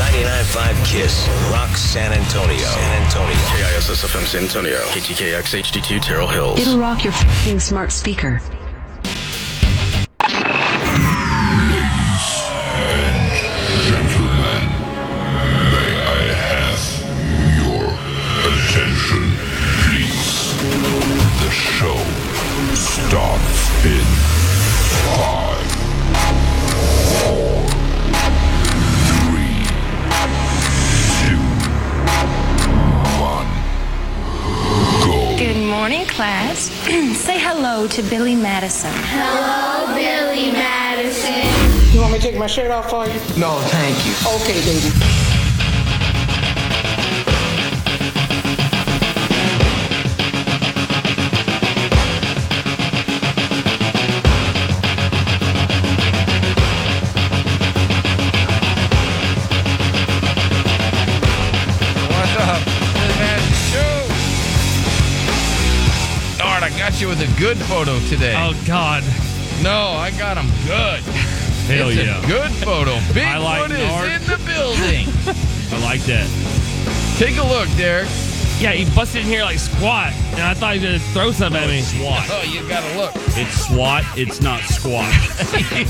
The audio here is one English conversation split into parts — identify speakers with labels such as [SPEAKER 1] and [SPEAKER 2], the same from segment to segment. [SPEAKER 1] 99.5 Kiss. Rock San Antonio. San Antonio.
[SPEAKER 2] KISS FM San Antonio. KTKX HD2 Terrell Hills.
[SPEAKER 3] It'll rock your f***ing smart speaker.
[SPEAKER 4] Gentlemen, may I have your attention, please? The show starts in five, four, three, two, one. Go.
[SPEAKER 5] Good morning, class. Say hello to Billy Madison.
[SPEAKER 6] Hello, Billy Madison.
[SPEAKER 7] You want me to take my shirt off for you?
[SPEAKER 8] No, thank you.
[SPEAKER 7] Okay, baby.
[SPEAKER 9] What's up? Billy Madison Show. Nard, I got you with a good photo today.
[SPEAKER 10] Oh God,
[SPEAKER 9] No, I got him good.
[SPEAKER 10] hell
[SPEAKER 9] it's
[SPEAKER 10] yeah!
[SPEAKER 9] a good photo. Big
[SPEAKER 10] I like
[SPEAKER 9] Wood is
[SPEAKER 10] Nard.
[SPEAKER 9] in the building.
[SPEAKER 10] I like that.
[SPEAKER 9] Take a look, Derek.
[SPEAKER 10] Yeah, he busted in here like squat, and I thought he was gonna throw something at me.
[SPEAKER 9] Oh, you gotta look.
[SPEAKER 10] It's swat. It's not squat.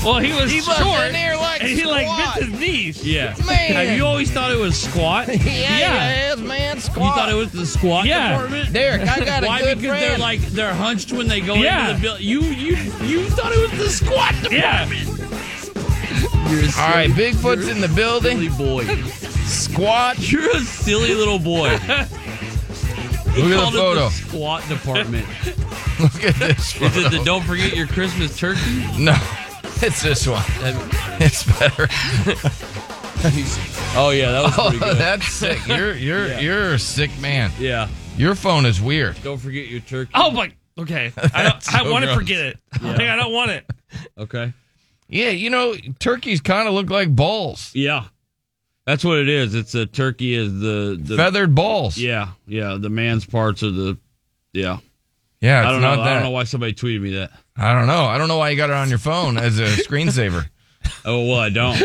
[SPEAKER 10] well, he was
[SPEAKER 9] He
[SPEAKER 10] short,
[SPEAKER 9] busted in here like
[SPEAKER 10] and he like
[SPEAKER 9] squat.
[SPEAKER 10] bent his knees. Yeah.
[SPEAKER 9] Man.
[SPEAKER 10] Have you always thought it was squat? yeah.
[SPEAKER 9] Yes, man. Squat.
[SPEAKER 11] You thought it was the squat
[SPEAKER 10] Yeah.
[SPEAKER 11] department?
[SPEAKER 9] Derek, I got a
[SPEAKER 11] Why?
[SPEAKER 9] good
[SPEAKER 11] because
[SPEAKER 9] friend.
[SPEAKER 11] they're like they're hunched when they go
[SPEAKER 10] Yeah.
[SPEAKER 11] into the building. You you you thought it was the squat
[SPEAKER 10] Yeah.
[SPEAKER 11] department. You're a
[SPEAKER 9] All
[SPEAKER 11] silly,
[SPEAKER 9] right, Bigfoot's in the
[SPEAKER 11] silly
[SPEAKER 9] building.
[SPEAKER 11] boy.
[SPEAKER 9] Squat.
[SPEAKER 11] You're a silly little boy. Look at
[SPEAKER 9] Look at the
[SPEAKER 11] It
[SPEAKER 9] photo.
[SPEAKER 11] the squat department.
[SPEAKER 9] Look at this photo.
[SPEAKER 11] Is it the don't forget your Christmas turkey?
[SPEAKER 9] No, it's this one. It's better.
[SPEAKER 11] Oh yeah, that was pretty
[SPEAKER 9] Oh,
[SPEAKER 11] good.
[SPEAKER 9] that's sick. You're you're
[SPEAKER 11] Yeah.
[SPEAKER 9] you're a sick man.
[SPEAKER 11] yeah.
[SPEAKER 9] Your phone is weird.
[SPEAKER 11] Don't forget your turkey.
[SPEAKER 10] Oh my. Okay. I
[SPEAKER 9] That's
[SPEAKER 10] don't. I
[SPEAKER 9] so
[SPEAKER 10] want to
[SPEAKER 9] gross.
[SPEAKER 10] forget it. Like, I don't want it.
[SPEAKER 11] Okay.
[SPEAKER 9] Yeah, you know, turkeys kind of look like balls,
[SPEAKER 11] Yeah. That's what it is. It's a turkey is the, the
[SPEAKER 9] feathered balls.
[SPEAKER 11] Yeah, yeah. The man's parts are the yeah.
[SPEAKER 9] yeah it's
[SPEAKER 11] I don't know.
[SPEAKER 9] not that.
[SPEAKER 11] I don't know why somebody tweeted me that.
[SPEAKER 9] I don't know. I don't know why you got it on your phone as a screensaver.
[SPEAKER 11] Oh well, I don't.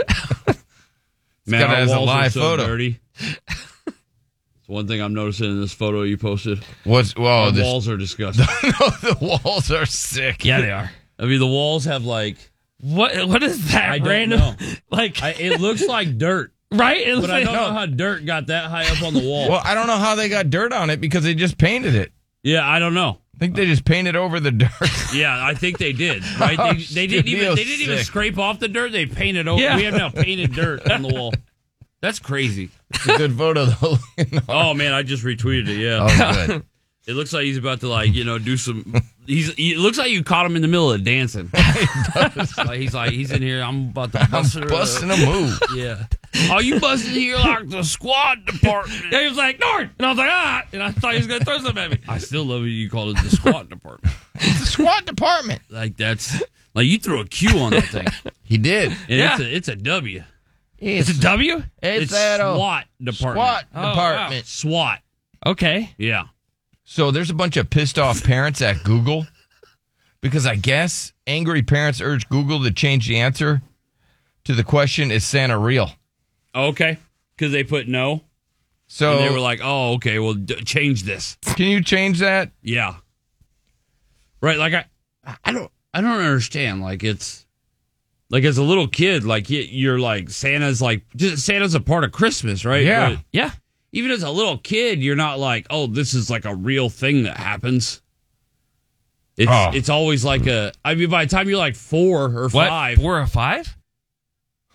[SPEAKER 11] Man,
[SPEAKER 9] got it
[SPEAKER 11] our
[SPEAKER 9] as a
[SPEAKER 11] walls are
[SPEAKER 9] live
[SPEAKER 11] so
[SPEAKER 9] photo.
[SPEAKER 11] dirty. It's one thing I'm noticing in this photo you posted.
[SPEAKER 9] What's
[SPEAKER 11] Oh,
[SPEAKER 9] whoa?
[SPEAKER 11] the
[SPEAKER 9] The
[SPEAKER 11] walls are disgusting.
[SPEAKER 9] no, the walls are sick.
[SPEAKER 10] Yeah, they are.
[SPEAKER 11] I mean, the walls have like
[SPEAKER 10] What? What is that
[SPEAKER 11] I don't
[SPEAKER 10] random?
[SPEAKER 11] know.
[SPEAKER 10] Like
[SPEAKER 11] I, it looks like dirt,
[SPEAKER 10] right? It looks
[SPEAKER 11] but I
[SPEAKER 10] like-
[SPEAKER 11] don't know how dirt got that high up on the wall.
[SPEAKER 9] Well, I don't know how they got dirt on it because they just painted it.
[SPEAKER 11] yeah, I don't know.
[SPEAKER 9] I think they just painted over the dirt.
[SPEAKER 11] Yeah, I think they did. Right?
[SPEAKER 9] Oh,
[SPEAKER 11] They, they didn't even
[SPEAKER 9] Studio
[SPEAKER 11] they didn't even
[SPEAKER 9] sick.
[SPEAKER 11] scrape off the dirt. They painted over.
[SPEAKER 10] Yeah.
[SPEAKER 11] We have now painted dirt on the wall. That's crazy.
[SPEAKER 9] it's a good photo though.
[SPEAKER 11] Oh man, I just retweeted it. Yeah.
[SPEAKER 9] oh, good.
[SPEAKER 11] It looks like he's about to like you know do some. He's. He, it looks like you caught him in the middle of dancing. like he's like he's in here. I'm about to bust
[SPEAKER 9] I'm
[SPEAKER 11] her
[SPEAKER 9] busting a move.
[SPEAKER 11] Up. Yeah.
[SPEAKER 10] Oh,
[SPEAKER 11] Are you busting here like the squad department?
[SPEAKER 10] Yeah, he was like Nord, and I was like ah, and I thought he was gonna throw something at me.
[SPEAKER 11] I still love you. You called it the squad department.
[SPEAKER 9] It's a squat department.
[SPEAKER 11] Like that's like you threw a Q on that thing,
[SPEAKER 9] He did.
[SPEAKER 11] and
[SPEAKER 10] Yeah.
[SPEAKER 11] it's a it's a W.
[SPEAKER 10] It's a W.
[SPEAKER 11] It's, SWAT department. Oh,
[SPEAKER 9] squat department.
[SPEAKER 11] SWAT.
[SPEAKER 10] Okay.
[SPEAKER 11] Yeah.
[SPEAKER 9] So there's a bunch of pissed off parents at Google because I guess angry parents urge Google to change the answer to the question is Santa real?
[SPEAKER 11] Okay. Because they put no,
[SPEAKER 9] So
[SPEAKER 11] and they were like, oh, okay, well, d- change this.
[SPEAKER 9] can you change that?
[SPEAKER 11] Yeah. Right, like I I don't I don't understand. Like it's like as a little kid, like y- you're like Santa's like just Santa's a part of Christmas, right?
[SPEAKER 9] Yeah.
[SPEAKER 11] But
[SPEAKER 10] Yeah.
[SPEAKER 11] even as a little kid, you're not like, oh, this is like a real thing that happens. It's
[SPEAKER 9] Oh.
[SPEAKER 11] it's always like a I mean by the time you're like four or
[SPEAKER 10] What?
[SPEAKER 11] five,
[SPEAKER 10] Four or five?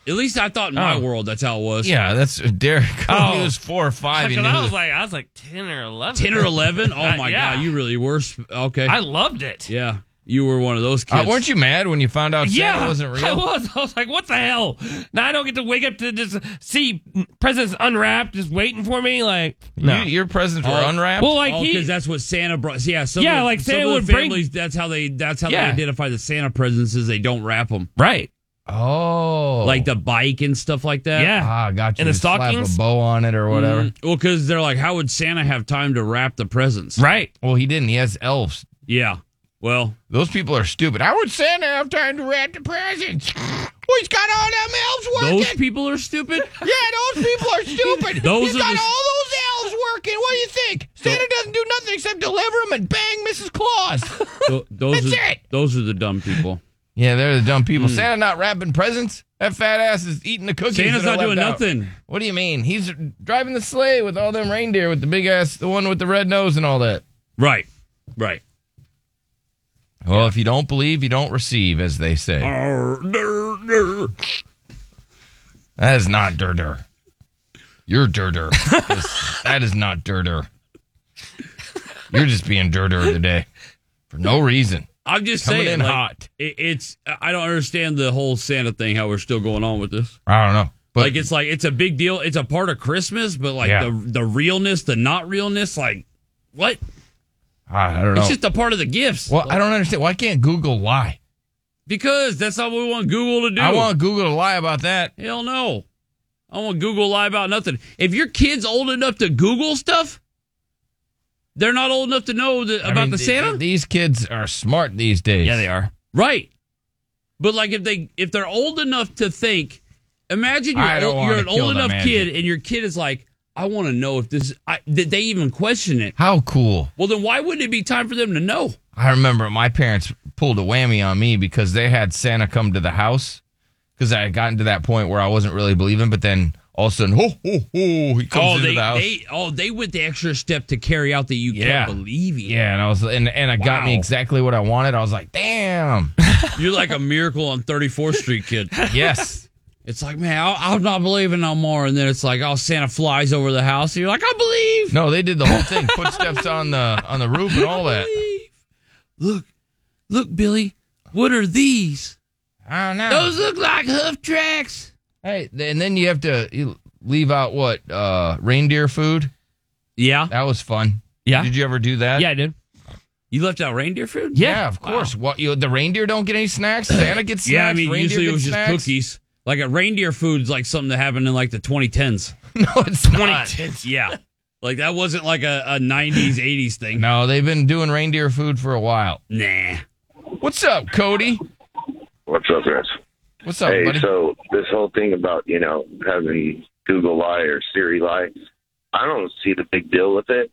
[SPEAKER 11] at least I thought in my
[SPEAKER 10] Oh.
[SPEAKER 11] world that's how it was.
[SPEAKER 9] Yeah, that's Derek.
[SPEAKER 10] Oh.
[SPEAKER 9] He was four or five. He
[SPEAKER 10] Because
[SPEAKER 9] knew
[SPEAKER 10] I was
[SPEAKER 9] that.
[SPEAKER 10] like, I was like ten or eleven.
[SPEAKER 11] Ten or eleven? Oh
[SPEAKER 10] Uh,
[SPEAKER 11] my
[SPEAKER 10] yeah.
[SPEAKER 11] god, you really were sp- okay.
[SPEAKER 10] I loved it.
[SPEAKER 11] yeah. You were one of those
[SPEAKER 9] Uh,
[SPEAKER 11] kids.
[SPEAKER 9] weren't you mad when you found out Santa
[SPEAKER 10] Yeah,
[SPEAKER 9] wasn't real?
[SPEAKER 10] I was. I was like, "What the hell?" Now I don't get to wake up to just see presents unwrapped, just waiting for me. Like, no.
[SPEAKER 9] You- your presents were
[SPEAKER 11] Oh.
[SPEAKER 9] unwrapped.
[SPEAKER 10] well, like
[SPEAKER 11] oh,
[SPEAKER 10] he,
[SPEAKER 11] because that's what Santa brought. Yeah, some
[SPEAKER 10] Yeah,
[SPEAKER 11] of the,
[SPEAKER 10] like,
[SPEAKER 11] some
[SPEAKER 10] Santa
[SPEAKER 11] of the
[SPEAKER 10] would bring-
[SPEAKER 11] families. That's how they. That's how
[SPEAKER 10] Yeah.
[SPEAKER 11] they identify the Santa presents is they don't wrap them,
[SPEAKER 10] right?
[SPEAKER 9] oh,
[SPEAKER 11] like the bike and stuff like that.
[SPEAKER 10] Yeah.
[SPEAKER 9] ah, got you.
[SPEAKER 10] And the
[SPEAKER 9] to slap
[SPEAKER 10] stockings?
[SPEAKER 9] a bow on it or whatever.
[SPEAKER 11] Mm, well, because they're like, how would Santa have time to wrap the presents?
[SPEAKER 10] Right.
[SPEAKER 9] Well, he didn't. He has elves.
[SPEAKER 11] Yeah. Well,
[SPEAKER 9] Those people are stupid. How would Santa have time to wrap the presents? Well, he's got all them elves working.
[SPEAKER 11] Those people are stupid.
[SPEAKER 9] yeah, those people are stupid.
[SPEAKER 11] Those
[SPEAKER 9] he's
[SPEAKER 11] are
[SPEAKER 9] got
[SPEAKER 11] the-
[SPEAKER 9] all those elves working. What do you think? Santa doesn't do nothing except deliver them and bang Mrs. Claus.
[SPEAKER 11] Tho- those
[SPEAKER 9] That's
[SPEAKER 11] are
[SPEAKER 9] it.
[SPEAKER 11] those are the dumb people. Hmm.
[SPEAKER 9] yeah, they're the dumb people. Santa not wrapping presents. That fat ass is eating the cookies.
[SPEAKER 11] Santa's
[SPEAKER 9] that are
[SPEAKER 11] not doing
[SPEAKER 9] left out.
[SPEAKER 11] nothing.
[SPEAKER 9] What do you mean? He's driving the sleigh with all them reindeer, with the big ass, the one with the red nose and all that.
[SPEAKER 11] Right. Right.
[SPEAKER 9] Well, if you don't believe, you don't receive, as they say. That is not dirter. You're dirter. This- that is not dirter. You're just being dirter today for no reason.
[SPEAKER 11] I'm just
[SPEAKER 9] Coming
[SPEAKER 11] saying,
[SPEAKER 9] in
[SPEAKER 11] like,
[SPEAKER 9] hot.
[SPEAKER 11] It, it's I don't understand the whole Santa thing. How we're still going on with this?
[SPEAKER 9] I don't know. But
[SPEAKER 11] like it's like it's a big deal. It's a part of Christmas, but like
[SPEAKER 9] Yeah.
[SPEAKER 11] the the realness, the not realness, like what?
[SPEAKER 9] I, I don't know.
[SPEAKER 11] It's just a part of the gifts.
[SPEAKER 9] well, I don't understand. Why can't Google lie?
[SPEAKER 11] Because that's not what we want Google to do.
[SPEAKER 9] I want Google to lie about that.
[SPEAKER 11] Hell no. I don't want Google to lie about nothing. If your kid's old enough to Google stuff, they're not old enough to know the,
[SPEAKER 9] I
[SPEAKER 11] about
[SPEAKER 9] mean,
[SPEAKER 11] the
[SPEAKER 9] th-
[SPEAKER 11] Santa.
[SPEAKER 9] th- these kids are smart these days.
[SPEAKER 11] are. Right. But like if they if they're old enough to think, imagine
[SPEAKER 9] I
[SPEAKER 11] you're
[SPEAKER 9] don't
[SPEAKER 11] old-
[SPEAKER 9] wanna
[SPEAKER 11] you're an
[SPEAKER 9] kill
[SPEAKER 11] old
[SPEAKER 9] them,
[SPEAKER 11] enough
[SPEAKER 9] Andrew.
[SPEAKER 11] kid and your kid is like, I want to know if this I, did they even question it?
[SPEAKER 9] How cool.
[SPEAKER 11] Well, then why wouldn't it be time for them to know?
[SPEAKER 9] I remember my parents pulled a whammy on me because they had Santa come to the house because I had gotten to that point where I wasn't really believing, but then all of a sudden, ho, ho, ho, he comes
[SPEAKER 11] Oh,
[SPEAKER 9] into
[SPEAKER 11] they,
[SPEAKER 9] the house.
[SPEAKER 11] they oh they went the extra step to carry out the you
[SPEAKER 9] Yeah.
[SPEAKER 11] can't believe it.
[SPEAKER 9] yeah, and I was and and it got me
[SPEAKER 11] Wow.
[SPEAKER 9] exactly what I wanted. I was like, damn,
[SPEAKER 11] You're like a miracle on 34th Street, kid.
[SPEAKER 9] yes,
[SPEAKER 11] It's like, man, I'll, I'll not believe it no more. And then it's like, oh, Santa flies over the house. And you're like, I believe.
[SPEAKER 9] no, they did the whole thing, footsteps on the on the roof and all that.
[SPEAKER 11] Look, look, Billy. What are these?
[SPEAKER 9] I don't know.
[SPEAKER 11] Those look like hoof tracks.
[SPEAKER 9] hey, and then you have to you leave out what uh reindeer food.
[SPEAKER 11] Yeah.
[SPEAKER 9] That was fun.
[SPEAKER 11] Yeah.
[SPEAKER 9] Did you ever do that?
[SPEAKER 10] I did.
[SPEAKER 11] You left out reindeer food?
[SPEAKER 9] Yeah, of course. What you the reindeer don't get any snacks. Santa gets snacks.
[SPEAKER 11] Yeah, I mean,
[SPEAKER 9] reindeer
[SPEAKER 11] usually it
[SPEAKER 9] get
[SPEAKER 11] was
[SPEAKER 9] snacks.
[SPEAKER 11] just cookies. Like a reindeer food's like something that happened in like the 2010s.
[SPEAKER 9] No, it's not.
[SPEAKER 11] 2010s, yeah. Like that wasn't like a, a 90s, 80s thing.
[SPEAKER 9] No, they've been doing reindeer food for a while.
[SPEAKER 11] Nah.
[SPEAKER 9] What's up, Cody?
[SPEAKER 8] What's up, guys?
[SPEAKER 9] What's up,
[SPEAKER 8] hey,
[SPEAKER 9] buddy?
[SPEAKER 8] so this whole thing about you know having Google Lie or Siri Lie, I don't see the big deal with it.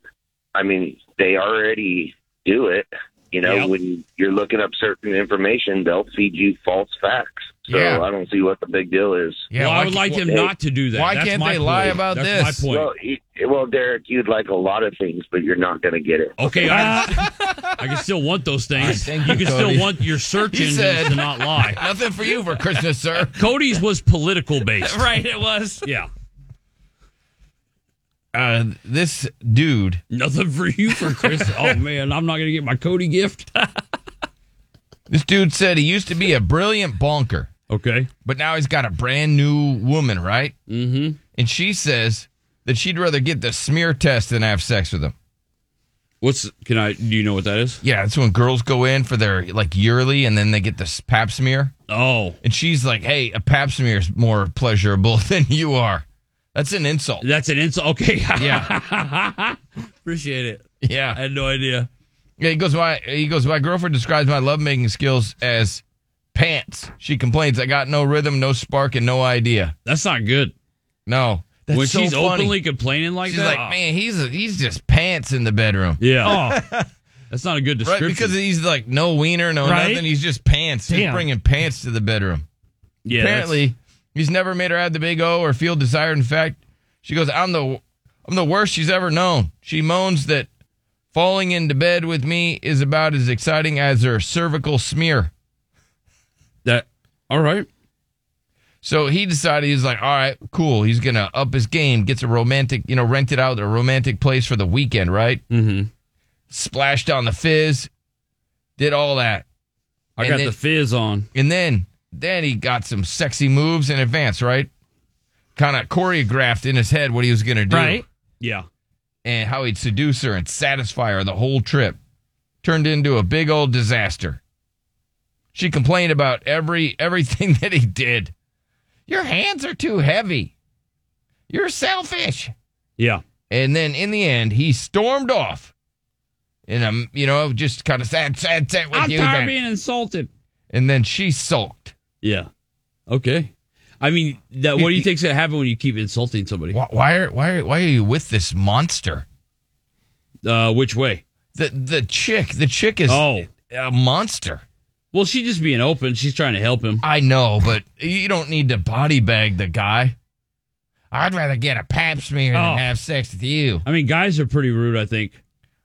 [SPEAKER 8] I mean, they already do it. You know,
[SPEAKER 11] Yep.
[SPEAKER 8] when you're looking up certain information, they'll feed you false facts. So
[SPEAKER 9] Yeah.
[SPEAKER 8] I don't see what the big deal is.
[SPEAKER 9] yeah,
[SPEAKER 11] well,
[SPEAKER 9] why
[SPEAKER 11] I would
[SPEAKER 9] ca-
[SPEAKER 11] like
[SPEAKER 9] wh-
[SPEAKER 11] them not to do that.
[SPEAKER 9] why
[SPEAKER 11] That's
[SPEAKER 9] can't
[SPEAKER 11] my
[SPEAKER 9] they lie
[SPEAKER 11] point.
[SPEAKER 9] about
[SPEAKER 11] That's
[SPEAKER 9] this?
[SPEAKER 11] My point.
[SPEAKER 8] Well, you, well, Derek, you'd like a lot of things, but you're not going to get it.
[SPEAKER 11] Okay, I, I can still want those things.
[SPEAKER 9] All right, thank
[SPEAKER 11] you can
[SPEAKER 9] you, Cody.
[SPEAKER 11] still want your search
[SPEAKER 9] He
[SPEAKER 11] engines
[SPEAKER 9] said-
[SPEAKER 11] to not lie.
[SPEAKER 9] Nothing for you for Christmas, sir.
[SPEAKER 11] Cody's was political based.
[SPEAKER 10] Right, it was.
[SPEAKER 11] Yeah.
[SPEAKER 9] Uh, this dude,
[SPEAKER 11] Nothing for you for Chris. Oh man, I'm not gonna get my Cody gift.
[SPEAKER 9] this dude said he used to be a brilliant bonker,
[SPEAKER 11] Okay.
[SPEAKER 9] but now he's got a brand new woman, right? Mm-hmm. And she says that she'd rather get the smear test than have sex with him.
[SPEAKER 11] What's can I do you know what that is?
[SPEAKER 9] Yeah, that's when girls go in for their like yearly, and then they get this pap smear.
[SPEAKER 11] Oh.
[SPEAKER 9] And she's like, "Hey, a pap smear is more pleasurable than you are." That's an insult.
[SPEAKER 11] That's an insult. Okay.
[SPEAKER 9] Yeah.
[SPEAKER 11] Appreciate it.
[SPEAKER 9] Yeah.
[SPEAKER 11] I had no idea.
[SPEAKER 9] Yeah, he goes. My he goes. My girlfriend describes my lovemaking skills as pants. She complains I got no rhythm, no spark, and no idea.
[SPEAKER 11] That's not good.
[SPEAKER 9] No, that's
[SPEAKER 11] when
[SPEAKER 9] so
[SPEAKER 11] she's
[SPEAKER 9] funny.
[SPEAKER 11] openly complaining like
[SPEAKER 9] she's
[SPEAKER 11] that.
[SPEAKER 9] like, man, he's a, he's just pants in the bedroom,
[SPEAKER 11] Yeah.
[SPEAKER 9] Oh.
[SPEAKER 11] That's not a good
[SPEAKER 9] right?
[SPEAKER 11] description.
[SPEAKER 9] Because he's like no wiener, no
[SPEAKER 10] Right?
[SPEAKER 9] nothing. He's just pants. He's
[SPEAKER 10] Damn.
[SPEAKER 9] bringing pants to the bedroom.
[SPEAKER 11] yeah, that's-
[SPEAKER 9] Apparently, he's never made her have the big O or feel desired. In fact, she goes, "I'm the I'm the worst she's ever known." She moans that falling into bed with me is about as exciting as her cervical smear.
[SPEAKER 11] that all right.
[SPEAKER 9] So he decided he was like, all right, cool. He's gonna up his game, gets a romantic, you know, rented out a romantic place for the weekend, right?
[SPEAKER 11] Mm-hmm.
[SPEAKER 9] Splashed on the fizz, did all that,
[SPEAKER 11] I
[SPEAKER 9] And
[SPEAKER 11] got
[SPEAKER 9] then-
[SPEAKER 11] the fizz on.
[SPEAKER 9] and then then he got some sexy moves in advance, right? Kind of choreographed in his head what he was gonna do,
[SPEAKER 10] Right.
[SPEAKER 11] Yeah.
[SPEAKER 9] and how he'd seduce her and satisfy her the whole trip. Turned into a big old disaster. She complained about every everything that he did. Your hands are too heavy. You're selfish.
[SPEAKER 11] Yeah.
[SPEAKER 9] And then in the end, he stormed off. And um, you know, just kind of sad, sad, sad with
[SPEAKER 11] I'm
[SPEAKER 9] you.
[SPEAKER 11] tired of
[SPEAKER 9] then.
[SPEAKER 11] being insulted.
[SPEAKER 9] And then she sulked.
[SPEAKER 11] Yeah. Okay. I mean, that, what do you think's gonna happen when you keep insulting somebody?
[SPEAKER 9] Why, why are why are, why are you with this monster?
[SPEAKER 11] Uh, which way?
[SPEAKER 9] The the chick. The chick is
[SPEAKER 11] Oh.
[SPEAKER 9] a monster.
[SPEAKER 11] Well, she's just being open. She's trying to help him.
[SPEAKER 9] I know, but you don't need to body bag the guy. I'd rather get a pap smear
[SPEAKER 11] Oh.
[SPEAKER 9] than have sex with you.
[SPEAKER 11] I mean, guys are pretty rude. I think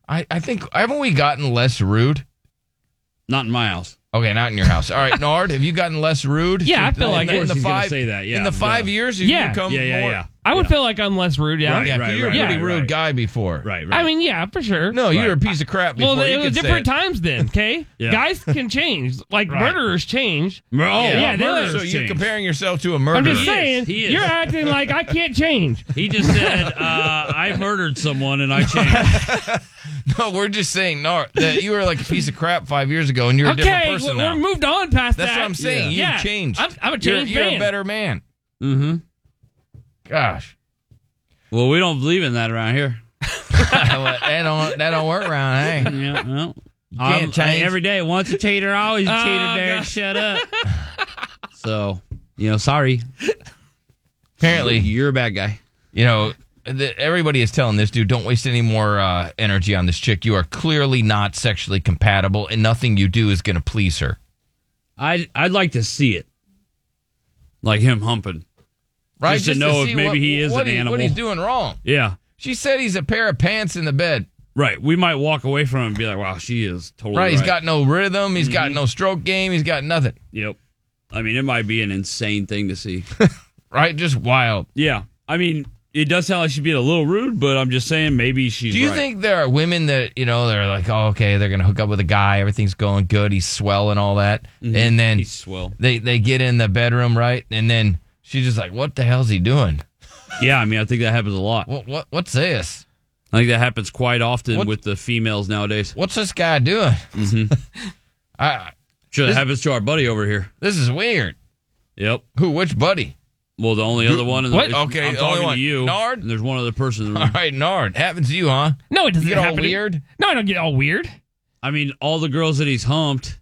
[SPEAKER 9] I, I think haven't we gotten less rude?
[SPEAKER 11] not in my house.
[SPEAKER 9] Okay, not in your house. All right, Nard, have you gotten less rude?
[SPEAKER 10] Yeah, I feel
[SPEAKER 9] In
[SPEAKER 10] like
[SPEAKER 9] the-
[SPEAKER 10] it.
[SPEAKER 9] in the
[SPEAKER 11] He's gonna
[SPEAKER 9] five
[SPEAKER 11] say that, yeah,
[SPEAKER 9] in the five
[SPEAKER 11] yeah.
[SPEAKER 9] years, you've
[SPEAKER 10] Yeah.
[SPEAKER 9] become
[SPEAKER 11] Yeah, yeah,
[SPEAKER 9] more.
[SPEAKER 11] yeah.
[SPEAKER 10] I would feel like I'm less rude. Yeah.
[SPEAKER 11] Right,
[SPEAKER 9] Yeah, 'cause
[SPEAKER 11] right,
[SPEAKER 9] you were a
[SPEAKER 11] right,
[SPEAKER 9] pretty
[SPEAKER 11] right,
[SPEAKER 9] rude
[SPEAKER 11] right.
[SPEAKER 9] guy before.
[SPEAKER 11] Right, right.
[SPEAKER 10] I mean, yeah, for sure.
[SPEAKER 9] No, you
[SPEAKER 11] Right.
[SPEAKER 9] were a piece of crap before.
[SPEAKER 10] Well,
[SPEAKER 9] you
[SPEAKER 10] it was
[SPEAKER 9] could say
[SPEAKER 10] different
[SPEAKER 9] it.
[SPEAKER 10] times then. Okay.
[SPEAKER 11] Yeah.
[SPEAKER 10] Guys can change. Like
[SPEAKER 11] Right.
[SPEAKER 10] murderers change.
[SPEAKER 11] Oh,
[SPEAKER 10] Yeah, they
[SPEAKER 11] murder's
[SPEAKER 9] So you're
[SPEAKER 11] changed.
[SPEAKER 9] comparing yourself to a
[SPEAKER 10] I'm
[SPEAKER 9] murderer.
[SPEAKER 10] just saying,
[SPEAKER 11] he is.
[SPEAKER 10] you're acting like I can't change.
[SPEAKER 11] He just said, uh, "I murdered someone and I changed."
[SPEAKER 9] No, we're just saying, Nard, that you were like a piece of crap five years ago, and you're a different
[SPEAKER 10] Okay,
[SPEAKER 9] person
[SPEAKER 10] we're,
[SPEAKER 9] now.
[SPEAKER 10] we're moved on past
[SPEAKER 9] That's
[SPEAKER 10] that.
[SPEAKER 9] what I'm saying.
[SPEAKER 10] Yeah.
[SPEAKER 9] You've changed.
[SPEAKER 10] I'm, I'm a
[SPEAKER 9] You're-
[SPEAKER 10] changed
[SPEAKER 9] you're,
[SPEAKER 10] man.
[SPEAKER 9] a better man.
[SPEAKER 11] mm-hmm.
[SPEAKER 9] Gosh,
[SPEAKER 11] Well, we don't believe in that around here.
[SPEAKER 9] that don't that don't work around, hey?
[SPEAKER 11] Yeah, well,
[SPEAKER 9] can't
[SPEAKER 11] I'm- I-
[SPEAKER 9] change.
[SPEAKER 11] every day. Once a tater, always a
[SPEAKER 10] Oh,
[SPEAKER 11] tater. Derek,
[SPEAKER 10] God.
[SPEAKER 11] shut up. so, you know, sorry.
[SPEAKER 9] Apparently,
[SPEAKER 11] you're a bad guy.
[SPEAKER 9] you know, the, everybody is telling this dude, don't waste any more uh, energy on this chick. You are clearly not sexually compatible, and nothing you do is going to please her.
[SPEAKER 11] I'd I'd like to see it, like him humping.
[SPEAKER 9] Right?
[SPEAKER 11] Just to know if
[SPEAKER 9] see
[SPEAKER 11] maybe he is
[SPEAKER 9] what
[SPEAKER 11] an animal.
[SPEAKER 9] What he's doing wrong.
[SPEAKER 11] Yeah,
[SPEAKER 9] She said he's a pair of pants in the bed.
[SPEAKER 11] right. We might walk away from him and be like, "Wow, she is totally Mm-hmm.
[SPEAKER 9] Right? He's got no rhythm. He's got no stroke game. He's got nothing.
[SPEAKER 11] Yep. I mean, it might be an insane thing to see.
[SPEAKER 9] Right? Just wild.
[SPEAKER 11] yeah. I mean, it does sound like she'd be a little rude, but I'm just saying maybe she's.
[SPEAKER 9] Do you
[SPEAKER 11] right.
[SPEAKER 9] think there are women that you know they're like, oh, okay, they're gonna hook up with a guy, everything's going good, he's swell and all that, and then
[SPEAKER 11] Mm-hmm. he's swell?
[SPEAKER 9] they they get in the bedroom, right, and then she's just like, what the hell's he doing?
[SPEAKER 11] Yeah, I mean, I think that happens a lot.
[SPEAKER 9] What what what's this?
[SPEAKER 11] I think that happens quite often
[SPEAKER 9] What-
[SPEAKER 11] with the females nowadays. Mm-hmm.
[SPEAKER 9] What's this guy doing? I,
[SPEAKER 11] Should happens to our buddy over here.
[SPEAKER 9] this is weird.
[SPEAKER 11] Yep.
[SPEAKER 9] Who? Which buddy?
[SPEAKER 11] Well, the only other one. In the,
[SPEAKER 9] What?
[SPEAKER 11] it's-
[SPEAKER 9] Okay,
[SPEAKER 11] I'm
[SPEAKER 9] the only
[SPEAKER 11] talking
[SPEAKER 9] one.
[SPEAKER 11] to you.
[SPEAKER 9] Nard?
[SPEAKER 11] and there's one other person. In the
[SPEAKER 9] All
[SPEAKER 11] room.
[SPEAKER 9] right, Nard, happens to you, huh?
[SPEAKER 10] No, it doesn't
[SPEAKER 9] You get all
[SPEAKER 10] happen to-
[SPEAKER 9] weird?
[SPEAKER 10] No, I don't get all weird.
[SPEAKER 11] I mean, all the girls that he's humped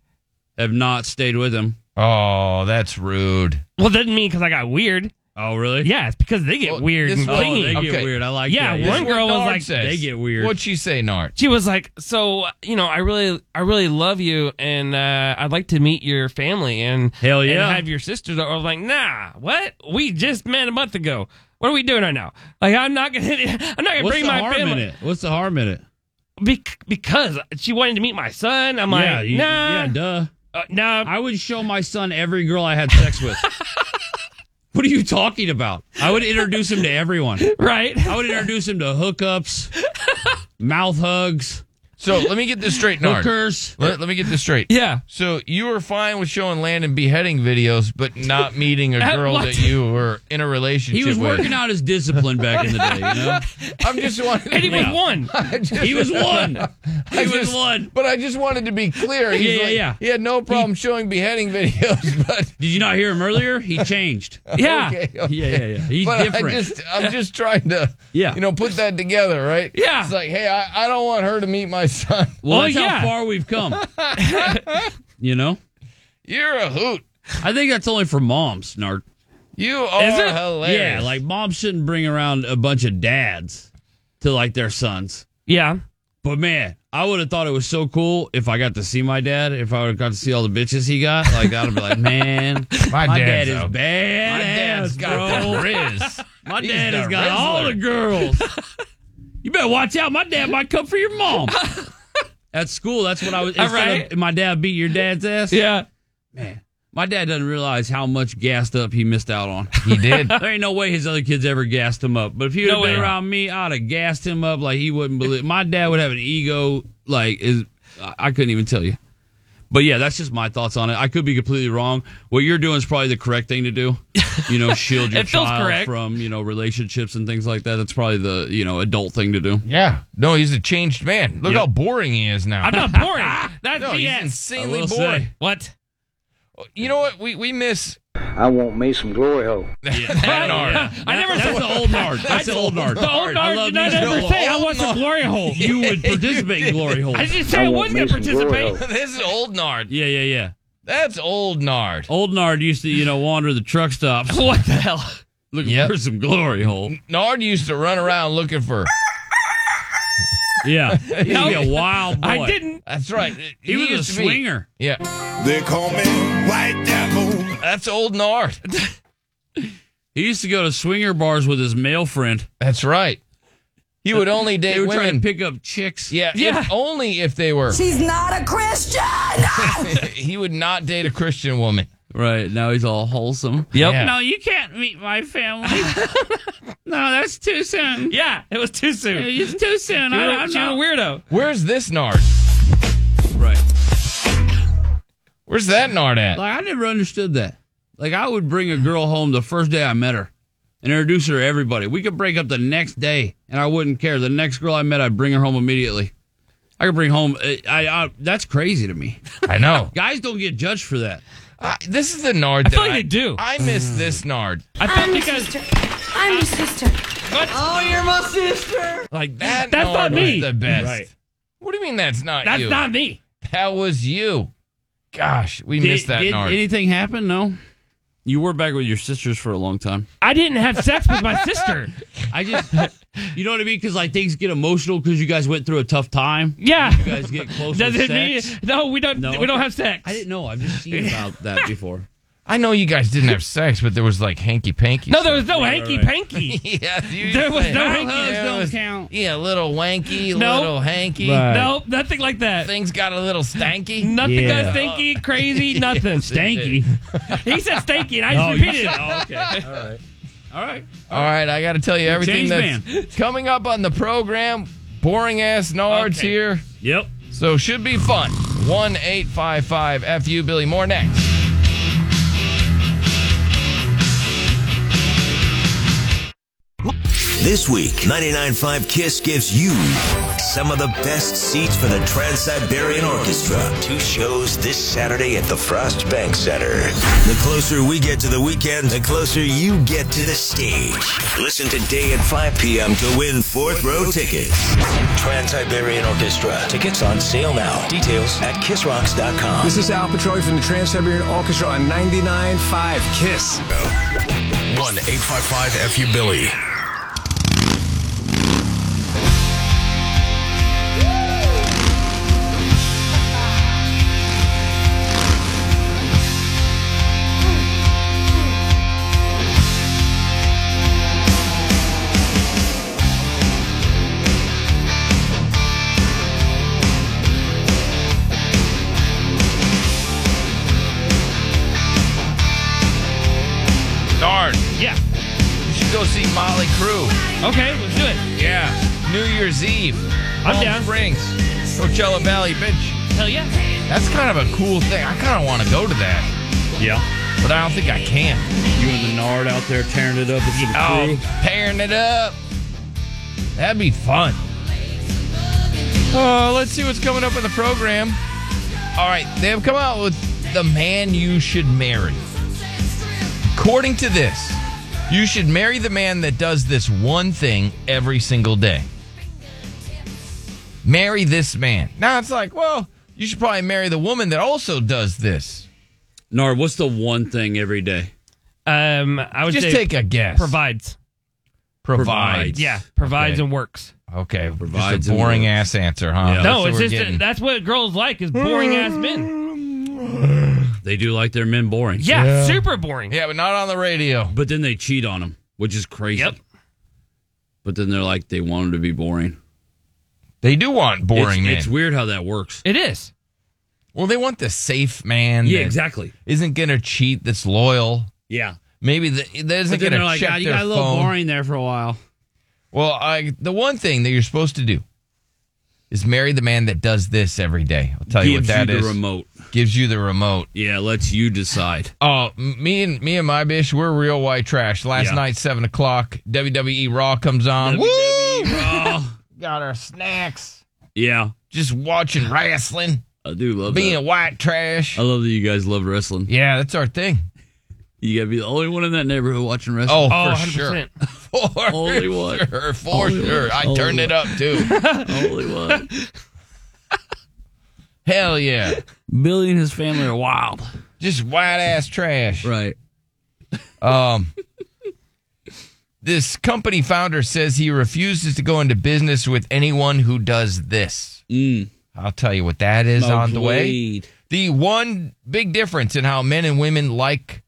[SPEAKER 11] have not stayed with him.
[SPEAKER 9] Oh, that's rude.
[SPEAKER 10] Well, it doesn't mean because I got weird.
[SPEAKER 11] Oh, really?
[SPEAKER 10] Yeah, it's because they get
[SPEAKER 9] Well,
[SPEAKER 10] weird
[SPEAKER 9] this
[SPEAKER 10] and
[SPEAKER 9] was-
[SPEAKER 11] Oh,
[SPEAKER 10] clingy.
[SPEAKER 11] they get
[SPEAKER 9] Okay.
[SPEAKER 11] weird. I like
[SPEAKER 10] Yeah,
[SPEAKER 11] that.
[SPEAKER 9] This
[SPEAKER 10] one
[SPEAKER 9] is what
[SPEAKER 10] girl was
[SPEAKER 9] Nard
[SPEAKER 10] like,
[SPEAKER 9] says.
[SPEAKER 11] they get weird.
[SPEAKER 9] What'd she say, Nard?
[SPEAKER 10] she was like, "So you know, I really, I really love you, and uh, I'd like to meet your family and
[SPEAKER 11] Hell
[SPEAKER 10] and
[SPEAKER 11] yeah.
[SPEAKER 10] have your sisters." I was like, "Nah, what? We just met a month ago. What are we doing right now? Like, I'm not gonna, I'm not gonna
[SPEAKER 11] What's
[SPEAKER 10] bring
[SPEAKER 11] the
[SPEAKER 10] my
[SPEAKER 11] harm in
[SPEAKER 10] family
[SPEAKER 11] it? What's the harm in it?
[SPEAKER 10] Bec- because she wanted to meet my son. I'm
[SPEAKER 11] yeah,
[SPEAKER 10] like,
[SPEAKER 11] you-
[SPEAKER 10] nah,
[SPEAKER 11] yeah, duh.
[SPEAKER 10] uh, nah,
[SPEAKER 11] I would show my son every girl I had sex with. what are you talking about? I would introduce him to everyone.
[SPEAKER 10] right?
[SPEAKER 11] I would introduce him to hookups, mouth hugs,
[SPEAKER 9] So let me get this straight, Nard.
[SPEAKER 11] hookers.
[SPEAKER 9] Let, let me get this straight.
[SPEAKER 10] yeah,
[SPEAKER 9] So you were fine with showing Landon beheading videos, but not meeting a
[SPEAKER 10] Uh,
[SPEAKER 9] girl
[SPEAKER 10] what?
[SPEAKER 9] that you were in a relationship
[SPEAKER 11] He was
[SPEAKER 9] with.
[SPEAKER 11] working out his discipline back in the day, you know?
[SPEAKER 9] I'm just wanting.
[SPEAKER 10] and he was
[SPEAKER 11] Yeah.
[SPEAKER 10] one.
[SPEAKER 11] He was one. He
[SPEAKER 9] I
[SPEAKER 11] was
[SPEAKER 9] just-
[SPEAKER 11] one.
[SPEAKER 9] But I just wanted to be clear. He's
[SPEAKER 11] Yeah, yeah,
[SPEAKER 9] like-
[SPEAKER 11] yeah.
[SPEAKER 9] He had no problem showing beheading videos, but
[SPEAKER 11] Did you not hear him earlier? He changed.
[SPEAKER 10] Yeah,
[SPEAKER 9] okay,
[SPEAKER 11] Yeah, yeah, yeah. He's
[SPEAKER 9] but
[SPEAKER 11] different.
[SPEAKER 9] I just, I'm just trying to,
[SPEAKER 11] Yeah.
[SPEAKER 9] you know, put that together, right?
[SPEAKER 10] Yeah.
[SPEAKER 9] It's like, hey, I, I don't want her to meet my son.
[SPEAKER 11] well,
[SPEAKER 10] Oh,
[SPEAKER 11] that's
[SPEAKER 10] yeah.
[SPEAKER 11] how far we've come. you know?
[SPEAKER 9] You're a hoot.
[SPEAKER 11] I think that's only for moms, Nart.
[SPEAKER 9] You are
[SPEAKER 10] Is it?
[SPEAKER 9] hilarious.
[SPEAKER 11] Yeah, like moms shouldn't bring around a bunch of dads to like their sons.
[SPEAKER 10] yeah.
[SPEAKER 11] But man, I would have thought it was so cool if I got to see my dad. If I would have got to see all the bitches he got, like I'd be like, man,
[SPEAKER 9] My
[SPEAKER 11] dad
[SPEAKER 9] dad's
[SPEAKER 11] is
[SPEAKER 9] a-
[SPEAKER 11] bad.
[SPEAKER 9] my dad's got the rizz.
[SPEAKER 11] My
[SPEAKER 9] He's
[SPEAKER 11] dad
[SPEAKER 9] the
[SPEAKER 11] has got all
[SPEAKER 9] Rizzler.
[SPEAKER 11] the girls. you better watch out. My dad might come for your mom. At school, that's what I was.
[SPEAKER 10] All
[SPEAKER 11] Instead
[SPEAKER 10] right.
[SPEAKER 11] of my dad beat your dad's ass.
[SPEAKER 10] Yeah.
[SPEAKER 11] My dad doesn't realize how much gassed up he missed out on.
[SPEAKER 9] He did.
[SPEAKER 11] There ain't no way his other kids ever gassed him up. But if he would
[SPEAKER 10] No
[SPEAKER 11] have been
[SPEAKER 10] way.
[SPEAKER 11] around me, I'd have gassed him up like he wouldn't believe. My dad would have an ego like is I I couldn't even tell you. But yeah, that's just my thoughts on it. I could be completely wrong. What you're doing is probably the correct thing to do. You know, shield your
[SPEAKER 10] It feels
[SPEAKER 11] child
[SPEAKER 10] correct.
[SPEAKER 11] from you know relationships and things like that. That's probably the you know adult thing to do.
[SPEAKER 9] Yeah. No, he's a changed man. Look
[SPEAKER 11] Yep.
[SPEAKER 9] how boring he is now.
[SPEAKER 10] I'm not boring. That's
[SPEAKER 9] No, he's
[SPEAKER 10] BS.
[SPEAKER 11] I
[SPEAKER 9] insanely
[SPEAKER 11] will
[SPEAKER 9] boring.
[SPEAKER 11] say.
[SPEAKER 10] What?
[SPEAKER 9] You know what? We we miss
[SPEAKER 1] I want me some glory hole.
[SPEAKER 9] that Nard.
[SPEAKER 10] I never
[SPEAKER 11] That's
[SPEAKER 10] said
[SPEAKER 11] the old nard. That's the old nard.
[SPEAKER 10] the old
[SPEAKER 11] I
[SPEAKER 10] guard
[SPEAKER 11] love
[SPEAKER 10] did not
[SPEAKER 11] you.
[SPEAKER 10] ever
[SPEAKER 9] No,
[SPEAKER 10] say I
[SPEAKER 9] old
[SPEAKER 10] want the
[SPEAKER 9] guard.
[SPEAKER 10] glory hole.
[SPEAKER 11] You would participate in glory hole.
[SPEAKER 10] I just said I
[SPEAKER 1] want
[SPEAKER 10] wasn't going to
[SPEAKER 1] Mason Glory
[SPEAKER 10] participate.
[SPEAKER 1] hole.
[SPEAKER 9] this is old Nard.
[SPEAKER 11] Yeah, yeah, yeah.
[SPEAKER 9] That's old Nard.
[SPEAKER 11] Old Nard used to, you know, wander the truck stops.
[SPEAKER 10] what the hell?
[SPEAKER 11] Looking for some glory hole.
[SPEAKER 9] Nard used to run around looking for.
[SPEAKER 11] Yeah. He'd be a wild boy.
[SPEAKER 10] I didn't.
[SPEAKER 9] That's right.
[SPEAKER 11] He, was a
[SPEAKER 9] used to be-
[SPEAKER 11] swinger.
[SPEAKER 9] Yeah,
[SPEAKER 4] They call me White Devil.
[SPEAKER 9] that's old Nard.
[SPEAKER 11] He used to go to swinger bars with his male friend.
[SPEAKER 9] That's right. He would only date
[SPEAKER 11] They were trying
[SPEAKER 9] women.
[SPEAKER 11] to pick up chicks.
[SPEAKER 9] yeah,
[SPEAKER 10] Yeah.
[SPEAKER 9] if- only if they were.
[SPEAKER 3] She's not a Christian!
[SPEAKER 9] he would not date a Christian woman.
[SPEAKER 11] Right. Now he's all wholesome.
[SPEAKER 10] Yep.
[SPEAKER 9] Yeah.
[SPEAKER 10] No,
[SPEAKER 11] you can't meet my family. no, that's too soon.
[SPEAKER 10] Yeah, it was too soon.
[SPEAKER 11] It's too soon.
[SPEAKER 10] You're, a- you're a weirdo.
[SPEAKER 9] Where's this Nard?
[SPEAKER 11] Right.
[SPEAKER 9] Where's that Nard at?
[SPEAKER 11] Like I never understood that. Like I would bring a girl home the first day I met her and introduce her to everybody. We could break up the next day and I wouldn't care. The next girl I met, I'd bring her home immediately. I could bring home. I, I, I that's crazy to me.
[SPEAKER 9] I know.
[SPEAKER 11] Guys don't get judged for that.
[SPEAKER 9] I, this is the Nard.
[SPEAKER 10] I
[SPEAKER 9] that
[SPEAKER 10] feel like they do.
[SPEAKER 9] I miss this Nard.
[SPEAKER 10] I thought
[SPEAKER 6] I'm
[SPEAKER 10] you
[SPEAKER 6] your
[SPEAKER 10] guys.
[SPEAKER 6] sister. I'm your sister.
[SPEAKER 12] Oh,
[SPEAKER 9] Like that.
[SPEAKER 10] That's not
[SPEAKER 9] Nard was
[SPEAKER 10] me.
[SPEAKER 9] The best.
[SPEAKER 10] Right.
[SPEAKER 9] What do you mean that's not
[SPEAKER 10] That's
[SPEAKER 9] you?
[SPEAKER 10] not me.
[SPEAKER 9] That was you. Gosh, we missed that
[SPEAKER 11] did
[SPEAKER 9] Nard.
[SPEAKER 11] anything happen? No. You were back with your sisters for a long time.
[SPEAKER 10] I didn't have sex with my sister.
[SPEAKER 11] I just, you know what I mean? Because like things get emotional because you guys went through a tough time.
[SPEAKER 10] Yeah.
[SPEAKER 11] You guys get close.
[SPEAKER 10] Does
[SPEAKER 11] with
[SPEAKER 10] it mean?
[SPEAKER 11] sex.
[SPEAKER 10] No, we don't.
[SPEAKER 11] No.
[SPEAKER 10] We don't have sex.
[SPEAKER 11] I didn't know. I've just seen about that before.
[SPEAKER 9] I know you guys didn't have sex, but there was like hanky panky.
[SPEAKER 10] No, there was no hanky
[SPEAKER 11] right.
[SPEAKER 10] panky.
[SPEAKER 9] yeah, you
[SPEAKER 10] There was
[SPEAKER 9] said-
[SPEAKER 10] no
[SPEAKER 9] Yeah,
[SPEAKER 10] hanky-
[SPEAKER 9] it
[SPEAKER 11] Hugs don't
[SPEAKER 9] was-
[SPEAKER 11] count.
[SPEAKER 9] Yeah, little wanky,
[SPEAKER 10] No.
[SPEAKER 9] little hanky.
[SPEAKER 11] Right.
[SPEAKER 10] No, nothing like that.
[SPEAKER 9] Things got a little stanky. Oh.
[SPEAKER 10] Nothing
[SPEAKER 11] Yeah.
[SPEAKER 10] got stinky, crazy, nothing.
[SPEAKER 9] Stanky.
[SPEAKER 10] he said stanky, Oh, and I just repeated it.
[SPEAKER 11] okay. All right. All right.
[SPEAKER 9] All right, I got to tell you everything
[SPEAKER 11] Change
[SPEAKER 9] that's coming up on the program. Boring ass Nards
[SPEAKER 10] Okay.
[SPEAKER 9] here,
[SPEAKER 11] Yep.
[SPEAKER 9] so should be fun. One eight five five fu Billy Moore next.
[SPEAKER 1] This week, 99.5 Kiss gives you some of the best seats for the Trans Siberian Orchestra. Two shows this Saturday at the Frost Bank Center. The closer we get to the weekend, the closer you get to the stage. Listen today at 5 p.m. to win fourth row tickets. Trans Siberian Orchestra. Tickets on sale now. Details at kissrocks.com.
[SPEAKER 13] This is Al Petroy from the Trans Siberian Orchestra on 99.5 Kiss.
[SPEAKER 2] 1 855 FU Billy.
[SPEAKER 9] Nard,
[SPEAKER 10] Yeah.
[SPEAKER 9] you should go see Molly Crew.
[SPEAKER 10] Okay, let's do it.
[SPEAKER 9] Yeah, New Year's Eve.
[SPEAKER 10] I'm
[SPEAKER 9] Palm
[SPEAKER 10] down.
[SPEAKER 9] Springs, Coachella Valley Beach.
[SPEAKER 10] Hell yeah.
[SPEAKER 9] That's kind of a cool thing. I kind of want to go to that,
[SPEAKER 11] Yeah.
[SPEAKER 9] but I don't think I can.
[SPEAKER 11] You and the Nard out there tearing it up with some
[SPEAKER 9] Oh, pairing it up. That'd be fun. Uh, let's see what's coming up in the program. All right, they have come out with the man you should marry. According to this, you should marry the man that does this one thing every single day. Marry this man. Now it's like, well, you should probably marry the woman that also does this.
[SPEAKER 11] Nard, what's the one thing every day?
[SPEAKER 10] Um, I would
[SPEAKER 9] Just
[SPEAKER 10] say
[SPEAKER 9] take a guess.
[SPEAKER 10] provides.
[SPEAKER 9] Provides.
[SPEAKER 10] Yeah, provides
[SPEAKER 9] Okay.
[SPEAKER 10] and works.
[SPEAKER 9] Okay,
[SPEAKER 11] Provides
[SPEAKER 9] just a
[SPEAKER 11] and
[SPEAKER 9] boring
[SPEAKER 11] works.
[SPEAKER 9] ass answer, huh?
[SPEAKER 11] Yeah.
[SPEAKER 9] That's
[SPEAKER 10] No,
[SPEAKER 9] what
[SPEAKER 10] it's
[SPEAKER 9] we're
[SPEAKER 10] just
[SPEAKER 9] getting.
[SPEAKER 10] that's what girls like is boring ass men.
[SPEAKER 11] They do like their men boring.
[SPEAKER 10] Yeah, super boring.
[SPEAKER 9] Yeah, but not on the radio.
[SPEAKER 11] But then they cheat on them, which is crazy.
[SPEAKER 10] Yep.
[SPEAKER 11] But then they're like, they want them to be boring.
[SPEAKER 9] They do want boring
[SPEAKER 11] it's,
[SPEAKER 9] men.
[SPEAKER 11] it's weird how that works.
[SPEAKER 10] It is.
[SPEAKER 9] well, they want the safe man.
[SPEAKER 11] yeah,
[SPEAKER 9] that
[SPEAKER 11] exactly.
[SPEAKER 9] Isn't gonna cheat. That's loyal.
[SPEAKER 11] Yeah.
[SPEAKER 9] Maybe the, that isn't
[SPEAKER 11] But then
[SPEAKER 9] gonna
[SPEAKER 11] they're like,
[SPEAKER 9] check
[SPEAKER 11] "God, you
[SPEAKER 9] their
[SPEAKER 11] got a little
[SPEAKER 9] phone.
[SPEAKER 11] boring there for a while.
[SPEAKER 9] Well, I, the one thing that you're supposed to do is marry the man that does this every day. I'll tell you what
[SPEAKER 11] Gives
[SPEAKER 9] that
[SPEAKER 11] you
[SPEAKER 9] is.
[SPEAKER 11] the remote.
[SPEAKER 9] Gives you the remote.
[SPEAKER 11] Yeah, lets you decide.
[SPEAKER 9] Oh, m- me and me and my bitch, we're real white trash. Last
[SPEAKER 11] Yeah. E
[SPEAKER 9] night, seven o'clock, WWE Raw comes on. Woo!
[SPEAKER 11] Oh,
[SPEAKER 9] Got our snacks.
[SPEAKER 11] yeah.
[SPEAKER 9] Just watching wrestling,
[SPEAKER 11] I do love
[SPEAKER 9] being
[SPEAKER 11] that.
[SPEAKER 9] white trash.
[SPEAKER 11] I love that you guys love wrestling.
[SPEAKER 9] Yeah, that's our thing.
[SPEAKER 11] You gotta be the only one in that neighborhood watching wrestling.
[SPEAKER 9] Oh,
[SPEAKER 10] Oh,
[SPEAKER 9] for
[SPEAKER 10] 100%.
[SPEAKER 9] sure. For
[SPEAKER 11] Only one.
[SPEAKER 9] sure. For
[SPEAKER 11] Only
[SPEAKER 9] sure.
[SPEAKER 11] one.
[SPEAKER 9] I
[SPEAKER 11] Only
[SPEAKER 9] turned it up too.
[SPEAKER 11] only one.
[SPEAKER 9] Hell yeah.
[SPEAKER 11] Billy and his family are wild.
[SPEAKER 9] Just white ass trash.
[SPEAKER 11] Right.
[SPEAKER 9] Um this company founder says he refuses to go into business with anyone who does this. I'll tell you what that is
[SPEAKER 11] Smoke
[SPEAKER 9] on the way.
[SPEAKER 11] weed.
[SPEAKER 9] The one big difference in how men and women like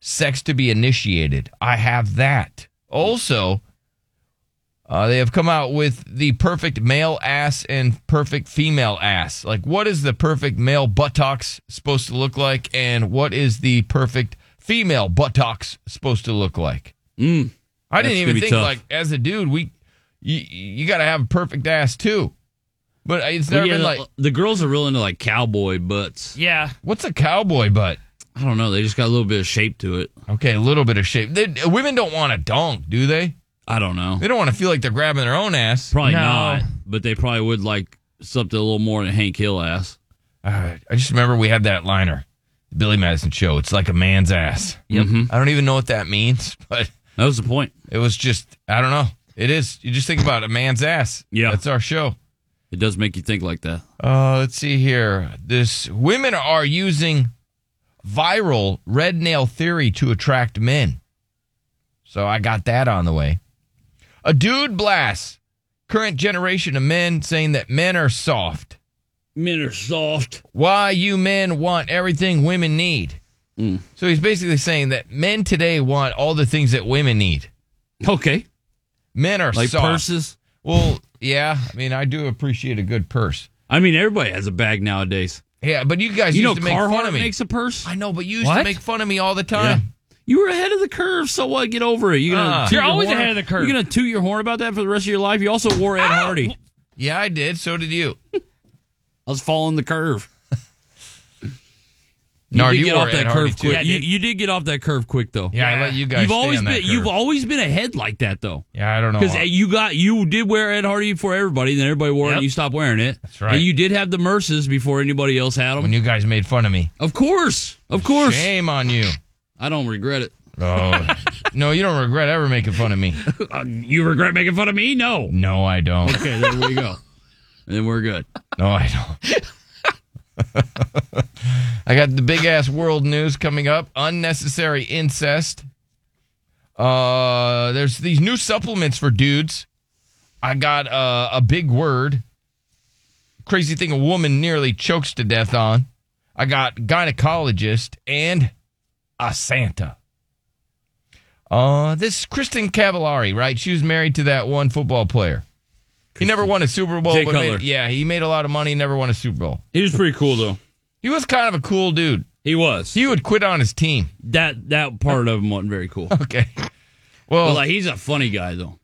[SPEAKER 9] sex to be initiated. I have that. Also, uh, they have come out with the perfect male ass and perfect female ass. Like, what is the perfect male buttocks supposed to look like, and what is the perfect female buttocks supposed to look like?
[SPEAKER 11] Mm.
[SPEAKER 9] I
[SPEAKER 11] That's
[SPEAKER 9] didn't
[SPEAKER 11] gonna
[SPEAKER 9] even
[SPEAKER 11] be
[SPEAKER 9] think
[SPEAKER 11] tough.
[SPEAKER 9] like as a dude, we you, you got to have a perfect ass too. But it's never
[SPEAKER 11] Well, yeah,
[SPEAKER 9] been like
[SPEAKER 11] the, the girls are real into like cowboy butts.
[SPEAKER 10] Yeah.
[SPEAKER 9] What's a cowboy butt?
[SPEAKER 11] I don't know. They just got a little bit of shape to it.
[SPEAKER 9] Okay, a little bit of shape. They, women don't want a donk, do they?
[SPEAKER 11] I don't know.
[SPEAKER 9] They don't want to feel like they're grabbing their own ass.
[SPEAKER 11] Probably not. But they probably would like something a little more than Hank Hill ass.
[SPEAKER 9] Uh, I just remember we had that liner, the Billy Madison show. It's like a man's ass.
[SPEAKER 11] Yep. Mhm.
[SPEAKER 9] I don't even know what that means, but
[SPEAKER 11] that was the point.
[SPEAKER 9] It was just I don't know. It is. You just think about it, a man's ass.
[SPEAKER 11] Yeah.
[SPEAKER 9] That's our show.
[SPEAKER 11] It does make you think like that.
[SPEAKER 9] Uh, let's see here. This women are using viral red nail theory to attract men. So I got that on the way. A dude blasts current generation of men saying that men are soft.
[SPEAKER 11] Men are soft.
[SPEAKER 9] Why you men want everything women need.
[SPEAKER 11] Mm.
[SPEAKER 9] So he's basically saying that men today want all the things that women need.
[SPEAKER 11] Okay.
[SPEAKER 9] Men are
[SPEAKER 11] Like
[SPEAKER 9] soft.
[SPEAKER 11] purses?
[SPEAKER 9] Well, yeah. I mean, I do appreciate a good purse.
[SPEAKER 11] I mean, everybody has a bag nowadays.
[SPEAKER 9] Yeah, but you guys
[SPEAKER 11] You
[SPEAKER 9] used
[SPEAKER 11] know
[SPEAKER 9] to make fun
[SPEAKER 11] Carhartt
[SPEAKER 9] of me.
[SPEAKER 11] makes a purse.
[SPEAKER 9] I know, but you used to
[SPEAKER 11] What?
[SPEAKER 9] make fun of me all the time.
[SPEAKER 11] You were ahead of the curve, so what? Get over it. You're gonna
[SPEAKER 9] Uh.
[SPEAKER 11] toot
[SPEAKER 9] You're
[SPEAKER 11] your
[SPEAKER 9] always
[SPEAKER 11] horn-
[SPEAKER 9] ahead of the curve.
[SPEAKER 11] You're gonna toot your horn about that for the rest of your life. You also wore Ed Hardy.
[SPEAKER 9] Yeah, I did. So did you.
[SPEAKER 11] I was following the curve.
[SPEAKER 9] Nard,
[SPEAKER 11] did
[SPEAKER 9] you
[SPEAKER 11] get
[SPEAKER 9] were
[SPEAKER 11] off
[SPEAKER 9] Ed
[SPEAKER 11] that
[SPEAKER 9] Hardy,
[SPEAKER 11] curve
[SPEAKER 9] too.
[SPEAKER 11] quick.
[SPEAKER 9] Yeah, I
[SPEAKER 11] you,
[SPEAKER 9] did.
[SPEAKER 11] you did get off that curve quick though.
[SPEAKER 9] Yeah, I let you guys
[SPEAKER 11] You've
[SPEAKER 9] stay
[SPEAKER 11] always
[SPEAKER 9] on that
[SPEAKER 11] been you've
[SPEAKER 9] curve.
[SPEAKER 11] always been ahead like that though.
[SPEAKER 9] Yeah, I don't know.
[SPEAKER 11] Because you got you did wear Ed Hardy before everybody, then everybody wore it,
[SPEAKER 9] Yep.
[SPEAKER 11] and you stopped wearing it. That's
[SPEAKER 9] right.
[SPEAKER 11] And you did have the Merces before anybody else had them.
[SPEAKER 9] When you guys made fun of me.
[SPEAKER 11] Of course, of course.
[SPEAKER 9] Shame on you.
[SPEAKER 11] I don't regret it.
[SPEAKER 9] Oh, no, you don't regret ever making fun of me.
[SPEAKER 11] Uh, you regret making fun of me? No.
[SPEAKER 9] No, I don't.
[SPEAKER 11] Okay, there we go. and then we're good.
[SPEAKER 9] No, I don't. I got the big ass world news coming up. Unnecessary incest. Uh, there's these new supplements for dudes. I got uh, a big word. Crazy thing a woman nearly chokes to death on. I got gynecologist and a Santa. Uh, this Kristen Cavallari, right? She was married to that one football player. He never won a Super Bowl.
[SPEAKER 11] Jay
[SPEAKER 9] but made-
[SPEAKER 11] Cutler.
[SPEAKER 9] yeah, he made a lot of money. Never won a Super Bowl.
[SPEAKER 11] He was pretty cool though.
[SPEAKER 9] He was kind of a cool dude.
[SPEAKER 11] He was.
[SPEAKER 9] He would quit on his team.
[SPEAKER 11] That that part of him wasn't very cool.
[SPEAKER 9] Okay. Well,
[SPEAKER 11] But like he's a funny guy though.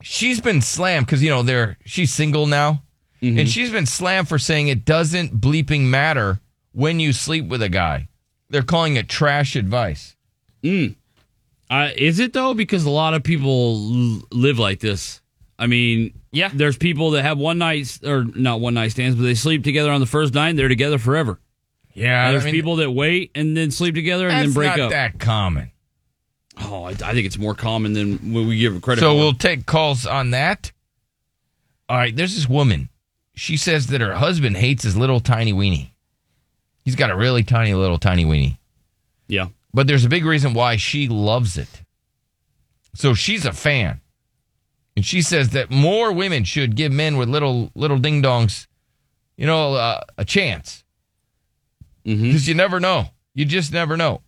[SPEAKER 9] she's been slammed because you know they're she's single now, and she's been slammed for saying it doesn't bleeping matter when you sleep with a guy. They're calling it trash advice.
[SPEAKER 11] Uh, is it though? Because a lot of people l- live like this. I mean,
[SPEAKER 10] Yeah.
[SPEAKER 11] there's people that have one night or not one night stands, but they sleep together on the first night. and They're together forever.
[SPEAKER 9] Yeah,
[SPEAKER 11] And there's
[SPEAKER 9] I mean,
[SPEAKER 11] people that wait and then sleep together and
[SPEAKER 9] that's
[SPEAKER 11] then break
[SPEAKER 9] not
[SPEAKER 11] up.
[SPEAKER 9] that common.
[SPEAKER 11] Oh, I, I think it's more common than what we give it credit.
[SPEAKER 9] So
[SPEAKER 11] for.
[SPEAKER 9] we'll take calls on that. All right, there's this woman. She says that her husband hates his little tiny weenie. He's got a really tiny little tiny weenie.
[SPEAKER 11] yeah,
[SPEAKER 9] But there's a big reason why she loves it. So she's a fan. And she says that more women should give men with little little ding dongs, you know, uh, a chance. Because you never know. You just never know.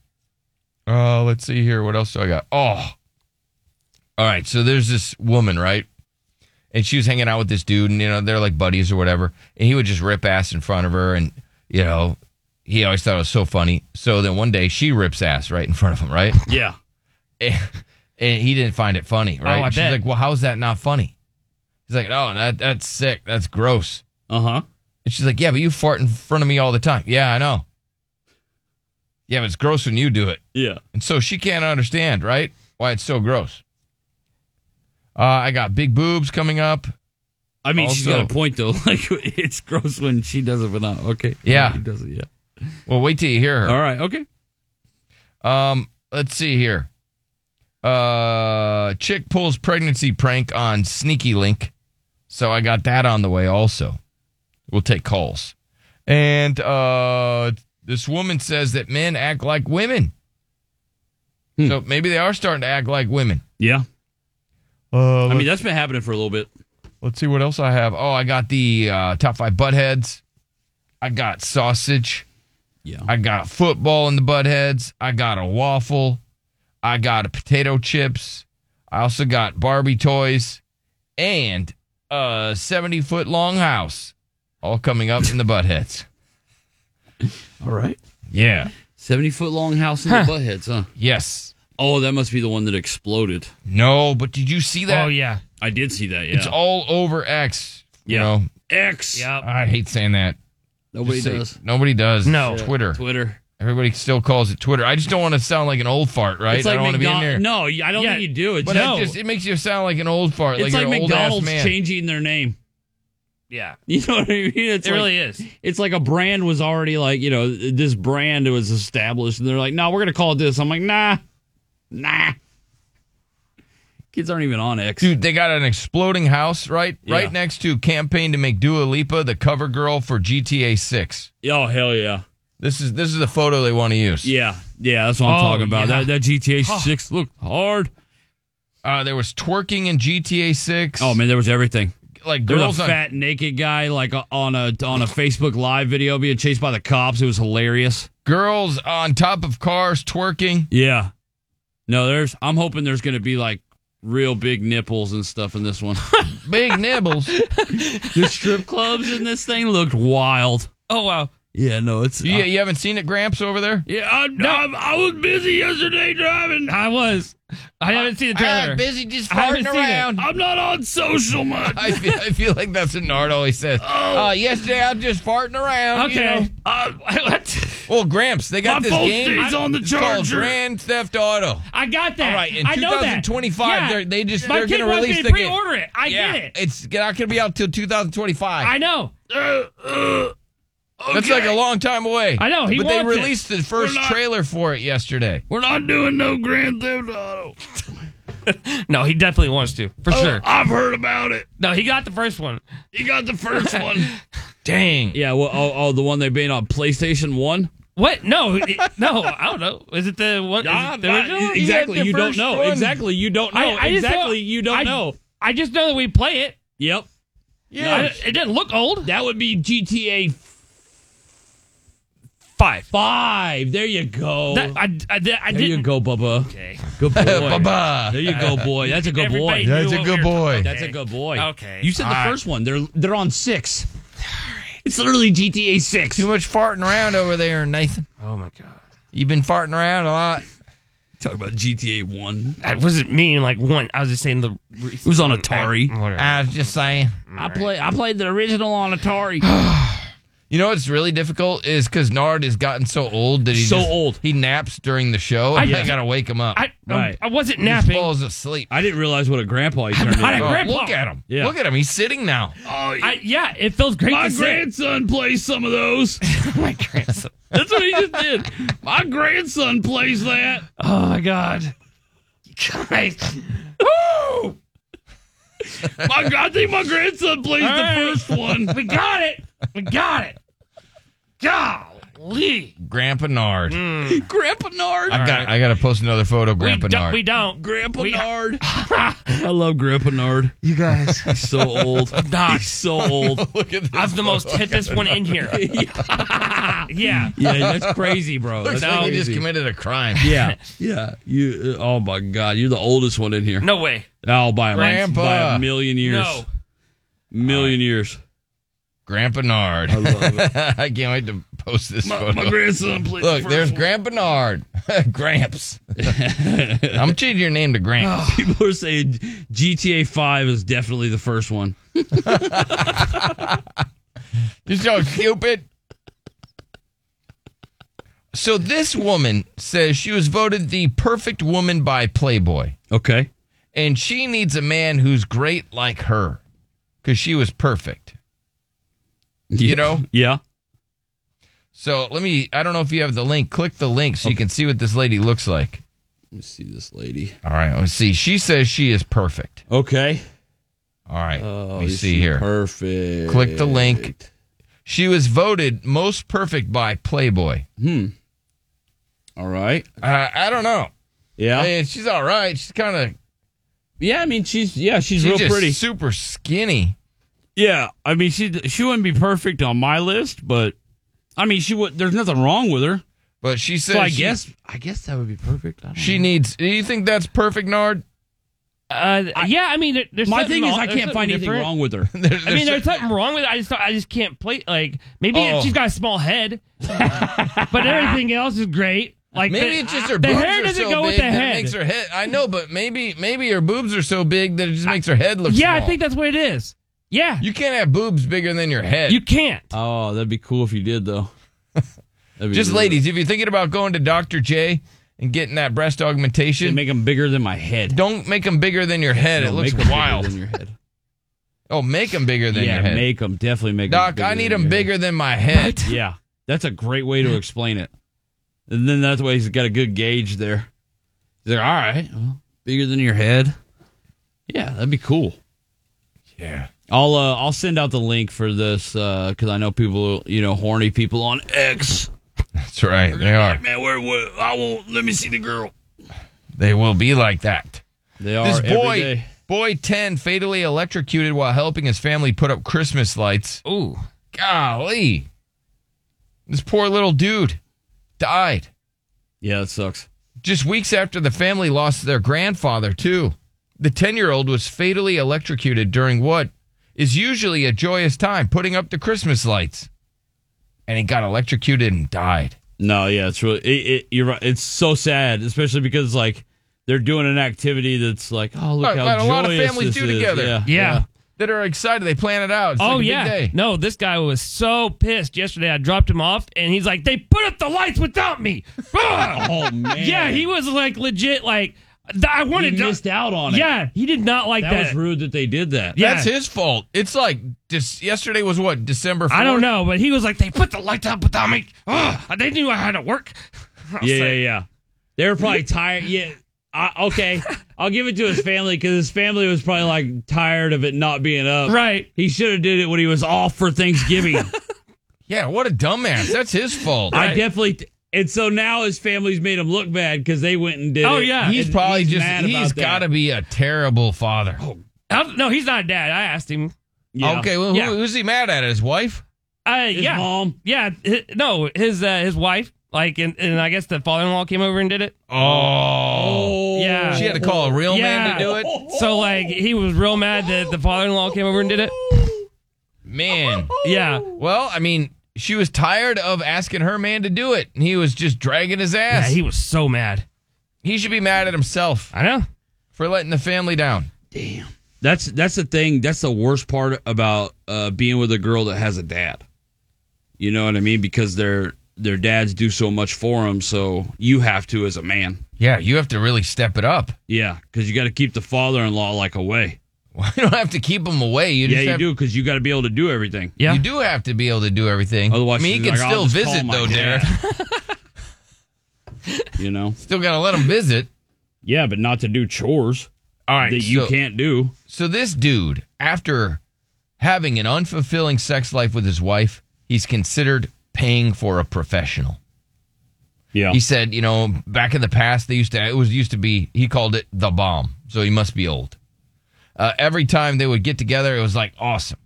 [SPEAKER 9] Uh, let's see here. What else do I got? Oh. All right. So there's this woman, right? And she was hanging out with this dude, and, you know, they're like buddies or whatever. And he would just rip ass in front of her. And, you know, he always thought it was so funny. So then one day she rips ass right in front of him, right?
[SPEAKER 11] yeah.
[SPEAKER 9] and, and he didn't find it funny, right?
[SPEAKER 10] Oh, I
[SPEAKER 9] And She's
[SPEAKER 10] bet.
[SPEAKER 9] like, "Well, how's that not funny?" He's like, "Oh, that that's sick. That's gross."
[SPEAKER 11] Uh
[SPEAKER 10] Uh-huh.
[SPEAKER 11] huh.
[SPEAKER 9] And she's like, "Yeah, but you fart in front of me all the time." Yeah, I know. Yeah, but it's gross when you do it,
[SPEAKER 11] Yeah.
[SPEAKER 9] and so she can't understand, right? Why it's so gross. Uh, I got big boobs coming up.
[SPEAKER 11] I mean, she's
[SPEAKER 9] Also-
[SPEAKER 11] got a point though. Like it's gross when she does it, but not okay.
[SPEAKER 9] Yeah.
[SPEAKER 11] He does it. Yeah.
[SPEAKER 9] Well, wait till you hear her.
[SPEAKER 11] All right. Okay.
[SPEAKER 9] Um, let's see here. Uh, chick pulls pregnancy prank on Sneaky Link. So I got that on the way also. We'll take calls. And uh, this woman says that men act like women. So maybe they are starting to act like women.
[SPEAKER 11] Hmm. Yeah.
[SPEAKER 9] Uh,
[SPEAKER 11] I mean,
[SPEAKER 9] let's-
[SPEAKER 11] that's been happening for a little bit.
[SPEAKER 9] Let's see what else I have. Oh, I got the uh, top five butt heads. I got sausage.
[SPEAKER 11] Yeah.
[SPEAKER 9] I got a football in the butt heads. I got a waffle. I got a potato chips. I also got Barbie toys and a 70 foot long house. All coming up in the butt heads.
[SPEAKER 11] All right.
[SPEAKER 9] Yeah.
[SPEAKER 11] 70 foot long house in
[SPEAKER 9] Huh.
[SPEAKER 11] the Buttheads, huh?
[SPEAKER 9] Yes.
[SPEAKER 11] Oh, that must be the one that exploded.
[SPEAKER 9] No, but did you see that?
[SPEAKER 11] Oh, yeah. I did see that, yeah.
[SPEAKER 9] It's all over X. You
[SPEAKER 11] Yeah.
[SPEAKER 9] know,
[SPEAKER 11] X. Yep.
[SPEAKER 9] I hate saying that.
[SPEAKER 11] Nobody
[SPEAKER 9] Just say-
[SPEAKER 11] does.
[SPEAKER 9] Nobody does.
[SPEAKER 11] No.
[SPEAKER 9] Twitter.
[SPEAKER 11] Twitter.
[SPEAKER 9] Everybody still calls it Twitter. I just don't want to sound like an old fart, right?
[SPEAKER 11] It's like
[SPEAKER 9] I don't want to be in
[SPEAKER 11] McDonald-
[SPEAKER 9] there.
[SPEAKER 11] No, I don't think you do. It's
[SPEAKER 9] but
[SPEAKER 11] no.
[SPEAKER 9] it just it makes you sound like an old fart.
[SPEAKER 11] it's like,
[SPEAKER 9] you're an old-ass
[SPEAKER 11] McDonald's
[SPEAKER 9] man.
[SPEAKER 11] changing their name.
[SPEAKER 10] Yeah.
[SPEAKER 11] You know what I mean? It's
[SPEAKER 10] It
[SPEAKER 11] like-
[SPEAKER 10] really is.
[SPEAKER 11] It's like a brand was already like, you know, this brand was established, and they're like, no, we're going to call it this. I'm like, nah, nah. Kids aren't even on X.
[SPEAKER 9] Dude, they got an exploding house right
[SPEAKER 11] Yeah.
[SPEAKER 9] right next to campaign to make Dua Lipa the cover girl for GTA 6.
[SPEAKER 11] Oh, hell yeah.
[SPEAKER 9] This is this is the photo they want to use.
[SPEAKER 11] Yeah. Yeah, that's what I'm
[SPEAKER 9] Oh,
[SPEAKER 11] talking about.
[SPEAKER 9] yeah.
[SPEAKER 11] That, that GTA
[SPEAKER 9] Oh.
[SPEAKER 11] 6 looked hard.
[SPEAKER 9] Uh, there was twerking in GTA 6.
[SPEAKER 11] Oh, man, there was everything.
[SPEAKER 9] Like
[SPEAKER 11] There
[SPEAKER 9] girls
[SPEAKER 11] was a
[SPEAKER 9] on
[SPEAKER 11] fat naked guy like uh, on a on a Facebook live video being chased by the cops. It was hilarious.
[SPEAKER 9] girls on top of cars twerking.
[SPEAKER 11] Yeah. No, there's. I'm hoping there's going to be like real big nipples and stuff in this one.
[SPEAKER 9] Big nibbles.
[SPEAKER 11] the strip clubs in this thing looked wild.
[SPEAKER 10] Oh wow.
[SPEAKER 11] Yeah, no, it's uh,
[SPEAKER 9] You, you haven't seen it, Gramps, over there?
[SPEAKER 11] Yeah, I, I, I was busy yesterday driving.
[SPEAKER 10] I was. I haven't seen the trailer.
[SPEAKER 9] I'm busy just
[SPEAKER 10] I haven't
[SPEAKER 9] farting
[SPEAKER 10] seen it.
[SPEAKER 9] around.
[SPEAKER 11] I'm not on social much.
[SPEAKER 9] I feel, I feel like that's what Nard always says. Oh, yesterday I'm just farting around. you
[SPEAKER 10] Okay.
[SPEAKER 9] know.
[SPEAKER 10] Uh, what?
[SPEAKER 9] Well, Gramps, they got
[SPEAKER 11] My
[SPEAKER 9] this
[SPEAKER 11] phone
[SPEAKER 9] game.
[SPEAKER 11] stays on the
[SPEAKER 9] it's called
[SPEAKER 11] charger.
[SPEAKER 9] Grand Theft Auto.
[SPEAKER 10] I got that.
[SPEAKER 9] All right, in
[SPEAKER 10] I know that.
[SPEAKER 9] 2025, they're- they just-
[SPEAKER 10] My
[SPEAKER 9] they're
[SPEAKER 10] kid
[SPEAKER 9] gonna
[SPEAKER 10] wants
[SPEAKER 9] release
[SPEAKER 10] me to
[SPEAKER 9] the game.
[SPEAKER 10] pre-order it. I
[SPEAKER 9] yeah,
[SPEAKER 10] get it.
[SPEAKER 9] It's not going to be out till 2025.
[SPEAKER 10] I know.
[SPEAKER 11] Uh,
[SPEAKER 9] That's like a long time away.
[SPEAKER 10] I know, he
[SPEAKER 9] but they
[SPEAKER 10] wants it.
[SPEAKER 9] released the first
[SPEAKER 11] We're not-
[SPEAKER 9] trailer for it yesterday.
[SPEAKER 11] We're not doing no Grand Theft Auto.
[SPEAKER 10] No, he definitely wants to for sure.
[SPEAKER 11] Oh, I've heard about it.
[SPEAKER 10] No, he got the first one.
[SPEAKER 11] You got the first one.
[SPEAKER 9] Dang.
[SPEAKER 11] yeah, well, oh, oh, the one they made on PlayStation One.
[SPEAKER 10] What? No, it- no. I don't know. Is it the one? is it the original?
[SPEAKER 11] exactly.
[SPEAKER 9] You had
[SPEAKER 11] You
[SPEAKER 9] the
[SPEAKER 11] don't
[SPEAKER 9] first
[SPEAKER 11] know.
[SPEAKER 9] one.
[SPEAKER 11] Exactly. You don't know.
[SPEAKER 10] I- I just
[SPEAKER 11] exactly.
[SPEAKER 10] don't-
[SPEAKER 11] you don't
[SPEAKER 10] I-
[SPEAKER 11] know.
[SPEAKER 10] I just know that we play it.
[SPEAKER 11] Yep.
[SPEAKER 10] I- it didn't look old.
[SPEAKER 11] That would be GTA
[SPEAKER 10] Five.
[SPEAKER 11] Five. There you go.
[SPEAKER 10] That- I, I, that- I
[SPEAKER 11] there you
[SPEAKER 10] didn't.
[SPEAKER 11] go, Bubba.
[SPEAKER 10] Okay.
[SPEAKER 11] Good boy. There
[SPEAKER 9] Bye-bye.
[SPEAKER 11] you go, boy. That's a good
[SPEAKER 10] Everybody
[SPEAKER 11] boy.
[SPEAKER 10] knew
[SPEAKER 9] That's a
[SPEAKER 10] what
[SPEAKER 9] good
[SPEAKER 10] we were
[SPEAKER 9] boy.
[SPEAKER 10] talking-
[SPEAKER 11] That's a good boy.
[SPEAKER 10] Okay.
[SPEAKER 11] You said the
[SPEAKER 10] All right.
[SPEAKER 11] first one. They're they're on six. It's literally GTA six.
[SPEAKER 9] Too much farting around over there, Nathan.
[SPEAKER 10] Oh my god.
[SPEAKER 9] You've been farting around a lot.
[SPEAKER 11] Talk about GTA one.
[SPEAKER 10] I wasn't meaning like one. I was just saying the.
[SPEAKER 11] It was on Atari.
[SPEAKER 10] Whatever.
[SPEAKER 9] I was just saying.
[SPEAKER 11] I play I played the original on Atari.
[SPEAKER 9] You know what's really difficult is because Nard has gotten so old that he's
[SPEAKER 11] So old.
[SPEAKER 9] He naps during the show. And I, gotta wake him up.
[SPEAKER 10] I, um,
[SPEAKER 11] Right.
[SPEAKER 10] I, I wasn't
[SPEAKER 9] he just
[SPEAKER 10] napping.
[SPEAKER 9] falls asleep.
[SPEAKER 11] I didn't realize what a grandpa he turned
[SPEAKER 10] not a
[SPEAKER 11] into.
[SPEAKER 10] grand- Grandpa.
[SPEAKER 9] Oh, look at him.
[SPEAKER 11] Yeah.
[SPEAKER 9] Look at him. He's sitting now.
[SPEAKER 10] I, Oh, yeah, it feels great to say.
[SPEAKER 11] grandson plays some of those.
[SPEAKER 10] my grandson.
[SPEAKER 11] That's what he just did. My grandson plays that.
[SPEAKER 10] Oh my god. Guys. Woo!
[SPEAKER 11] My, I think my grandson plays
[SPEAKER 10] All right.
[SPEAKER 11] one.
[SPEAKER 10] We got it. We got it. Golly.
[SPEAKER 9] Grandpa Nard.
[SPEAKER 11] Grandpa Nard.
[SPEAKER 9] I got. I gotta post another photo. of
[SPEAKER 10] Hmm.
[SPEAKER 9] Grandpa
[SPEAKER 10] we, don't-
[SPEAKER 9] Nard.
[SPEAKER 10] we don't.
[SPEAKER 11] Grandpa
[SPEAKER 10] We-
[SPEAKER 11] Nard. I love Grandpa Nard. You guys. He's so old. He's so old.
[SPEAKER 9] look at this.
[SPEAKER 10] I was the most hippest one in here. yeah.
[SPEAKER 11] Yeah, that's crazy, bro.
[SPEAKER 9] Looks
[SPEAKER 11] That's
[SPEAKER 9] like he just
[SPEAKER 11] crazy.
[SPEAKER 9] committed a crime.
[SPEAKER 11] yeah, yeah. You. uh, Oh my God, you're the oldest one in here.
[SPEAKER 10] No way.
[SPEAKER 11] Oh, by a,
[SPEAKER 9] Grandpa.
[SPEAKER 11] by a million years.
[SPEAKER 10] No.
[SPEAKER 11] Million years.
[SPEAKER 9] Grandpa Nard. I
[SPEAKER 11] love
[SPEAKER 9] can't wait to post this photo.
[SPEAKER 11] grandson plays.
[SPEAKER 9] look, there's Grandpa Nard. Gramps. I'm changing your name to Gramps.
[SPEAKER 11] People are saying GTA Five is definitely the first one.
[SPEAKER 9] You're so stupid. So this woman says she was voted the perfect woman by Playboy,
[SPEAKER 11] Okay.
[SPEAKER 9] and she needs a man who's great like her, because she was perfect. You know?
[SPEAKER 11] Yeah.
[SPEAKER 9] So let me. I don't know if you have the link. Click the link so you can see what this lady looks like.
[SPEAKER 11] Let me see this lady.
[SPEAKER 9] All right. Let's see. She says she is perfect.
[SPEAKER 11] Okay.
[SPEAKER 9] All right.
[SPEAKER 11] Oh,
[SPEAKER 9] let me
[SPEAKER 11] is
[SPEAKER 9] see
[SPEAKER 11] she
[SPEAKER 9] here.
[SPEAKER 11] Perfect.
[SPEAKER 9] Click the link. She was voted most perfect by Playboy.
[SPEAKER 11] Hmm. All right.
[SPEAKER 9] Uh, I don't know.
[SPEAKER 11] Yeah.
[SPEAKER 9] I mean, she's all right. She's kind of.
[SPEAKER 11] Yeah, I mean, she's yeah, she's, real
[SPEAKER 9] just
[SPEAKER 11] pretty.
[SPEAKER 9] super skinny.
[SPEAKER 11] Yeah, I mean, she she wouldn't be perfect on my list, but I mean, she would. There's nothing wrong with her.
[SPEAKER 9] But she says
[SPEAKER 11] so I
[SPEAKER 9] she-
[SPEAKER 11] guess I guess that would be perfect. I don't
[SPEAKER 9] She needs. Do you think that's perfect, Nard?
[SPEAKER 10] Uh, yeah, I mean, there- there's
[SPEAKER 11] My
[SPEAKER 10] something
[SPEAKER 11] thing is,
[SPEAKER 10] wrong-
[SPEAKER 11] I
[SPEAKER 10] there's
[SPEAKER 11] can't
[SPEAKER 10] something
[SPEAKER 11] find anything
[SPEAKER 10] different.
[SPEAKER 11] wrong with her.
[SPEAKER 10] I mean, there's something wrong with it. I just, I just can't play. Like, maybe
[SPEAKER 9] Oh.
[SPEAKER 11] Uh-oh.
[SPEAKER 10] she's got a small head, but everything else is great. Like,
[SPEAKER 9] maybe
[SPEAKER 10] the,
[SPEAKER 9] it's just her
[SPEAKER 10] the
[SPEAKER 9] boobs
[SPEAKER 10] hair
[SPEAKER 9] are
[SPEAKER 10] doesn't
[SPEAKER 9] so
[SPEAKER 10] go
[SPEAKER 9] big
[SPEAKER 10] with the
[SPEAKER 9] that
[SPEAKER 10] head.
[SPEAKER 9] It makes her head. I know, but maybe maybe her boobs are so big that it just makes her head look.
[SPEAKER 10] yeah, I
[SPEAKER 9] small.
[SPEAKER 10] think that's what it is. Yeah,
[SPEAKER 9] you can't have boobs bigger than your head.
[SPEAKER 10] you can't.
[SPEAKER 11] Oh, that'd be cool if you did though. That'd be
[SPEAKER 9] just
[SPEAKER 11] really-
[SPEAKER 9] ladies, if you're thinking about going to Doctor J and getting that breast
[SPEAKER 11] They
[SPEAKER 9] augmentation,
[SPEAKER 11] make them bigger than my head.
[SPEAKER 9] don't make them bigger than your head.
[SPEAKER 11] No,
[SPEAKER 9] it looks
[SPEAKER 11] make 'em bigger
[SPEAKER 9] wild.
[SPEAKER 11] than your head.
[SPEAKER 9] oh, make them bigger than
[SPEAKER 11] yeah,
[SPEAKER 9] your head.
[SPEAKER 11] make them definitely make. 'em
[SPEAKER 9] Doc,
[SPEAKER 11] bigger
[SPEAKER 9] I need
[SPEAKER 11] than
[SPEAKER 9] them
[SPEAKER 11] your head.
[SPEAKER 9] bigger than my head.
[SPEAKER 11] Yeah, that's a great way to explain it. And then that way he's got a good gauge there. He's like, all right, well, bigger than your head. Yeah, that'd be cool.
[SPEAKER 9] Yeah.
[SPEAKER 11] I'll uh, I'll send out the link for this because I know people, you know, horny people on X.
[SPEAKER 9] That's right. They are.
[SPEAKER 11] Man, where, where I won't let me see the girl.
[SPEAKER 9] They will be like that.
[SPEAKER 11] They are
[SPEAKER 9] This
[SPEAKER 11] every
[SPEAKER 9] boy,
[SPEAKER 11] day.
[SPEAKER 9] boy 10, fatally electrocuted while helping his family put up Christmas lights.
[SPEAKER 10] Ooh,
[SPEAKER 9] Golly. This poor little dude died
[SPEAKER 11] Yeah, that sucks.
[SPEAKER 9] just weeks after the family lost their grandfather, too. The 10 year old was fatally electrocuted during what is usually a joyous time putting up the Christmas lights. And he got electrocuted and died.
[SPEAKER 11] No, yeah, it's really it, it, you're right. It's so sad, especially because like they're doing an activity that's like, oh look
[SPEAKER 9] Like-
[SPEAKER 11] how
[SPEAKER 9] like a lot of
[SPEAKER 11] joyous
[SPEAKER 9] families
[SPEAKER 11] this
[SPEAKER 9] do
[SPEAKER 11] is.
[SPEAKER 9] together.
[SPEAKER 11] Yeah,
[SPEAKER 10] yeah.
[SPEAKER 9] That are excited. They plan it out. It's like
[SPEAKER 10] Oh
[SPEAKER 9] a big
[SPEAKER 10] yeah.
[SPEAKER 9] day.
[SPEAKER 10] No, this guy was so pissed yesterday. I dropped him off, and he's like, "They put up the lights without me." Ah!
[SPEAKER 11] Oh man.
[SPEAKER 10] yeah, he was like legit. Like, th- I
[SPEAKER 11] he
[SPEAKER 10] wanted to.
[SPEAKER 11] missed out on it.
[SPEAKER 10] Yeah, he did not like
[SPEAKER 11] that,
[SPEAKER 10] that.
[SPEAKER 11] was rude that they did that.
[SPEAKER 10] Yeah.
[SPEAKER 9] That's his fault. It's like dis- yesterday was what December. 4th?
[SPEAKER 10] I don't know, but he was like, "They put the lights out without me. Ugh, they knew I had to work." I was
[SPEAKER 11] yeah, yeah,
[SPEAKER 10] like,
[SPEAKER 11] yeah. They were probably tired. Yeah, I, okay, I'll give it to his family because his family was probably like tired of it not being up.
[SPEAKER 10] Right.
[SPEAKER 11] He should have did it when he was off for Thanksgiving.
[SPEAKER 9] Yeah, what a dumbass. That's his fault.
[SPEAKER 11] I definitely. and so now his family's made him look bad because they went and did.
[SPEAKER 10] Oh,
[SPEAKER 11] it.
[SPEAKER 10] yeah.
[SPEAKER 9] he's
[SPEAKER 11] And
[SPEAKER 9] probably just
[SPEAKER 11] mad
[SPEAKER 9] he's
[SPEAKER 11] about that.
[SPEAKER 9] got to be a terrible father.
[SPEAKER 10] I don't- no, he's not a dad. I asked him.
[SPEAKER 11] Yeah.
[SPEAKER 9] Okay, well, who-
[SPEAKER 10] Yeah.
[SPEAKER 9] who's he mad at? His wife?
[SPEAKER 10] Uh,
[SPEAKER 11] His
[SPEAKER 10] yeah,
[SPEAKER 11] mom.
[SPEAKER 10] yeah. hi- no, his uh, his wife, like, and, and I guess the father-in-law came over and did it.
[SPEAKER 9] Oh,
[SPEAKER 10] Yeah.
[SPEAKER 9] she had to call a real man
[SPEAKER 10] yeah.
[SPEAKER 9] to do it.
[SPEAKER 10] So like, he was real mad that the father-in-law came over and did it.
[SPEAKER 9] Man,
[SPEAKER 10] Yeah.
[SPEAKER 9] Uh, well, I mean, she was tired of asking her man to do it, and he was just dragging his
[SPEAKER 10] Yeah,
[SPEAKER 9] ass.
[SPEAKER 10] he was so mad.
[SPEAKER 9] he should be mad at himself
[SPEAKER 10] I know.
[SPEAKER 9] for letting the family down.
[SPEAKER 11] That's that's the thing. That's the worst part about uh, being with a girl that has a dad. You know what I mean? Because their their dads do so much for them, so you have to as a man.
[SPEAKER 9] Yeah, you have to really step it up.
[SPEAKER 11] Yeah, because you got to keep the father-in-law like away.
[SPEAKER 9] you don't have to keep him away. You just
[SPEAKER 11] yeah, you
[SPEAKER 9] have,
[SPEAKER 11] do because you got to be able to do everything.
[SPEAKER 10] Yeah.
[SPEAKER 9] You do have to be able to do everything.
[SPEAKER 11] Otherwise,
[SPEAKER 9] I mean, he
[SPEAKER 11] she's
[SPEAKER 9] can
[SPEAKER 11] like,
[SPEAKER 9] still
[SPEAKER 11] "I'll just call
[SPEAKER 9] visit
[SPEAKER 11] my
[SPEAKER 9] though,
[SPEAKER 11] dad."
[SPEAKER 9] Derek.
[SPEAKER 11] You know?
[SPEAKER 9] Still gotta let him visit.
[SPEAKER 11] Yeah, but not to do chores
[SPEAKER 9] All right,
[SPEAKER 11] that you
[SPEAKER 9] so-
[SPEAKER 11] can't do.
[SPEAKER 9] So this dude, after having an unfulfilling sex life with his wife, he's considered paying for a professional.
[SPEAKER 11] Yeah,
[SPEAKER 9] He said, you know, back in the past, they used to, it was used to be, he called it the bomb. So he must be old. Uh, every time they would get together, it was like awesome.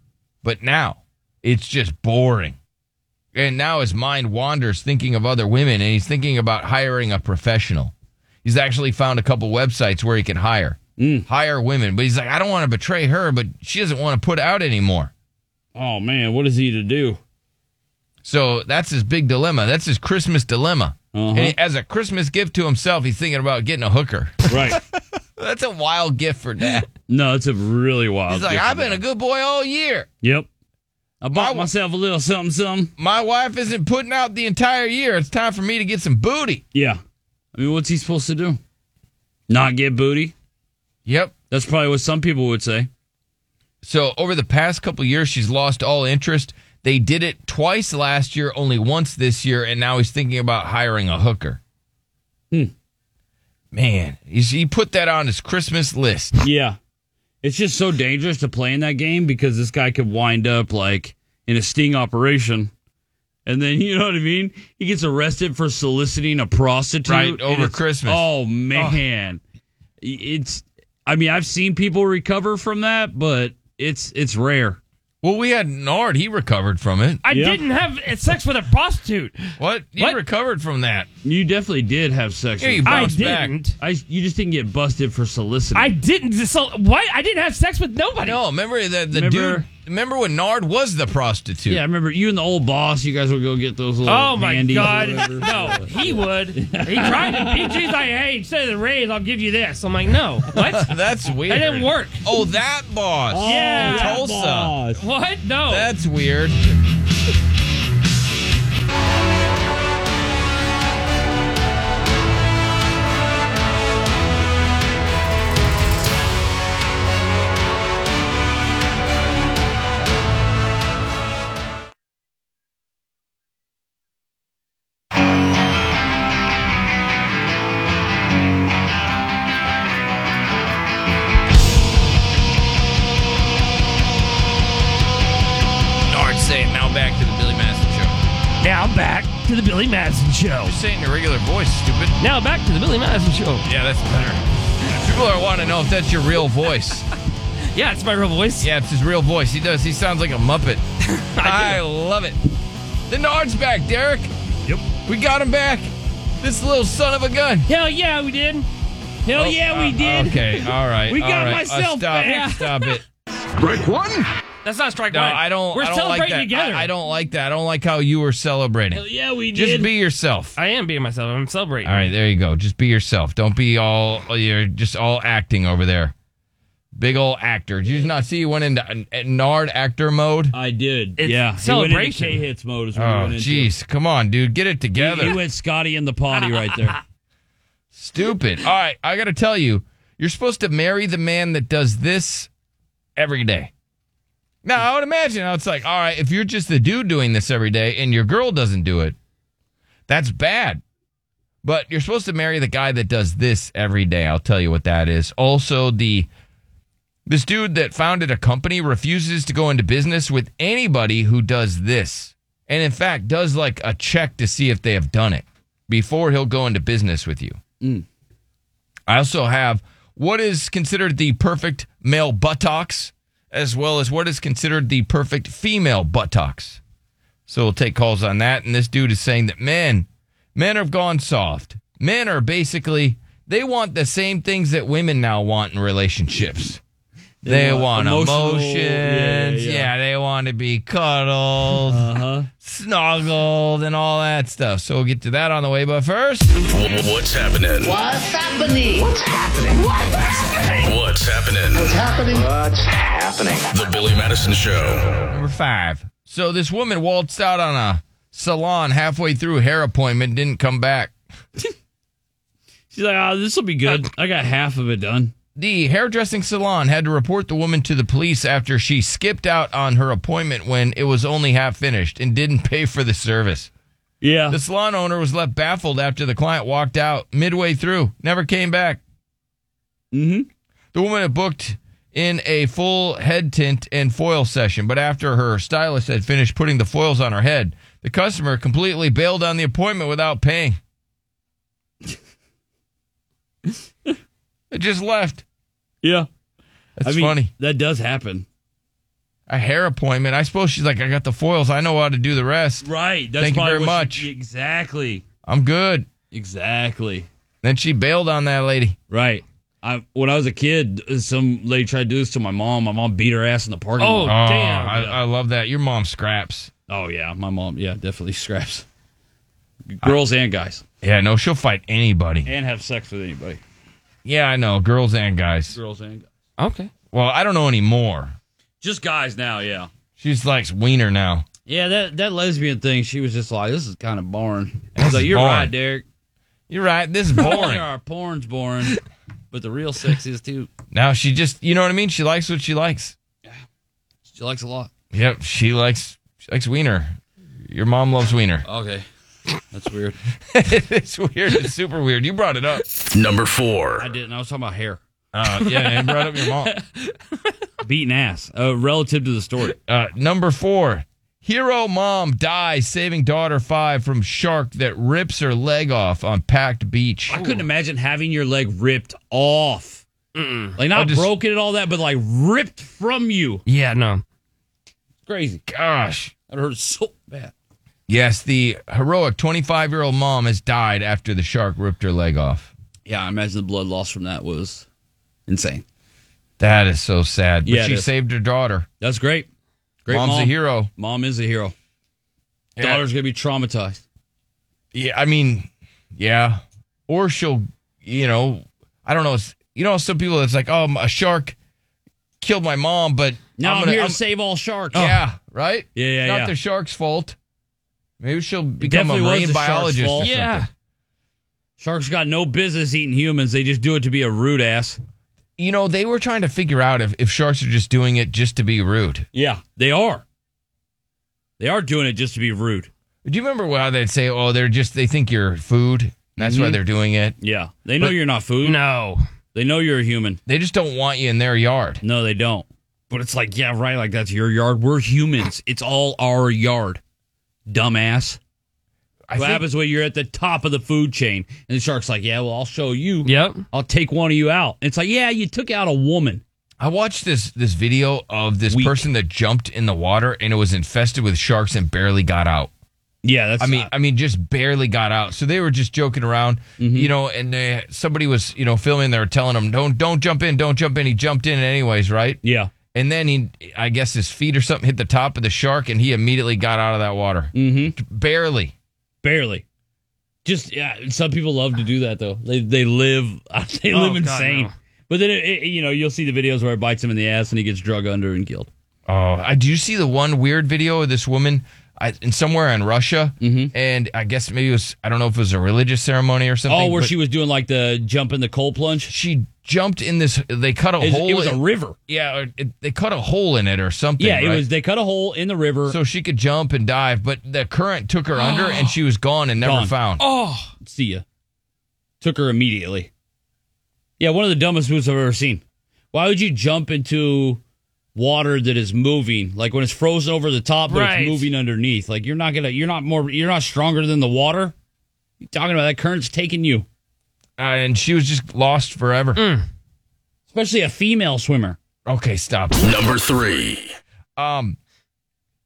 [SPEAKER 9] But now it's just boring. And now his mind wanders thinking of other women and he's thinking about hiring a professional. He's actually found a couple websites where he can hire,
[SPEAKER 11] Mm.
[SPEAKER 9] hire women. But he's like, I don't want to betray her, but she doesn't want to put out anymore.
[SPEAKER 11] Oh man, what is he to do?
[SPEAKER 9] So that's his big dilemma. That's his Christmas dilemma.
[SPEAKER 11] Uh-huh.
[SPEAKER 9] And as a Christmas gift to himself, he's thinking about getting a hooker.
[SPEAKER 11] Right?
[SPEAKER 9] That's a wild gift for dad.
[SPEAKER 11] no, it's a really wild.
[SPEAKER 9] He's like,
[SPEAKER 11] gift
[SPEAKER 9] I've
[SPEAKER 11] for
[SPEAKER 9] been a
[SPEAKER 11] that.
[SPEAKER 9] good boy all year.
[SPEAKER 11] Yep. I bought
[SPEAKER 9] My-
[SPEAKER 11] myself a little something, something.
[SPEAKER 9] My wife isn't putting out the entire year. It's time for me to get some booty.
[SPEAKER 11] Yeah. I mean, what's he supposed to do? Not get booty?
[SPEAKER 9] Yep.
[SPEAKER 11] That's probably what some people would say.
[SPEAKER 9] So over the past couple years, she's lost all interest. They did it twice last year, only once this year, and now he's thinking about hiring a hooker. Hmm. Man, he's, he put that on his Christmas list.
[SPEAKER 11] Yeah. It's just so dangerous to play in that game because this guy could wind up like in a sting operation. And then you know what I mean? He gets arrested for soliciting a prostitute
[SPEAKER 9] Right,
[SPEAKER 11] and
[SPEAKER 9] over
[SPEAKER 11] it's-
[SPEAKER 9] Christmas.
[SPEAKER 11] Oh man. It's I mean, I've seen people recover from that, but it's it's rare.
[SPEAKER 9] Well, we had Nard, he recovered from it.
[SPEAKER 10] I didn't have uh, sex with a prostitute.
[SPEAKER 9] What? You recovered from that.
[SPEAKER 11] You definitely did have sex.
[SPEAKER 10] Yeah,
[SPEAKER 11] with
[SPEAKER 10] you
[SPEAKER 11] her.
[SPEAKER 10] bounced I back. didn't.
[SPEAKER 11] I you just didn't get busted for soliciting.
[SPEAKER 10] I didn't. So what? I didn't have sex with nobody.
[SPEAKER 9] No, remember the, the
[SPEAKER 11] Remember-
[SPEAKER 9] dude. Remember when Nard was the prostitute?
[SPEAKER 11] yeah, I remember you and the old boss. You guys would go get those little.
[SPEAKER 10] Oh my
[SPEAKER 11] handies or
[SPEAKER 10] god!
[SPEAKER 11] whatever.
[SPEAKER 10] No, he would. He tried to. He, he's like, hey, instead of the raise, I'll give you this. I'm like, no. What?
[SPEAKER 9] That's weird.
[SPEAKER 10] That didn't work.
[SPEAKER 9] Oh, that boss.
[SPEAKER 10] Yeah.
[SPEAKER 9] In Tulsa.
[SPEAKER 10] What? No.
[SPEAKER 9] That's weird. Nard say it now back to the Billy Madison show.
[SPEAKER 10] now back to the Billy Madison show.
[SPEAKER 9] Just say it in your regular voice, stupid.
[SPEAKER 10] Now back to the Billy Madison show.
[SPEAKER 9] Yeah, that's better. People are want to know if that's your real voice.
[SPEAKER 10] Yeah, it's my real voice.
[SPEAKER 9] Yeah, it's his real voice. He does. He sounds like a muppet. I, love it. The Nard's back, Derek. Yep. We got him back. This little son of a gun.
[SPEAKER 10] Hell yeah, we did.
[SPEAKER 11] Oh,
[SPEAKER 10] Hell yeah, we
[SPEAKER 9] Uh,
[SPEAKER 10] did.
[SPEAKER 9] Okay, all right.
[SPEAKER 10] We
[SPEAKER 9] all
[SPEAKER 10] got
[SPEAKER 11] Uh,
[SPEAKER 9] right. uh,
[SPEAKER 10] myself
[SPEAKER 9] stop,
[SPEAKER 10] back.
[SPEAKER 9] Stop it.
[SPEAKER 10] That's not strike
[SPEAKER 9] No,
[SPEAKER 10] one.
[SPEAKER 9] I don't.
[SPEAKER 10] We're
[SPEAKER 9] I don't
[SPEAKER 10] celebrating
[SPEAKER 9] like that.
[SPEAKER 10] together.
[SPEAKER 9] I, I don't like that. I don't like how you were celebrating.
[SPEAKER 10] Hell yeah, we
[SPEAKER 9] Just
[SPEAKER 10] did.
[SPEAKER 9] be yourself.
[SPEAKER 10] I am being myself. I'm celebrating.
[SPEAKER 9] All right, there you go. Just be yourself. Don't be all you're just all acting over there. Big old actor. Did you not see you went into an- an Nard actor mode?
[SPEAKER 11] I did.
[SPEAKER 10] It's
[SPEAKER 11] yeah,
[SPEAKER 10] celebration.
[SPEAKER 11] He went into K-hits mode is
[SPEAKER 9] Oh,
[SPEAKER 11] what he went into.
[SPEAKER 9] jeez. Come on, dude. Get it together.
[SPEAKER 11] You went Scotty in the potty right there.
[SPEAKER 9] Stupid. All right, I got to tell you, you're supposed to marry the man that does this every day. Now, I would imagine how it's like, all right, if you're just the dude doing this every day and your girl doesn't do it, that's bad. But you're supposed to marry the guy that does this every day. I'll tell you what that is. Also, the this dude that founded a company refuses to go into business with anybody who does this. And in fact, does like a check to see if they have done it before he'll go into business with you. I also have what is considered the perfect male buttocks, as well as what is considered the perfect female buttocks. So we'll take calls on that. And this dude is saying that men, men have gone soft. Men are basically they want the same things that women now want in relationships. They, want,
[SPEAKER 11] want emotional-
[SPEAKER 9] emotions.
[SPEAKER 11] yeah,
[SPEAKER 9] yeah.
[SPEAKER 11] yeah.
[SPEAKER 9] they want to be cuddled, snuggled, and all that stuff. So we'll get to that on the way. But first,
[SPEAKER 2] What's happening?
[SPEAKER 3] What's happening? What's happening? What's happening?
[SPEAKER 2] What's happening?
[SPEAKER 3] Happening. What's happening?
[SPEAKER 2] The Billy Madison Show.
[SPEAKER 9] Number five. So this woman waltzed out on a salon halfway through hair appointment, didn't come back.
[SPEAKER 11] She's like, oh, this will be good. I got half of it done.
[SPEAKER 9] The hairdressing salon had to report the woman to the police after she skipped out on her appointment when it was only half finished and didn't pay for the service.
[SPEAKER 11] Yeah.
[SPEAKER 9] The salon owner was left baffled after the client walked out midway through, never came back.
[SPEAKER 11] Mm-hmm.
[SPEAKER 9] The woman had booked in a full head tint and foil session, but after her stylist had finished putting the foils on her head, the customer completely bailed on the appointment without paying. it just left.
[SPEAKER 11] Yeah.
[SPEAKER 9] That's
[SPEAKER 11] I mean,
[SPEAKER 9] funny.
[SPEAKER 11] That does happen.
[SPEAKER 9] A hair appointment. I suppose she's like, I got the foils. I know how to do the rest.
[SPEAKER 11] Right. That's
[SPEAKER 9] Thank you
[SPEAKER 11] probably
[SPEAKER 9] very
[SPEAKER 11] what
[SPEAKER 9] much.
[SPEAKER 11] she- exactly.
[SPEAKER 9] I'm good.
[SPEAKER 11] Exactly.
[SPEAKER 9] Then she bailed on that lady.
[SPEAKER 11] Right. I when I was a kid, some lady tried to do this to my mom. My mom beat her ass in the parking
[SPEAKER 10] Oh,
[SPEAKER 11] lot.
[SPEAKER 10] damn.
[SPEAKER 9] I, I love that. Your mom scraps.
[SPEAKER 11] Oh yeah, my mom. Yeah, definitely scraps. Girls and guys,
[SPEAKER 9] Yeah, no, she'll fight anybody.
[SPEAKER 11] and have sex with anybody.
[SPEAKER 9] Yeah, I know. Girls and guys.
[SPEAKER 11] Girls and guys.
[SPEAKER 10] Okay.
[SPEAKER 9] Well, I don't know anymore.
[SPEAKER 11] just guys now. Yeah.
[SPEAKER 9] She just likes wiener now.
[SPEAKER 11] Yeah, that that lesbian thing. She was just like, this is kind of boring. I
[SPEAKER 9] This
[SPEAKER 11] was like,
[SPEAKER 9] is
[SPEAKER 11] you're
[SPEAKER 9] boring.
[SPEAKER 11] right, Derek.
[SPEAKER 9] You're right. This is
[SPEAKER 11] Boring.
[SPEAKER 9] boring.
[SPEAKER 11] Our porn's boring, but the real sex is too.
[SPEAKER 9] now she just, you know what I mean? She likes what she likes.
[SPEAKER 11] She likes a lot.
[SPEAKER 9] Yep, she likes she likes wiener. Your mom loves wiener.
[SPEAKER 11] Okay, that's weird.
[SPEAKER 9] it's weird. It's super weird. You brought it up.
[SPEAKER 2] Number four.
[SPEAKER 11] I didn't. I was talking about hair.
[SPEAKER 9] Uh, yeah, and brought up your mom.
[SPEAKER 11] Beating ass. Uh, relative to the story.
[SPEAKER 9] Uh, number four, Hero mom dies saving daughter five from shark that rips her leg off on packed beach.
[SPEAKER 11] I couldn't imagine having your leg ripped off. Like
[SPEAKER 9] I'll
[SPEAKER 11] not
[SPEAKER 9] just-
[SPEAKER 11] broken and all that, but like ripped from you.
[SPEAKER 10] Yeah, no.
[SPEAKER 11] Crazy.
[SPEAKER 9] Gosh.
[SPEAKER 11] That hurts so bad.
[SPEAKER 9] Yes, the heroic 25 year old mom has died after the shark ripped her leg off.
[SPEAKER 11] Yeah, I imagine the blood loss from that was insane.
[SPEAKER 9] That is so sad. But
[SPEAKER 11] Yeah, it
[SPEAKER 9] she
[SPEAKER 11] is.
[SPEAKER 9] saved her daughter.
[SPEAKER 11] That's great. Great
[SPEAKER 9] Mom's
[SPEAKER 11] mom.
[SPEAKER 9] a hero.
[SPEAKER 11] Mom is a hero.
[SPEAKER 9] Yeah.
[SPEAKER 11] Daughter's gonna be traumatized.
[SPEAKER 9] Yeah, I mean, yeah. Or she'll, you know, I don't know. it's- You know, some people it's like, oh, a shark killed my mom, but
[SPEAKER 11] Now I'm,
[SPEAKER 9] gonna-
[SPEAKER 11] here to save all sharks. Oh.
[SPEAKER 9] Yeah, right?
[SPEAKER 11] Yeah, yeah,
[SPEAKER 9] Not
[SPEAKER 11] yeah.
[SPEAKER 9] the shark's fault. Maybe she'll become a
[SPEAKER 11] definitely was
[SPEAKER 9] marine
[SPEAKER 11] the shark's
[SPEAKER 9] biologist.
[SPEAKER 11] fault.
[SPEAKER 9] Or
[SPEAKER 11] Yeah.
[SPEAKER 9] something.
[SPEAKER 11] Sharks got no business eating humans. They just do it to be a rude ass.
[SPEAKER 9] You know, they were trying to figure out if, if sharks are just doing it just to be rude.
[SPEAKER 11] Yeah, they are. They are doing it just to be rude.
[SPEAKER 9] Do you remember how they'd say, oh, they're just, they think you're food. and That's why
[SPEAKER 11] Mhm.
[SPEAKER 9] they're doing it.
[SPEAKER 11] Yeah, they know
[SPEAKER 9] But-
[SPEAKER 11] you're not food.
[SPEAKER 10] No.
[SPEAKER 11] They know you're a human.
[SPEAKER 9] They just don't want you in their yard.
[SPEAKER 11] No, they don't. But it's like, yeah, right. Like that's your yard. We're humans. It's all our yard. Dumbass.
[SPEAKER 9] I
[SPEAKER 11] what
[SPEAKER 9] think-
[SPEAKER 11] happens when you're at the top of the food chain and the shark's like, yeah, well, I'll show you.
[SPEAKER 10] Yep.
[SPEAKER 11] I'll take one of you out. It's like, yeah, you took out a woman.
[SPEAKER 9] I watched this this video of this
[SPEAKER 11] Weak.
[SPEAKER 9] person that jumped in the water and it was infested with sharks and barely got out.
[SPEAKER 11] Yeah, that's.
[SPEAKER 9] I mean, I mean, just barely got out. So they were just joking around,
[SPEAKER 11] Mm-hmm.
[SPEAKER 9] you know. And they, somebody was, you know, filming. They were telling him, "Don't, don't jump in, don't jump in." He jumped in anyways, right?
[SPEAKER 11] yeah.
[SPEAKER 9] And then he, I guess, his feet or something hit the top of the shark, and he immediately got out of that water,
[SPEAKER 11] Mm-hmm.
[SPEAKER 9] barely.
[SPEAKER 11] Barely. Just yeah. Uh, Some people love to do that though. They they live they
[SPEAKER 10] Oh,
[SPEAKER 11] live
[SPEAKER 10] God,
[SPEAKER 11] insane.
[SPEAKER 10] no.
[SPEAKER 11] But then it, it, you know you'll see the videos where it bites him in the ass and he gets drug under and killed.
[SPEAKER 9] Oh, I do you see the one weird video of this woman I, in somewhere in Russia,
[SPEAKER 11] Mm-hmm.
[SPEAKER 9] and I guess maybe it was I don't know if it was a religious ceremony or something.
[SPEAKER 11] Oh, where
[SPEAKER 9] but
[SPEAKER 11] she was doing like the jump in the cold plunge.
[SPEAKER 9] she jumped in this. They cut a
[SPEAKER 11] It was-
[SPEAKER 9] hole.
[SPEAKER 11] it was
[SPEAKER 9] in-
[SPEAKER 11] a river.
[SPEAKER 9] yeah, or it, they cut a hole in it or something.
[SPEAKER 11] Yeah, it
[SPEAKER 9] right?
[SPEAKER 11] was. They cut a hole in the river.
[SPEAKER 9] so she could jump and dive, but the current took her under and she was gone and never
[SPEAKER 11] Gone.
[SPEAKER 9] found.
[SPEAKER 11] oh, see ya. Took her immediately. Yeah, one of the dumbest moves I've ever seen. Why would you jump into water that is moving? Like when it's frozen over the top, but
[SPEAKER 10] Right.
[SPEAKER 11] it's moving underneath. Like you're not gonna. You're not more. You're not stronger than the water. You talking about that current's taking you, Mm.
[SPEAKER 9] Uh, and she was just lost forever.
[SPEAKER 11] especially a female swimmer.
[SPEAKER 9] Okay, stop.
[SPEAKER 2] Number three.
[SPEAKER 9] Um,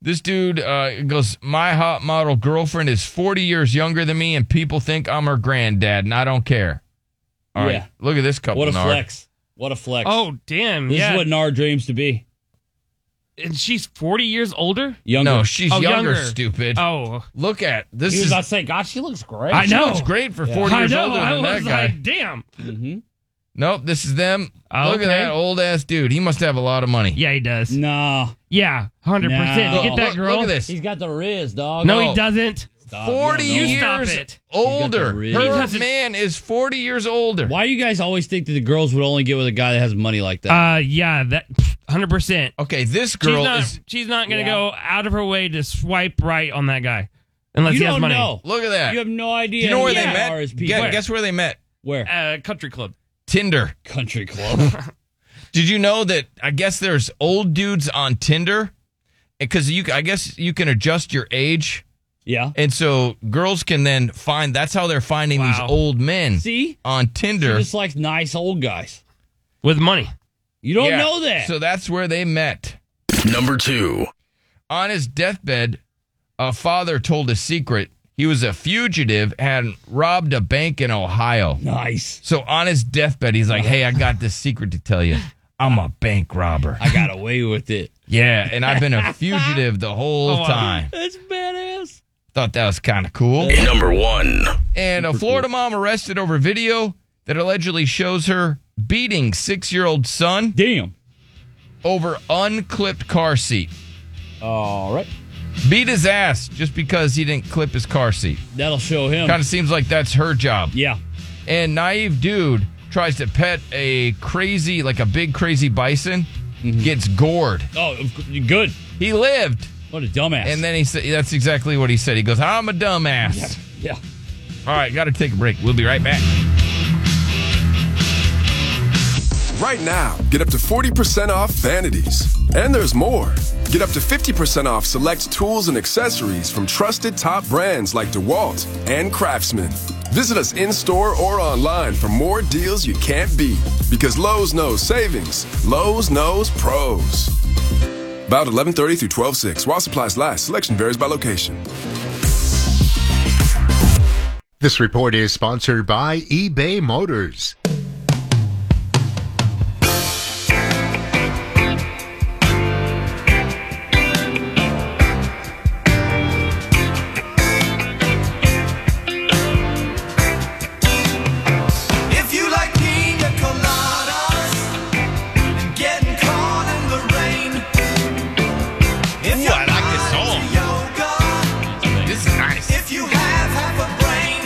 [SPEAKER 9] this dude uh, goes, My hot model girlfriend is 40 years younger than me, and people think I'm her granddad, and I don't care. All right.
[SPEAKER 11] Yeah.
[SPEAKER 9] Look at this couple.
[SPEAKER 11] What a
[SPEAKER 9] Nard.
[SPEAKER 11] flex! What a flex!
[SPEAKER 10] Oh, damn.
[SPEAKER 11] this
[SPEAKER 10] yeah.
[SPEAKER 11] is what Nard dreams to be.
[SPEAKER 10] and she's 40 years older?
[SPEAKER 11] Younger.
[SPEAKER 9] No, she's
[SPEAKER 10] Oh,
[SPEAKER 9] younger,
[SPEAKER 10] younger.
[SPEAKER 9] stupid.
[SPEAKER 10] Oh.
[SPEAKER 9] Look at this.
[SPEAKER 11] he was
[SPEAKER 9] is,
[SPEAKER 11] about to say, God, she looks great.
[SPEAKER 10] I know.
[SPEAKER 9] It's great for
[SPEAKER 11] Yeah.
[SPEAKER 9] 40
[SPEAKER 10] I
[SPEAKER 9] years
[SPEAKER 10] know.
[SPEAKER 9] older
[SPEAKER 10] I
[SPEAKER 9] than
[SPEAKER 10] was
[SPEAKER 9] that guy.
[SPEAKER 10] like, damn.
[SPEAKER 9] Mm-hmm.
[SPEAKER 11] Mhm.
[SPEAKER 9] nope, this is them.
[SPEAKER 10] Oh,
[SPEAKER 9] Look
[SPEAKER 10] okay.
[SPEAKER 9] at that old ass dude. He must have a lot of money.
[SPEAKER 10] Yeah, he does.
[SPEAKER 11] Nah,
[SPEAKER 10] Yeah, 100%.
[SPEAKER 11] No.
[SPEAKER 10] You get that
[SPEAKER 9] Look-
[SPEAKER 10] girl?
[SPEAKER 9] Look at this.
[SPEAKER 11] he's got the riz, dog.
[SPEAKER 10] No,
[SPEAKER 9] No.
[SPEAKER 10] he doesn't.
[SPEAKER 11] Stop.
[SPEAKER 9] Forty
[SPEAKER 11] You don't know.
[SPEAKER 10] Stop
[SPEAKER 9] years
[SPEAKER 10] it.
[SPEAKER 9] older.
[SPEAKER 11] You got the
[SPEAKER 9] Her
[SPEAKER 10] real- He
[SPEAKER 9] man is forty years older.
[SPEAKER 11] Why do you guys always think that the girls would only get with a guy that has money like that?
[SPEAKER 10] Uh, yeah, that 100%.
[SPEAKER 9] Okay, this
[SPEAKER 10] She's
[SPEAKER 9] girl
[SPEAKER 10] not,
[SPEAKER 9] is.
[SPEAKER 10] she's not going to
[SPEAKER 11] Yeah.
[SPEAKER 10] go out of her way to swipe right on that guy unless
[SPEAKER 11] you
[SPEAKER 10] he has
[SPEAKER 11] don't
[SPEAKER 10] money.
[SPEAKER 11] know.
[SPEAKER 9] Look at that.
[SPEAKER 11] You have no idea.
[SPEAKER 9] Do you know where
[SPEAKER 11] who
[SPEAKER 9] they met?
[SPEAKER 11] are as people.
[SPEAKER 9] Guess-
[SPEAKER 11] where?
[SPEAKER 9] guess where they met?
[SPEAKER 11] Where?
[SPEAKER 10] Uh, country club.
[SPEAKER 9] Tinder.
[SPEAKER 11] Country club.
[SPEAKER 9] Did you know that? I guess there's old dudes on Tinder because you. I guess you can adjust your age,
[SPEAKER 11] yeah.
[SPEAKER 9] and so girls can then find. That's how they're finding these
[SPEAKER 10] Wow.
[SPEAKER 9] old men
[SPEAKER 11] See,
[SPEAKER 9] on Tinder.
[SPEAKER 11] just like nice old guys.
[SPEAKER 10] With money.
[SPEAKER 11] You don't
[SPEAKER 9] Yeah.
[SPEAKER 11] know that.
[SPEAKER 9] So that's where they met.
[SPEAKER 2] Number two.
[SPEAKER 9] On his deathbed, a father told a secret. He was a fugitive and robbed a bank in Ohio.
[SPEAKER 11] nice.
[SPEAKER 9] So on his deathbed, he's like, "Hey, I got this secret to tell you. I'm a bank robber.
[SPEAKER 11] I got away with it.
[SPEAKER 9] Yeah, and I've been a fugitive the whole
[SPEAKER 10] Oh, wow.
[SPEAKER 9] time.
[SPEAKER 11] That's badass.
[SPEAKER 9] Thought that was kind of cool."
[SPEAKER 2] Number one.
[SPEAKER 9] And a Florida mom arrested over video that allegedly shows her beating six-year-old son
[SPEAKER 11] Damn.
[SPEAKER 9] over unclipped car seat.
[SPEAKER 11] All right.
[SPEAKER 9] Beat his ass just because he didn't clip his car seat.
[SPEAKER 11] That'll show him.
[SPEAKER 9] Kind of seems like that's her job.
[SPEAKER 11] yeah.
[SPEAKER 9] and naive dude tries to pet a crazy, like a big crazy bison, gets gored.
[SPEAKER 11] Mm-hmm. Oh, of cou- good.
[SPEAKER 9] He lived,
[SPEAKER 11] What a dumbass.
[SPEAKER 9] and then he said, "That's exactly what he said." He goes, "I'm a dumbass."
[SPEAKER 11] yeah.
[SPEAKER 9] All right, got to take a break. We'll be right back.
[SPEAKER 13] Right now, get up to 40% off vanities.
[SPEAKER 14] And there's more. Get up to 50% off select tools and accessories from trusted top brands like DeWalt and Craftsman. Visit us in store or online for more deals you can't beat. Because Lowe's knows savings, Lowe's knows pros. About 11:30 through 12:6 while supplies last. Selection varies by location.
[SPEAKER 15] This report is sponsored by eBay Motors.
[SPEAKER 4] If you like pina coladas and getting caught in the rain, if you
[SPEAKER 9] I like this song.
[SPEAKER 4] yoga,
[SPEAKER 9] This is nice.
[SPEAKER 4] if you have half a brain,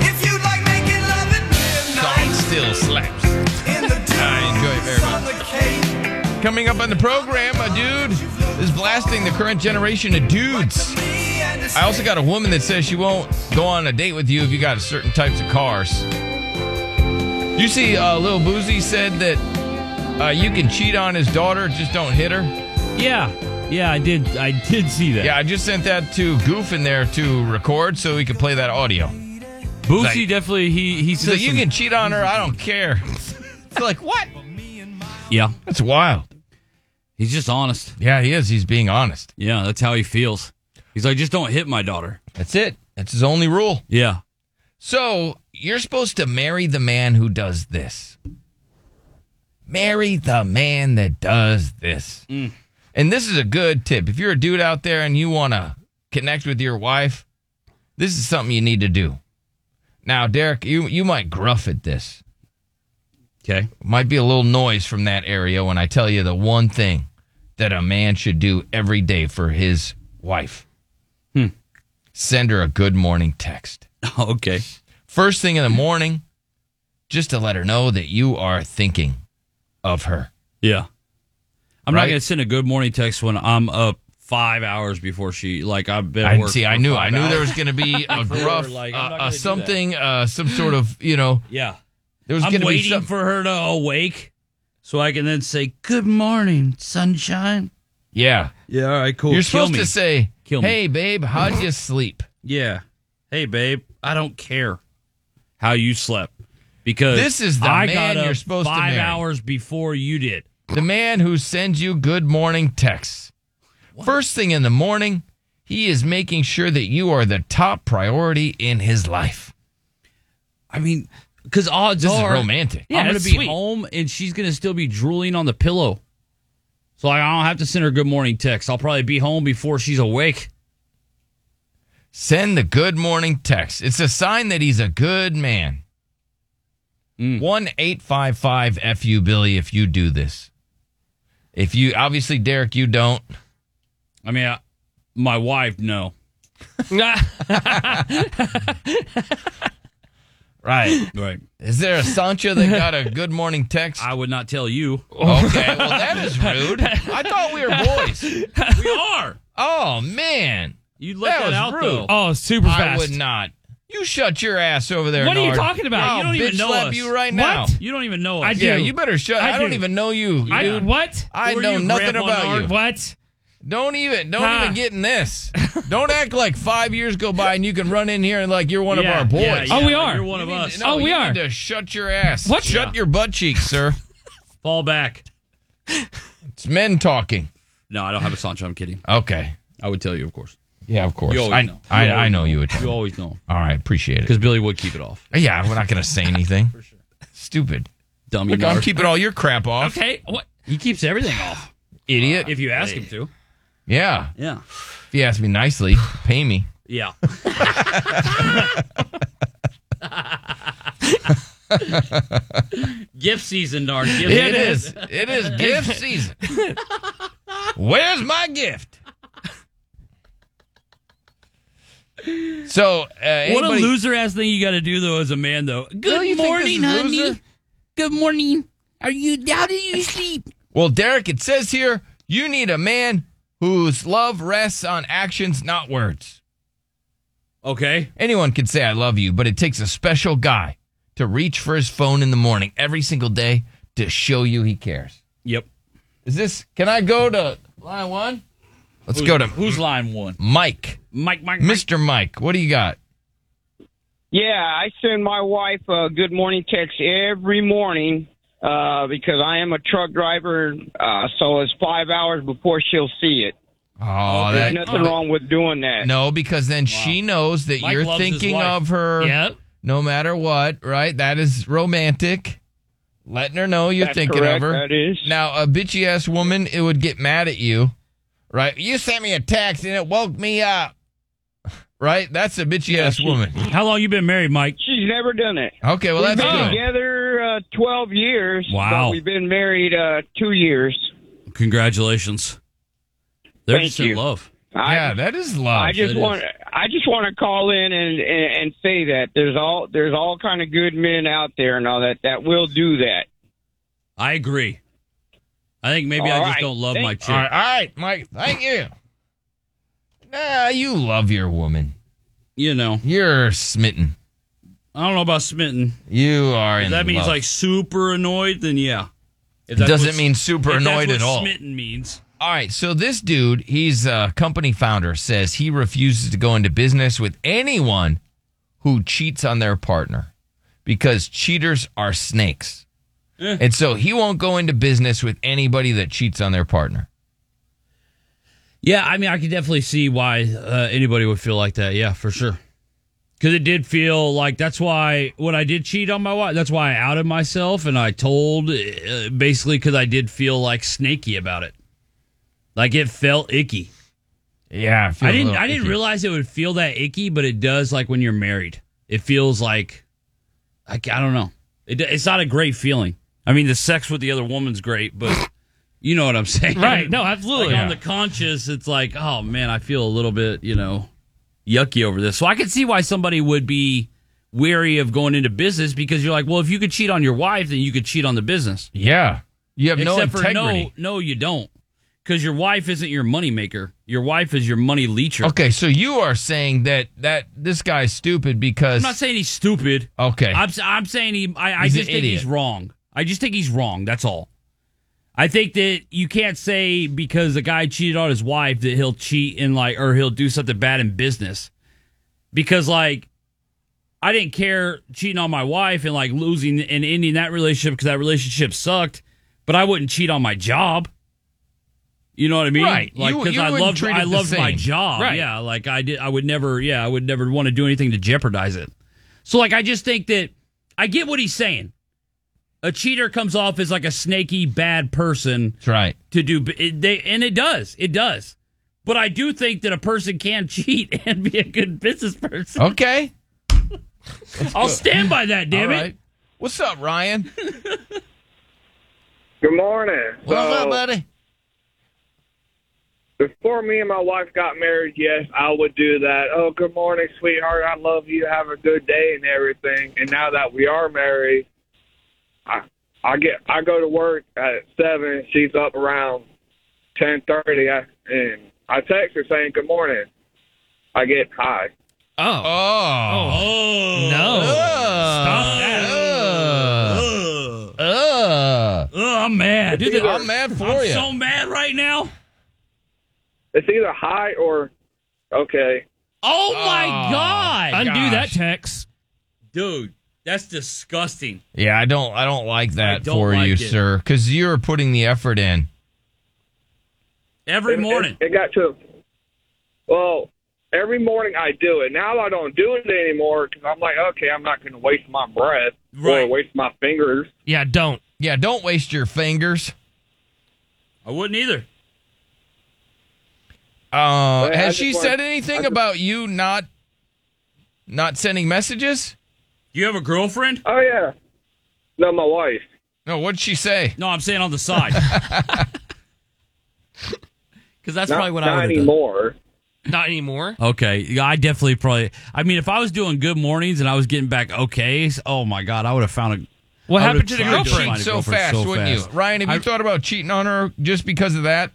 [SPEAKER 4] if you like making love at
[SPEAKER 9] Song still slaps. I enjoy it very much. Coming up on the program, a dude is blasting the current generation of dudes. I also got a woman that says she won't go on a date with you if you got certain types of cars. You see, uh, Lil Boozy said that uh, you can cheat on his daughter, just don't hit her.
[SPEAKER 10] Yeah, yeah, I did. I did see that.
[SPEAKER 9] Yeah, I just sent that to Goof in there to record so he could play that audio.
[SPEAKER 10] Boozy definitely he he
[SPEAKER 9] He's like,
[SPEAKER 10] says
[SPEAKER 9] you
[SPEAKER 10] some-
[SPEAKER 9] can cheat on her, I don't care. it's like what?
[SPEAKER 11] Yeah.
[SPEAKER 9] That's wild.
[SPEAKER 11] He's just honest.
[SPEAKER 9] Yeah, he is. He's being honest.
[SPEAKER 11] Yeah, that's how he feels. He's like, just don't hit my daughter.
[SPEAKER 9] That's it. That's his only rule.
[SPEAKER 11] Yeah.
[SPEAKER 9] So you're supposed to marry the man who does this. Marry the man that does this. And this is a good tip. If you're a dude out there and you want to connect with your wife, this is something you need to do. Now, Derek, you, you might gruff at this.
[SPEAKER 11] Okay.
[SPEAKER 9] Might be a little noise from that area when I tell you the one thing that a man should do every day for his wife
[SPEAKER 11] Hmm.
[SPEAKER 9] send her a good morning text.
[SPEAKER 11] Okay.
[SPEAKER 9] First thing in the morning, just to let her know that you are thinking of her.
[SPEAKER 11] Yeah. I'm
[SPEAKER 9] Right?
[SPEAKER 11] not gonna send a good morning text when I'm up five hours before she like I've been. at
[SPEAKER 9] I
[SPEAKER 11] work
[SPEAKER 9] see.
[SPEAKER 11] for
[SPEAKER 9] I knew. I
[SPEAKER 11] five
[SPEAKER 9] knew there
[SPEAKER 11] hours.
[SPEAKER 9] was going to be a
[SPEAKER 11] For,
[SPEAKER 9] gruff,
[SPEAKER 11] like,
[SPEAKER 9] uh,
[SPEAKER 11] I'm not
[SPEAKER 9] uh,
[SPEAKER 11] gonna do that.
[SPEAKER 9] something, uh, some sort of, you know.
[SPEAKER 11] Yeah.
[SPEAKER 9] There was
[SPEAKER 11] I'm
[SPEAKER 9] going to be
[SPEAKER 11] waiting
[SPEAKER 9] something.
[SPEAKER 11] for her to awake, so I can then say good morning, sunshine.
[SPEAKER 9] yeah.
[SPEAKER 11] Yeah. All right. Cool.
[SPEAKER 9] You're
[SPEAKER 11] Kill
[SPEAKER 9] supposed
[SPEAKER 11] me.
[SPEAKER 9] to say,
[SPEAKER 11] Kill me.
[SPEAKER 9] "Hey, babe, how'd you sleep?"
[SPEAKER 11] Yeah. Hey, babe, I don't care how you slept because
[SPEAKER 9] This is the
[SPEAKER 11] I
[SPEAKER 9] man
[SPEAKER 11] got up
[SPEAKER 9] you're supposed to
[SPEAKER 11] five
[SPEAKER 9] marry.
[SPEAKER 11] hours before you did.
[SPEAKER 9] The man who sends you good morning texts. First thing in the morning, he is making sure that you are the top priority in his life.
[SPEAKER 11] I mean, because odds
[SPEAKER 9] This is
[SPEAKER 11] are
[SPEAKER 9] romantic.
[SPEAKER 11] I'm
[SPEAKER 9] Yeah,
[SPEAKER 11] going
[SPEAKER 9] that's
[SPEAKER 11] to be
[SPEAKER 9] sweet.
[SPEAKER 11] home and she's going to still be drooling on the pillow. So like, I don't have to send her good morning text. I'll probably be home before she's awake.
[SPEAKER 9] Send the good morning text. It's a sign that he's a good man.
[SPEAKER 11] Hmm.
[SPEAKER 9] One eight five five fu Billy. If you do this, if you obviously Derek, you don't.
[SPEAKER 11] I mean, I, my wife, no.
[SPEAKER 9] Right.
[SPEAKER 11] Right.
[SPEAKER 9] Is there a Sancha that got a good morning text?
[SPEAKER 11] I would not tell you.
[SPEAKER 9] Okay. Well, that is rude. I thought we were boys.
[SPEAKER 11] we are.
[SPEAKER 9] Oh man,
[SPEAKER 11] You let that,
[SPEAKER 9] was
[SPEAKER 11] out,
[SPEAKER 9] rude.
[SPEAKER 11] though.
[SPEAKER 10] Oh, super
[SPEAKER 9] I
[SPEAKER 10] fast.
[SPEAKER 9] would not. You shut your ass over there.
[SPEAKER 10] What are you
[SPEAKER 9] Nard.
[SPEAKER 10] talking about?
[SPEAKER 9] I'll
[SPEAKER 10] You don't even
[SPEAKER 9] bitch
[SPEAKER 10] know
[SPEAKER 9] slap
[SPEAKER 10] us.
[SPEAKER 9] you right
[SPEAKER 10] What?
[SPEAKER 9] now.
[SPEAKER 11] You don't even know.
[SPEAKER 10] I
[SPEAKER 11] us.
[SPEAKER 10] do.
[SPEAKER 9] Yeah, you better shut.
[SPEAKER 10] I
[SPEAKER 9] I, don't
[SPEAKER 10] do.
[SPEAKER 9] even know you.
[SPEAKER 10] I,
[SPEAKER 9] dude.
[SPEAKER 10] what?
[SPEAKER 9] I
[SPEAKER 11] Who are
[SPEAKER 9] know
[SPEAKER 11] you,
[SPEAKER 9] nothing
[SPEAKER 11] Grandpa
[SPEAKER 9] about
[SPEAKER 11] Nard?
[SPEAKER 9] you.
[SPEAKER 10] What?
[SPEAKER 9] Don't even don't
[SPEAKER 10] Huh.
[SPEAKER 9] even get in this. Don't act like five years go by and you can run in here and like you're one
[SPEAKER 11] Yeah,
[SPEAKER 9] of our boys.
[SPEAKER 11] yeah, yeah,
[SPEAKER 10] Oh, we
[SPEAKER 11] like,
[SPEAKER 10] are.
[SPEAKER 11] You're one of us.
[SPEAKER 9] No,
[SPEAKER 10] Oh, we
[SPEAKER 9] you
[SPEAKER 10] are.
[SPEAKER 9] Need to shut your ass.
[SPEAKER 10] What?
[SPEAKER 9] Shut
[SPEAKER 10] Yeah.
[SPEAKER 9] your butt cheeks, sir.
[SPEAKER 11] Fall back.
[SPEAKER 9] it's men talking.
[SPEAKER 11] No, I don't have a Sancho. I'm kidding.
[SPEAKER 9] Okay.
[SPEAKER 11] I would tell you, of course.
[SPEAKER 9] Yeah, of course.
[SPEAKER 11] You always
[SPEAKER 9] I
[SPEAKER 11] know.
[SPEAKER 9] I,
[SPEAKER 11] You
[SPEAKER 9] I
[SPEAKER 11] always
[SPEAKER 9] know you would.
[SPEAKER 11] You always know
[SPEAKER 9] All right, appreciate it.
[SPEAKER 11] because Billy would keep it off.
[SPEAKER 9] Yeah, we're not gonna say anything. Stupid.
[SPEAKER 11] Dummy.
[SPEAKER 9] Look, I'm
[SPEAKER 11] Nard.
[SPEAKER 9] keeping all your crap off,
[SPEAKER 10] Okay. What?
[SPEAKER 11] he keeps everything off
[SPEAKER 9] idiot.
[SPEAKER 11] if you ask him to.
[SPEAKER 9] yeah,
[SPEAKER 11] Yeah.
[SPEAKER 9] if you ask me nicely, pay me.
[SPEAKER 11] Yeah. Gift season, Nard. Gift
[SPEAKER 9] it is. It is gift season. Where's my gift? So, uh,
[SPEAKER 11] What a
[SPEAKER 9] anybody,
[SPEAKER 11] loser ass thing you got to do though, as a man though.
[SPEAKER 9] Don't you
[SPEAKER 11] Good
[SPEAKER 9] think this
[SPEAKER 11] morning,
[SPEAKER 9] is
[SPEAKER 11] honey.
[SPEAKER 9] loser?
[SPEAKER 11] Good morning. Are you? How did you sleep?
[SPEAKER 9] Well, Derek, it says here you need a man whose love rests on actions, not words.
[SPEAKER 11] Okay.
[SPEAKER 9] Anyone can say I love you, but it takes a special guy to reach for his phone in the morning every single day to show you he cares.
[SPEAKER 11] Yep.
[SPEAKER 9] Is this? Can I go to line one? Let's
[SPEAKER 11] Who's-
[SPEAKER 9] go to
[SPEAKER 11] who's line one?
[SPEAKER 9] Mike.
[SPEAKER 11] Mike. Mike.
[SPEAKER 9] Mr. Mike. What do you got?
[SPEAKER 16] Yeah, I send my wife a good morning text every morning uh, because I am a truck driver, uh, so it's five hours before she'll see it.
[SPEAKER 9] Oh,
[SPEAKER 16] There's
[SPEAKER 9] that-
[SPEAKER 16] nothing wrong with doing that.
[SPEAKER 9] No, because then she knows that
[SPEAKER 16] Mike
[SPEAKER 9] you're
[SPEAKER 16] loves his
[SPEAKER 9] thinking
[SPEAKER 16] wife.
[SPEAKER 9] of her
[SPEAKER 16] Yep.
[SPEAKER 9] no matter what, right? That is romantic. Letting her know you're
[SPEAKER 16] That's
[SPEAKER 9] thinking
[SPEAKER 16] correct,
[SPEAKER 9] of her.
[SPEAKER 16] that is.
[SPEAKER 9] Now, a bitchy ass woman, it would get mad at you, right? You sent me a text and it woke me up, right? That's a bitchy ass woman.
[SPEAKER 11] How long you been married, Mike?
[SPEAKER 16] She's never done it.
[SPEAKER 9] Okay, well,
[SPEAKER 16] we've
[SPEAKER 9] that's
[SPEAKER 16] been
[SPEAKER 9] good.
[SPEAKER 16] together uh, twelve years.
[SPEAKER 11] Wow.
[SPEAKER 16] but we've been married uh, two years.
[SPEAKER 11] Congratulations. They're
[SPEAKER 16] Thank
[SPEAKER 11] just in
[SPEAKER 16] you.
[SPEAKER 11] love.
[SPEAKER 9] yeah, that is love.
[SPEAKER 16] I just
[SPEAKER 11] That
[SPEAKER 16] want
[SPEAKER 11] is.
[SPEAKER 16] I just want to call in and, and and say that there's all there's all kind of good men out there and all that that will do that.
[SPEAKER 11] I agree. I think maybe I
[SPEAKER 9] All
[SPEAKER 11] just
[SPEAKER 9] right.
[SPEAKER 11] don't love
[SPEAKER 9] Thank-
[SPEAKER 11] my chick.
[SPEAKER 9] All right, all right, Mike. Thank you. Nah, you love your woman.
[SPEAKER 11] You know,
[SPEAKER 9] you're smitten.
[SPEAKER 11] I don't know about smitten.
[SPEAKER 9] You are
[SPEAKER 11] If
[SPEAKER 9] in
[SPEAKER 11] that means
[SPEAKER 9] love.
[SPEAKER 11] like super annoyed, then yeah. If
[SPEAKER 9] It
[SPEAKER 11] that's
[SPEAKER 9] doesn't
[SPEAKER 11] what-
[SPEAKER 9] mean super
[SPEAKER 11] if that's
[SPEAKER 9] annoyed
[SPEAKER 11] what
[SPEAKER 9] at all.
[SPEAKER 11] Smitten means.
[SPEAKER 9] All right, so this dude, he's a company founder, says he refuses to go into business with anyone who cheats on their partner because cheaters are snakes.
[SPEAKER 11] Eh.
[SPEAKER 9] And so he won't go into business with anybody that cheats on their partner.
[SPEAKER 11] Yeah, I mean, I could definitely see why uh, anybody would feel like that. Yeah, for sure. Because it did feel like that's why when I did cheat on my wife, that's why I outed myself and I told uh, basically because I did feel like snaky about it. Like it felt icky.
[SPEAKER 9] Yeah,
[SPEAKER 11] I didn't. I didn't realize it would feel that icky, but it does. Like when you're married, it feels like, like I don't know. It, it's not a great feeling. I mean, the sex with the other woman's great, but you know what I'm saying,
[SPEAKER 10] Right. No, absolutely.
[SPEAKER 11] Like, On the conscious, it's like, oh man, I feel a little bit, you know, yucky over this. So I could see why somebody would be wary of going into business because you're like, well, if you could cheat on your wife, then you could cheat on the business.
[SPEAKER 9] Yeah. You have no
[SPEAKER 11] Except
[SPEAKER 9] integrity.
[SPEAKER 11] For no, no, you don't. Because your wife isn't your moneymaker. Your wife is your money leecher.
[SPEAKER 9] Okay, so you are saying that that this guy's stupid because
[SPEAKER 11] I'm not saying he's stupid.
[SPEAKER 9] Okay.
[SPEAKER 11] I'm, s- I'm saying he. I, I
[SPEAKER 9] He's
[SPEAKER 11] just
[SPEAKER 9] an
[SPEAKER 11] think
[SPEAKER 9] idiot.
[SPEAKER 11] he's wrong. I just think he's wrong. That's all. I think that you can't say because the guy cheated on his wife that he'll cheat and like or he'll do something bad in business. Because like I didn't care cheating on my wife and like losing and ending that relationship because that relationship sucked, but I wouldn't cheat on my job. You know what I mean?
[SPEAKER 9] Right.
[SPEAKER 11] Like
[SPEAKER 9] You-
[SPEAKER 11] because
[SPEAKER 9] you
[SPEAKER 11] I
[SPEAKER 9] wouldn't
[SPEAKER 11] loved
[SPEAKER 9] treat it
[SPEAKER 11] I
[SPEAKER 9] the
[SPEAKER 11] loved my
[SPEAKER 9] same.
[SPEAKER 11] job.
[SPEAKER 9] Right.
[SPEAKER 11] Yeah. Like I did. I would never. Yeah. I would never want to do anything to jeopardize it. So like I just think that I get what he's saying. A cheater comes off as like a snaky bad person. That's
[SPEAKER 9] right.
[SPEAKER 11] To do it, they and it does it does, but I do think that a person can cheat and be a good business person.
[SPEAKER 9] Okay.
[SPEAKER 11] I'll stand by that. Uh, Damn
[SPEAKER 9] All
[SPEAKER 11] it.
[SPEAKER 9] right. What's up, Ryan?
[SPEAKER 17] Good morning.
[SPEAKER 9] What's
[SPEAKER 17] So,
[SPEAKER 9] up, buddy?
[SPEAKER 17] Before me and my wife got married, yes, I would do that. Oh, good morning, sweetheart. I love you. Have a good day and everything. And now that we are married, I I get I go to work at seven. She's up around ten thirty. I and I text her saying good morning. I get hi.
[SPEAKER 10] Oh. Oh.
[SPEAKER 11] Oh.
[SPEAKER 10] No.
[SPEAKER 9] Stop
[SPEAKER 10] that.
[SPEAKER 11] Oh.
[SPEAKER 9] Ugh. Ugh.
[SPEAKER 11] I'm mad.
[SPEAKER 17] Dude, that- I'm mad for
[SPEAKER 11] I'm
[SPEAKER 17] ya.
[SPEAKER 11] so mad right now.
[SPEAKER 17] It's either hi or okay.
[SPEAKER 11] Oh my
[SPEAKER 17] Oh,
[SPEAKER 11] god!
[SPEAKER 17] undo that
[SPEAKER 11] text, dude. That's disgusting.
[SPEAKER 9] Yeah, I don't I don't like that
[SPEAKER 11] don't
[SPEAKER 9] for
[SPEAKER 11] like
[SPEAKER 9] you,
[SPEAKER 11] it.
[SPEAKER 9] sir, cuz you're putting the effort in.
[SPEAKER 11] Every
[SPEAKER 17] It- it-
[SPEAKER 11] morning.
[SPEAKER 17] It, got to. Well, every morning I do it. Now I don't do it anymore because I'm like, okay, I'm not going to waste my breath or
[SPEAKER 9] Right.
[SPEAKER 17] waste my fingers.
[SPEAKER 9] Yeah, don't. Yeah, don't waste your fingers.
[SPEAKER 11] I wouldn't either.
[SPEAKER 9] Uh,
[SPEAKER 11] Hey, I
[SPEAKER 9] has
[SPEAKER 11] just
[SPEAKER 9] she
[SPEAKER 11] wanna-
[SPEAKER 9] said
[SPEAKER 11] I
[SPEAKER 9] anything
[SPEAKER 11] just-
[SPEAKER 9] about you not not sending messages?
[SPEAKER 11] You have a girlfriend?
[SPEAKER 17] Oh yeah. No, my wife.
[SPEAKER 9] No, what'd she say?
[SPEAKER 11] No, I'm saying on the side. Because that's
[SPEAKER 17] Not-
[SPEAKER 11] probably what
[SPEAKER 17] not
[SPEAKER 11] I would have done.
[SPEAKER 17] anymore.
[SPEAKER 10] Not anymore.
[SPEAKER 11] Okay, yeah, I definitely probably. I mean, if I was doing good mornings and I was getting back okays, oh my god, I would have found a.
[SPEAKER 9] What
[SPEAKER 11] I would
[SPEAKER 9] happened to
[SPEAKER 11] have
[SPEAKER 9] the
[SPEAKER 11] tried
[SPEAKER 9] girlfriend?
[SPEAKER 11] find a
[SPEAKER 9] so
[SPEAKER 11] girlfriend
[SPEAKER 9] fast,
[SPEAKER 11] so
[SPEAKER 9] wouldn't
[SPEAKER 11] fast.
[SPEAKER 9] you? Ryan, have you thought about cheating on her just because of that?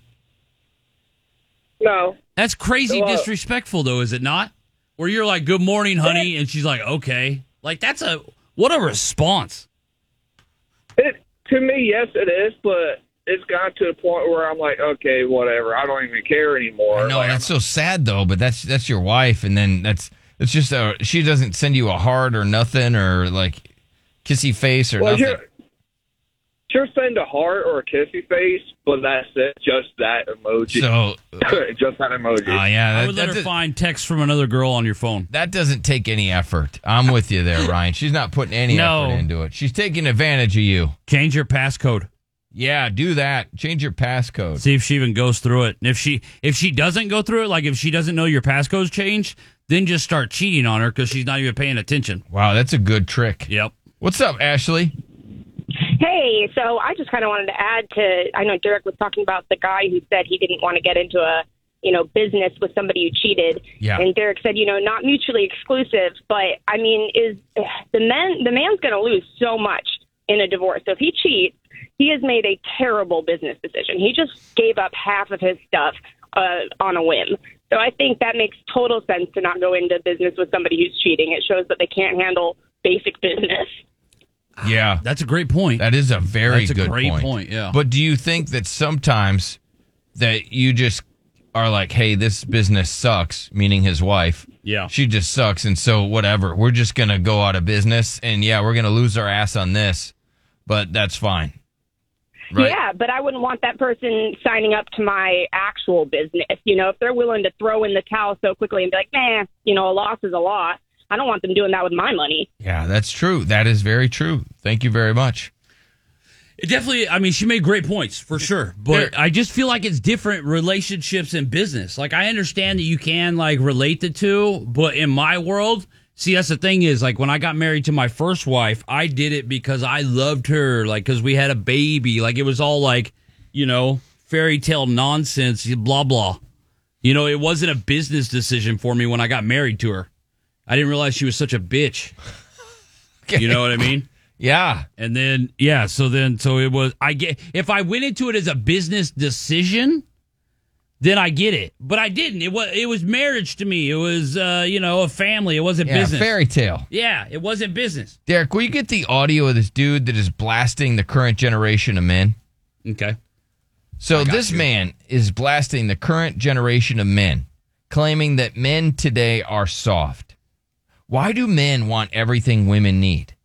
[SPEAKER 17] No.
[SPEAKER 11] That's crazy
[SPEAKER 17] Well, uh,
[SPEAKER 11] disrespectful, though, is it not? Where you're like, "Good morning, honey," and she's like, "Okay." Like that's a what a response.
[SPEAKER 17] It to me, yes, it is, but
[SPEAKER 18] it's gotten to the point where I'm like, okay, whatever. I don't even care anymore.
[SPEAKER 9] I know that's so sad though, but that's that's your wife, and then that's it's just a she doesn't send you a heart or nothing or like kissy face or
[SPEAKER 18] Well,
[SPEAKER 9] nothing.
[SPEAKER 18] here- Sure, send a heart or a kissy face, but that's it. Just that emoji.
[SPEAKER 9] So-
[SPEAKER 18] just that emoji.
[SPEAKER 9] Oh yeah,
[SPEAKER 11] I would let her find text from another girl on your phone.
[SPEAKER 9] That doesn't take any effort. I'm with you there, Ryan. She's not putting any
[SPEAKER 11] No.
[SPEAKER 9] effort into it. She's taking advantage of you.
[SPEAKER 11] Change your passcode.
[SPEAKER 9] Yeah, do that. Change your passcode.
[SPEAKER 11] See if she even goes through it. And if she if she doesn't go through it, like if she doesn't know your passcode's changed, then just start cheating on her because she's not even paying attention.
[SPEAKER 9] Wow, that's a good trick.
[SPEAKER 11] Yep.
[SPEAKER 9] What's up, Ashley?
[SPEAKER 19] Hey, so I just kind of wanted to add to I know Derek was talking about the guy who said he didn't want to get into a you know business with somebody who cheated.
[SPEAKER 20] Yeah.
[SPEAKER 19] And Derek said, you know, not mutually exclusive, but I mean, is the men the man's going to lose so much in a divorce. So if he cheats, he has made a terrible business decision. He just gave up half of his stuff uh, on a whim. So I think that makes total sense to not go into business with somebody who's cheating. It shows that they can't handle basic business.
[SPEAKER 9] Yeah,
[SPEAKER 11] that's a great point.
[SPEAKER 9] That is a very
[SPEAKER 11] That's a
[SPEAKER 9] good
[SPEAKER 11] great
[SPEAKER 9] point.
[SPEAKER 11] point, yeah.
[SPEAKER 9] But do you think that sometimes that you just are like, hey, this business sucks, meaning his wife.
[SPEAKER 11] Yeah.
[SPEAKER 9] She just sucks. And so, whatever, we're just going to go out of business. And yeah, we're going to lose our ass on this, but that's fine. Right?
[SPEAKER 19] Yeah, but I wouldn't want that person signing up to my actual business. You know, if they're willing to throw in the towel so quickly and be like, nah, you know, a loss is a loss. I don't want them doing that with my money.
[SPEAKER 9] Yeah, that's true. That is very true. Thank you very much.
[SPEAKER 11] It definitely. I mean, she made great points for sure, but I just feel like it's different relationships and business. Like I understand that you can like relate the two, but in my world, see that's the thing is like when I got married to my first wife, I did it because I loved her, like because we had a baby, like it was all like you know fairy tale nonsense, blah blah. You know, it wasn't a business decision for me when I got married to her. I didn't realize she was such a bitch. You know what I mean?
[SPEAKER 9] Yeah.
[SPEAKER 11] And then yeah, so then so it was I get if I went into it as a business decision, then I get it. But I didn't. It was it was marriage to me. It was uh, you know, a family. It wasn't
[SPEAKER 9] Yeah,
[SPEAKER 11] business.
[SPEAKER 9] fairy tale.
[SPEAKER 11] Yeah, it wasn't business.
[SPEAKER 9] Derek, will you get the audio of this dude that is blasting the current generation of men?
[SPEAKER 11] Okay.
[SPEAKER 9] So this man is blasting the current generation of men, claiming that men today are soft. Why do men want everything women need?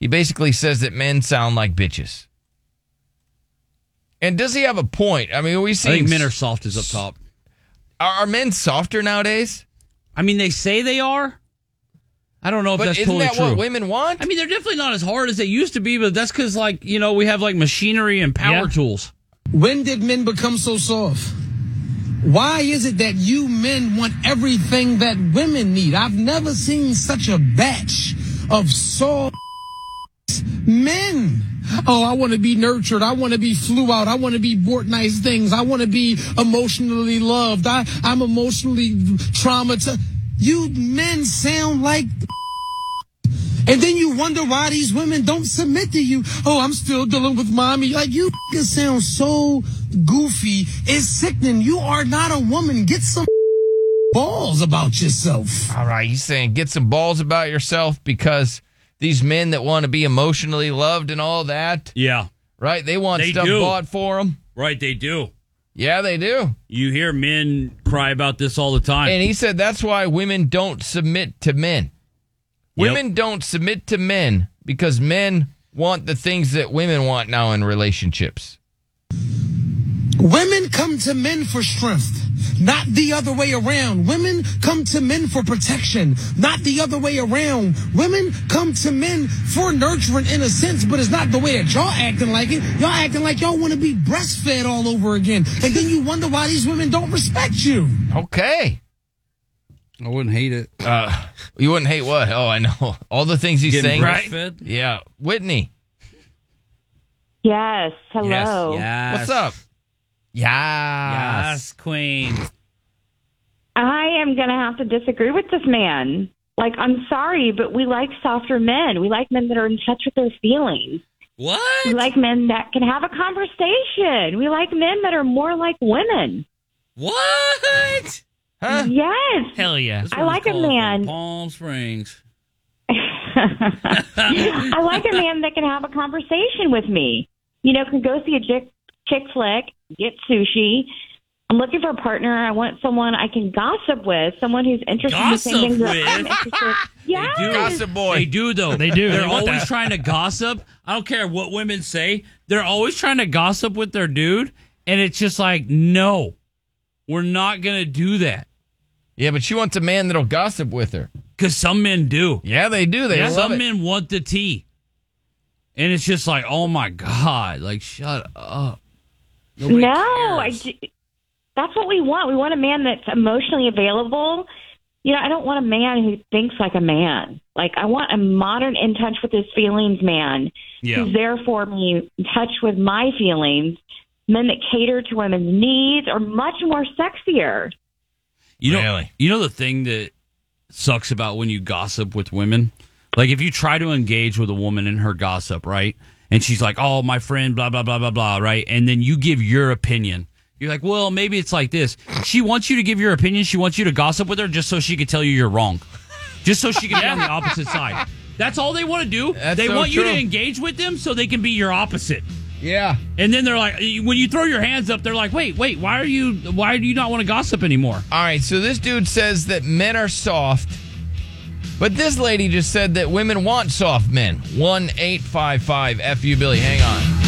[SPEAKER 9] He basically says that men sound like bitches. And does he have a point? I mean, we see
[SPEAKER 11] think men are soft as up top.
[SPEAKER 9] Are, are men softer nowadays?
[SPEAKER 11] I mean, they say they are. I don't know if
[SPEAKER 9] But
[SPEAKER 11] that's
[SPEAKER 9] isn't
[SPEAKER 11] totally
[SPEAKER 9] that
[SPEAKER 11] true.
[SPEAKER 9] what women want?
[SPEAKER 11] I mean, they're definitely not as hard as they used to be, but that's because like you know we have like machinery and power tools.
[SPEAKER 21] When did men become so soft? Why is it that you men want everything that women need? I've never seen such a batch of soft men. Oh, I want to be nurtured. I want to be flew out. I want to be bought nice things. I want to be emotionally loved. I, I'm emotionally traumatized. You men sound like and then you wonder why these women don't submit to you. Oh, I'm still dealing with mommy. Like you sound so goofy. It's sickening. You are not a woman. Get some balls about yourself.
[SPEAKER 9] All right, he's saying get some balls about yourself because these men that want to be emotionally loved and all that,
[SPEAKER 11] Yeah.
[SPEAKER 9] right? They want
[SPEAKER 11] They
[SPEAKER 9] stuff
[SPEAKER 11] do.
[SPEAKER 9] bought for them.
[SPEAKER 11] Right, they do.
[SPEAKER 9] Yeah, they do.
[SPEAKER 11] You hear men cry about this all the time.
[SPEAKER 9] And he said that's why women don't submit to men. Women don't submit to men because men want the things that women want now in relationships.
[SPEAKER 21] Women come to men for strength, not the other way around. Women come to men for protection, not the other way around. Women come to men for nurturing in a sense, but it's not the way that y'all acting like it. Y'all acting like y'all want to be breastfed all over again. And then you wonder why these women don't respect you.
[SPEAKER 9] Okay.
[SPEAKER 11] I wouldn't hate it.
[SPEAKER 9] Uh, you wouldn't hate what? Oh, I know. All the things he's
[SPEAKER 11] Getting
[SPEAKER 9] saying.
[SPEAKER 11] breastfed?
[SPEAKER 9] Yeah. Whitney.
[SPEAKER 22] Yes. Hello.
[SPEAKER 9] What's up? Yeah.
[SPEAKER 11] Yes, queen.
[SPEAKER 22] I am going to have to disagree with this man. Like, I'm sorry, but we like softer men. We like men that are in touch with their feelings.
[SPEAKER 11] What?
[SPEAKER 22] We like men that can have a conversation. We like men that are more like women.
[SPEAKER 11] What?
[SPEAKER 22] Yes.
[SPEAKER 11] Hell yeah.
[SPEAKER 22] I like a man.
[SPEAKER 11] Palm Springs.
[SPEAKER 22] I like a man that can have a conversation with me. You know, can go see a chick chick flick, get sushi. I'm looking for a partner. I want someone I can gossip with, someone who's interested in the
[SPEAKER 11] Gossip
[SPEAKER 22] same things that I'm
[SPEAKER 11] with?
[SPEAKER 22] interested. Yes.
[SPEAKER 11] boy. They do though.
[SPEAKER 10] They do.
[SPEAKER 11] They're
[SPEAKER 10] They want
[SPEAKER 11] always
[SPEAKER 10] that.
[SPEAKER 11] trying to gossip. I don't care what women say. They're always trying to gossip with their dude, and it's just like, no, we're not gonna do that.
[SPEAKER 9] Yeah, but she wants a man that'll gossip with her.
[SPEAKER 11] Because some men do.
[SPEAKER 9] Yeah, they do. They love
[SPEAKER 11] some
[SPEAKER 9] it.
[SPEAKER 11] men want the tea, and it's just like, oh my god, like shut up. Nobody
[SPEAKER 22] no, I ju- that's what we want. We want a man that's emotionally available. You know, I don't want a man who thinks like a man. Like I want a modern in touch with his feelings man
[SPEAKER 3] Yeah.
[SPEAKER 22] who's there for me, in touch with my feelings. Men that cater to women's needs are much more sexier.
[SPEAKER 11] You know, you know the thing that sucks about when you gossip with women? Like if you try to engage with a woman in her gossip, right? And she's like, "Oh, my friend, blah blah blah blah blah," right? And then you give your opinion. You're like, "Well, maybe it's like this." She wants you to give your opinion. She wants you to gossip with her just so she could tell you you're wrong, just so she can be on the opposite side. That's all they want to do. they
[SPEAKER 10] so
[SPEAKER 11] want you
[SPEAKER 10] true.
[SPEAKER 11] to engage with them so they can be your opposite.
[SPEAKER 9] Yeah.
[SPEAKER 11] And then they're like, when you throw your hands up, they're like, "Wait, wait, why are you? Why do you not want to gossip anymore?"
[SPEAKER 9] All right, so this dude says that men are soft, but this lady just said that women want soft men. One eight five five fu Billy. Hang on.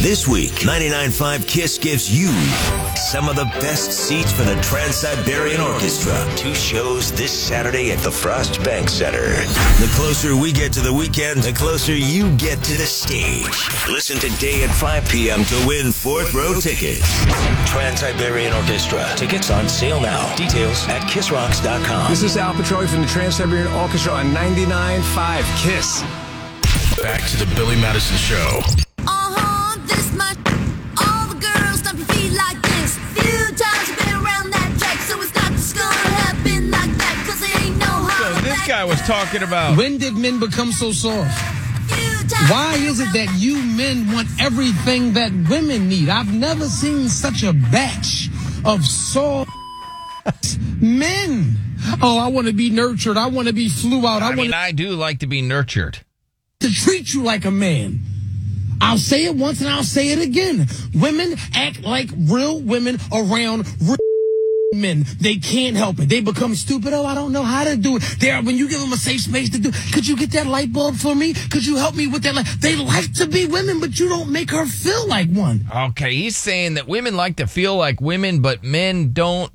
[SPEAKER 1] This week, 99.5 Kiss gives you some of the best seats for the Trans Siberian Orchestra. Two shows this Saturday at the Frost Bank Center. The closer we get to the weekend, the closer you get to the stage. Listen today at 5 p.m. to win fourth row tickets. Trans Siberian Orchestra. Tickets on sale now. Details at kissrocks.com.
[SPEAKER 13] This is Al Petroni from the Trans Siberian Orchestra on 99.5 Kiss.
[SPEAKER 2] Back to the Billy Madison Show.
[SPEAKER 6] Uh-huh, this much. All the girls stomp your feet like this. Few times you've been around that track, so it's not just gonna happen like that, 'cause there ain't no
[SPEAKER 9] So this guy was talking about
[SPEAKER 21] When did men become so soft? Why is it that you men want everything that women need? I've never seen such a batch of soft men. Oh, I want to be nurtured. I want to be flew out. I,
[SPEAKER 9] I
[SPEAKER 21] want
[SPEAKER 9] mean, I do like to be nurtured.
[SPEAKER 21] to treat you like a man. I'll say it once and I'll say it again. Women act like real women around real men. They can't help it. They become stupid. Oh, I don't know how to do it. They are, when you give them a safe space to do, could you get that light bulb for me? Could you help me with that light? They like to be women, but you don't make her feel like one.
[SPEAKER 9] Okay, he's saying that women like to feel like women, but men don't.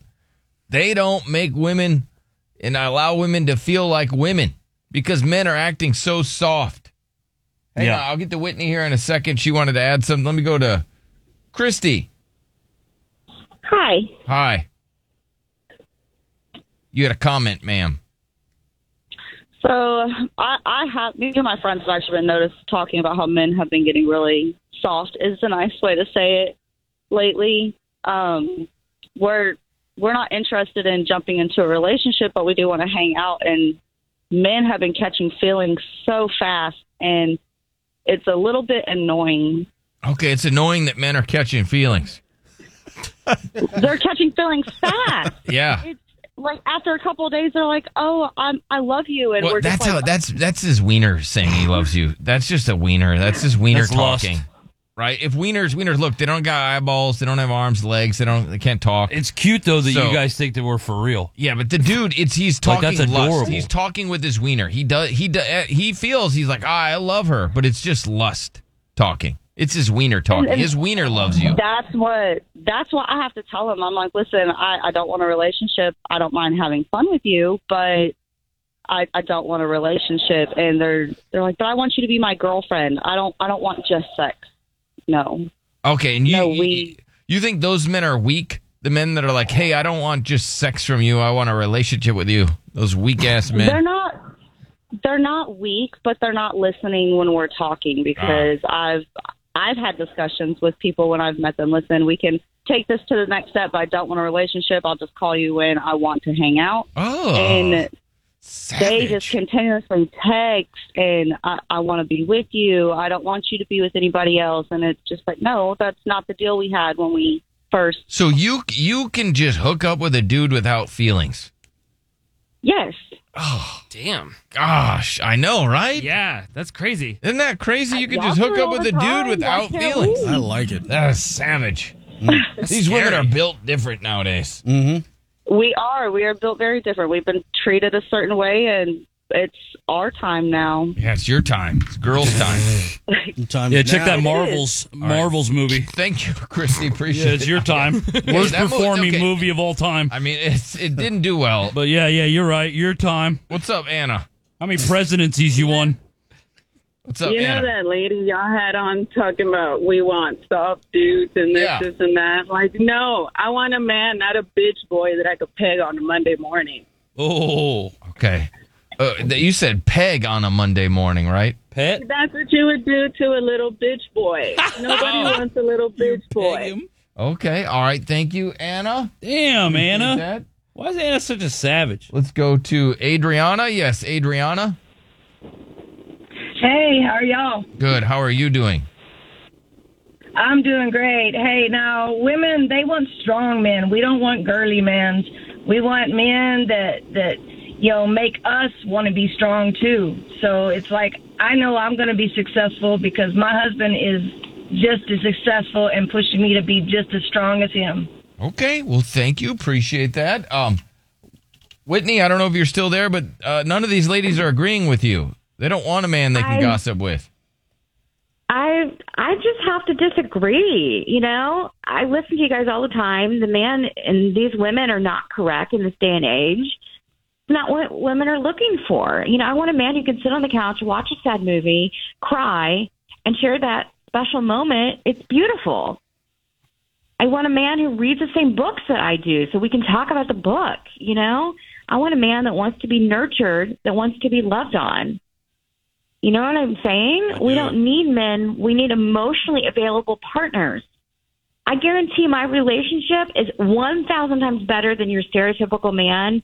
[SPEAKER 9] They don't make women and allow women to feel like women because men are acting so soft. Hang
[SPEAKER 11] Yeah.
[SPEAKER 9] on, I'll get to Whitney here in a second. She wanted to add something. Let me go to Christy.
[SPEAKER 22] Hi.
[SPEAKER 9] Hi. You had a comment, ma'am.
[SPEAKER 20] So I, I have these are my friends have actually been noticed talking about how men have been getting really soft is a nice way to say it lately. Um, we're we're not interested in jumping into a relationship, but we do want to hang out. And men have been catching feelings so fast, and it's a little bit annoying.
[SPEAKER 9] Okay, it's annoying that men are catching feelings.
[SPEAKER 20] They're catching feelings fast.
[SPEAKER 9] Yeah.
[SPEAKER 20] Like after a couple of days, they're like, "Oh, I'm I love you," and
[SPEAKER 9] Well,
[SPEAKER 20] we're just
[SPEAKER 9] that's
[SPEAKER 20] like,
[SPEAKER 9] how that's that's his wiener saying he loves you. That's just a wiener. That's just wiener
[SPEAKER 11] That's lust.
[SPEAKER 9] talking. Right? If wieners wieners look, they don't got eyeballs, they don't have arms, legs, they don't they can't talk.
[SPEAKER 11] It's cute though that
[SPEAKER 9] So-
[SPEAKER 11] you guys think that we're for real.
[SPEAKER 9] Yeah, but the dude, it's he's
[SPEAKER 11] Like,
[SPEAKER 9] talking
[SPEAKER 11] that's
[SPEAKER 9] lust.
[SPEAKER 11] adorable.
[SPEAKER 9] He's talking with his wiener. He does he do, eh, he feels he's like, "Ah, I love her," but it's just lust talking. It's his wiener talking.
[SPEAKER 20] And-
[SPEAKER 9] his wiener loves you.
[SPEAKER 20] That's what that's what I have to tell him. I'm like, listen, I, I don't want a relationship. I don't mind having fun with you, but I, I don't want a relationship. And they're they're like, but I want you to be my girlfriend. I don't I don't want just sex. No.
[SPEAKER 9] Okay, and you, you you think those men are weak? The men that are like, "Hey, I don't want just sex from you. I want a relationship with you." Those weak ass men.
[SPEAKER 20] They're not they're not weak, but they're not listening when we're talking because I've I've had discussions with people when I've met them. Listen, we can take this to the next step. I don't want a relationship. I'll just call you when I want to hang out.
[SPEAKER 9] Oh.
[SPEAKER 20] And they just continuously text and I, I want to be with you. I don't want you to be with anybody else. And it's just like, no, that's not the deal we had when we first.
[SPEAKER 9] So you you can just hook up with a dude without feelings.
[SPEAKER 22] Yes.
[SPEAKER 11] Oh,
[SPEAKER 10] Damn.
[SPEAKER 9] Gosh, I know, right?
[SPEAKER 10] Yeah, that's crazy.
[SPEAKER 9] Isn't that crazy? You could
[SPEAKER 10] Y'all
[SPEAKER 9] just hook
[SPEAKER 10] do it
[SPEAKER 9] up
[SPEAKER 10] all
[SPEAKER 9] with
[SPEAKER 10] the
[SPEAKER 9] a dude
[SPEAKER 10] time.
[SPEAKER 9] without
[SPEAKER 10] Y'all can't
[SPEAKER 9] feelings.
[SPEAKER 10] leave. I
[SPEAKER 9] like it. That's savage. These women are built different nowadays. Mm-hmm.
[SPEAKER 20] We are. We are built very different. We've been treated a certain way, and it's our time now.
[SPEAKER 9] Yeah, it's your time. It's girls' time.
[SPEAKER 11] Yeah, check that Marvels
[SPEAKER 9] All right.
[SPEAKER 11] Marvels movie.
[SPEAKER 9] Thank you, Christy. Appreciate
[SPEAKER 11] yeah, it's
[SPEAKER 9] it.
[SPEAKER 11] your time.
[SPEAKER 9] Yeah,
[SPEAKER 11] Worst
[SPEAKER 9] that mo-
[SPEAKER 11] performing
[SPEAKER 9] okay.
[SPEAKER 11] movie of all time.
[SPEAKER 9] I mean, it's, it didn't do well.
[SPEAKER 11] But yeah, yeah, you're right. Your time.
[SPEAKER 9] What's up, Anna?
[SPEAKER 11] How many presidencies you won?
[SPEAKER 9] What's
[SPEAKER 12] you know that lady y'all had on talking about we want soft dudes and this,
[SPEAKER 9] Yeah.
[SPEAKER 12] this, and that. Like, no, I want a man, not a bitch boy that I could peg on a Monday morning.
[SPEAKER 9] Oh, okay. Uh, th- you said peg on a Monday morning, right? Pet.
[SPEAKER 12] That's what you would do to a little bitch boy. Nobody wants a little bitch boy.
[SPEAKER 9] Okay. All right. Thank you, Anna.
[SPEAKER 11] Damn,
[SPEAKER 9] Appreciate
[SPEAKER 11] Anna.
[SPEAKER 9] that.
[SPEAKER 11] Why is Anna such a savage?
[SPEAKER 9] Let's go to Adriana. Yes, Adriana.
[SPEAKER 23] Hey, how are y'all?
[SPEAKER 9] Good. How are you doing?
[SPEAKER 23] I'm doing great. Hey, now women, they want strong men. We don't want girly men. We want men that that you know make us want to be strong too. So it's like I know I'm going to be successful because my husband is just as successful and pushing me to be just as strong as him.
[SPEAKER 9] Okay. Well, thank you. Appreciate that. Um, Whitney, I don't know if you're still there, but uh, none of these ladies are agreeing with you. They don't want a man they can
[SPEAKER 22] I-
[SPEAKER 9] gossip with.
[SPEAKER 22] I I just have to disagree. You know, I listen to you guys all the time. The man and these women are not correct in this day and age. It's not what women are looking for. You know, I want a man who can sit on the couch, watch a sad movie, cry, and share that special moment. It's beautiful. I want a man who reads the same books that I do so we can talk about the book, you know? I want a man that wants to be nurtured, that wants to be loved on. You know what I'm saying? we don't need men. We need emotionally available partners. I guarantee my relationship is 1,000 times better than your stereotypical man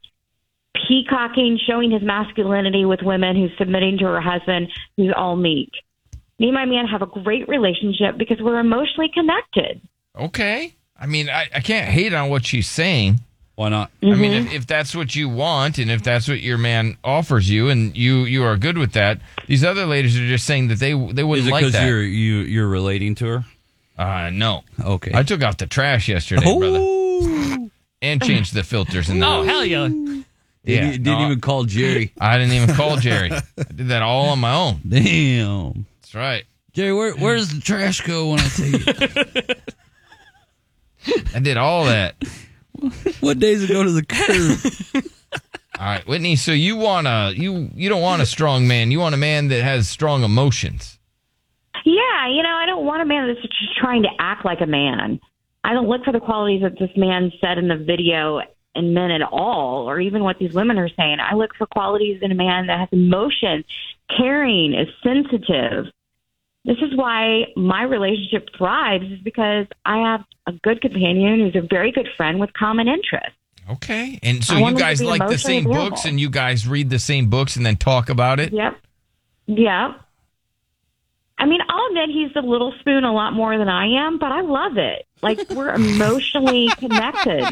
[SPEAKER 22] peacocking, showing his masculinity with women who's submitting to her husband who's all meek. Me and my man have a great relationship because we're emotionally connected.
[SPEAKER 9] Okay. I mean, I, I can't hate on what she's saying.
[SPEAKER 11] Why not?
[SPEAKER 9] I mean,
[SPEAKER 11] Mhm.
[SPEAKER 9] if, if that's what you want, and if that's what your man offers you, and you you are good with that, these other ladies are just saying that they they wouldn't
[SPEAKER 11] Is it
[SPEAKER 9] like
[SPEAKER 11] because
[SPEAKER 9] that.
[SPEAKER 11] you're you you're relating to her?
[SPEAKER 9] Uh no.
[SPEAKER 11] Okay. Oh!
[SPEAKER 9] I took out the trash yesterday, brother, and changed the filters in the
[SPEAKER 10] Oh
[SPEAKER 9] house.
[SPEAKER 10] hell yeah!
[SPEAKER 11] Didn't- didn't even
[SPEAKER 9] call Jerry. I didn't even call Jerry. I did that all on my own.
[SPEAKER 11] Damn.
[SPEAKER 9] That's right.
[SPEAKER 11] Jerry, where where does the trash go when I take it?
[SPEAKER 9] I did all that.
[SPEAKER 11] what days ago to the curb?
[SPEAKER 9] All right, Whitney. So you want a you you don't want a strong man. You want a man that has strong emotions.
[SPEAKER 22] Yeah, you know, I don't want a man that's just trying to act like a man. I don't look for the qualities that this man said in the video and men at all, or even what these women are saying. I look for qualities in a man that has emotion, caring, is sensitive. This is why my relationship thrives, is because I have a good companion who's a very good friend with common interests.
[SPEAKER 9] Okay. And so
[SPEAKER 22] I want
[SPEAKER 9] you
[SPEAKER 22] him to
[SPEAKER 9] guys
[SPEAKER 22] be
[SPEAKER 9] like the
[SPEAKER 22] emotionally
[SPEAKER 9] same
[SPEAKER 22] available.
[SPEAKER 9] books, and you guys read the same books, and then talk about it.
[SPEAKER 22] Yep. Yep. I mean, I'll admit he's the little spoon a lot more than I am, but I love it. Like we're emotionally connected.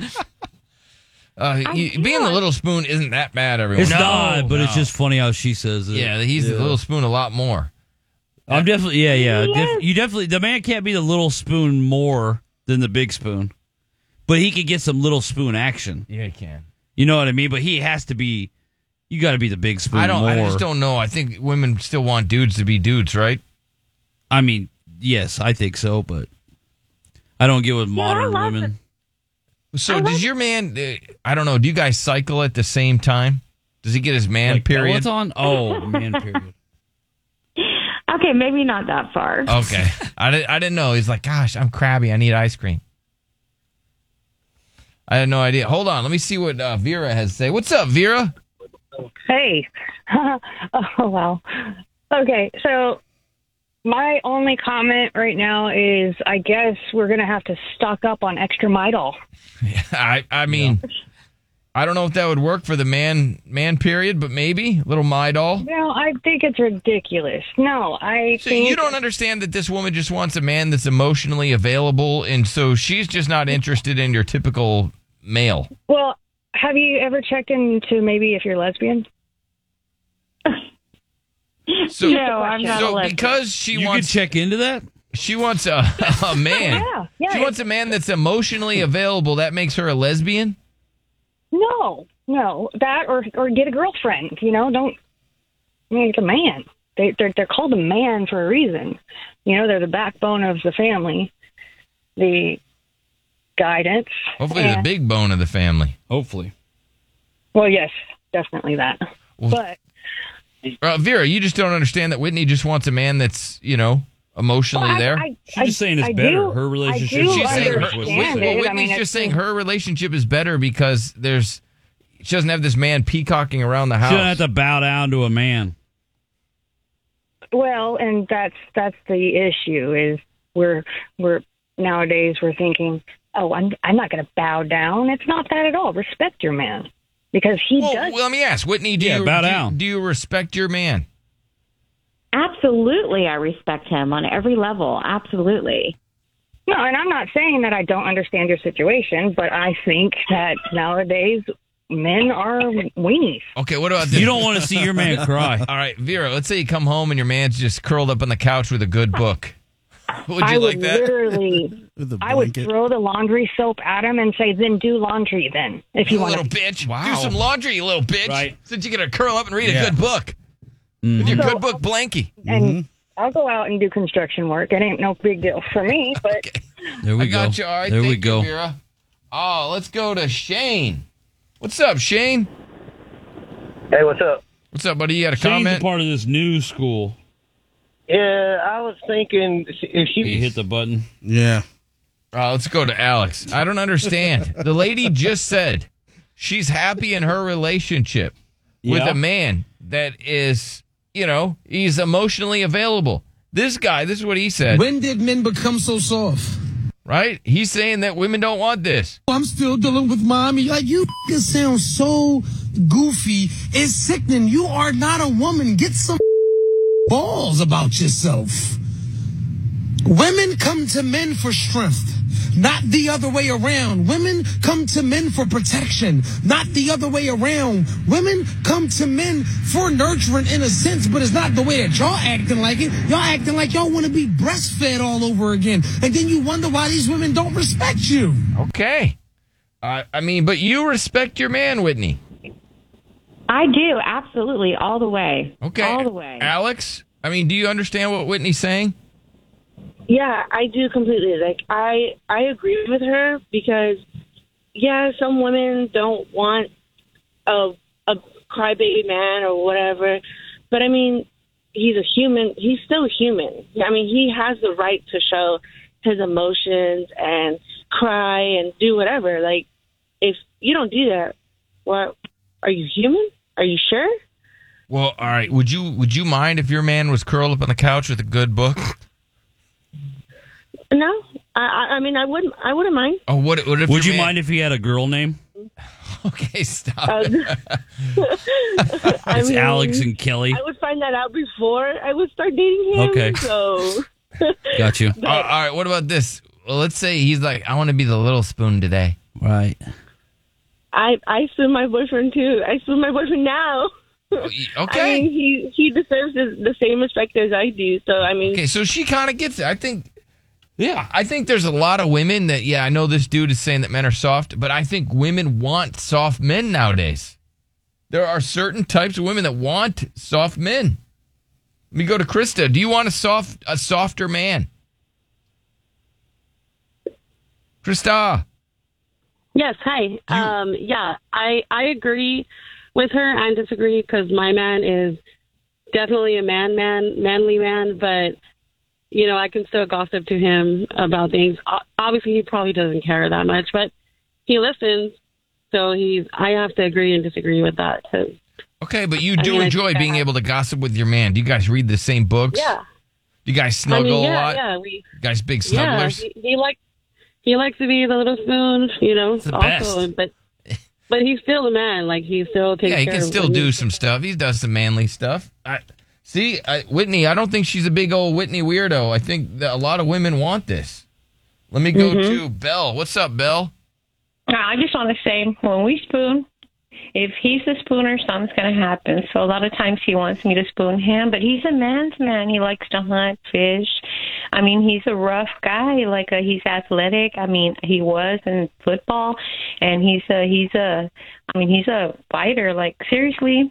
[SPEAKER 9] Uh, you, being the little spoon isn't that bad, everyone.
[SPEAKER 11] It's not, but it's just funny how she says it.
[SPEAKER 9] Yeah, he's the little spoon a lot more.
[SPEAKER 11] I'm definitely yeah, yeah. Def- you definitely the man can't be the little spoon more than the big spoon. But he could get some little spoon action.
[SPEAKER 9] Yeah, he can.
[SPEAKER 11] You know what I mean? But he has to be you gotta be the big spoon.
[SPEAKER 9] I don't. I
[SPEAKER 11] more.
[SPEAKER 9] just don't know. I think women still want dudes to be dudes, right?
[SPEAKER 11] I mean, yes, I think so, but I don't get with modern
[SPEAKER 9] love
[SPEAKER 11] women.
[SPEAKER 9] So does your man? Uh, I don't know. Do you guys cycle at the same time? Does he get his man period?
[SPEAKER 11] Peloton? Oh, man period.
[SPEAKER 22] Okay, maybe not that far.
[SPEAKER 9] Okay. I, did, I didn't know. He's like, gosh, I'm crabby. I need ice cream. I had no idea. Hold on. Let me see what uh, Vera has to say. What's up, Vera?
[SPEAKER 24] Hey. oh, wow. Okay, so my only comment right now is I guess we're going to have to stock up on extra Midol.
[SPEAKER 9] I, I mean, I don't know if that would work for the man man period, but maybe. Little Midol.
[SPEAKER 24] No, I think it's ridiculous. No, I
[SPEAKER 9] So
[SPEAKER 24] think
[SPEAKER 9] you don't understand that this woman just wants a man that's emotionally available, and so she's just not interested in your typical male.
[SPEAKER 24] Well, have you ever checked into maybe if you're lesbian?
[SPEAKER 9] So,
[SPEAKER 24] No, I'm not a
[SPEAKER 9] so
[SPEAKER 24] lesbian.
[SPEAKER 9] because she wants
[SPEAKER 11] check into that.
[SPEAKER 9] She wants a, a man.
[SPEAKER 24] yeah,
[SPEAKER 9] she wants a man that's emotionally available. That makes her a lesbian.
[SPEAKER 24] No, no, that or or get a girlfriend. You know, don't I mean, get a man. They they're, they're called a man for a reason. You know, they're the backbone of the family, the guidance.
[SPEAKER 9] Hopefully, the
[SPEAKER 24] and-
[SPEAKER 9] big bone of the family.
[SPEAKER 11] Hopefully.
[SPEAKER 24] Well, yes, definitely that. but
[SPEAKER 9] Uh, Vera, you just don't understand that Whitney just wants a man that's you know emotionally
[SPEAKER 24] Well, I-
[SPEAKER 9] there.
[SPEAKER 24] I- She's just I- saying it's I better. do- Her I relationship do
[SPEAKER 9] She's saying her,
[SPEAKER 24] understand
[SPEAKER 9] Whit- well,
[SPEAKER 24] it. I mean,
[SPEAKER 9] Whitney's
[SPEAKER 24] it's-
[SPEAKER 9] just saying her relationship is better because there's she doesn't have this man peacocking around the house.
[SPEAKER 11] She doesn't have to bow down to a man.
[SPEAKER 24] well, and that's that's the issue is we're we're nowadays we're thinking, oh, I'm I'm not going to bow down. It's not that at all. Respect your man because he
[SPEAKER 9] Well,
[SPEAKER 24] does.
[SPEAKER 9] well, let me ask Whitney. Do
[SPEAKER 24] Yeah,
[SPEAKER 9] you
[SPEAKER 24] bow
[SPEAKER 9] do you-
[SPEAKER 24] down.
[SPEAKER 9] do you respect your man?
[SPEAKER 22] Absolutely, I respect him on every level. Absolutely.
[SPEAKER 24] No, and I'm not saying that I don't understand your situation, but I think that nowadays men are weenies.
[SPEAKER 9] Okay, what about this?
[SPEAKER 11] You don't wanna see your man cry.
[SPEAKER 9] All right, Vera, let's say you come home and your man's just curled up on the couch with a good book. Would you
[SPEAKER 24] I
[SPEAKER 9] like
[SPEAKER 24] would
[SPEAKER 9] that?
[SPEAKER 24] literally, I would throw the laundry soap at him and say, "Then do laundry, then, if you
[SPEAKER 9] You
[SPEAKER 24] want."
[SPEAKER 9] little bitch. Do some laundry, you little bitch.
[SPEAKER 24] Right.
[SPEAKER 9] Since you gonna curl up and read
[SPEAKER 11] Yeah. Mm-hmm.
[SPEAKER 9] a good book. With your
[SPEAKER 24] So-
[SPEAKER 9] good book blankie.
[SPEAKER 24] And I'll go out and do construction work. It ain't no big deal for me, but
[SPEAKER 11] There we
[SPEAKER 9] I got
[SPEAKER 11] go.
[SPEAKER 9] you. All right,
[SPEAKER 11] There we
[SPEAKER 9] thank you,
[SPEAKER 11] go.
[SPEAKER 9] Vera. Oh, let's go to Shane. What's up, Shane?
[SPEAKER 25] Hey, what's up?
[SPEAKER 9] What's up, buddy? You got a
[SPEAKER 11] Shane's
[SPEAKER 9] comment?
[SPEAKER 11] a part of this new school.
[SPEAKER 25] Yeah, I was thinking if she
[SPEAKER 11] He hit the button.
[SPEAKER 9] Yeah. Uh, let's go to Alex. I don't understand. the lady just said she's happy in her relationship with
[SPEAKER 11] Yeah.
[SPEAKER 9] a man that is, you know, he's emotionally available. This guy, this is what he said.
[SPEAKER 21] When did men become so soft?
[SPEAKER 9] Right? He's saying that women don't want this.
[SPEAKER 21] Oh, I'm still dealing with mommy. Like you f***ing sound so goofy. It's sickening. You are not a woman. Get some balls about yourself. Women come to men for strength. Not the other way around. Women come to men for protection. Not the other way around. Women come to men for nurturing in a sense, but it's not the way that y'all acting like it. Y'all acting like y'all want to be breastfed all over again. And then you wonder why these women don't respect you.
[SPEAKER 9] Okay. I I mean, but you respect your man, Whitney.
[SPEAKER 22] I do, absolutely, all the way.
[SPEAKER 9] Okay.
[SPEAKER 22] All the way.
[SPEAKER 9] Alex, I mean, do you understand what Whitney's saying?
[SPEAKER 6] Yeah, I do completely. Like I I agree with her because yeah, some women don't want a a crybaby man or whatever. But I mean, he's a human. He's still human. I mean, he has the right to show his emotions and cry and do whatever. Like if you don't do that, what are you human? Are you sure?
[SPEAKER 9] Well, all right. Would you would you mind if your man was curled up on the couch with a good book?
[SPEAKER 6] No. I I- I mean, I wouldn't I wouldn't mind.
[SPEAKER 9] Oh, what, what if
[SPEAKER 11] Would you
[SPEAKER 9] your man-
[SPEAKER 11] mind if he had a girl name?
[SPEAKER 9] Okay, stop.
[SPEAKER 6] Uh, I
[SPEAKER 11] It's
[SPEAKER 6] mean,
[SPEAKER 11] Alex and Kelly.
[SPEAKER 6] I would find that out before I would start dating him.
[SPEAKER 9] Okay.
[SPEAKER 6] So
[SPEAKER 11] Got you.
[SPEAKER 9] all right. What about this? Well, let's say he's like, I want to be the little spoon today. Right.
[SPEAKER 6] I I spoon my boyfriend too. I spoon my boyfriend now. Okay. I mean, he he deserves the, the same respect as I do. So I mean,
[SPEAKER 9] Okay, so she kind of gets it. I think. Yeah, I think there's a lot of women that. Yeah, I know this dude is saying that men are soft, but I think women want soft men nowadays. There are certain types of women that want soft men. Let me go to Krista. Do you want a soft, a softer man? Krista.
[SPEAKER 18] Yes, hi. Um, yeah, I I agree with her and disagree because my man is definitely a man, man, manly man. But you know, I can still gossip to him about things. O- Obviously, he probably doesn't care that much, but he listens. So he's. I have to agree and disagree with that. 'cause-
[SPEAKER 9] Okay, but you
[SPEAKER 18] I
[SPEAKER 9] do
[SPEAKER 18] mean, I
[SPEAKER 9] enjoy
[SPEAKER 18] think I
[SPEAKER 9] being able to gossip with your man. Do you guys read the same books?
[SPEAKER 18] yeah,
[SPEAKER 9] Do you guys
[SPEAKER 18] I
[SPEAKER 9] snuggle
[SPEAKER 18] mean, yeah,
[SPEAKER 9] a lot?
[SPEAKER 18] yeah, we.
[SPEAKER 9] You guys big
[SPEAKER 18] Yeah,
[SPEAKER 9] snugglers?
[SPEAKER 18] he, he likes he likes to be the little spoon, you know.
[SPEAKER 9] the
[SPEAKER 18] also, but but he's still a man. Like he still takes.
[SPEAKER 9] Yeah, he
[SPEAKER 18] care
[SPEAKER 9] can
[SPEAKER 18] of
[SPEAKER 9] still
[SPEAKER 18] women.
[SPEAKER 9] do some stuff. He does some manly stuff. I, see, I, Whitney, I don't think she's a big old Whitney weirdo. I think that a lot of women want this. Let me go
[SPEAKER 18] Mhm.
[SPEAKER 9] to Belle. What's up, Belle?
[SPEAKER 4] I just want to say when we spoon, if he's the spooner, something's going to happen. So a lot of times he wants me to spoon him, but he's a man's man. He likes to hunt, fish. I mean, he's a rough guy. Like uh he's athletic. I mean, he was in football, and he's a he's a. I mean, he's a fighter. Like seriously.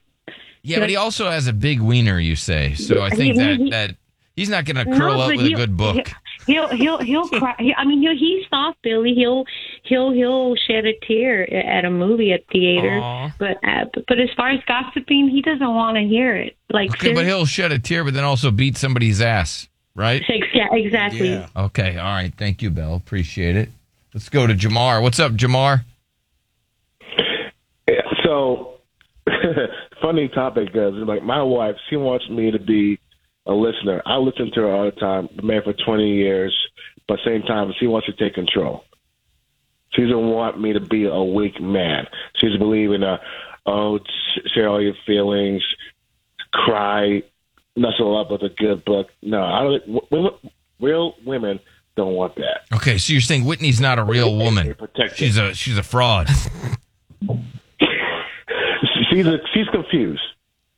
[SPEAKER 9] Yeah, but he also has a big wiener, you say. So I think that that he's not going to curl
[SPEAKER 4] No,
[SPEAKER 9] up
[SPEAKER 4] but
[SPEAKER 9] with a
[SPEAKER 4] he'll-
[SPEAKER 9] good book.
[SPEAKER 4] He'll he'll he'll cry. He, I mean, he'll, he's soft, Billy. He'll he'll he'll shed a tear at a movie at theater.
[SPEAKER 9] Aw.
[SPEAKER 4] But uh, but as far as gossiping, he doesn't want to hear it. Like
[SPEAKER 9] Okay, but he'll shed a tear, but then also beat somebody's ass, right?
[SPEAKER 4] seriously- yeah, exactly.
[SPEAKER 9] Okay, all right. Thank you, Bell. Appreciate it. Let's go to Jamar. What's up, Jamar?
[SPEAKER 26] Yeah, so funny topic because like my wife, she wants me to be a listener. I listen to her all the time. Been married for twenty years, but same time she wants to take control. She doesn't want me to be a weak man. She's believing uh, oh, sh- share all your feelings, cry, nuzzle up with a good book. No, I don't. w- w- Real women don't want that.
[SPEAKER 9] Okay, so you're saying Whitney's not a real woman. She's a she's a fraud.
[SPEAKER 26] She's a, she's confused.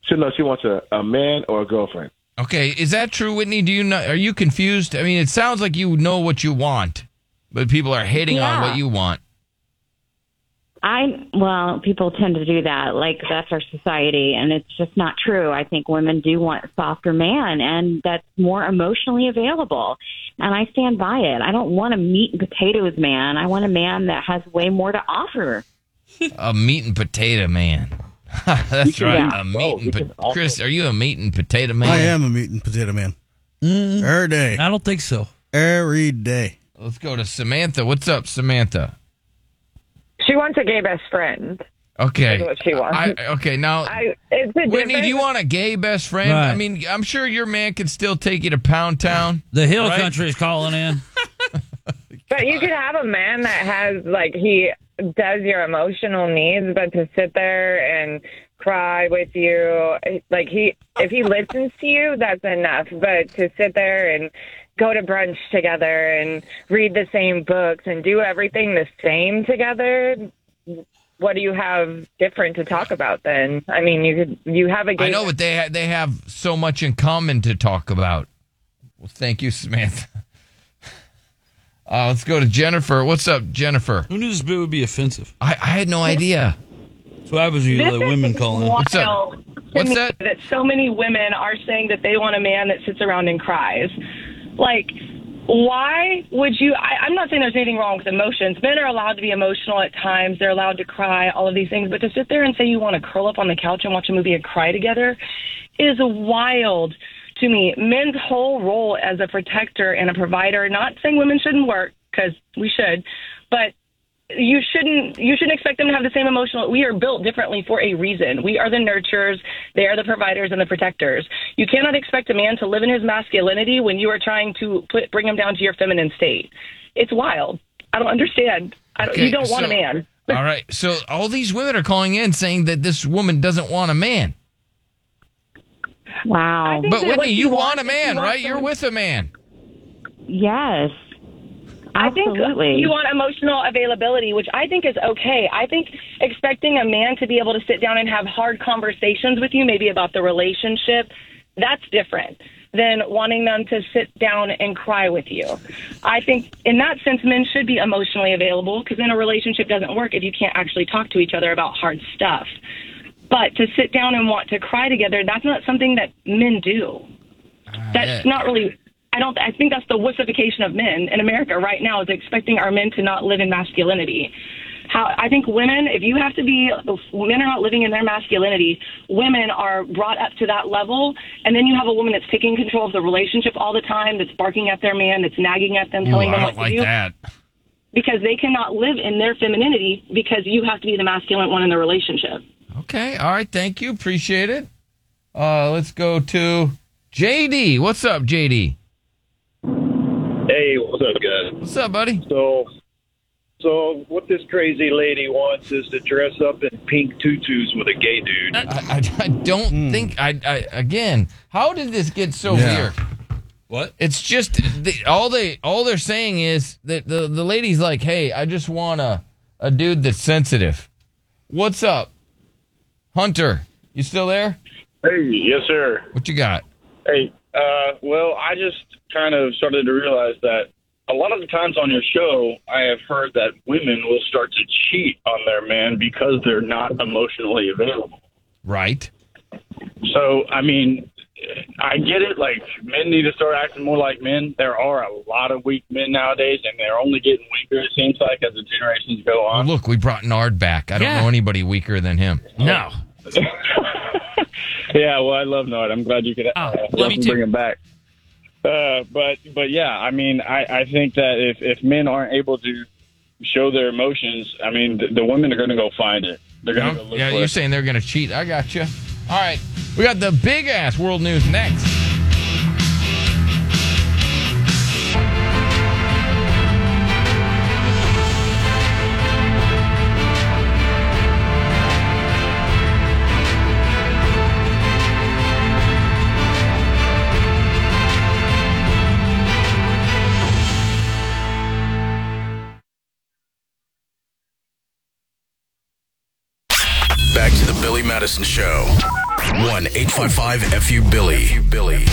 [SPEAKER 26] She knows she wants a, a man or a girlfriend.
[SPEAKER 9] Okay, is that true, Whitney? Do you know? Are you confused? I mean, it sounds like you know what you want, but people are hating on
[SPEAKER 22] Yeah.
[SPEAKER 9] what you want.
[SPEAKER 22] I well, people tend to do that. Like that's our society, and it's just not true. I think women do want a softer man, and that's more emotionally available. And I stand by it. I don't want a meat and potatoes man. I want a man that has way more to offer.
[SPEAKER 9] a meat and potato man. That's
[SPEAKER 2] can
[SPEAKER 9] right.
[SPEAKER 2] be
[SPEAKER 9] A meat and
[SPEAKER 2] can
[SPEAKER 9] po-
[SPEAKER 2] also-
[SPEAKER 9] Chris, are you a meat and potato man?
[SPEAKER 2] I am a meat and potato man. Every Mm-hmm. day. I don't think so. Every day.
[SPEAKER 9] Let's go to Samantha. What's up, Samantha?
[SPEAKER 6] She wants a gay best friend.
[SPEAKER 9] Okay.
[SPEAKER 6] Is what she wants.
[SPEAKER 9] I, okay, now
[SPEAKER 6] I, it's a
[SPEAKER 9] Whitney, do
[SPEAKER 6] difference.
[SPEAKER 9] you want a gay best friend?
[SPEAKER 6] Right.
[SPEAKER 9] I mean, I'm sure your man could still take you to Pound Town. The
[SPEAKER 6] Hill
[SPEAKER 9] Country is calling in.
[SPEAKER 6] But you could have a man that has like he does your emotional needs, but to sit there and cry with you, like he if he listens to you, that's enough. But to sit there and go to brunch together and read the same books and do everything the same together. What do you have different to talk about then? I mean, you could you have a gay
[SPEAKER 9] I know, but they ha- they have so much in common to talk about. Well, thank you, Samantha. Uh, let's go to Jennifer. What's up, Jennifer? Who knew this bit would be offensive? I, I had no idea. So I was
[SPEAKER 27] you let This is women
[SPEAKER 9] call What's up?
[SPEAKER 28] What's
[SPEAKER 9] that?
[SPEAKER 28] That so many women are saying that they want a man that sits around and cries. Like, why would you? I, I'm not saying there's anything wrong with emotions. Men are allowed to be emotional at times. They're allowed to cry, all of these things. But to sit there and say you want to curl up on the couch and watch a movie and cry together is wild to me. Men's whole role as a protector and a provider. Not saying women shouldn't work because we should, but you shouldn't you shouldn't expect them to have the same emotional we are built differently for a reason we are the nurturers they are the providers and the protectors you cannot expect a man to live in his masculinity when you are trying to put bring him down to your feminine state it's wild i don't understand I don't, you
[SPEAKER 9] Okay,
[SPEAKER 28] don't want a
[SPEAKER 9] so-
[SPEAKER 28] man
[SPEAKER 9] All right. So all these women are calling in saying that this woman doesn't want a man.
[SPEAKER 22] Wow.
[SPEAKER 9] But Whitney, you want a man, right? You're with a man.
[SPEAKER 22] Yes.
[SPEAKER 28] I
[SPEAKER 22] Absolutely.
[SPEAKER 28] think you want emotional availability, which I think is okay. I think expecting a man to be able to sit down and have hard conversations with you, maybe about the relationship, that's different than wanting them to sit down and cry with you. I think in that sense, men should be emotionally available because then a relationship doesn't work if you can't actually talk to each other about hard stuff. But to sit down and want to cry together, that's not something that men do. That's
[SPEAKER 9] yeah.
[SPEAKER 28] not really. I don't. I think that's the wussification of men in America right now is expecting our men to not live in masculinity. How I think women, if you have to be, if men are not living in their masculinity. Women are brought up to that level, and then you have a woman that's taking control of the relationship all the time, that's barking at their man, that's nagging at them,
[SPEAKER 9] Ooh,
[SPEAKER 28] telling
[SPEAKER 9] I
[SPEAKER 28] them
[SPEAKER 9] don't
[SPEAKER 28] what
[SPEAKER 9] like
[SPEAKER 28] to do,
[SPEAKER 9] that.
[SPEAKER 28] because they cannot live in their femininity because you have to be the masculine one in the relationship.
[SPEAKER 9] Okay. All right. Thank you. Appreciate it. Uh, let's go to JD. What's up, JD?
[SPEAKER 16] Hey, what's up, guys?
[SPEAKER 9] What's up, buddy?
[SPEAKER 16] So, so what this crazy lady wants is to dress up in pink tutus with a gay dude.
[SPEAKER 9] I, I, I don't think I, I. Again, how did this get so weird? What? It's just the, all they all they're saying is that the the lady's like, hey, I just want a a dude that's sensitive. What's up, Hunter? You still there?
[SPEAKER 7] Hey, yes, sir.
[SPEAKER 9] What you got?
[SPEAKER 7] Hey, uh, well, I just kind of started to realize that a lot of the times on your show, I have heard that women will start to cheat on their man because they're not emotionally available.
[SPEAKER 9] Right.
[SPEAKER 7] So, I mean, I get it. Like, men need to start acting more like men. There are a lot of weak men nowadays, and they're only getting weaker, it seems like, as the generations go on.
[SPEAKER 9] Oh, look, we brought Nard back. I don't know anybody weaker than him.
[SPEAKER 7] No. yeah, well, I love Nard. I'm glad you could uh, let me bring him back. Uh, but but yeah, I mean, I, I think that if if men aren't able to show their emotions, I mean, the, the women are going to go find it. They're going to go look
[SPEAKER 9] Yeah,
[SPEAKER 7] for
[SPEAKER 9] you're
[SPEAKER 7] it.
[SPEAKER 9] saying they're going to cheat. I got you. All right. We got the big ass world news next.
[SPEAKER 2] Back to the Billy Madison Show. 1 855 FU Billy. Billy.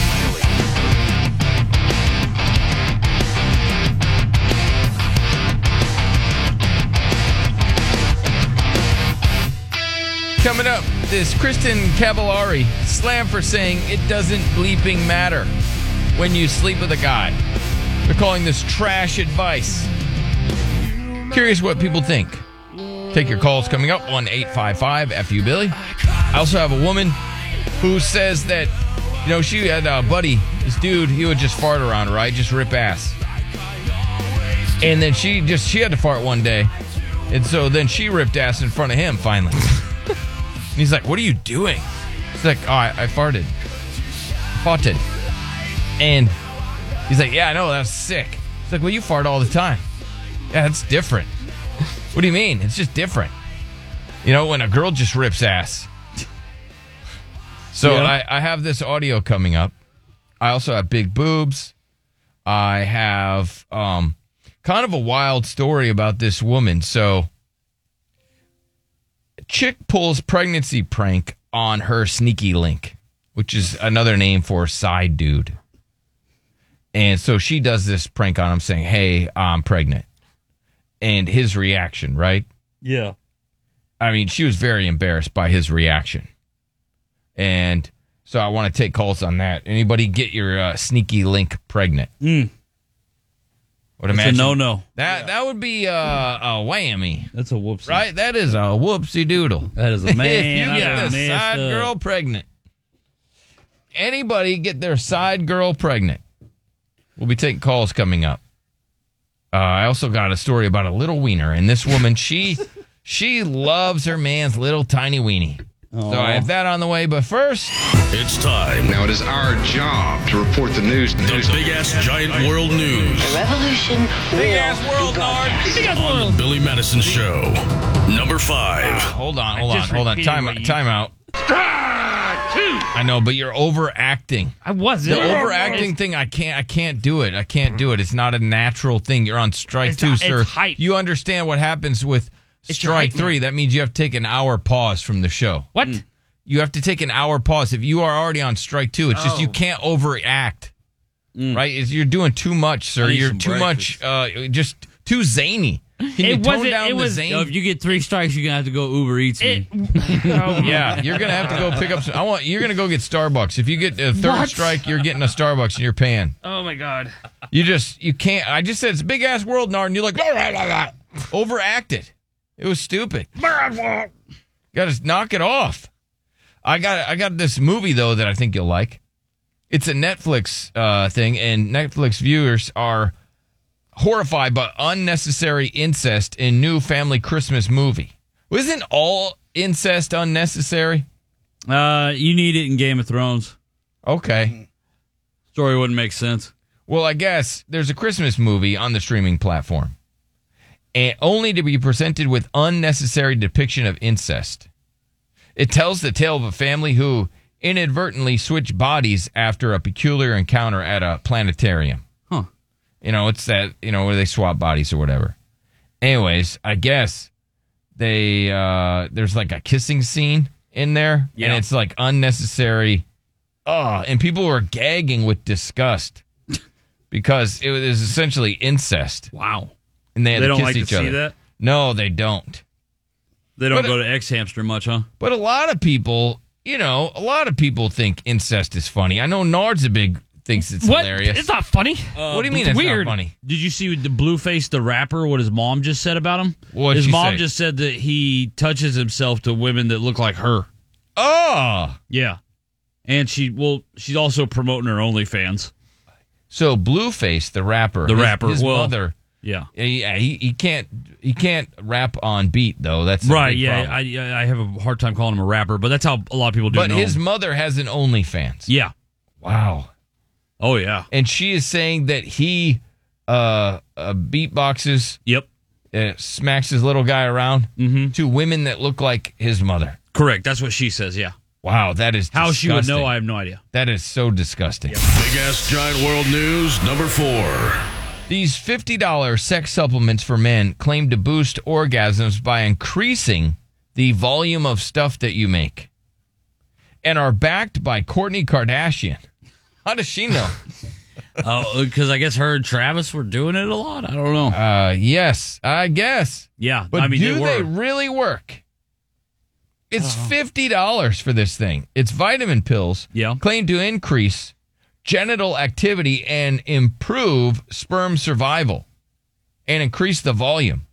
[SPEAKER 9] Coming up, this Kristen Cavallari slam for saying it doesn't bleeping matter when you sleep with a guy. They're calling this trash advice. Curious what people think. Take your calls coming up on 855 FU Billy. I also have a woman who says that, you know, she had a buddy, this dude, he would just fart around, right? Just rip ass. And then she just, she had to fart one day. And so then she ripped ass in front of him finally. And he's like, "What are you doing?" He's like, "Oh, I, I farted, farted," and he's like, "Yeah, I know that's sick." He's like, "Well, you fart all the time. Yeah, that's different. What do you mean? It's just different. You know, when a girl just rips ass." So
[SPEAKER 11] Yeah.
[SPEAKER 9] I, I have this audio coming up. I also have big boobs. I have um, kind of a wild story about this woman. So chick pulls pregnancy prank on her sneaky link, which is another name for side dude. And so she does this prank on him saying, Hey, I'm pregnant. And his reaction, right?
[SPEAKER 11] Yeah.
[SPEAKER 9] I mean, she was very embarrassed by his reaction. And so I want to take calls on that. Anybody get your uh, sneaky link pregnant?
[SPEAKER 11] Mm.
[SPEAKER 9] Would
[SPEAKER 11] It's a
[SPEAKER 9] imagine
[SPEAKER 11] no-no.
[SPEAKER 9] That that would be uh, a whammy.
[SPEAKER 11] That's a whoopsie.
[SPEAKER 9] Right? That is a whoopsie doodle. That is
[SPEAKER 11] a man,
[SPEAKER 9] if
[SPEAKER 11] I
[SPEAKER 9] you
[SPEAKER 11] done
[SPEAKER 9] get the
[SPEAKER 11] messed
[SPEAKER 9] side
[SPEAKER 11] up.
[SPEAKER 9] girl pregnant, anybody get their side girl pregnant? We'll be taking calls coming up. Uh, I also got a story about a little wiener, and this woman she she loves her man's little tiny weenie. So I have that on the way, but first
[SPEAKER 2] It's time. Now it is our job to report the news. The big ass giant world news.
[SPEAKER 29] Revolution.
[SPEAKER 9] Big ass world, Nard. Big ass world.
[SPEAKER 2] Billy Madison Show. Number five.
[SPEAKER 9] Hold on, hold on, hold on. Time out. Time out. I know, but you're overacting. I
[SPEAKER 10] wasn't.
[SPEAKER 9] The overacting thing, I can't. I can't do it. I can't do it. It's not a natural thing. You're on strike
[SPEAKER 10] It's-
[SPEAKER 9] two,
[SPEAKER 10] it's
[SPEAKER 9] sir.
[SPEAKER 10] height.
[SPEAKER 9] You understand what happens with
[SPEAKER 10] It's your
[SPEAKER 9] strike
[SPEAKER 10] height, man.
[SPEAKER 9] three? That means you have to take an hour pause from the show.
[SPEAKER 10] What?
[SPEAKER 11] Mm.
[SPEAKER 9] You have to take an hour pause. If you are already on strike two, it's just you
[SPEAKER 10] Oh.
[SPEAKER 9] can't overact. Right? It's- You're doing too much, sir.
[SPEAKER 11] Mm. I need
[SPEAKER 9] You're
[SPEAKER 11] some
[SPEAKER 9] too much. Uh, just too zany. Can you
[SPEAKER 11] it
[SPEAKER 9] tone
[SPEAKER 11] wasn't.
[SPEAKER 9] down
[SPEAKER 11] it
[SPEAKER 9] the
[SPEAKER 11] was.
[SPEAKER 9] zany?
[SPEAKER 11] Yo, if you get three strikes, you're gonna have to go Uber Eats. me.
[SPEAKER 10] Oh,
[SPEAKER 9] yeah, you're gonna have to go pick up. Some, I want you're gonna go get Starbucks. If you get a third
[SPEAKER 10] What?
[SPEAKER 9] strike, you're getting a Starbucks in your pan.
[SPEAKER 10] Oh my god.
[SPEAKER 9] You just you can't. I just said it's a big ass world, Nard, and you're like overacted. It was stupid. Got to knock it off. I got I got this movie though that I think you'll like. It's a Netflix uh, thing, and Netflix viewers are horrified by unnecessary incest in new family Christmas movie. Wasn't all incest unnecessary?
[SPEAKER 11] Uh, you need it in Game of Thrones.
[SPEAKER 9] Okay.
[SPEAKER 11] Story wouldn't make sense.
[SPEAKER 9] Well, I guess there's a Christmas movie on the streaming platform, and only to be presented with unnecessary depiction of incest. It tells the tale of a family who inadvertently switch bodies after a peculiar encounter at a planetarium.
[SPEAKER 11] Huh.
[SPEAKER 9] You know, it's that you know where they swap bodies or whatever. Anyways, I guess they uh there's like a kissing scene in there and it's like unnecessary oh and people were gagging with disgust because it was essentially incest wow and they, had
[SPEAKER 3] They
[SPEAKER 9] to
[SPEAKER 3] don't
[SPEAKER 9] kiss
[SPEAKER 3] like to
[SPEAKER 9] each
[SPEAKER 3] see
[SPEAKER 9] other.
[SPEAKER 3] that?
[SPEAKER 9] no they don't
[SPEAKER 3] They don't
[SPEAKER 9] But-
[SPEAKER 3] go to X Hamster much, huh?
[SPEAKER 9] but a lot of people you know a lot of people think incest is funny i know nard's a big thinks it's
[SPEAKER 10] What?
[SPEAKER 9] hilarious Uh,
[SPEAKER 10] It's not funny.
[SPEAKER 9] what do you mean it's
[SPEAKER 3] weird.
[SPEAKER 9] not funny
[SPEAKER 3] Did you see the Blueface the rapper? What his mom just said about him?
[SPEAKER 9] What'd
[SPEAKER 3] his
[SPEAKER 9] she
[SPEAKER 3] mom
[SPEAKER 9] say?
[SPEAKER 3] just said that he touches himself to women that look like her.
[SPEAKER 9] Oh,
[SPEAKER 3] yeah. And she well, she's also promoting her OnlyFans.
[SPEAKER 9] So Blueface, the rapper,
[SPEAKER 3] the
[SPEAKER 9] his-
[SPEAKER 3] rapper,
[SPEAKER 9] his
[SPEAKER 3] well,
[SPEAKER 9] mother,
[SPEAKER 3] yeah,
[SPEAKER 9] yeah, he, he can't he can't rap on beat though. That's a
[SPEAKER 3] right.
[SPEAKER 9] big
[SPEAKER 3] Yeah,
[SPEAKER 9] problem.
[SPEAKER 3] I, I I have a hard time calling him a rapper, but that's how a lot of people do.
[SPEAKER 9] But
[SPEAKER 3] know
[SPEAKER 9] his
[SPEAKER 3] him.
[SPEAKER 9] mother has an OnlyFans.
[SPEAKER 3] Yeah.
[SPEAKER 9] Wow.
[SPEAKER 3] Oh yeah.
[SPEAKER 9] And she is saying that he uh, uh beatboxes.
[SPEAKER 3] Yep. Mm-hmm.
[SPEAKER 9] Uh, smacks his little guy around to women that look like his mother.
[SPEAKER 3] correct. That's what she says. Yeah.
[SPEAKER 9] Wow, that is
[SPEAKER 3] How she would
[SPEAKER 9] disgusting.
[SPEAKER 3] know, I have no idea.
[SPEAKER 9] That is so disgusting.
[SPEAKER 2] Big Ass Giant World News number four.
[SPEAKER 9] These $50 sex supplements for men claim to boost orgasms by increasing the volume of stuff that you make and are backed by Courtney Kardashian. How does she know?
[SPEAKER 3] Oh, because I guess her and Travis were doing it a lot. I don't know.
[SPEAKER 9] Uh, yes, I guess.
[SPEAKER 3] Yeah,
[SPEAKER 9] But
[SPEAKER 3] I mean,
[SPEAKER 9] do
[SPEAKER 3] they,
[SPEAKER 9] they,
[SPEAKER 3] were. Uh-huh.
[SPEAKER 9] really work? It's fifty dollars for this thing. It's vitamin pills. Yeah, claimed to increase genital activity and improve sperm survival, and increase the volume.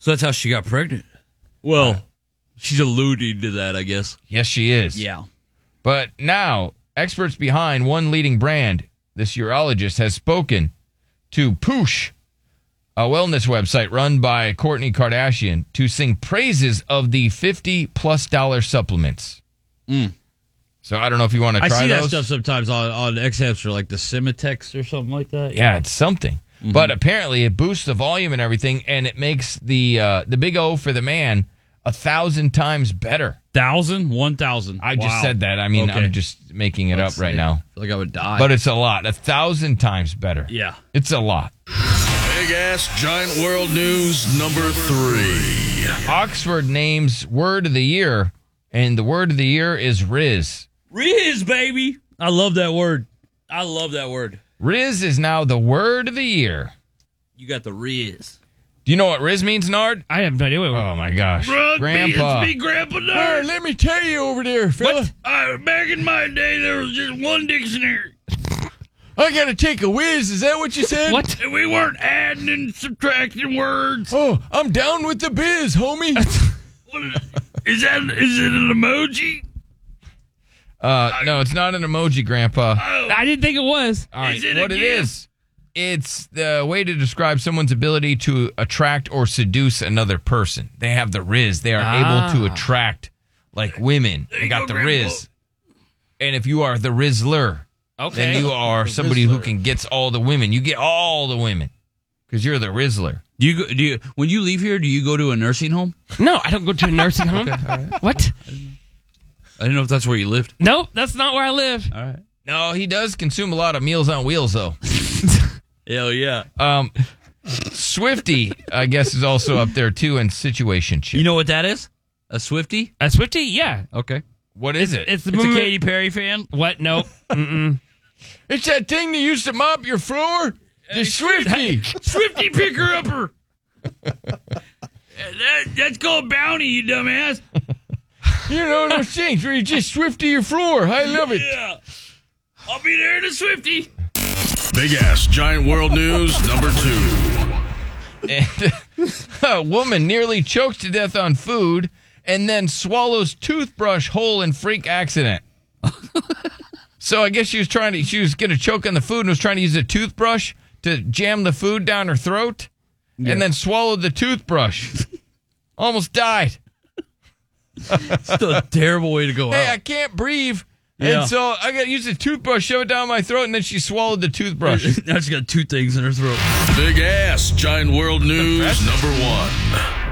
[SPEAKER 3] So that's how she got pregnant. Well, she's alluding to that, I guess.
[SPEAKER 9] Yes, she is.
[SPEAKER 3] Yeah.
[SPEAKER 9] But now, experts behind one leading brand, this urologist has spoken to Poosh, a wellness website run by Courtney Kardashian, to sing praises of the fifty plus dollar supplements. So I don't know if you want to
[SPEAKER 3] Mm. I
[SPEAKER 9] try
[SPEAKER 3] see that
[SPEAKER 9] those.
[SPEAKER 3] stuff sometimes on on X Hamster, like the Cimetex or something like that.
[SPEAKER 9] Yeah, it's something.
[SPEAKER 3] Mm-hmm.
[SPEAKER 9] Mm-hmm. But apparently, it boosts the volume and everything, and it makes the uh, the big O for the man a thousand times better.
[SPEAKER 3] Thousand, one thousand.
[SPEAKER 9] I just said that. I mean, I'm just making it up right now.
[SPEAKER 3] I feel like I would die.
[SPEAKER 9] But it's a lot, a thousand times better.
[SPEAKER 3] Yeah.
[SPEAKER 9] it's a lot.
[SPEAKER 2] Big Ass Giant World News number three.
[SPEAKER 9] Oxford names word of the year, and the word of the year is Riz.
[SPEAKER 3] Riz, baby. I love that word. I love that word.
[SPEAKER 9] Riz is now the word of the year.
[SPEAKER 3] You got the Riz.
[SPEAKER 9] Do you know what Riz means, Nard?
[SPEAKER 10] I have no idea.
[SPEAKER 9] oh my gosh,
[SPEAKER 3] Rugby,
[SPEAKER 9] Grandpa.
[SPEAKER 10] it's me, Grandpa Nard.
[SPEAKER 9] let me tell you over there, fella.
[SPEAKER 10] Uh, back in my day, there was just one dictionary.
[SPEAKER 9] I gotta take a whiz. Is that what you said?
[SPEAKER 10] What? We weren't adding and subtracting words.
[SPEAKER 9] Oh, I'm down with the biz, homie.
[SPEAKER 10] is that is it an emoji?
[SPEAKER 9] Uh, no, it's not an emoji, Grandpa.
[SPEAKER 10] I didn't think it was.
[SPEAKER 9] All right, what it is? It's the way to describe someone's ability to attract or seduce another person. They have the riz. They are able
[SPEAKER 10] Ah.
[SPEAKER 9] to attract like women. They got the riz. And if you are the rizzler,
[SPEAKER 10] Okay.
[SPEAKER 9] then you are
[SPEAKER 10] The
[SPEAKER 9] somebody who
[SPEAKER 10] rizzler.
[SPEAKER 9] can gets all the women. You get all the women because you're the rizzler.
[SPEAKER 3] Do you go, do you when you leave here? Do you go to a nursing home?
[SPEAKER 10] No, I don't go to a nursing home. What?
[SPEAKER 3] I didn't know if that's where you lived.
[SPEAKER 10] No, that's not where I live.
[SPEAKER 3] All right.
[SPEAKER 9] No, he does consume a lot of Meals on Wheels, though.
[SPEAKER 3] Hell yeah.
[SPEAKER 9] Um, Swifty, I guess, is also up there too in situation. You
[SPEAKER 3] know what that is? A Swifty?
[SPEAKER 10] A Swifty? Yeah.
[SPEAKER 3] Okay.
[SPEAKER 9] What is it?
[SPEAKER 10] It's the
[SPEAKER 3] It's a E
[SPEAKER 10] moment-
[SPEAKER 3] Katy Perry fan.
[SPEAKER 10] What? No. Mm-mm.
[SPEAKER 9] It's that thing that used to mop your floor. The Swifty.
[SPEAKER 10] Swifty picker upper. that, that's called bounty, you dumbass.
[SPEAKER 9] You know those things where you just Swifty your floor. I love it.
[SPEAKER 10] Yeah. I'll be there in a Swifty.
[SPEAKER 2] Big Ass Giant World News number two.
[SPEAKER 9] a woman nearly chokes to death on food and then swallows toothbrush whole in freak accident. so I guess she was trying to she was gonna choke on the food and was trying to use a toothbrush to jam the food down her throat and then swallowed the toothbrush. Almost died.
[SPEAKER 3] Still a terrible way to go
[SPEAKER 9] Hey,
[SPEAKER 3] out.
[SPEAKER 9] I can't breathe.
[SPEAKER 3] Yeah.
[SPEAKER 9] And so I gotta use a toothbrush, shove it down my throat, and then she swallowed the toothbrush.
[SPEAKER 3] now she's got two things in her throat.
[SPEAKER 2] Big Ass Giant World News number one.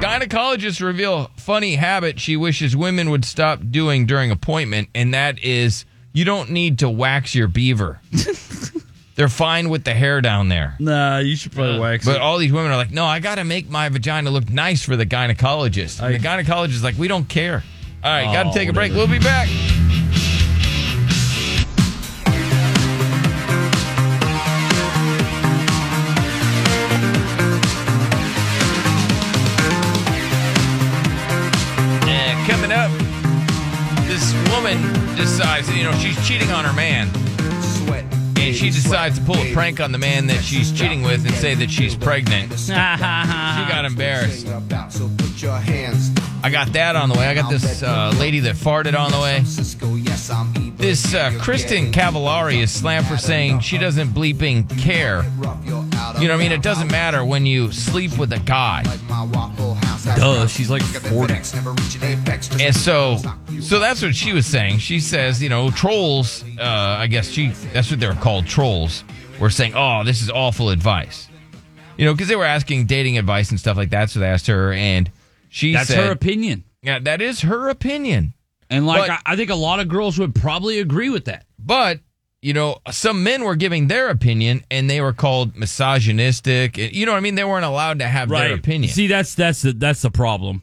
[SPEAKER 9] Gynecologists reveal funny habit she wishes women would stop doing during appointment, and that is you don't need to wax your beaver. the They're fine with the hair down there.
[SPEAKER 11] Nah, you should probably wax
[SPEAKER 9] But
[SPEAKER 11] it.
[SPEAKER 9] all these women are like, no, I got to make my vagina look nice for the gynecologist. And the gynecologist is like, we don't care. All right, got
[SPEAKER 11] Oh,
[SPEAKER 9] to take a break.
[SPEAKER 11] whatever.
[SPEAKER 9] We'll be back. Yeah, coming up, this woman decides, you know, she's cheating on her man. Sweat. And she decides to pull a prank on the man that she's cheating with and say that she's pregnant. she got embarrassed. I got that on the way. I got this uh, lady that farted on the way. This uh, Kristen Cavallari is slammed for saying she doesn't bleeping care. You know what I mean? It doesn't matter when you sleep with a guy.
[SPEAKER 3] Duh, she's like 40.
[SPEAKER 9] And so, so that's what she was saying. She says, you know, trolls. Uh, I guess she that's what they're called. Trolls were saying, "Oh, this is awful advice," you know, because they were asking dating advice and stuff like that. So they asked her, and she
[SPEAKER 11] That's
[SPEAKER 9] said,
[SPEAKER 11] her opinion.
[SPEAKER 9] Yeah, that is her opinion.
[SPEAKER 11] And like,
[SPEAKER 9] But-
[SPEAKER 11] I, I think a lot of girls would probably agree with that.
[SPEAKER 9] But you know, some men were giving their opinion, and they were called misogynistic. And You know what I mean? They weren't allowed to have
[SPEAKER 11] right.
[SPEAKER 9] their opinion.
[SPEAKER 11] See, that's that's the that's the problem.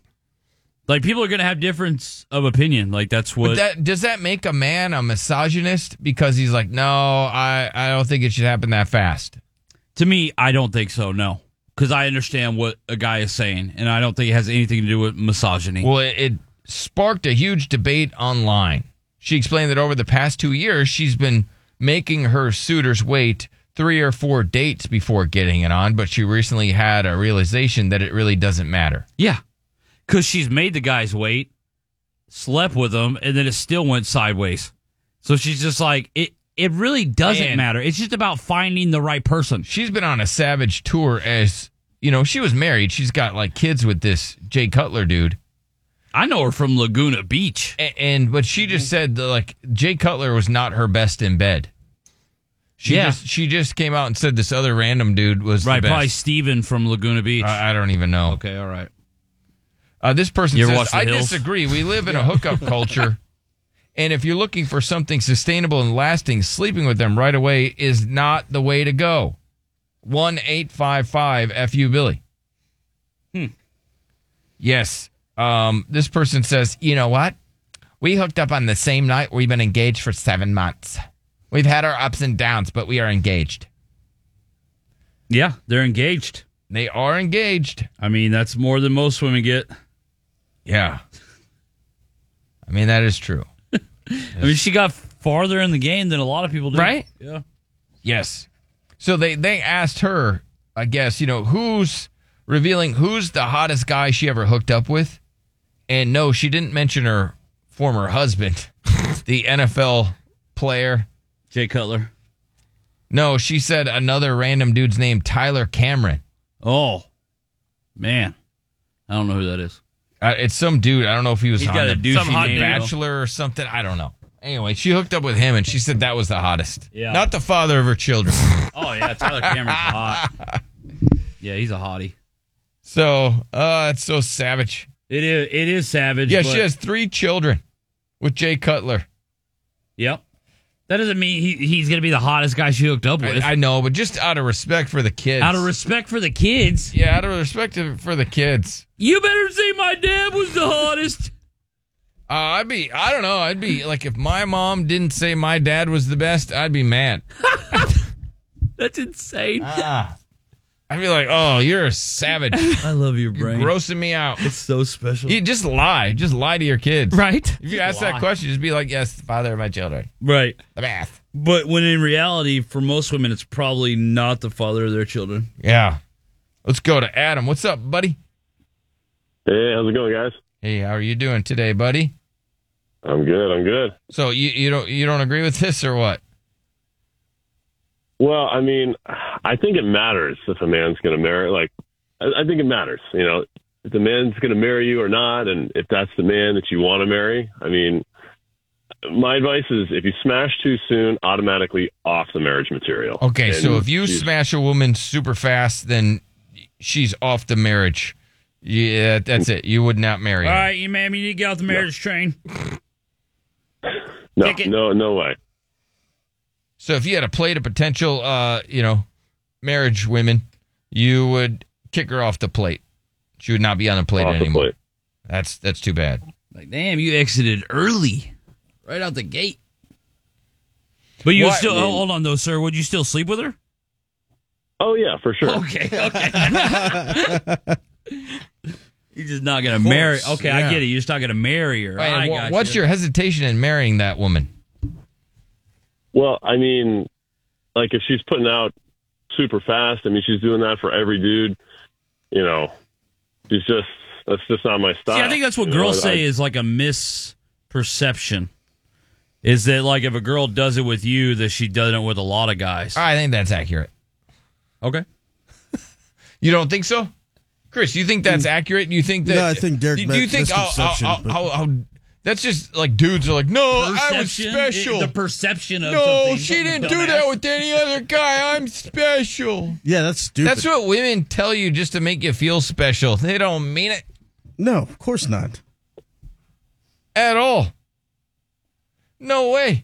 [SPEAKER 11] Like people are going to have difference of opinion. Like that's what
[SPEAKER 9] But that does that make a man a misogynist because he's like, no, I, I don't think it should happen that fast.
[SPEAKER 11] To me, I don't think so. No, because I understand what a guy is saying, and I don't think it has anything to do with misogyny.
[SPEAKER 9] Well, it, it sparked a huge debate online. She explained that over the past two years, she's been making her suitors wait three or four dates before getting it on, but she recently had a realization that it really doesn't matter.
[SPEAKER 11] yeah, because she's made the guys wait, slept with them, and then it still went sideways. So she's just like it. It really doesn't
[SPEAKER 9] Man.
[SPEAKER 11] matter. It's just about finding the right person.
[SPEAKER 9] She's been on a savage tour as, you know, she was married. She's got like kids with this Jay Cutler dude.
[SPEAKER 11] I know her from Laguna Beach.
[SPEAKER 9] And, but she just said that, like Jay Cutler was not her best in bed. She
[SPEAKER 11] Yeah.
[SPEAKER 9] just she just came out and said this other random dude was the
[SPEAKER 11] Right,
[SPEAKER 9] best.
[SPEAKER 11] probably Steven from Laguna Beach.
[SPEAKER 9] I don't even know.
[SPEAKER 11] Okay, all right.
[SPEAKER 9] Uh, this person
[SPEAKER 11] You ever
[SPEAKER 9] says,
[SPEAKER 11] watch The
[SPEAKER 9] I
[SPEAKER 11] Hills?"
[SPEAKER 9] disagree. We live in a
[SPEAKER 11] Yeah.
[SPEAKER 9] hookup culture. And if you're looking for something sustainable and lasting, sleeping with them right away is not the way to go. 1 855 FU Billy.
[SPEAKER 11] Hmm.
[SPEAKER 9] Yes. Um, this person says, you know what? We hooked up on the same night. We've been engaged for seven months. We've had our ups and downs, but we are engaged.
[SPEAKER 11] Yeah, they're engaged.
[SPEAKER 9] They are engaged.
[SPEAKER 11] I mean, that's more than most women get.
[SPEAKER 9] Yeah. I mean, that is true.
[SPEAKER 11] I mean, she got farther in the game than a lot of people do.
[SPEAKER 9] Right?
[SPEAKER 11] Yeah.
[SPEAKER 9] Yes. So they they asked her, I guess, you know, who's revealing who's the hottest guy she ever hooked up with? And no, she didn't mention her former husband, the NFL player
[SPEAKER 11] Jay Cutler.
[SPEAKER 9] No, she said another random dude's name, Tyler Cameron.
[SPEAKER 11] Oh. Man. I don't know who that is.
[SPEAKER 9] Uh, it's some dude. I don't know if he was
[SPEAKER 11] He's
[SPEAKER 9] on
[SPEAKER 11] got
[SPEAKER 9] the
[SPEAKER 11] a douchey
[SPEAKER 9] some hot
[SPEAKER 11] name.
[SPEAKER 9] bachelor or something. I don't know. Anyway, she hooked up with him and she said that was the hottest.
[SPEAKER 11] Yeah.
[SPEAKER 9] Not the father of her children.
[SPEAKER 11] Oh yeah, Tyler Cameron's hot. Yeah, he's a hottie.
[SPEAKER 9] So, uh, it's so savage.
[SPEAKER 11] It is. It is savage.
[SPEAKER 9] Yeah,
[SPEAKER 11] but-
[SPEAKER 9] she has three children with Jay Cutler.
[SPEAKER 11] Yep. That doesn't mean he, he's gonna be the hottest guy she hooked up with.
[SPEAKER 9] I, I know, but just out of respect for the kids.
[SPEAKER 11] Out of respect for the kids.
[SPEAKER 9] Yeah, out of respect to- for the kids.
[SPEAKER 11] You better say my dad was the hottest.
[SPEAKER 9] Uh, I'd be, I don't know, I'd be like, if my mom didn't say my dad was the best, I'd be mad.
[SPEAKER 11] That's insane.
[SPEAKER 9] Ah. I'd be like, oh, you're a savage.
[SPEAKER 11] I love your brain.
[SPEAKER 9] Grossing me out.
[SPEAKER 11] It's so special.
[SPEAKER 9] You just lie. Just lie to your kids.
[SPEAKER 11] Right?
[SPEAKER 9] If you ask that
[SPEAKER 11] Lie.
[SPEAKER 9] question, just be like, yes, the father of my children.
[SPEAKER 11] Right.
[SPEAKER 9] The math.
[SPEAKER 11] But when in reality, for most women, it's probably not the father of their children.
[SPEAKER 9] Yeah. Let's go to Adam. What's up, buddy?
[SPEAKER 13] Hey, how's it going, guys?
[SPEAKER 9] Hey, how are you doing today, buddy?
[SPEAKER 13] I'm good. I'm good.
[SPEAKER 9] So you, you don't you don't agree with this or what?
[SPEAKER 13] Well, I mean, I think it matters if a man's going to marry. Like, I, I think it matters. You know, if the man's going to marry you or not, and if that's the man that you want to marry. I mean, my advice is if you smash too soon, automatically off the marriage material.
[SPEAKER 9] Okay,
[SPEAKER 13] And
[SPEAKER 9] so if you
[SPEAKER 13] she's-
[SPEAKER 9] smash a woman super fast, then she's off the marriage. Yeah, that's it. You would not marry
[SPEAKER 11] All
[SPEAKER 9] her.
[SPEAKER 11] right, you ma'am, you need to get off the marriage train.
[SPEAKER 9] Uh,
[SPEAKER 13] no, no, no way.
[SPEAKER 9] So if you had a plate of potential, uh, you know, marriage women, you would kick her off the plate. She would not be on the plate
[SPEAKER 10] Off the
[SPEAKER 9] anymore. That's that's too bad.
[SPEAKER 10] Like, damn, you exited early, right out the gate. But
[SPEAKER 11] you
[SPEAKER 10] you
[SPEAKER 11] would
[SPEAKER 10] still
[SPEAKER 11] still
[SPEAKER 10] oh,
[SPEAKER 11] hold on though, sir. Would you still sleep with her?
[SPEAKER 13] Oh yeah, for sure.
[SPEAKER 10] Okay, okay.
[SPEAKER 11] You're just not gonna
[SPEAKER 9] Of course,
[SPEAKER 11] marry. Okay, I
[SPEAKER 9] yeah.
[SPEAKER 11] get it. You're just not gonna marry her.
[SPEAKER 9] Right, and
[SPEAKER 11] I
[SPEAKER 9] wha-
[SPEAKER 11] got
[SPEAKER 9] what's
[SPEAKER 11] you.
[SPEAKER 9] your hesitation in marrying that woman?
[SPEAKER 13] Well, I mean, like if she's putting out super fast, I mean, she's doing that for every dude. You know, she's just that's just not my style.
[SPEAKER 11] See, I think that's what
[SPEAKER 13] You know,
[SPEAKER 11] girls
[SPEAKER 13] I-
[SPEAKER 11] say is like a misperception. Is that like if a girl does it with you, that she does it with a lot of guys?
[SPEAKER 9] I think that's accurate.
[SPEAKER 11] Okay.
[SPEAKER 9] You don't think so, Chris? You think that's accurate? You think that?
[SPEAKER 2] Mm. No, I think Derek
[SPEAKER 9] Do
[SPEAKER 2] meant
[SPEAKER 9] you think oh, oh,
[SPEAKER 2] misconception,
[SPEAKER 9] oh,
[SPEAKER 2] but-
[SPEAKER 9] oh, oh, that's just like dudes are like, no, I was
[SPEAKER 11] Perception, i-
[SPEAKER 9] special.
[SPEAKER 11] The perception of
[SPEAKER 9] no,
[SPEAKER 11] something.
[SPEAKER 9] she didn't do that with any other guy. I'm special.
[SPEAKER 2] Yeah, that's stupid.
[SPEAKER 9] That's what women tell you just to make you feel special. They don't mean it
[SPEAKER 2] No, of course not.
[SPEAKER 9] at all. No way.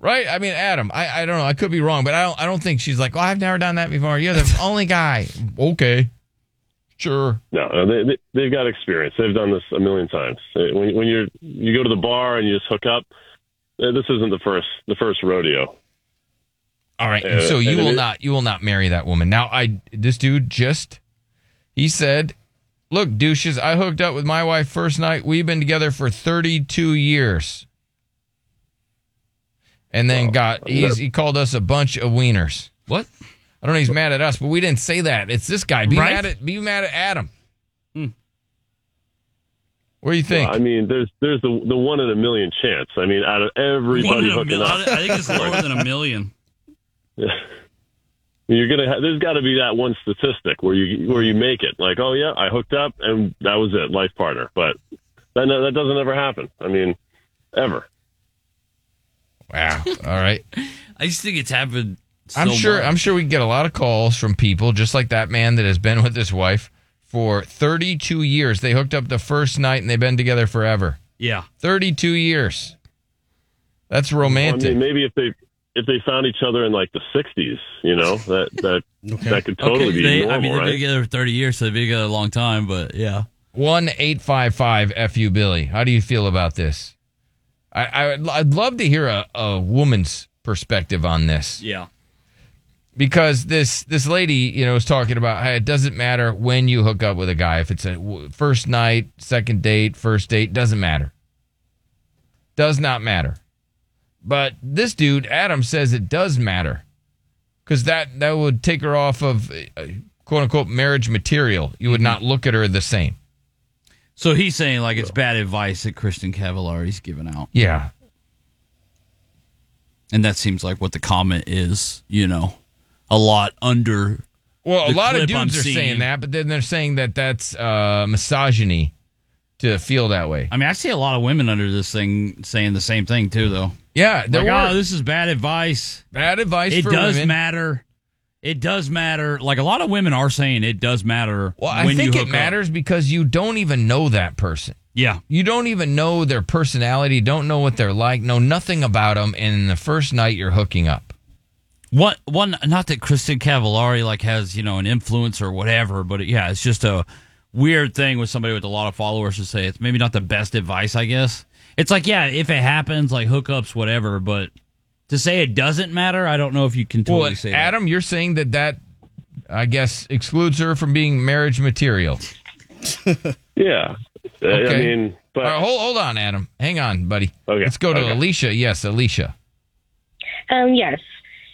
[SPEAKER 9] Right? I mean, Adam, I, I don't know. I could be wrong, but I don't I don't think she's like, well, I've never done that before. You're the only guy. Okay. Sure.
[SPEAKER 13] No, no, they, they they've got experience. They've done this a million times. Uh, When when you're you go to the bar and you just hook up, uh, this isn't the first the first rodeo.
[SPEAKER 9] All right.
[SPEAKER 13] Uh,
[SPEAKER 9] so you
[SPEAKER 13] and
[SPEAKER 9] will
[SPEAKER 13] it-
[SPEAKER 9] not you will not marry that woman. Now I this dude just he said, "Look, douches, I hooked up with my wife first night. We've been together for 32 years." And then got he's, he called us a bunch of wieners. What? I don't know. He's mad at us, but we didn't say that. It's this guy. Be
[SPEAKER 13] Right?
[SPEAKER 9] mad at be mad at Adam. What do you think?
[SPEAKER 13] Well, I mean, there's there's the the one in a million chance. I mean, out of
[SPEAKER 11] One
[SPEAKER 13] everybody
[SPEAKER 11] in a
[SPEAKER 13] hooking
[SPEAKER 11] mil-
[SPEAKER 13] up,
[SPEAKER 11] I I think it's lower than a million.
[SPEAKER 13] Yeah. You're gonna. Ha- there's got to be that one statistic where you where you make it like, oh yeah, I hooked up and that was it, life partner. But that no, that doesn't ever happen. I mean, ever.
[SPEAKER 9] Wow. All right.
[SPEAKER 11] I just think it's happened. So
[SPEAKER 9] I'm sure.
[SPEAKER 11] Much.
[SPEAKER 9] I'm sure we get a lot of calls from people just like that man that has been with his wife for 32 years. They hooked up the first night and they've been together forever.
[SPEAKER 11] Yeah.
[SPEAKER 9] 32 years. That's romantic.
[SPEAKER 13] I mean, maybe if they if they found each other in like the '60s, you know, that that that could totally be
[SPEAKER 11] they,
[SPEAKER 13] normal,
[SPEAKER 11] I mean, they've been
[SPEAKER 13] right?
[SPEAKER 11] together for 30 years, so they've been together a long time, but yeah.
[SPEAKER 9] One eight five five fu Billy. How do you feel about this? I, I would- I'd love to hear a, a woman's perspective on this.
[SPEAKER 11] Yeah.
[SPEAKER 9] because this this lady you know was talking about hey, it doesn't matter when you hook up with a guy if it's a w- first night second date first date doesn't matter does not matter but this dude adam says it does matter because that that would take her off of uh, quote unquote marriage material you would not look at her the same
[SPEAKER 11] Mm-hmm. So he's saying like it's bad advice that Kristen Cavallari's giving out.
[SPEAKER 9] Yeah.
[SPEAKER 11] And that seems like what the comment is, you know, a lot under.
[SPEAKER 9] Well, a
[SPEAKER 11] the
[SPEAKER 9] lot of
[SPEAKER 11] clip I'm
[SPEAKER 9] dudes are saying
[SPEAKER 11] seeing.
[SPEAKER 9] that, but then they're saying that that's uh, misogyny to feel that way.
[SPEAKER 11] I mean, I see a lot of women under this thing saying the same thing too, though.
[SPEAKER 9] Yeah, there
[SPEAKER 11] like,
[SPEAKER 9] were-
[SPEAKER 11] oh, this is bad advice.
[SPEAKER 9] Bad advice.
[SPEAKER 11] It
[SPEAKER 9] for
[SPEAKER 11] does
[SPEAKER 9] women.
[SPEAKER 11] matter. It does matter. Like a lot of women are saying, it does matter. Well,
[SPEAKER 9] I think it matters because you don't even know that person.
[SPEAKER 11] Yeah.
[SPEAKER 9] You don't even know their personality, don't know what they're like, know nothing about them, and the first night you're hooking up.
[SPEAKER 11] One, one, not that Kristen Cavallari like has you know an influence or whatever, but it, yeah, it's just a weird thing with somebody with a lot of followers to say. It's maybe not the best advice, I guess. It's like yeah, if it happens, like hookups, whatever. But to say it doesn't matter, I don't know if you can totally
[SPEAKER 9] well,
[SPEAKER 11] say that.
[SPEAKER 9] Adam, you're saying that that, I guess, excludes her from being marriage material.
[SPEAKER 13] Yeah. Uh, I mean, but
[SPEAKER 9] All right, hold, hold on, Adam. Hang on, buddy. Okay. Let's go to
[SPEAKER 13] okay.
[SPEAKER 9] Alicia. Yes, Alicia.
[SPEAKER 6] Um, yes.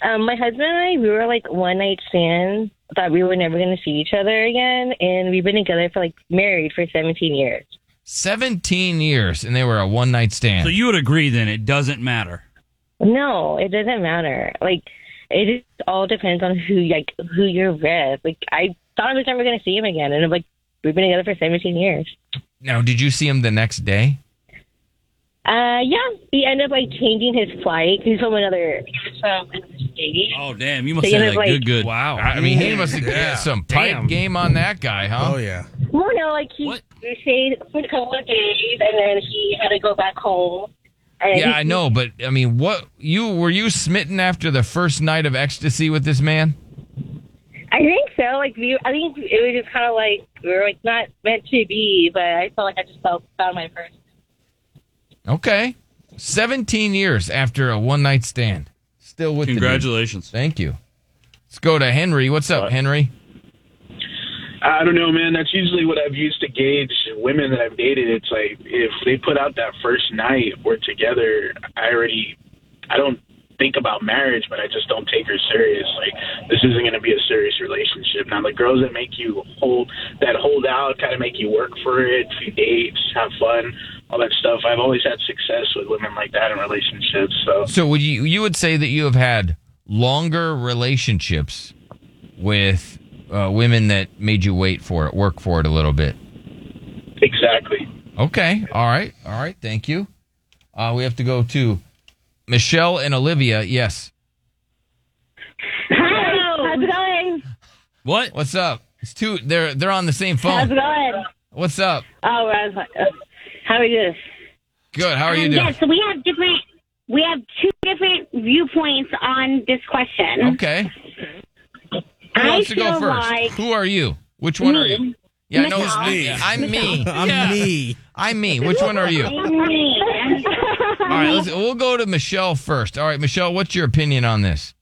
[SPEAKER 6] Um, my husband and I, we were like one night stands, thought we were never going to see each other again, and we've been together for like married for 17 years.
[SPEAKER 9] 17 years, and they were a one night stand.
[SPEAKER 11] So you would agree then it doesn't matter.
[SPEAKER 6] No, it doesn't matter. Like, it just all depends on who like who you're with. Like, I thought I was never going to see him again, and I'm like, we've been together for 17 years.
[SPEAKER 9] Now, did you see him the next day?
[SPEAKER 6] Uh, yeah, he ended up like changing his flight. He's from another um, from another state.
[SPEAKER 11] Oh damn, you
[SPEAKER 6] must So have you had was a like- good,
[SPEAKER 11] good.
[SPEAKER 9] Wow. I mean, he must have
[SPEAKER 11] Yeah.
[SPEAKER 9] got some pipe
[SPEAKER 6] Damn.
[SPEAKER 9] game on that guy, huh? Oh yeah.
[SPEAKER 6] Well, no, like he, he stayed for a couple of days, and then he had to go back home.
[SPEAKER 30] And
[SPEAKER 9] Yeah,
[SPEAKER 30] think
[SPEAKER 9] I know, but I mean, what you were you smitten after the first night of ecstasy with this man?
[SPEAKER 30] I think so. Like we, I think it was just kind of like we were like not meant to be, but I felt like I just felt found my person.
[SPEAKER 9] Okay, seventeen years after a one night stand, still with. Congratulations, thank you. Let's go to Henry. What's up, Henry?
[SPEAKER 31] I don't know, man. That's usually what I've used to gauge women that I've dated. It's like if they put out that first night we're together, I already, I don't think about marriage, but I just don't take her serious. Like this isn't going to be a serious relationship. Now the girls that make you hold that hold out, kind of make you work for it, few dates, have fun, all that stuff. I've always had success with women like that in relationships. So
[SPEAKER 9] So would you you would say that you have had longer relationships with uh, women that made you wait for it, work for it a little bit?
[SPEAKER 31] exactly.
[SPEAKER 9] Okay. All right. All right. Thank you. Uh, we have to go to Michelle and Olivia. Yes.
[SPEAKER 32] Oh.
[SPEAKER 30] Hello. How's it going?
[SPEAKER 9] What? What's up? It's two. They're they're on the same phone.
[SPEAKER 33] How's it going?
[SPEAKER 9] What's up?
[SPEAKER 33] Oh, I was like, uh, how are you?
[SPEAKER 9] Good. How are you
[SPEAKER 33] Um,
[SPEAKER 9] doing?
[SPEAKER 33] Yeah, so we have different, we have two different viewpoints on this question.
[SPEAKER 9] Okay. Who wants to go
[SPEAKER 33] feel
[SPEAKER 9] first?
[SPEAKER 33] like-
[SPEAKER 9] Who are you? Which one are you?
[SPEAKER 33] Me.
[SPEAKER 9] Yeah, I know
[SPEAKER 33] Michelle.
[SPEAKER 9] it's me. I'm me.
[SPEAKER 33] Michelle. I'm
[SPEAKER 9] Yeah.
[SPEAKER 33] me.
[SPEAKER 9] I'm me. Which one are you? All
[SPEAKER 33] Me.
[SPEAKER 9] right, let's, we'll go to Michelle first. All right, Michelle, what's your opinion on this?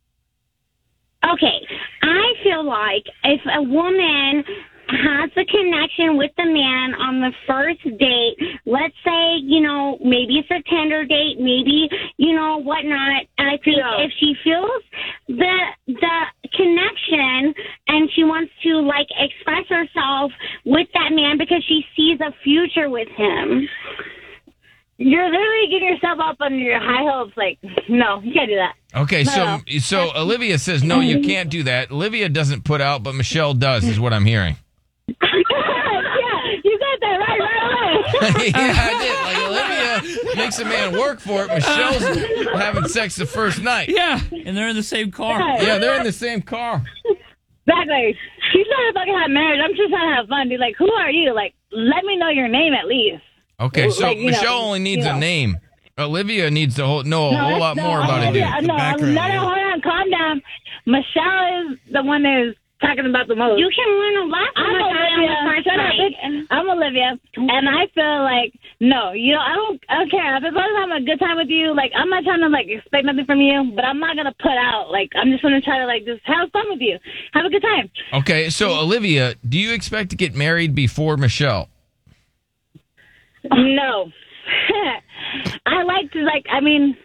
[SPEAKER 33] Okay, I feel like if a woman has a connection with the man on the first date, let's say, you know, maybe it's a Tinder date, maybe, you know, whatnot, I think if she feels the the connection and she wants to like express herself with that man because she sees a future with him.
[SPEAKER 32] You're literally getting yourself up under your high hopes. Like, no, you can't do that.
[SPEAKER 9] Okay, so
[SPEAKER 32] No.
[SPEAKER 9] so Olivia says no, you can't do that. Olivia doesn't put out, but Michelle does, is what I'm hearing.
[SPEAKER 32] yeah, you got that right right away.
[SPEAKER 9] yeah, I did. Like Olivia makes a man work for it. Michelle's having sex the first night.
[SPEAKER 11] Yeah, and they're in the same car.
[SPEAKER 9] Yeah, they're in the same car.
[SPEAKER 32] Exactly. She's trying to fucking have marriage. I'm just trying to have fun, dude. Like, who are you? Like, let me know your name at least.
[SPEAKER 9] Okay, so
[SPEAKER 32] Like, you know,
[SPEAKER 9] Michelle only needs
[SPEAKER 32] you
[SPEAKER 9] a
[SPEAKER 32] know.
[SPEAKER 9] name. Olivia needs to whole, know a whole
[SPEAKER 32] that's-
[SPEAKER 9] lot
[SPEAKER 32] no,
[SPEAKER 9] more about it.
[SPEAKER 32] Olivia-
[SPEAKER 9] dude.
[SPEAKER 32] No, no, no, hold on, calm down. Michelle is the one that is talking about the most.
[SPEAKER 33] You can learn a lot from
[SPEAKER 32] I'm
[SPEAKER 33] a guy on the
[SPEAKER 32] Olivia.
[SPEAKER 33] first
[SPEAKER 32] Shut up,
[SPEAKER 33] night.
[SPEAKER 32] bitch. I'm Olivia, and I feel like no, you know, I don't, I don't care. If I'm having a good time with you, like I'm not trying to like expect nothing from you, but I'm not gonna put out. Like I'm just gonna try to like just have fun with you, have a good time.
[SPEAKER 9] Okay, so Olivia, do you expect to get married before Michelle?
[SPEAKER 33] Oh.
[SPEAKER 32] No. I like to like. I mean,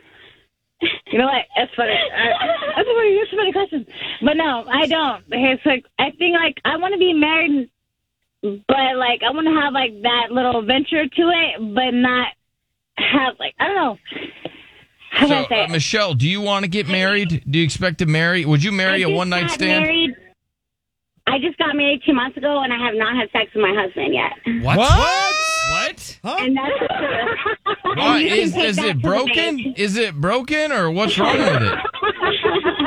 [SPEAKER 32] you know what? That's funny. I, that's a funny. That's a funny question. But no, I don't. It's like I think like I want to be married, but like I want to have like that little venture to it, but not have like I don't know.
[SPEAKER 9] So,
[SPEAKER 32] How can I say
[SPEAKER 9] uh,
[SPEAKER 32] it?
[SPEAKER 9] Michelle, do you want to get married? Do you expect to marry? Would you marry
[SPEAKER 32] I
[SPEAKER 9] a
[SPEAKER 32] just
[SPEAKER 9] one night
[SPEAKER 32] got
[SPEAKER 9] stand?
[SPEAKER 32] Married, I just got married two months ago, and I have not had sex with my husband yet.
[SPEAKER 9] What? What?
[SPEAKER 11] What?
[SPEAKER 32] And that's the truth. And
[SPEAKER 9] Why,
[SPEAKER 32] you can
[SPEAKER 9] is
[SPEAKER 32] take
[SPEAKER 9] is
[SPEAKER 32] that to
[SPEAKER 9] it
[SPEAKER 32] the
[SPEAKER 9] broken?
[SPEAKER 32] bank.
[SPEAKER 9] Is it broken or what's wrong with it?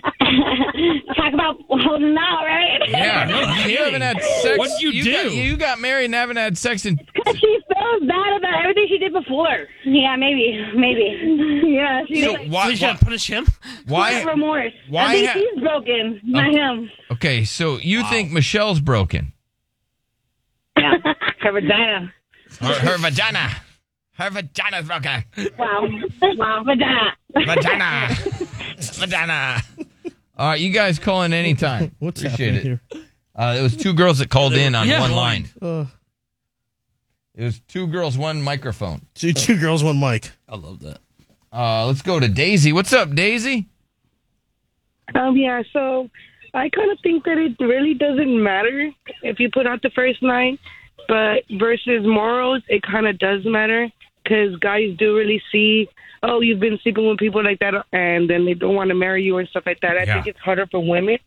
[SPEAKER 32] Talk about holding out, right?
[SPEAKER 9] Yeah, you haven't had sex.
[SPEAKER 32] What'd you do?
[SPEAKER 9] Got, you got married and haven't had sex in.
[SPEAKER 32] She feels bad about everything she did before. Yeah, maybe, maybe. Yeah, she
[SPEAKER 9] So
[SPEAKER 32] did.
[SPEAKER 9] why-
[SPEAKER 32] She
[SPEAKER 9] So you why-
[SPEAKER 32] punish him?
[SPEAKER 9] Why-
[SPEAKER 32] remorse?
[SPEAKER 9] why
[SPEAKER 32] I think
[SPEAKER 9] ha- Oh.
[SPEAKER 32] he's broken, not him.
[SPEAKER 9] Okay, so you think Michelle's broken?
[SPEAKER 32] Yeah, her vagina.
[SPEAKER 9] Her, her vagina. Her vagina's broken.
[SPEAKER 32] Wow, wow, vagina.
[SPEAKER 9] Vagina. vagina. All right, you guys call in anytime. What's Appreciate it. Uh, it was two girls that called in on
[SPEAKER 3] Yeah.
[SPEAKER 9] one line. It was two girls, one microphone.
[SPEAKER 3] Two, two girls, one mic.
[SPEAKER 9] I love that. Uh, let's go to Daisy. What's up, Daisy?
[SPEAKER 6] Um, yeah, so I kind of think that it really doesn't matter if you put out the first line, but versus morals, it kind of does matter because guys do really see, oh, you've been sleeping with people like that, and then they don't want to marry you and stuff like that. I
[SPEAKER 9] Yeah.
[SPEAKER 6] think it's harder for women.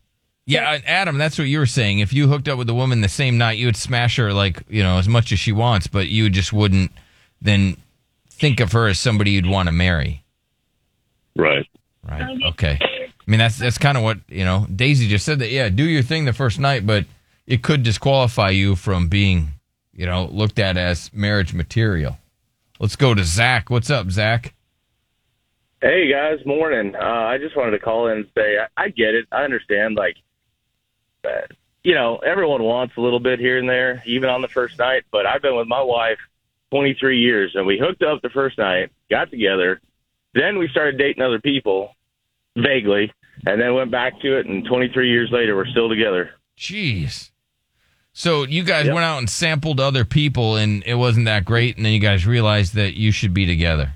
[SPEAKER 9] Yeah, and Adam, that's what you were saying. If you hooked up with a woman the same night, you would smash her like you know as much as she wants, but you just wouldn't then think of her as somebody you'd want to marry.
[SPEAKER 34] Right.
[SPEAKER 9] Right. Okay. I mean, that's that's kind of what you know. Daisy just said that. Yeah, do your thing the first night, but it could disqualify you from being you know looked at as marriage material. Let's go to Zach. What's up, Zach?
[SPEAKER 5] Hey guys, morning. Uh, I just wanted to call in and say I, I get it. I understand. Like, uh, you know, everyone wants a little bit here and there, even on the first night. But I've been with my wife 23 years, and we hooked up the first night, got together, then we started dating other people, vaguely, and then went back to it. And 23 years later, we're still together.
[SPEAKER 9] Jeez. So you guys went out and sampled other people, and it wasn't that great. And then you guys realized that you should be together.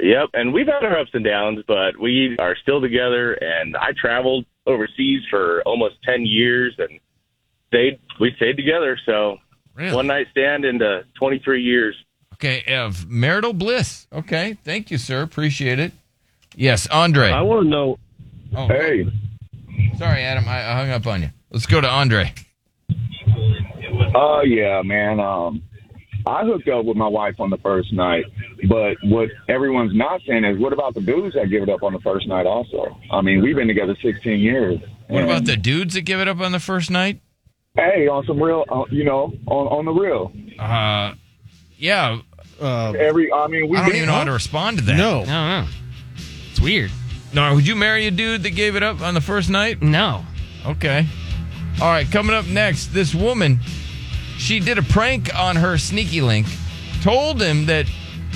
[SPEAKER 5] Yep, and we've had our ups and downs, but we are still together. And I traveled overseas for almost ten years, and stayed. We stayed together, so one night stand into twenty three years.
[SPEAKER 9] Okay, of marital bliss. Okay, thank you, sir. Appreciate it. Yes, Andre. I
[SPEAKER 5] want to know.
[SPEAKER 9] Oh, hey. Sorry, Adam. I, I hung up on you. Let's go to Andre.
[SPEAKER 7] Oh yeah, man. Um, I hooked up with my wife on the first night, but what everyone's not saying is, what about the dudes that give it up on the first night? Also, I mean, we've been together 16 years.
[SPEAKER 9] What about the dudes that give it up on the first night?
[SPEAKER 7] Hey, on some real, uh, you know, on on the real.
[SPEAKER 9] Uh, yeah. Uh,
[SPEAKER 7] Every, I mean, we
[SPEAKER 9] I don't
[SPEAKER 7] did,
[SPEAKER 9] even know how
[SPEAKER 7] huh?
[SPEAKER 9] to respond to that.
[SPEAKER 7] No.
[SPEAKER 9] no, no. It's weird. No, would you marry a dude that gave it up on the first night? No. Okay. All right, coming up next, this woman, she did a prank on her sneaky link, told him that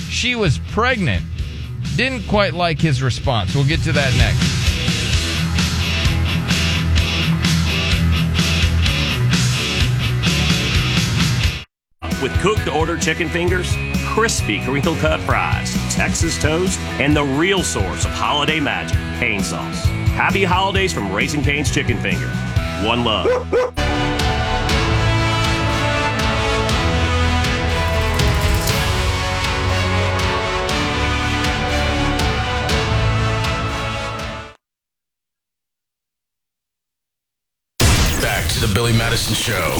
[SPEAKER 9] she was pregnant. Didn't quite like his response. We'll get to that next.
[SPEAKER 8] with cooked order chicken fingers, crispy crinkle cut fries, Texas toast, and the real source of holiday magic, Pain Sauce. Happy holidays from Raising Pain's Chicken Finger. One love.
[SPEAKER 2] Back to the Billy Madison Show.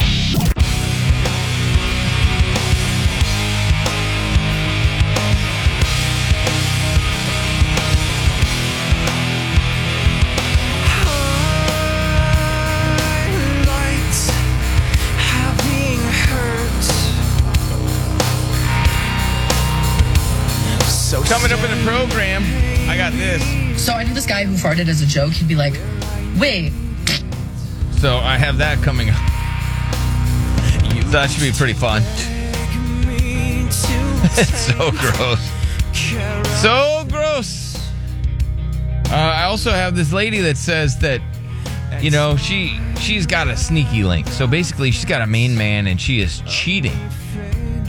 [SPEAKER 21] Lights having hurt.
[SPEAKER 9] So coming up in the program, I got this.
[SPEAKER 23] So I knew this guy who farted as a joke. He'd be like, wait,
[SPEAKER 9] So I have that coming up. That should be pretty fun. it's so gross. So gross. Uh, I also have this lady that says that, you know, she she's got a sneaky link. So basically, she's got a main man and she is cheating,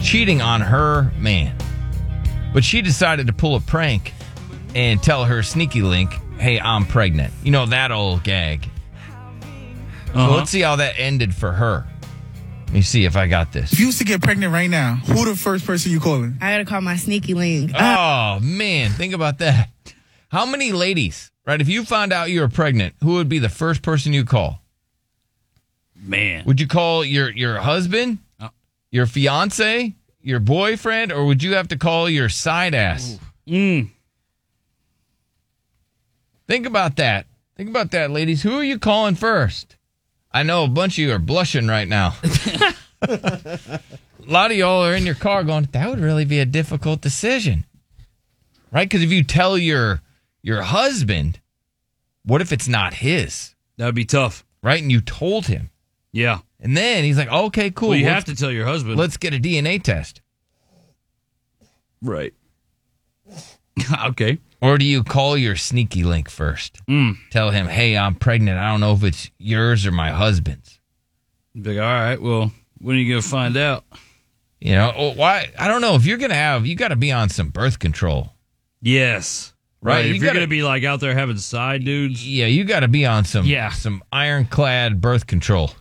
[SPEAKER 9] cheating on her man. But she decided to pull a prank and tell her sneaky link, "Hey, I'm pregnant." You know that old gag. So
[SPEAKER 24] Uh-huh.
[SPEAKER 9] let's see how that ended for her. Let me see if I got this.
[SPEAKER 24] If you was to get pregnant right now, who the first person you calling?
[SPEAKER 35] I gotta call my sneaky link. Uh,
[SPEAKER 9] Oh man, think about that. How many ladies, right? If you found out you were pregnant, who would be the first person you call? Man, would you call your your husband, your fiance, your boyfriend, or would you have to call your side ass? Think about that. Think about that, ladies. Who are you calling first? I know a bunch of you are blushing right now. a lot of y'all are in your car going, that would really be a difficult decision. Right? Because if you tell your your husband, what if it's not his? That would be tough. Right? And you told him. Yeah. And then he's like, okay, cool.
[SPEAKER 11] Well, you
[SPEAKER 9] let's-
[SPEAKER 11] have to tell your husband.
[SPEAKER 9] Let's get a DNA test. Right. okay. Or do you call your sneaky link first?
[SPEAKER 11] Hmm.
[SPEAKER 9] Tell him, hey, I'm pregnant. I don't know if it's yours or my husband's.
[SPEAKER 11] Be like, all right, well, when are you gonna find out?
[SPEAKER 9] You know, or why? I don't know. If you're going to have, you got to be on some birth control.
[SPEAKER 11] Yes. Right.
[SPEAKER 9] Right,
[SPEAKER 11] If
[SPEAKER 9] you
[SPEAKER 11] you're
[SPEAKER 9] gotta-
[SPEAKER 11] gonna be like out there having side dudes.
[SPEAKER 9] Yeah, you got to be on some
[SPEAKER 11] Yeah.
[SPEAKER 9] some ironclad birth control.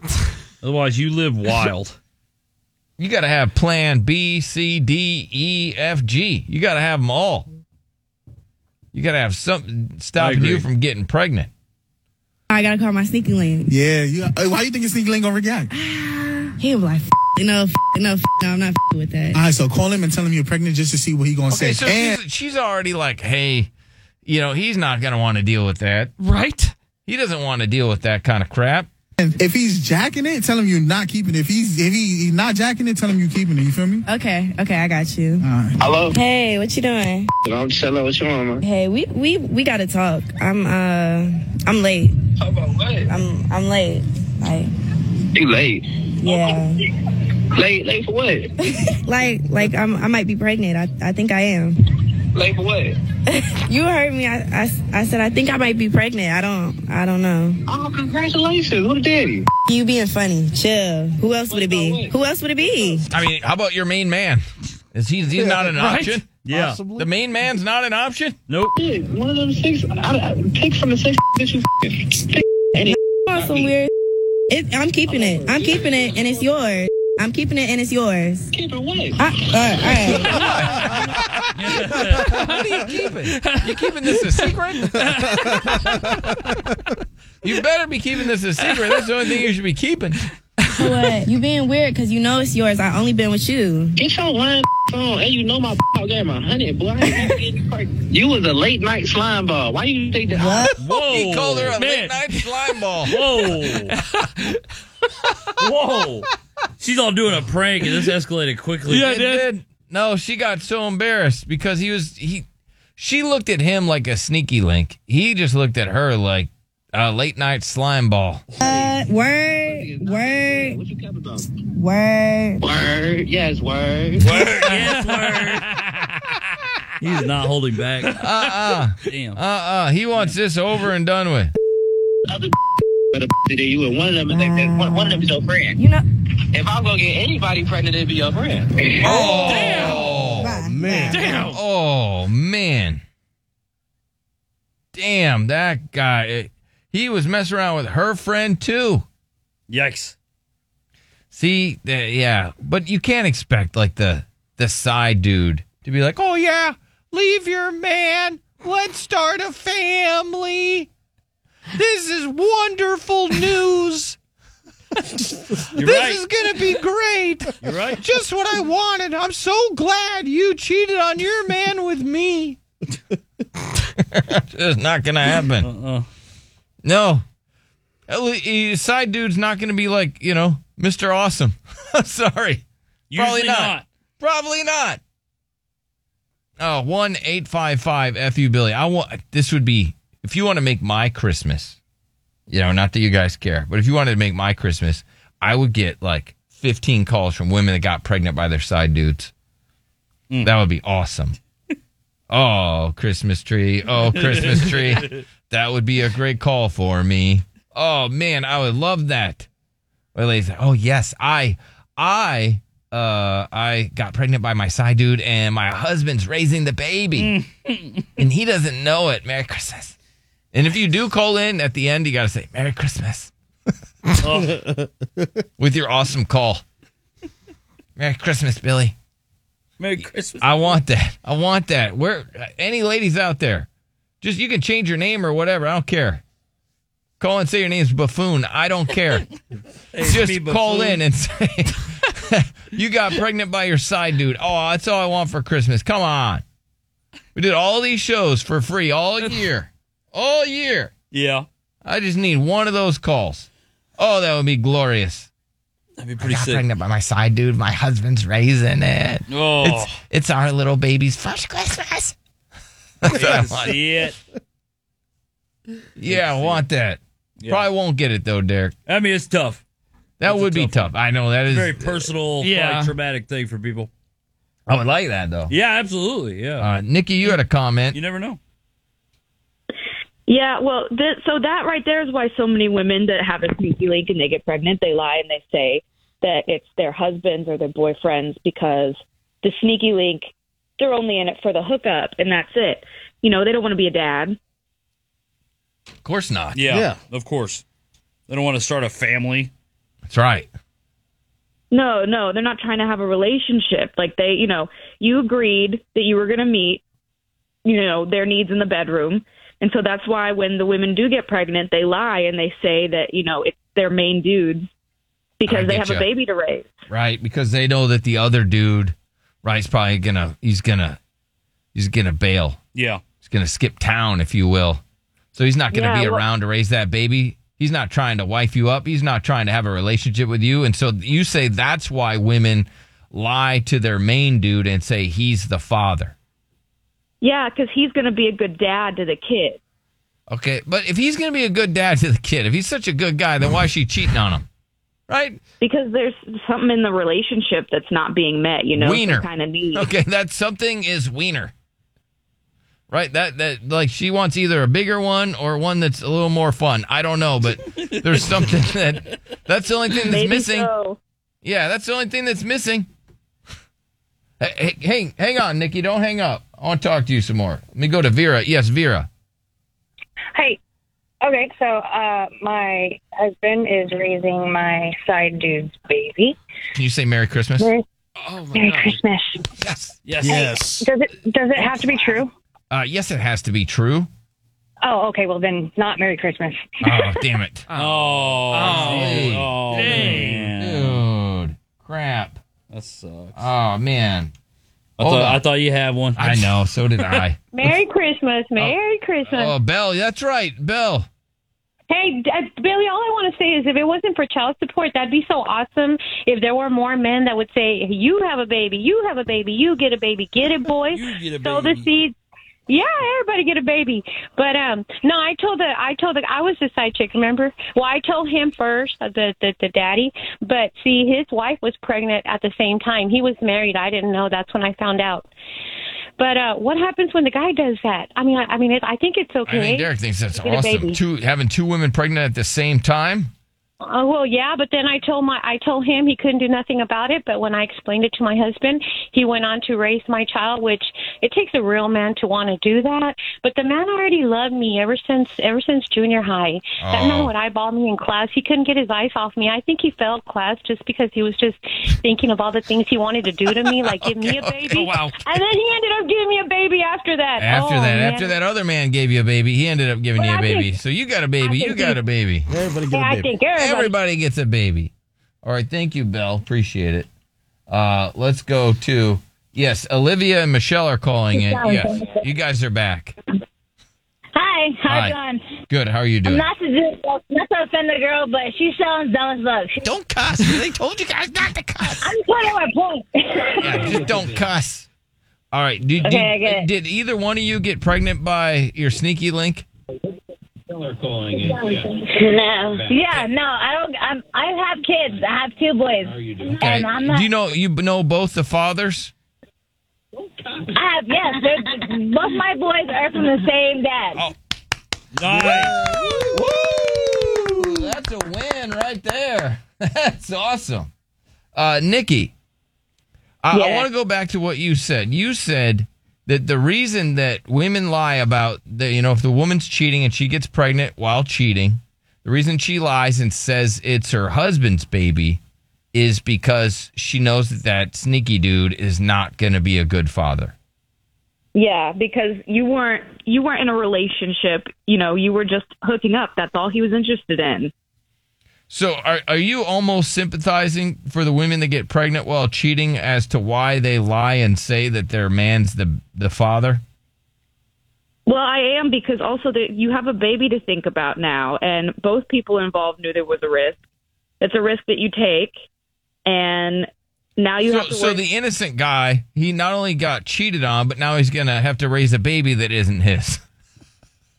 [SPEAKER 9] Otherwise, you live wild. you got to have plan B, C, D, E, F, G. You got to have them all. You got to have something stopping you from getting pregnant.
[SPEAKER 35] I gotta call my sneaky link.
[SPEAKER 9] Yeah, you
[SPEAKER 24] Why you think your sneaky link gonna react?
[SPEAKER 35] He'll be like, "F- no, f- no, f- no, I'm not f- with that.
[SPEAKER 24] All right, so call him and tell him you're pregnant just to see what he gonna
[SPEAKER 9] Okay,
[SPEAKER 24] say.
[SPEAKER 9] so
[SPEAKER 24] and
[SPEAKER 9] she's, she's already like, hey, you know, he's not going to want to deal with that. Right? He doesn't want to deal with that kind of crap.
[SPEAKER 31] If he's jacking it, tell him you're not keeping it. If he's if he, he's not jacking it, tell him you're keeping it. You feel me?
[SPEAKER 35] Okay, okay, I got you.
[SPEAKER 31] Hello?
[SPEAKER 35] Hey, what you doing?
[SPEAKER 31] I'm chilling with your mama.
[SPEAKER 35] Hey, we we we gotta talk. I'm uh I'm late. How about what? I'm I'm late. Like
[SPEAKER 21] You late.
[SPEAKER 35] yeah.
[SPEAKER 21] Late, late for what?
[SPEAKER 35] like like I'm I might be pregnant. I I think I am.
[SPEAKER 21] Late for what?
[SPEAKER 35] you heard me. I, I, I said I think I might be pregnant. I don't I don't know.
[SPEAKER 21] Oh, congratulations. Who daddy?
[SPEAKER 35] You being funny. Chill. Who else would it be? Who else would it be?
[SPEAKER 9] I mean, how about your main man? Is he he's not an
[SPEAKER 35] Right?
[SPEAKER 9] option?
[SPEAKER 35] Yeah.
[SPEAKER 9] The main man's not an option? Nope.
[SPEAKER 21] One of them six. I, I, pick from the six that you f***ing. Any
[SPEAKER 35] on some weird. It, I'm keeping it. I'm keeping it, and it's yours. I'm keeping it, and it's yours. Keep it what? I, all right, all right.
[SPEAKER 9] How do you keep it? You keeping this a secret? you better be keeping this a secret. That's the only thing you should be keeping.
[SPEAKER 35] So what? You being weird because you know it's yours. I only been with you.
[SPEAKER 21] Get your lying phone. Hey, you know my I gave my honey, boy. I ain't getting pregnant. you was a late night slime ball. Why you think that?
[SPEAKER 9] Whoa. He called her a late night slime ball. Whoa.
[SPEAKER 11] Whoa. She's all doing a prank, and this escalated quickly.
[SPEAKER 9] Yeah, it did. No, she got so embarrassed because he was he. She looked at him like a sneaky link. He just looked at her like a late night slime ball.
[SPEAKER 35] Uh, word, word. What you Word.
[SPEAKER 21] Word. Yes, word.
[SPEAKER 11] Word. Yes, word. He's not holding back.
[SPEAKER 9] Uh uh
[SPEAKER 11] Damn.
[SPEAKER 9] Uh uh. He wants this over and done with.
[SPEAKER 21] Better than you, and one of them is like that. One, one of them is your friend.
[SPEAKER 35] You know.
[SPEAKER 21] If I'm gonna get anybody pregnant, it'd be your friend.
[SPEAKER 9] Oh man. Damn. Oh man. Damn that guy. eh, He was messing around with her friend too. Yikes. See, eh, yeah, but you can't expect like the the side dude to be like, "Oh yeah, leave your man. Let's start a family. This is wonderful news."
[SPEAKER 10] You're
[SPEAKER 9] this
[SPEAKER 10] right.
[SPEAKER 9] is gonna be great. You're right. Just what I wanted. I'm so glad you cheated on your man with me. it's not gonna happen. Uh-uh. No. At le- eh, Side dude's not gonna be like you know Mr. Awesome. Sorry. Probably
[SPEAKER 10] Usually
[SPEAKER 9] not.
[SPEAKER 10] not.
[SPEAKER 9] Probably not. Oh, one eight five five fu Billy. I want this would be if you want to make my Christmas. You know, not that you guys care, but if you wanted to make my Christmas, I would get like fifteen calls from women that got pregnant by their side dudes. That would be awesome. oh, Christmas tree! Oh, Christmas tree! that would be a great call for me. Oh man, I would love that. Well, they say, "Oh yes, I, I, uh, I got pregnant by my side dude, and my husband's raising the baby, and he doesn't know it." Merry Christmas. And if you do call in at the end, you got to say "Merry Christmas" with your awesome call. Merry Christmas, Billy.
[SPEAKER 11] Merry Christmas.
[SPEAKER 9] I want that. I want that. Where any ladies out there, just you can change your name or whatever. I don't care. Call and say your name's buffoon. I don't care. just
[SPEAKER 10] me,
[SPEAKER 9] call
[SPEAKER 10] Buffoon.
[SPEAKER 9] in and say you got pregnant by your side dude. Oh, that's all I want for Christmas. Come on. We did all these shows for free all year. All year.
[SPEAKER 11] Yeah.
[SPEAKER 9] I just need one of those calls. Oh, that would be glorious.
[SPEAKER 11] That'd be
[SPEAKER 9] pretty I got pregnant by my side dude. My husband's raising it.
[SPEAKER 11] Oh.
[SPEAKER 9] It's, it's our little baby's first Christmas. That's what I want.
[SPEAKER 11] see it.
[SPEAKER 9] Yeah, I want that. Probably won't get it though, Derek. I mean, it's tough. That would be tough. I know that is
[SPEAKER 11] Very personal,
[SPEAKER 9] Yeah.
[SPEAKER 11] probably traumatic thing for people.
[SPEAKER 9] I would like that though.
[SPEAKER 11] Yeah, absolutely. Yeah.
[SPEAKER 9] Uh, Nikki, you had a comment.
[SPEAKER 11] You never know.
[SPEAKER 14] Yeah, well, th- so that right there is why so many women that have a sneaky link and they get pregnant, they lie and they say that it's their husbands or their boyfriends because the sneaky link, they're only in it for the hookup and that's it. You know, they don't want to be a dad.
[SPEAKER 9] Of course not.
[SPEAKER 11] Yeah,
[SPEAKER 14] Yeah.
[SPEAKER 11] Of course. They don't want to start a family.
[SPEAKER 9] That's right.
[SPEAKER 14] No, no, they're not trying to have a relationship. Like they, you know, you agreed that you were going to meet, you know, their needs in the bedroom. And so that's why when the women do get pregnant, they lie and they say that, you know, it's their main dudes
[SPEAKER 9] I
[SPEAKER 14] because they
[SPEAKER 9] get
[SPEAKER 14] have
[SPEAKER 9] ya.
[SPEAKER 14] a baby to raise.
[SPEAKER 9] Right, because they know that the other dude, right, is probably gonna he's gonna he's gonna bail.
[SPEAKER 11] Yeah.
[SPEAKER 9] He's gonna skip town, if you will. So he's not gonna
[SPEAKER 14] Yeah,
[SPEAKER 9] be
[SPEAKER 14] well-
[SPEAKER 9] around to raise that baby. He's not trying to wife you up. He's not trying to have a relationship with you. And so you say that's why women lie to their main dude and say he's the father.
[SPEAKER 14] Yeah, because he's going to be a good dad to the kid.
[SPEAKER 9] Okay, but if he's going to be a good dad to the kid, if he's such a good guy, then why is she cheating on him? Right.
[SPEAKER 14] Because there's something in the relationship that's not being met, you know,
[SPEAKER 9] Wiener.
[SPEAKER 14] kind of need.
[SPEAKER 9] Okay, that something is wiener. Right? That that like she wants either a bigger one or one that's a little more fun. I don't know, but there's something that that's the only thing that's
[SPEAKER 14] Maybe
[SPEAKER 9] missing.
[SPEAKER 14] so.
[SPEAKER 9] Yeah, that's the only thing that's missing. Hey, hey, hang, hang on, Nikki. Don't hang up. I want to talk to you some more. Let me go to Vera. Yes, Vera.
[SPEAKER 24] Hi. Okay, so uh, my husband is raising my side dude's baby.
[SPEAKER 9] Can you say Merry Christmas?
[SPEAKER 24] Merry, Merry Christmas. Yes.
[SPEAKER 9] Yes. Yes.
[SPEAKER 24] Does it does it have to be true?
[SPEAKER 9] Uh, yes, it has to be true.
[SPEAKER 24] Oh, okay. Well, then not Merry Christmas.
[SPEAKER 9] Oh, damn it.
[SPEAKER 11] Oh, oh,
[SPEAKER 9] dude. Dude. Crap.
[SPEAKER 11] That sucks.
[SPEAKER 9] Oh, man.
[SPEAKER 11] I thought- I thought you had one.
[SPEAKER 9] I know. So did I.
[SPEAKER 4] Merry Christmas. Merry Christmas.
[SPEAKER 9] Oh, Belle. That's right. Belle.
[SPEAKER 4] Hey, D- uh, Billy, all I want to say is if it wasn't for child support, that'd be so awesome if there were more men that would say, You have a baby, you have a baby, you get a baby, get it, boy.
[SPEAKER 36] get a
[SPEAKER 4] Sow the seeds. Yeah, everybody get a baby. But um no, I told the I told the I was the side chick, remember? Well, I told him first, uh, the the, the daddy, but see his wife was pregnant at the same time. He was married. I didn't know. That's when I found out. But uh what happens when the guy does that? I mean, I, I mean, it, I think it's okay.
[SPEAKER 9] I think Derek thinks that's
[SPEAKER 4] Get a
[SPEAKER 9] awesome.
[SPEAKER 4] baby.
[SPEAKER 9] Two having two women pregnant at the same time.
[SPEAKER 4] Oh well, yeah, but then I told my I told him he couldn't do nothing about it. But when I explained it to my husband, he went on to raise my child, which it takes a real man to want to do that. But the man already loved me ever since ever since junior high. That man
[SPEAKER 36] Oh.
[SPEAKER 4] would eyeball me in class. He couldn't get his eyes off me. I think he failed class just because he was just thinking of all the things he wanted to do to me, like give me a baby.
[SPEAKER 9] wow.
[SPEAKER 4] And then he ended up giving me a baby after that.
[SPEAKER 9] After
[SPEAKER 4] Oh,
[SPEAKER 9] that,
[SPEAKER 4] man.
[SPEAKER 9] after that other man gave you a baby, he ended up giving
[SPEAKER 4] Well,
[SPEAKER 9] you a
[SPEAKER 4] I
[SPEAKER 9] baby.
[SPEAKER 4] think-
[SPEAKER 9] so you got a baby.
[SPEAKER 4] I
[SPEAKER 9] You
[SPEAKER 4] think
[SPEAKER 9] got
[SPEAKER 4] he-
[SPEAKER 9] a baby. Everybody
[SPEAKER 4] get a Yeah, I baby. think everybody-
[SPEAKER 9] gets a baby. All right, thank you, Belle. Appreciate it. Uh, let's go to yes, Olivia and Michelle are calling in.
[SPEAKER 32] Michelle,
[SPEAKER 9] Yes,
[SPEAKER 32] thank
[SPEAKER 9] you guys are back.
[SPEAKER 32] Hi, how you
[SPEAKER 9] Hi.
[SPEAKER 32] doing?
[SPEAKER 9] Good. How are you doing?
[SPEAKER 32] I'm not to do, not to offend the girl, but she sounds dumb as fuck.
[SPEAKER 9] Don't cuss. They told you guys not to cuss.
[SPEAKER 32] I'm trying to my point.
[SPEAKER 9] yeah, just don't cuss. All right. Did,
[SPEAKER 32] Okay,
[SPEAKER 9] did-
[SPEAKER 32] I get it.
[SPEAKER 9] did either one of you get pregnant by your sneaky link?
[SPEAKER 32] No. Yeah, no. I don't. I'm, I have kids. I have two boys.
[SPEAKER 9] Okay.
[SPEAKER 32] And I'm not.
[SPEAKER 9] Do you know you know both the fathers?
[SPEAKER 32] I have yes. they're- Both my boys are from the same dad.
[SPEAKER 9] Woo! That's a win right there. That's awesome. Uh, Nikki, I, I
[SPEAKER 15] Yeah.
[SPEAKER 9] want to go back to what you said. You said that the reason that women lie about the, you know, if the woman's cheating and she gets pregnant while cheating, the reason she lies and says it's her husband's baby is because she knows that that sneaky dude is not going to be a good father.
[SPEAKER 14] Yeah, because you weren't you weren't in a relationship. You know, you were just hooking up. That's all he was interested in.
[SPEAKER 9] So are are you almost sympathizing for the women that get pregnant while cheating as to why they lie and say that their man's the the father?
[SPEAKER 14] Well, I am because also that you have a baby to think about now, and both people involved knew there was a risk. It's a risk that you take, and now you
[SPEAKER 9] so
[SPEAKER 14] have to.
[SPEAKER 9] so
[SPEAKER 14] worry-
[SPEAKER 9] the innocent guy, he not only got cheated on, but now he's going to have to raise a baby that isn't his.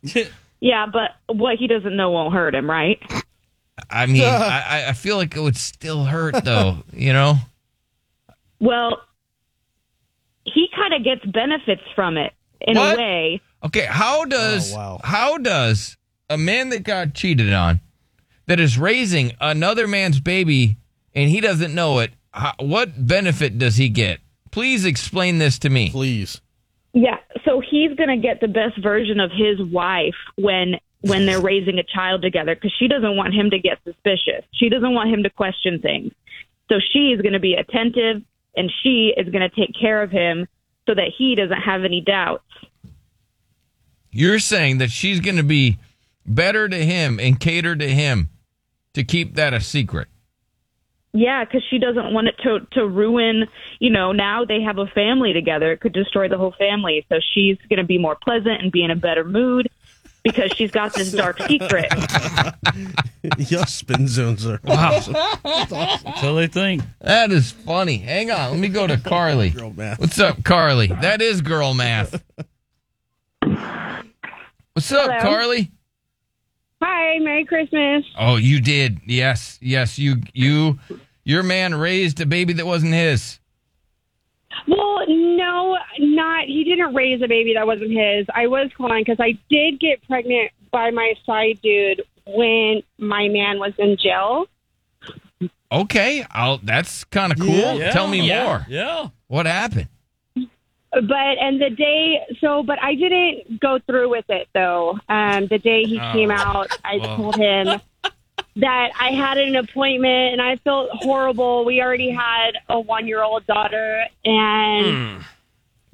[SPEAKER 14] yeah, but what he doesn't know won't hurt him, right?
[SPEAKER 9] I mean, I, I- I feel like it would still hurt though, you know?
[SPEAKER 14] Well, he kind of gets benefits from it in
[SPEAKER 9] What?
[SPEAKER 14] a way.
[SPEAKER 9] Okay,
[SPEAKER 15] Oh,
[SPEAKER 9] how does how does a man that got cheated on that is raising another man's baby and he doesn't know it, how, what benefit does he get? Please explain this to me. Please.
[SPEAKER 14] Yeah, so he's going to get the best version of his wife when when they're raising a child together because she doesn't want him to get suspicious. She doesn't want him to question things. So she is going to be attentive and she is going to take care of him so that he doesn't have any doubts.
[SPEAKER 9] You're saying that she's going to be better to him and cater to him to keep that a secret.
[SPEAKER 14] Yeah, because she doesn't want it to to ruin. You know, now they have a family together. It could destroy the whole family. So she's going to be more pleasant and be in a better mood. because she's got this dark secret.
[SPEAKER 15] Your spin zones are
[SPEAKER 9] Wow.
[SPEAKER 15] awesome.
[SPEAKER 9] So they think. That is funny. Hang on. Let me go to Carly.
[SPEAKER 15] Girl math.
[SPEAKER 9] What's up, Carly? That is girl math. What's up,
[SPEAKER 37] Hello.
[SPEAKER 9] Carly?
[SPEAKER 37] Hi, Merry Christmas.
[SPEAKER 9] Oh, you did. Yes. Yes. You, you, your man raised a baby that wasn't his.
[SPEAKER 37] Well, no, not he didn't raise a baby that wasn't his. I was calling because I did get pregnant by my side dude when my man was in jail.
[SPEAKER 9] Okay. I'll, that's kind of cool.
[SPEAKER 37] Yeah.
[SPEAKER 9] Tell me
[SPEAKER 37] Yeah.
[SPEAKER 9] more. Yeah. What happened?
[SPEAKER 37] But and the day so, but I didn't go through with it though. Um, the day he
[SPEAKER 18] Oh.
[SPEAKER 37] came out, I
[SPEAKER 18] Whoa.
[SPEAKER 37] told him that I had an appointment and I felt horrible. We already had a one-year-old daughter, and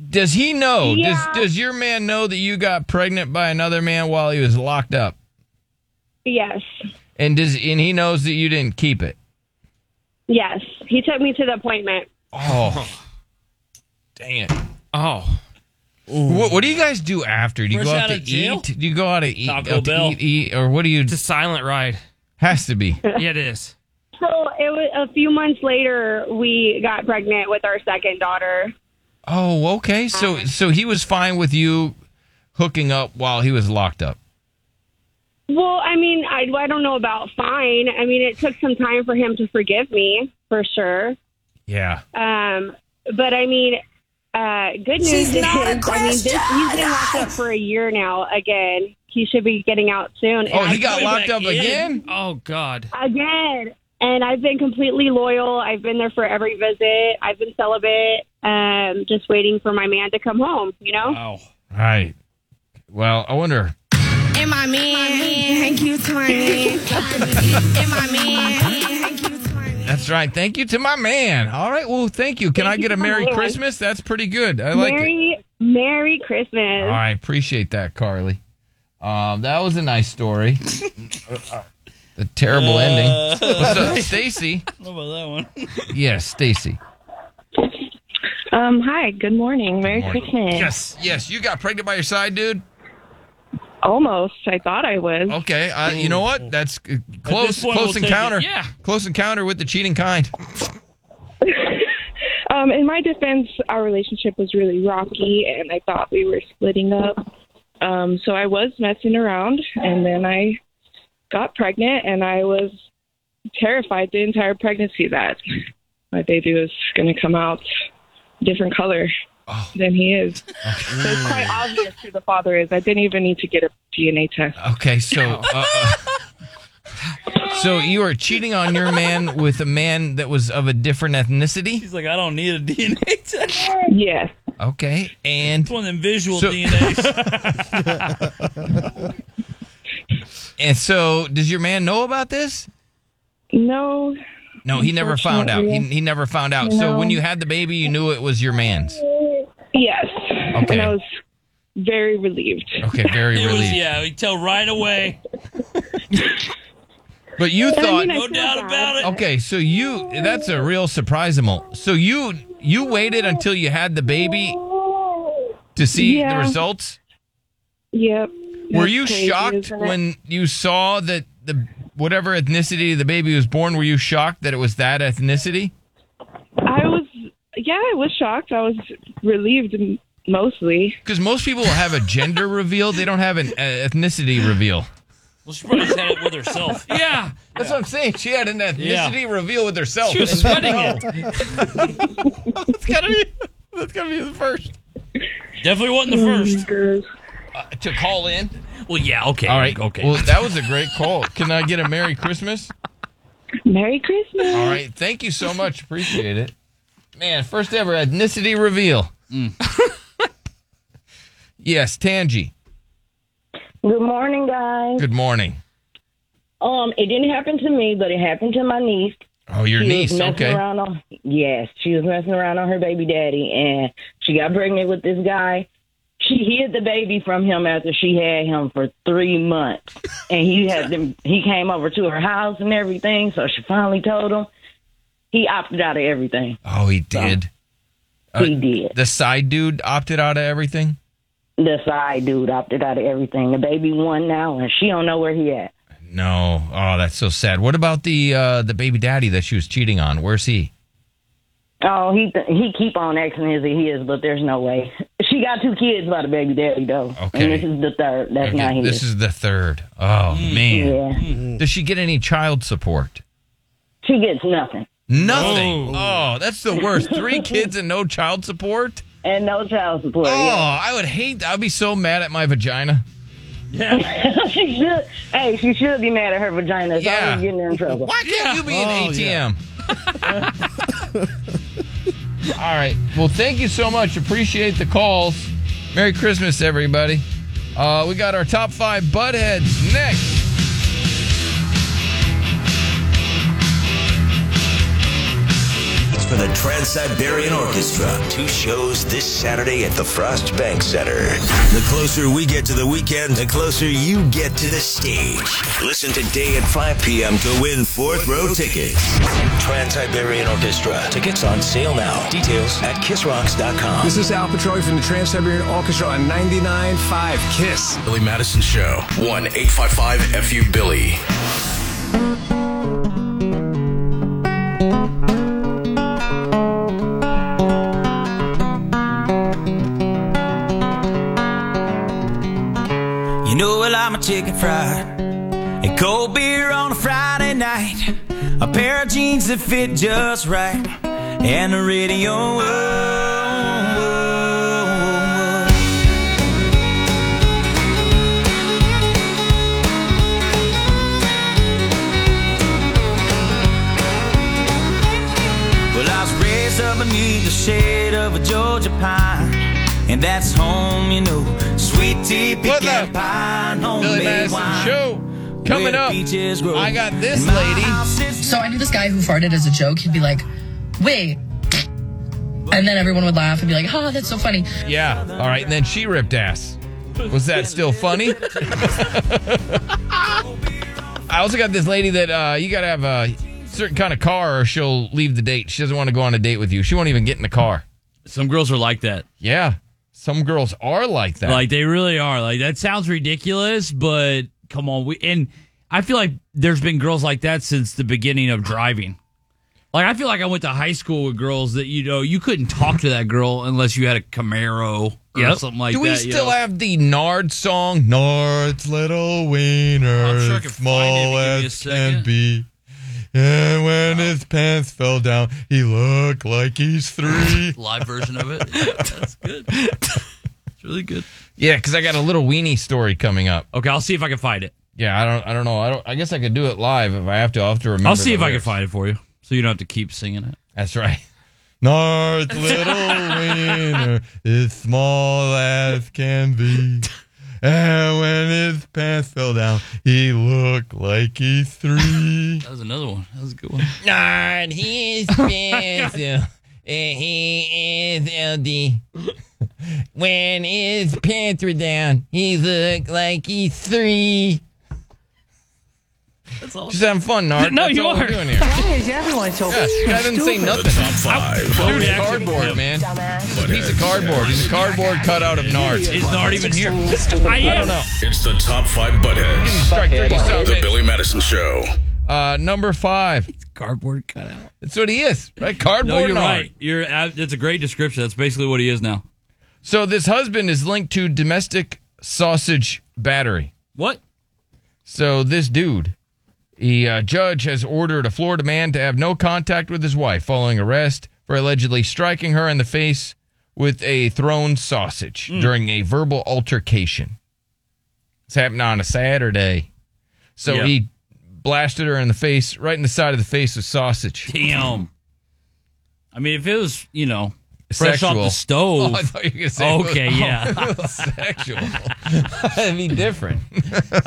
[SPEAKER 9] Does he know?
[SPEAKER 37] Yeah.
[SPEAKER 9] Does, does your man know that you got pregnant by another man while he was locked up?
[SPEAKER 37] yes,
[SPEAKER 9] And does and he knows that you didn't keep it?
[SPEAKER 37] yes, he took me to the appointment.
[SPEAKER 9] Oh, dang it! Oh, what, what do you guys do after? Do you
[SPEAKER 19] Fresh
[SPEAKER 9] go
[SPEAKER 19] out
[SPEAKER 9] out,
[SPEAKER 19] of
[SPEAKER 9] to
[SPEAKER 19] jail?
[SPEAKER 9] eat? Do you go out to eat?
[SPEAKER 19] Taco
[SPEAKER 9] out to
[SPEAKER 19] Bell.
[SPEAKER 9] eat, eat, or what do you? It's a
[SPEAKER 19] silent ride.
[SPEAKER 9] Has to be.
[SPEAKER 19] Yeah, it is.
[SPEAKER 37] So it was a few months later we got pregnant with our second daughter.
[SPEAKER 9] Oh, okay. So so he was fine with you hooking up while he was locked up.
[SPEAKER 37] Well, I mean, I, I don't know about fine. I mean, it took some time for him to forgive me for sure.
[SPEAKER 9] Yeah.
[SPEAKER 37] Um, but I mean, uh, good news
[SPEAKER 20] She's
[SPEAKER 37] is,
[SPEAKER 20] not a
[SPEAKER 37] I mean, this, he's been locked up for a year now. Again, he should be getting out
[SPEAKER 10] Oh,
[SPEAKER 37] soon. And I-
[SPEAKER 19] Oh God.
[SPEAKER 37] Again. And I've been completely loyal. I've been there for every visit. I've been celibate, um, just waiting for my man to come home. You know.
[SPEAKER 9] All right. Well, I wonder.
[SPEAKER 35] And my man, thank you to my man. And my man,
[SPEAKER 9] That's right. Thank you to my man. All right. Well, thank you. Can I get a
[SPEAKER 37] to my
[SPEAKER 9] Merry
[SPEAKER 37] man.
[SPEAKER 9] Christmas? That's pretty good. I like it.
[SPEAKER 37] Merry, Merry Christmas.
[SPEAKER 9] All right, appreciate that, Carly. Um, that was a nice story. a terrible
[SPEAKER 19] Uh.
[SPEAKER 9] ending. What's up, Stacy?
[SPEAKER 19] What about that one?
[SPEAKER 9] Yes, Stacy.
[SPEAKER 38] Um, hi, good morning. Merry
[SPEAKER 9] Morning.
[SPEAKER 38] Christmas.
[SPEAKER 9] Yes, yes. You got pregnant by your side, dude.
[SPEAKER 38] Almost. I thought I was.
[SPEAKER 9] Okay. Uh, you know what? That's uh,
[SPEAKER 38] this
[SPEAKER 9] close.
[SPEAKER 38] point,
[SPEAKER 9] Close
[SPEAKER 38] we'll take it.
[SPEAKER 9] encounter.
[SPEAKER 38] Yeah.
[SPEAKER 9] Close encounter with the cheating kind.
[SPEAKER 38] Um, in my defense, our relationship was really rocky, and I thought we were splitting up. Um, so I was messing around, and then I got pregnant, and I was terrified the entire pregnancy that my baby was going to come out different color
[SPEAKER 9] Oh.
[SPEAKER 38] than he is. So it's quite obvious who the father is. I didn't even need to get a DNA test.
[SPEAKER 9] Okay. So. Uh, uh, so you are cheating on your man with a man that was of a different ethnicity. He's
[SPEAKER 19] like, I don't need a DNA test.
[SPEAKER 38] Yes.
[SPEAKER 9] Okay. And
[SPEAKER 19] It's one of them visual
[SPEAKER 9] So-
[SPEAKER 19] DNAs.
[SPEAKER 9] And so, does your man know about this?
[SPEAKER 38] No.
[SPEAKER 9] No, he never found out. He,
[SPEAKER 38] Unfortunately.
[SPEAKER 9] he never found out. So
[SPEAKER 38] No.
[SPEAKER 9] when you had the baby, you knew it was your man's.
[SPEAKER 38] Yes.
[SPEAKER 9] Okay.
[SPEAKER 38] And I was very relieved.
[SPEAKER 9] Okay, very
[SPEAKER 19] it was,
[SPEAKER 9] relieved.
[SPEAKER 19] yeah, we tell right away.
[SPEAKER 9] But you
[SPEAKER 19] I
[SPEAKER 9] thought
[SPEAKER 19] mean, I No feel doubt bad, about it.
[SPEAKER 9] Okay, so you that's a real surprisal. So you you waited until you had the baby to see
[SPEAKER 38] Yeah.
[SPEAKER 9] the results?
[SPEAKER 38] Yep.
[SPEAKER 9] were
[SPEAKER 38] That's
[SPEAKER 9] you
[SPEAKER 38] crazy,
[SPEAKER 9] shocked
[SPEAKER 38] isn't it?
[SPEAKER 9] when you saw that the whatever ethnicity the baby was born, were you shocked that it was that ethnicity?
[SPEAKER 38] I was? Yeah, I was shocked. I was relieved m- mostly.
[SPEAKER 9] Because most people have a gender reveal, they don't have an uh, ethnicity reveal.
[SPEAKER 19] Well, she probably just had it with herself.
[SPEAKER 9] Yeah, that's what I'm saying. She had an ethnicity reveal with herself. oh.
[SPEAKER 19] She was sweating it.
[SPEAKER 9] that's gotta be. That's gotta be the first.
[SPEAKER 19] Definitely wasn't the
[SPEAKER 28] Oh
[SPEAKER 19] first. Uh,
[SPEAKER 9] to call in.
[SPEAKER 19] Well, yeah, okay.
[SPEAKER 9] All right.
[SPEAKER 19] Okay.
[SPEAKER 9] Well, that was a great call. Can I get a Merry Christmas?
[SPEAKER 38] Merry Christmas.
[SPEAKER 9] All right. Thank you so much. Appreciate it. Man, first ever ethnicity reveal.
[SPEAKER 19] Mm.
[SPEAKER 9] yes, Tangi.
[SPEAKER 28] Good morning, guys.
[SPEAKER 9] Good morning.
[SPEAKER 28] Um, it didn't happen to me, but it happened to my niece.
[SPEAKER 9] Oh, your
[SPEAKER 28] She was
[SPEAKER 9] niece.
[SPEAKER 28] messing
[SPEAKER 9] Okay.
[SPEAKER 28] around on- yes, she was messing around on her baby daddy, and she got pregnant with this guy. She hid the baby from him after she had him for three months, and he had them. He came over to her house and everything, so she finally told him. He opted out of everything.
[SPEAKER 9] Oh, he did.
[SPEAKER 28] he did.
[SPEAKER 9] The side dude opted out of everything.
[SPEAKER 39] The side dude opted out of everything. The baby one now, and she don't know where he at.
[SPEAKER 9] No. Oh, that's so sad. What about the uh, the baby daddy that she was cheating on? Where's he?
[SPEAKER 39] Oh, he th- he keep on acting as he is, but there's no way. She got two kids by the baby daddy though, and this is the third. That's not his.
[SPEAKER 9] This is the third. Oh man. Does she get any child support?
[SPEAKER 39] She gets nothing.
[SPEAKER 9] Nothing. Oh, that's the worst. Three kids and no child support.
[SPEAKER 39] And no child support.
[SPEAKER 9] Oh,
[SPEAKER 39] yeah.
[SPEAKER 9] I would hate. I'd be so mad at my vagina.
[SPEAKER 39] she should. Hey, she should be mad at her vagina. It's
[SPEAKER 9] Yeah.
[SPEAKER 39] always getting her in trouble.
[SPEAKER 9] Why can't you be
[SPEAKER 39] Oh,
[SPEAKER 9] an ATM? All right. Well, thank you so much. Appreciate the calls. Merry Christmas, everybody. Uh, we got our top five buttheads next.
[SPEAKER 36] It's for the Trans Siberian Orchestra. Two shows this Saturday at the Frost Bank Center. The closer we get to the weekend, the closer you get to the stage. Listen today at 5 p.m. to win fourth row tickets. Trans Siberian Orchestra. Tickets on sale now. Details at kissrocks.com.
[SPEAKER 12] This is Al Petroni from the Trans Siberian Orchestra on 99.5 Kiss.
[SPEAKER 2] Billy Madison Show. 1 855 FU Billy.
[SPEAKER 40] You know, well, I'm a chicken fried. And cold beer on a Friday night. A pair of jeans that fit just right. And the radio. oh, oh, oh. Well, I was raised up beneath the shade of a Georgia pine. And that's home, you know. Sweet tea pecan pine,
[SPEAKER 9] Billy
[SPEAKER 40] homemade
[SPEAKER 9] Madison
[SPEAKER 40] wine.
[SPEAKER 9] Show coming up. I got this lady.
[SPEAKER 23] So I knew this guy who farted as a joke. He'd be like, wait. And then everyone would laugh and be like, oh, that's so funny.
[SPEAKER 9] Yeah. All right. And then she ripped ass. Was that still funny? I also got this lady that uh, you got to have a certain kind of car or she'll leave the date. She doesn't want to go on a date with you. She won't even get in the car.
[SPEAKER 11] Some girls are like that.
[SPEAKER 9] Yeah. Some girls are like that.
[SPEAKER 11] Like they really are. Like that sounds ridiculous, but come on. We and I feel like there's been girls like that since the beginning of driving. Like I feel like I went to high school with girls that you know you couldn't talk to that girl unless you had a Camaro or
[SPEAKER 9] Yep.
[SPEAKER 11] something like
[SPEAKER 9] Do
[SPEAKER 11] that.
[SPEAKER 9] we
[SPEAKER 11] you
[SPEAKER 9] still
[SPEAKER 11] know?
[SPEAKER 9] have the Nard song? Nard's little wiener,
[SPEAKER 11] I'm sure I
[SPEAKER 9] as
[SPEAKER 11] can find it
[SPEAKER 9] small
[SPEAKER 11] if you give me a
[SPEAKER 9] as can be. And when his pants fell down, he looked like he's three.
[SPEAKER 11] live version of it? Yeah, that's good. It's really good.
[SPEAKER 9] yeah, because I got a little weenie story coming up.
[SPEAKER 11] Okay, I'll see if I can find it.
[SPEAKER 9] Yeah, I don't. I don't know. I don't. I guess I could do it live if I have to. I'll have to remember.
[SPEAKER 11] I'll see
[SPEAKER 9] the
[SPEAKER 11] if I can
[SPEAKER 9] lyrics.
[SPEAKER 11] find it for you, so you don't have to keep singing it.
[SPEAKER 9] That's right. North little wiener is small as can be. And when his pants fell down, he looked like he's three.
[SPEAKER 11] That was another one. That was a good one.
[SPEAKER 9] Nard, he
[SPEAKER 4] Oh
[SPEAKER 9] is expensive. and he is LD. When his pants were down, he looked like he's three.
[SPEAKER 11] That's all.
[SPEAKER 9] Just having fun, Nard.
[SPEAKER 4] No,
[SPEAKER 9] That's
[SPEAKER 4] you
[SPEAKER 9] all we're
[SPEAKER 4] are.
[SPEAKER 9] doing here.
[SPEAKER 4] Why
[SPEAKER 9] is everyone so I didn't say
[SPEAKER 4] stupid?
[SPEAKER 9] nothing.
[SPEAKER 4] The top five.
[SPEAKER 9] Dude,
[SPEAKER 4] Vote
[SPEAKER 9] cardboard, man. He's a piece of cardboard. He's a cardboard cutout of Nard.
[SPEAKER 4] Is Nard even here?
[SPEAKER 9] I
[SPEAKER 4] I
[SPEAKER 9] don't know.
[SPEAKER 2] It's the top five buttheads.
[SPEAKER 9] Strike three, strike
[SPEAKER 2] The
[SPEAKER 9] three.
[SPEAKER 2] Billy Madison Show.
[SPEAKER 9] Uh, number five.
[SPEAKER 11] cardboard cutout.
[SPEAKER 9] That's what he is, right? Cardboard
[SPEAKER 11] No, you're
[SPEAKER 9] Nard.
[SPEAKER 11] right. You're. ab- That's a great description. That's basically what he is now.
[SPEAKER 9] So this husband is linked to domestic sausage battery.
[SPEAKER 11] What?
[SPEAKER 9] So this dude, the uh, judge has ordered a Florida man to have no contact with his wife following arrest for allegedly striking her in the face with a thrown sausage
[SPEAKER 11] Hmm.
[SPEAKER 9] during a verbal altercation. This happened on a Saturday. So
[SPEAKER 11] Yeah.
[SPEAKER 9] he blasted her in the face, right in the side of the face with sausage.
[SPEAKER 11] Damn. I mean, if it was, you know, fresh off the stove.
[SPEAKER 9] Oh, I thought you were gonna say it was-
[SPEAKER 11] okay, yeah.
[SPEAKER 9] sexual. That'd be different.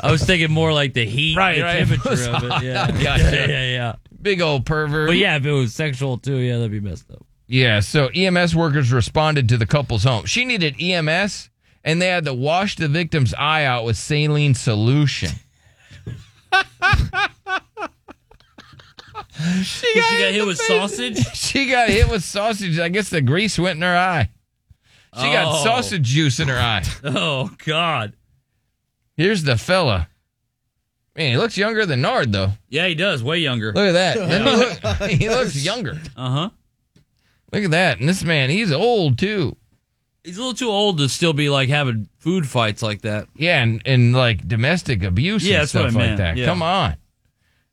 [SPEAKER 11] I was thinking more like the heat,
[SPEAKER 9] Right,
[SPEAKER 11] the
[SPEAKER 9] right.
[SPEAKER 11] temperature of it. Yeah.
[SPEAKER 9] Gotcha.
[SPEAKER 11] yeah, yeah, yeah.
[SPEAKER 9] Big old pervert.
[SPEAKER 11] But yeah, if it was sexual too, yeah, that'd be messed up.
[SPEAKER 9] Yeah, so EMS workers responded to the couple's home. She needed EMS, and they had to wash the victim's eye out with saline solution. she
[SPEAKER 11] got hit with sausage?
[SPEAKER 9] She got hit with sausage. I guess the grease went in her eye. She got
[SPEAKER 10] Oh.
[SPEAKER 9] sausage juice in her eye.
[SPEAKER 10] Oh God.
[SPEAKER 9] Here's the fella. Man, he looks younger than Nard though.
[SPEAKER 10] Yeah, he does. Way younger.
[SPEAKER 9] Look at that. Doesn't he, look- he looks younger.
[SPEAKER 10] Uh
[SPEAKER 11] Uh-huh.
[SPEAKER 10] huh.
[SPEAKER 9] Look at that. And this man, he's old too.
[SPEAKER 11] He's a little too old to still be like having food fights like that.
[SPEAKER 9] Yeah, and, and like domestic abuse
[SPEAKER 11] Yeah,
[SPEAKER 9] and
[SPEAKER 11] that's what
[SPEAKER 9] stuff
[SPEAKER 11] I meant.
[SPEAKER 9] like that.
[SPEAKER 11] Yeah.
[SPEAKER 9] Come on.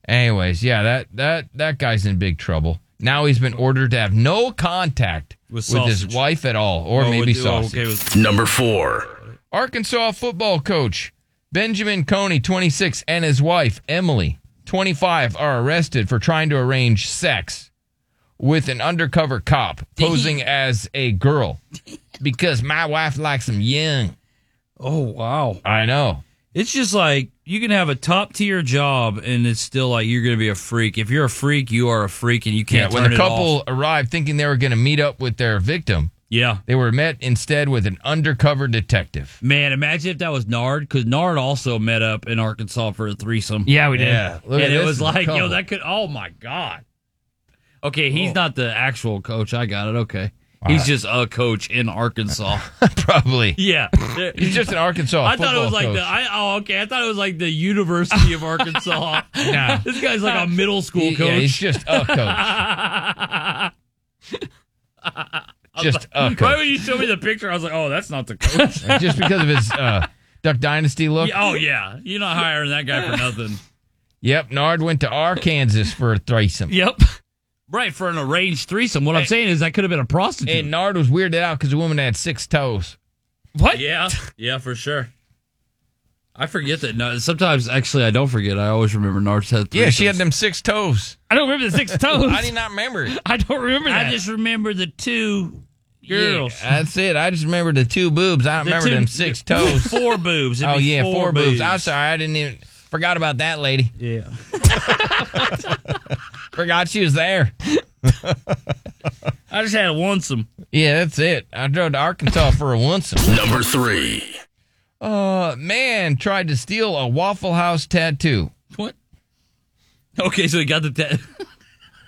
[SPEAKER 9] Anyways, yeah, that that that guy's in big trouble. Now he's been ordered to have no contact
[SPEAKER 2] With
[SPEAKER 9] with, his
[SPEAKER 2] sausage.
[SPEAKER 9] wife at all, or
[SPEAKER 2] Oh,
[SPEAKER 9] maybe
[SPEAKER 2] with- oh,
[SPEAKER 9] sausage.
[SPEAKER 2] okay, with- Number four.
[SPEAKER 9] Arkansas football coach Benjamin Coney, 26, and his wife Emily, 25, are arrested for trying to arrange sex with an undercover cop posing as a girl because my wife likes them young.
[SPEAKER 11] Oh wow.
[SPEAKER 9] I know.
[SPEAKER 11] It's just like you can have a top tier job and it's still like you're gonna be a freak. If you're a freak, you are a freak and you can't
[SPEAKER 9] yeah,
[SPEAKER 11] turn
[SPEAKER 9] when the
[SPEAKER 11] it
[SPEAKER 9] couple
[SPEAKER 11] off.
[SPEAKER 9] arrived thinking they were going to meet up with their victim,
[SPEAKER 11] Yeah.
[SPEAKER 9] they were met instead with an undercover detective.
[SPEAKER 11] Man, imagine if that was Nard, because Nard also met up in Arkansas for a threesome.
[SPEAKER 9] Yeah, we did. Yeah, look at
[SPEAKER 11] and it
[SPEAKER 9] this
[SPEAKER 11] was
[SPEAKER 9] is a
[SPEAKER 11] like, yo,
[SPEAKER 9] couple. Oh.
[SPEAKER 11] that could. Oh my god. Okay, he's not the actual coach. I got it. Okay, he's just a coach in Arkansas.
[SPEAKER 9] Probably.
[SPEAKER 11] Yeah,
[SPEAKER 9] He's just an Arkansas
[SPEAKER 11] I thought it
[SPEAKER 9] football
[SPEAKER 11] was like
[SPEAKER 9] coach.
[SPEAKER 11] the. I, oh, okay. I thought it was like the University of Arkansas.
[SPEAKER 9] Nah.
[SPEAKER 11] this guy's like a middle school
[SPEAKER 9] He-
[SPEAKER 11] coach.
[SPEAKER 9] Yeah, he's just a coach. just a coach.
[SPEAKER 10] Right when you showed me the picture, I was like, "Oh, that's not the coach."
[SPEAKER 9] just because of his uh, Duck Dynasty look.
[SPEAKER 10] Yeah, oh yeah, you're not hiring that guy for nothing.
[SPEAKER 9] Yep, Nard went to Arkansas for a threesome.
[SPEAKER 11] Yep. Right for an arranged threesome. What I'm saying is that could have been a prostitute.
[SPEAKER 9] And Nard was weirded out because the woman had six toes.
[SPEAKER 11] What? Yeah, yeah, for sure. I forget that. No, sometimes actually I don't forget. I always remember Nard's had.
[SPEAKER 9] Yeah, she
[SPEAKER 11] threesomes.
[SPEAKER 9] had them six toes.
[SPEAKER 11] I don't remember the six toes.
[SPEAKER 9] I did not remember it.
[SPEAKER 11] I don't remember
[SPEAKER 10] I just remember the two girls.
[SPEAKER 9] Yeah, that's it. I just remember the two boobs. I don't
[SPEAKER 10] The
[SPEAKER 9] remember
[SPEAKER 10] two-
[SPEAKER 9] them six toes.
[SPEAKER 10] four boobs. It'd
[SPEAKER 9] oh
[SPEAKER 10] be
[SPEAKER 9] yeah, four,
[SPEAKER 10] four
[SPEAKER 9] boobs.
[SPEAKER 10] boobs.
[SPEAKER 9] I'm sorry, I didn't even forgot about that lady.
[SPEAKER 10] Yeah,
[SPEAKER 9] forgot she was there.
[SPEAKER 10] I just had a onesome.
[SPEAKER 9] Yeah, that's it. I drove to Arkansas for a onesome.
[SPEAKER 2] Number three.
[SPEAKER 9] Uh, man tried to steal a Waffle House tattoo.
[SPEAKER 11] What? Okay, so he got the tattoo.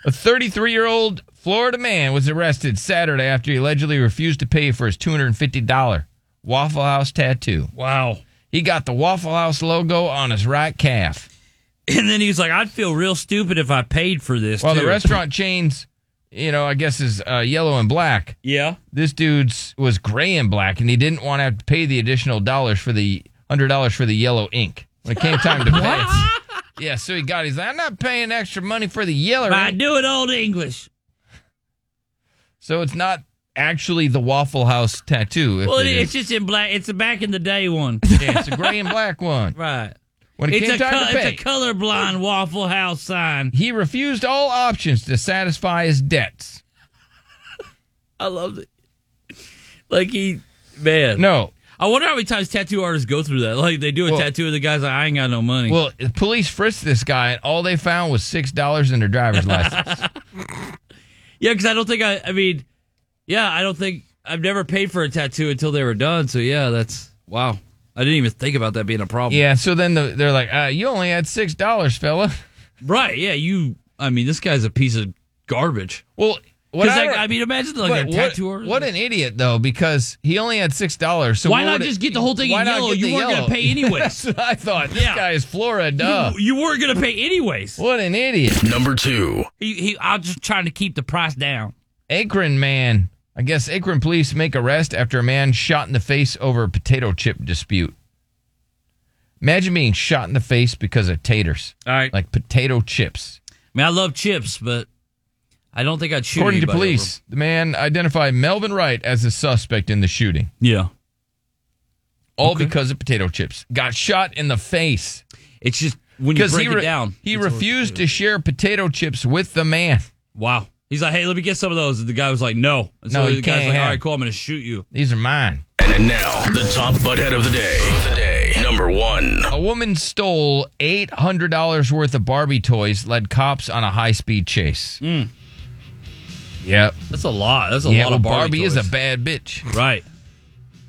[SPEAKER 9] a 33 year old Florida man was arrested Saturday after he allegedly refused to pay for his $250 Waffle House tattoo.
[SPEAKER 10] Wow.
[SPEAKER 9] He got the Waffle House logo on his right calf.
[SPEAKER 10] And then he's like, "I'd feel real stupid if I paid for this."
[SPEAKER 9] While
[SPEAKER 10] too.
[SPEAKER 9] the restaurant chains, you know, I guess is uh, yellow and black.
[SPEAKER 10] Yeah.
[SPEAKER 9] This dude's was gray and black, and he didn't want to have to pay the additional dollars for the hundred dollars for the yellow ink when it came time to pay. yeah, so he got. He's like, I'm not paying extra money for the yellow.
[SPEAKER 10] I
[SPEAKER 9] ink."
[SPEAKER 10] do it old English.
[SPEAKER 9] So it's not actually the Waffle House tattoo. If
[SPEAKER 10] Well,
[SPEAKER 9] it is.
[SPEAKER 10] it's just in black. It's a back in the day one.
[SPEAKER 9] Yeah, it's a gray and black one.
[SPEAKER 10] Right.
[SPEAKER 9] When it
[SPEAKER 10] it's,
[SPEAKER 9] came
[SPEAKER 10] a
[SPEAKER 9] time
[SPEAKER 10] col-
[SPEAKER 9] to pay,
[SPEAKER 10] it's a colorblind Waffle House sign.
[SPEAKER 9] he refused all options to satisfy his debts.
[SPEAKER 10] I love it. Like he, man.
[SPEAKER 9] No.
[SPEAKER 10] I wonder how many times tattoo artists go through that. Like they do a
[SPEAKER 9] Well-
[SPEAKER 10] tattoo of the guy's like, I ain't got no money.
[SPEAKER 9] Well, the police frisked this guy, and all they found was six dollars in their driver's license.
[SPEAKER 10] yeah, because I don't think I. I mean, yeah, I don't think I've never paid for a tattoo until they were done. So yeah, that's wow. I didn't even think about that being a problem.
[SPEAKER 9] yeah, so then the, they're like, uh, "You only had six dollars, fella."
[SPEAKER 10] Right. Yeah. You. I mean, this guy's a piece of garbage.
[SPEAKER 9] Well, what
[SPEAKER 10] 'Cause,
[SPEAKER 9] I,
[SPEAKER 10] like,
[SPEAKER 9] don't-
[SPEAKER 10] I mean, imagine, like,
[SPEAKER 9] but
[SPEAKER 10] a
[SPEAKER 9] what-
[SPEAKER 10] tattoo
[SPEAKER 9] What,
[SPEAKER 10] artist-
[SPEAKER 9] an idiot though, because he only had six dollars. So
[SPEAKER 10] Why
[SPEAKER 9] what
[SPEAKER 10] not
[SPEAKER 9] would
[SPEAKER 10] just
[SPEAKER 9] it-
[SPEAKER 10] get the whole thing in
[SPEAKER 9] why not
[SPEAKER 10] yellow?
[SPEAKER 9] get
[SPEAKER 10] You
[SPEAKER 9] the
[SPEAKER 10] weren't gonna
[SPEAKER 9] yellow?
[SPEAKER 10] pay anyways.
[SPEAKER 9] That's what I thought. This guy is Florida. duh.
[SPEAKER 10] You, you weren't gonna pay anyways.
[SPEAKER 9] What an idiot.
[SPEAKER 2] Number two.
[SPEAKER 10] He, he, I'm just trying to keep the price down.
[SPEAKER 9] Akron man. I guess Akron police make arrest after a man shot in the face over a potato chip dispute. Imagine being shot in the face because of taters.
[SPEAKER 10] All right.
[SPEAKER 9] Like potato chips.
[SPEAKER 10] I mean, I love chips, but I don't think I'd shoot.
[SPEAKER 9] According to
[SPEAKER 10] anybody
[SPEAKER 9] police, the man identified Melvin Wright as the suspect in the shooting.
[SPEAKER 10] Yeah.
[SPEAKER 9] All because of potato chips. Got shot in the face.
[SPEAKER 10] It's just when you break
[SPEAKER 9] he
[SPEAKER 10] it down,
[SPEAKER 9] He
[SPEAKER 10] it's
[SPEAKER 9] refused to share potato chips with the man.
[SPEAKER 10] over. Wow. He's like, hey, let me get some of those. And the guy was like, no. And so
[SPEAKER 9] No, you
[SPEAKER 10] the guy's
[SPEAKER 9] can't
[SPEAKER 10] like, all
[SPEAKER 9] have-
[SPEAKER 10] right, cool. I'm going to shoot you.
[SPEAKER 9] These are mine.
[SPEAKER 2] And now, the top butthead of the day. The day. Number one.
[SPEAKER 9] A woman stole $800 worth of Barbie toys, led cops on a high speed chase. Yep.
[SPEAKER 10] Mm. That's a lot. That's a
[SPEAKER 9] Yeah,
[SPEAKER 10] lot
[SPEAKER 11] Ah,
[SPEAKER 9] well,
[SPEAKER 10] of Barbie.
[SPEAKER 9] Barbie is
[SPEAKER 10] toys.
[SPEAKER 9] a bad bitch.
[SPEAKER 10] Right.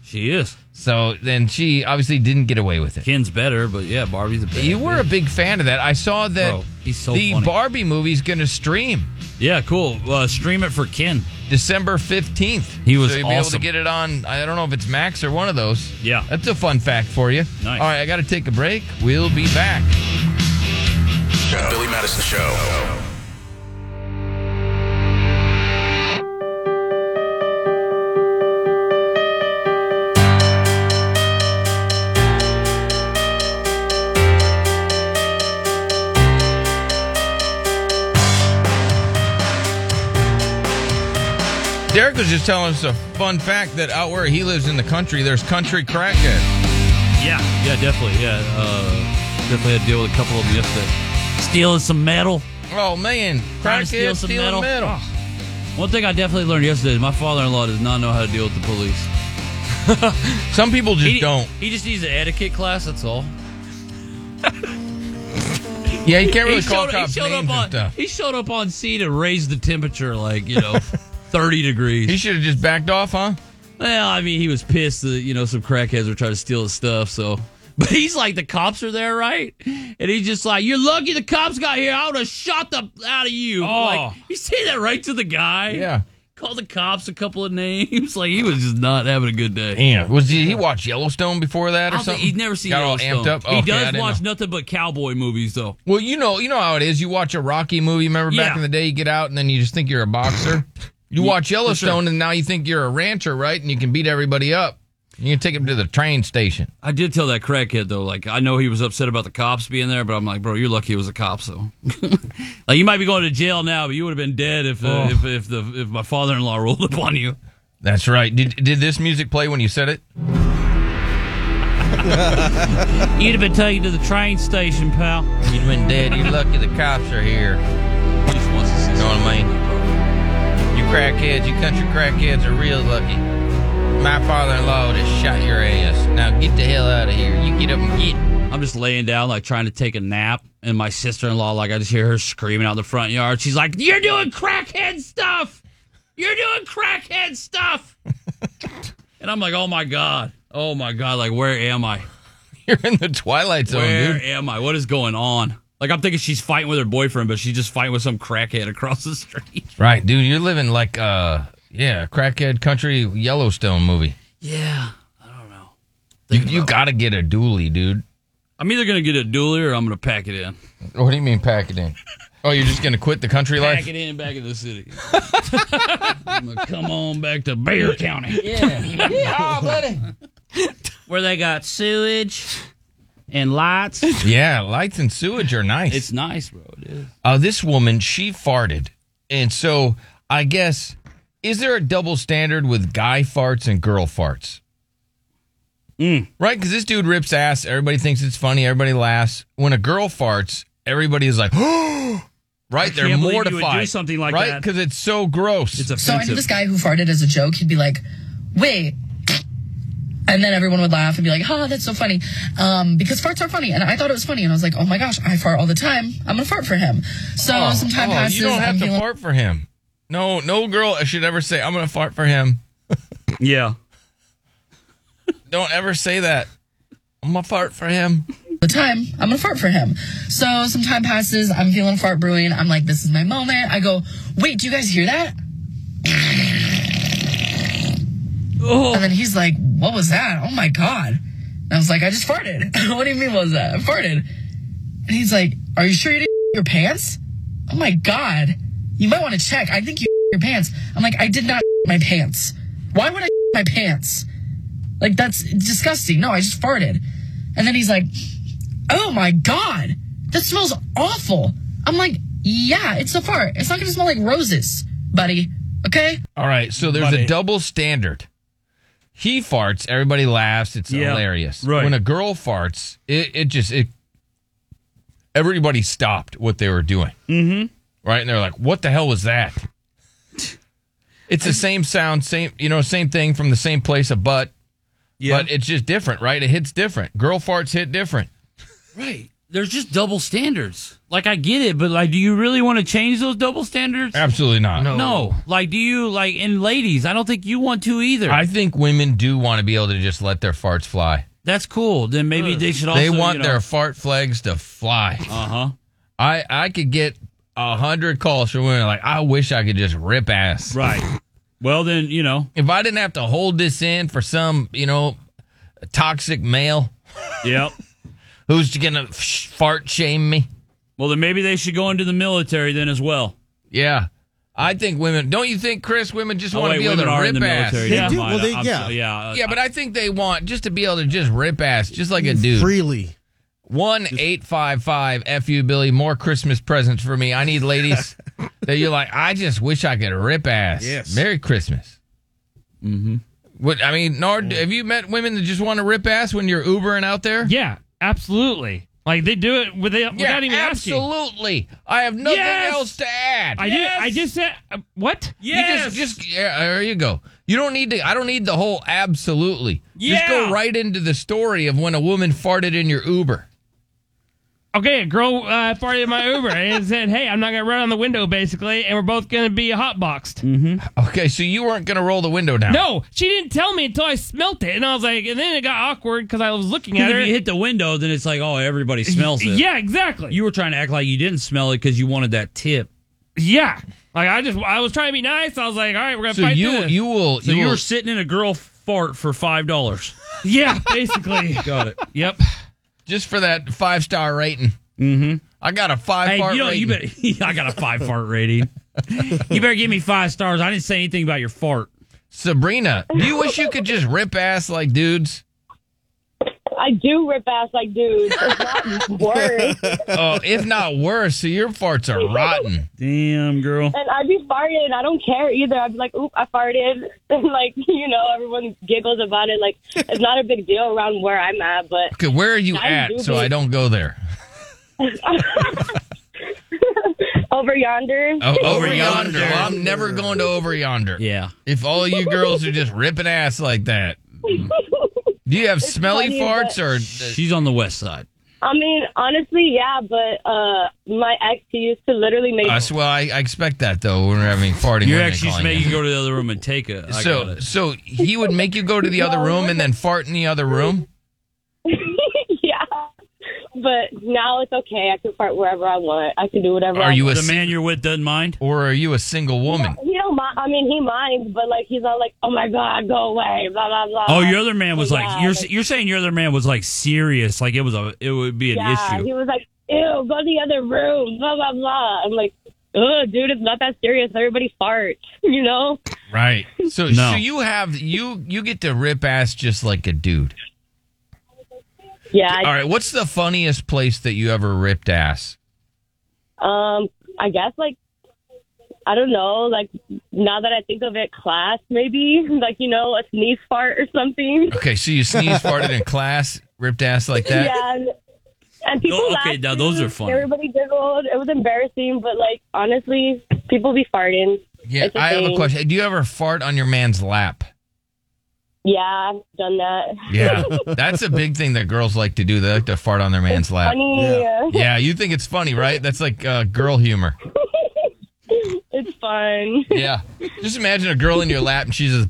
[SPEAKER 10] She is.
[SPEAKER 9] So then she obviously didn't get away with it.
[SPEAKER 11] Ken's better, but yeah, Barbie's a bad
[SPEAKER 9] You were a big fan of that. I saw that
[SPEAKER 11] Bro, Oh, he's so
[SPEAKER 9] the
[SPEAKER 11] funny.
[SPEAKER 9] Barbie movie's going to stream.
[SPEAKER 11] Yeah, cool. Uh, stream it for Ken.
[SPEAKER 9] December 15th.
[SPEAKER 11] He was
[SPEAKER 9] so you'll be able
[SPEAKER 11] awesome.
[SPEAKER 9] to get it on, I don't know if it's Max or one of those.
[SPEAKER 11] Yeah.
[SPEAKER 9] That's a fun fact for you. Nice. All right, I got to take a break. We'll be back.
[SPEAKER 2] The Billy Madison Show.
[SPEAKER 9] Derek was just telling us a fun fact that out where he lives in the country, there's country crackhead.
[SPEAKER 11] Yeah, yeah, definitely. Yeah, uh, definitely had to deal with a couple of them yesterday. Stealing some metal.
[SPEAKER 9] Oh, man.
[SPEAKER 11] Trying to
[SPEAKER 9] Crackhead
[SPEAKER 11] steal some metal.
[SPEAKER 9] stealing metal.
[SPEAKER 11] Oh. One thing I definitely learned yesterday is my father-in-law does not know how to deal with the police.
[SPEAKER 9] Some people just don't.
[SPEAKER 11] He just needs an etiquette class. That's all.
[SPEAKER 9] Yeah, you can't really call
[SPEAKER 11] showed-
[SPEAKER 9] cops
[SPEAKER 11] showed
[SPEAKER 9] names
[SPEAKER 11] up
[SPEAKER 9] and
[SPEAKER 11] on,
[SPEAKER 9] stuff.
[SPEAKER 11] He showed up on scene and raised the temperature like you know, thirty degrees. He
[SPEAKER 9] should have just backed off, huh?
[SPEAKER 11] Well, I mean, he was pissed that you know some crackheads were trying to steal his stuff. So, but he's like, the cops are there, right? And he's just like, "You're lucky the cops got here. I would have shot the out of you." Like, you say that right to the guy.
[SPEAKER 9] Oh. Yeah.
[SPEAKER 11] Called the cops a couple of names. Like he was just not having a good day.
[SPEAKER 9] Yeah. Was he, he watch Yellowstone before that
[SPEAKER 11] I don't
[SPEAKER 9] or
[SPEAKER 11] think-
[SPEAKER 9] something?
[SPEAKER 11] he'd never seen
[SPEAKER 9] Got all
[SPEAKER 11] Yellowstone.
[SPEAKER 9] amped up. Oh,
[SPEAKER 11] he
[SPEAKER 9] Okay, I
[SPEAKER 11] does
[SPEAKER 9] didn't
[SPEAKER 11] watch
[SPEAKER 9] know.
[SPEAKER 11] nothing but cowboy movies, though.
[SPEAKER 9] Well, you know, you know how it is. You watch a Rocky movie. Remember back
[SPEAKER 11] Yeah.
[SPEAKER 9] in the day, you get out and then you just think you're a boxer. You
[SPEAKER 11] Yeah,
[SPEAKER 9] watch
[SPEAKER 11] for
[SPEAKER 9] Yellowstone
[SPEAKER 11] sure.
[SPEAKER 9] and now you think you're a rancher, right? And you can beat everybody up. You can take them to the train station.
[SPEAKER 11] I did tell that crackhead though, like I know he was upset about the cops being there, but I'm like, bro, you're lucky it was a cop. So, like, you might be going to jail now, but you would have been dead if uh,
[SPEAKER 9] Oh.
[SPEAKER 11] if if the if my father-in-law rolled up on you.
[SPEAKER 9] That's right. Did did this music play when you said it?
[SPEAKER 11] You'd have been taken to the train station, pal.
[SPEAKER 9] You'd have been dead. You're lucky the cops are here. You know what I mean? You crackheads, you country crackheads are real lucky. My father-in-law just shot your ass. Now get the hell out of here. You get up and get.
[SPEAKER 11] I'm just laying down, like trying to take a nap, and my sister-in-law, like I just hear her screaming out in the front yard. She's like, "You're doing crackhead stuff. You're doing crackhead stuff." and I'm like, "Oh my god, oh my god, like where am I?"
[SPEAKER 9] You're in the twilight zone,
[SPEAKER 11] Where
[SPEAKER 9] dude.
[SPEAKER 11] am I? What is going on? Like I'm thinking she's fighting with her boyfriend, but she's just fighting with some crackhead across the street.
[SPEAKER 9] Right, dude. You're living like uh yeah, crackhead country Yellowstone movie.
[SPEAKER 11] Yeah.
[SPEAKER 9] You, you got to get a dually, dude.
[SPEAKER 11] I'm either gonna get a dually or I'm gonna pack it in.
[SPEAKER 9] What do you mean pack it in? Oh, you're just gonna quit the country
[SPEAKER 11] Pack
[SPEAKER 9] life?
[SPEAKER 11] it in back in the city. I'm gonna come on back to Bear County.
[SPEAKER 9] Yeah. Yeah, buddy.
[SPEAKER 11] Where they got sewage and lights.
[SPEAKER 9] Yeah, lights and sewage are nice.
[SPEAKER 11] It's nice, bro. It is.
[SPEAKER 9] Uh, this woman, she farted, and so I guess is there a double standard with guy farts and girl farts?
[SPEAKER 11] Mm.
[SPEAKER 9] Right, because this dude rips ass. Everybody thinks it's funny. Everybody laughs. When a girl farts, everybody is like, right? They're
[SPEAKER 11] can't believe you would
[SPEAKER 9] mortified.
[SPEAKER 11] do something like
[SPEAKER 9] right?
[SPEAKER 11] that.
[SPEAKER 9] Because it's so gross. It's
[SPEAKER 23] So I knew this guy who farted as a joke. He'd be like, wait. And then everyone would laugh and be like, ha, that's so funny. Um, because farts are funny. And I thought it was funny. And I was like, oh my gosh, I fart all the time. I'm going to fart for him. So
[SPEAKER 9] Oh,
[SPEAKER 23] some time
[SPEAKER 9] oh,
[SPEAKER 23] passes.
[SPEAKER 9] You don't have
[SPEAKER 23] I'm
[SPEAKER 9] to
[SPEAKER 23] feeling-
[SPEAKER 9] fart for him. No, no girl should ever say, "I'm going to fart for him."
[SPEAKER 11] yeah.
[SPEAKER 9] Don't ever say that. I'm gonna fart for him.
[SPEAKER 23] the time I'm gonna fart for him. So some time passes. I'm feeling fart brewing. I'm like, this is my moment. I go, wait, do you guys hear that? And then he's like, what was that? Oh my god! And I was like, I just farted. what do you mean what was that? I farted. And he's like, are you sure you didn't your pants? Oh my god! You might want to check. I think you your pants. I'm like, I did not my pants. Why would I my pants? Like that's disgusting. No, I just farted. And then he's like, "Oh my god, that smells awful." I'm like, "Yeah, it's a fart. It's not gonna smell like roses, buddy. Okay."
[SPEAKER 9] All right, so there's a double standard. He farts, everybody laughs. It's
[SPEAKER 23] Yeah,
[SPEAKER 9] hilarious.
[SPEAKER 11] right.
[SPEAKER 9] When a girl farts, it, it just it. Everybody stopped what they were doing.
[SPEAKER 11] Mm-hmm.
[SPEAKER 9] Right, and they're like, "What the hell was that?" It's the same sound, same you know, same thing from the same place, a butt. But it's just different, right? It hits different. Girl farts hit different.
[SPEAKER 11] Right. there's just double standards. Like I get it, but like, do you really want to change those double standards?
[SPEAKER 9] Absolutely not.
[SPEAKER 11] No. Like, do you like? And ladies, I don't think you want to either.
[SPEAKER 9] I think women do want to be able to just let their farts fly.
[SPEAKER 11] That's cool. Then maybe they should also.
[SPEAKER 9] they want
[SPEAKER 11] you know-
[SPEAKER 9] their fart flags to fly. Uh
[SPEAKER 11] huh.
[SPEAKER 9] I I could get a hundred calls from women like I wish I could just rip ass.
[SPEAKER 11] Right. Well then you know
[SPEAKER 9] if I didn't have to hold this in for some you know toxic male.
[SPEAKER 11] Yep.
[SPEAKER 9] Who's gonna fart shame me?
[SPEAKER 11] Well then maybe they should go into the military then as well.
[SPEAKER 9] Yeah. I think women. Don't you think, Chris? Women just
[SPEAKER 11] Oh,
[SPEAKER 9] want
[SPEAKER 11] wait,
[SPEAKER 9] to be able
[SPEAKER 11] women
[SPEAKER 9] to
[SPEAKER 11] are
[SPEAKER 9] rip
[SPEAKER 11] in the
[SPEAKER 9] ass.
[SPEAKER 11] military. They Never do. mind. Well, they- I'm yeah. so- yeah,
[SPEAKER 9] Yeah, but I think they want just to be able to just rip ass, just like a dude,
[SPEAKER 2] freely.
[SPEAKER 9] One eight five five fu Billy. More Christmas presents for me. I need ladies that you're like. I just wish I could rip ass.
[SPEAKER 2] Yes.
[SPEAKER 9] Merry Christmas. Mm-hmm. What I mean, Nard, have you met women that just want to rip ass when you're Ubering out there?
[SPEAKER 10] Yeah, absolutely. Like they do it with without
[SPEAKER 9] Yeah,
[SPEAKER 10] even asking.
[SPEAKER 9] absolutely. I have nothing
[SPEAKER 10] Yes!
[SPEAKER 9] else to add.
[SPEAKER 10] I did. I just said uh, what?
[SPEAKER 9] You just, just yeah, there you go. You don't need to. I don't need the whole absolutely. Just go
[SPEAKER 10] Yeah.
[SPEAKER 9] right into the story of when a woman farted in your Uber.
[SPEAKER 10] okay, a girl uh, farted in my Uber and said, "Hey, I'm not gonna run on the window, basically, and we're both gonna be hotboxed."
[SPEAKER 9] Mm-hmm. Okay, so you weren't going to roll the window down.
[SPEAKER 10] No, she didn't tell me until I smelt it, and I was like, and then it got awkward because I was looking at
[SPEAKER 11] Because
[SPEAKER 10] her.
[SPEAKER 11] if you hit the window, then it's like, oh, everybody smells it.
[SPEAKER 10] Yeah, exactly.
[SPEAKER 11] You were trying to act like you didn't smell it because you wanted that tip.
[SPEAKER 10] Yeah, like I just I was trying to be nice. I was like, all right, we're gonna fight through this.
[SPEAKER 11] So you were sitting in a girl fart for five dollars.
[SPEAKER 10] yeah, basically.
[SPEAKER 11] Got it.
[SPEAKER 10] Yep.
[SPEAKER 9] Just for that five star rating.
[SPEAKER 11] Mm-hmm.
[SPEAKER 9] I got a five
[SPEAKER 11] Hey,
[SPEAKER 9] fart
[SPEAKER 11] you know,
[SPEAKER 9] rating.
[SPEAKER 11] you better. I got a five fart rating. you better give me five stars. I didn't say anything about your fart.
[SPEAKER 9] Sabrina, uh, do you wish you could just rip ass like dudes?
[SPEAKER 6] I do rip ass like dudes. It's not worse.
[SPEAKER 9] oh, if not worse, so your farts are rotten.
[SPEAKER 11] Damn, girl.
[SPEAKER 6] And I'd be farting. and I don't care either. I'd be like, oop, I farted. And, like, you know, everyone giggles about it. Like, it's not a big deal around where I'm at, but
[SPEAKER 9] Okay, where are you
[SPEAKER 6] I
[SPEAKER 9] at
[SPEAKER 6] do
[SPEAKER 9] so
[SPEAKER 6] be-
[SPEAKER 9] I don't go there?
[SPEAKER 6] over yonder.
[SPEAKER 9] Oh, over, yonder. Well, I'm never going to over yonder.
[SPEAKER 11] Yeah.
[SPEAKER 9] If all you girls are just ripping ass like that. Do you have smelly
[SPEAKER 6] funny,
[SPEAKER 9] farts
[SPEAKER 6] but-
[SPEAKER 9] or
[SPEAKER 11] She's on the west side.
[SPEAKER 6] I mean, honestly, yeah, but uh my ex, he used to literally make.
[SPEAKER 9] Uh, so, well, I, I expect that though when we're having farting.
[SPEAKER 11] Your
[SPEAKER 9] women
[SPEAKER 11] ex used to
[SPEAKER 9] calling
[SPEAKER 11] make you go to the other room and take a. I got
[SPEAKER 9] So,
[SPEAKER 11] it.
[SPEAKER 9] so he would make you go to the other room and then fart in the other room.
[SPEAKER 6] yeah. But now it's okay. I can fart wherever I want. I can do whatever I
[SPEAKER 9] Are you a
[SPEAKER 6] want.
[SPEAKER 9] the man
[SPEAKER 11] you're with doesn't mind,
[SPEAKER 9] or are you a single woman?
[SPEAKER 6] He don't mind. I mean, he minds, but like he's not like, oh my god, go away, blah blah blah.
[SPEAKER 11] Oh, your other man was
[SPEAKER 6] Yeah,
[SPEAKER 11] like you're. You're saying your other man was like serious, like it was a. It would be an
[SPEAKER 6] yeah,
[SPEAKER 11] issue.
[SPEAKER 6] he was like, ew, go to the other room, blah blah blah. I'm like, oh, dude, it's not that serious. Everybody farts, you know.
[SPEAKER 9] Right. So,
[SPEAKER 11] No.
[SPEAKER 9] so you have you you get to rip ass just like a dude.
[SPEAKER 6] Yeah.
[SPEAKER 9] All right. What's the funniest place that you ever ripped ass?
[SPEAKER 6] Um, I guess like I don't know, like now that I think of it, class maybe, like you know, a sneeze fart or something.
[SPEAKER 9] Okay, so you sneeze farted in class, ripped ass like that.
[SPEAKER 6] Yeah. And, and people
[SPEAKER 9] Oh, okay,
[SPEAKER 6] laughed,
[SPEAKER 9] now those
[SPEAKER 6] too.
[SPEAKER 9] are funny.
[SPEAKER 6] Everybody giggled. It was embarrassing, but like honestly, people be farting.
[SPEAKER 9] Yeah,
[SPEAKER 6] It's
[SPEAKER 9] I have a
[SPEAKER 6] thing.
[SPEAKER 9] question. Do you ever fart on your man's lap?
[SPEAKER 6] Yeah, I've done that.
[SPEAKER 9] Yeah, that's a big thing that girls like to do. They like to fart on their man's lap.
[SPEAKER 6] funny. Yeah.
[SPEAKER 9] yeah, you think it's funny, right? That's like uh, girl humor.
[SPEAKER 6] it's fun.
[SPEAKER 9] Yeah, just imagine a girl in your lap and she's just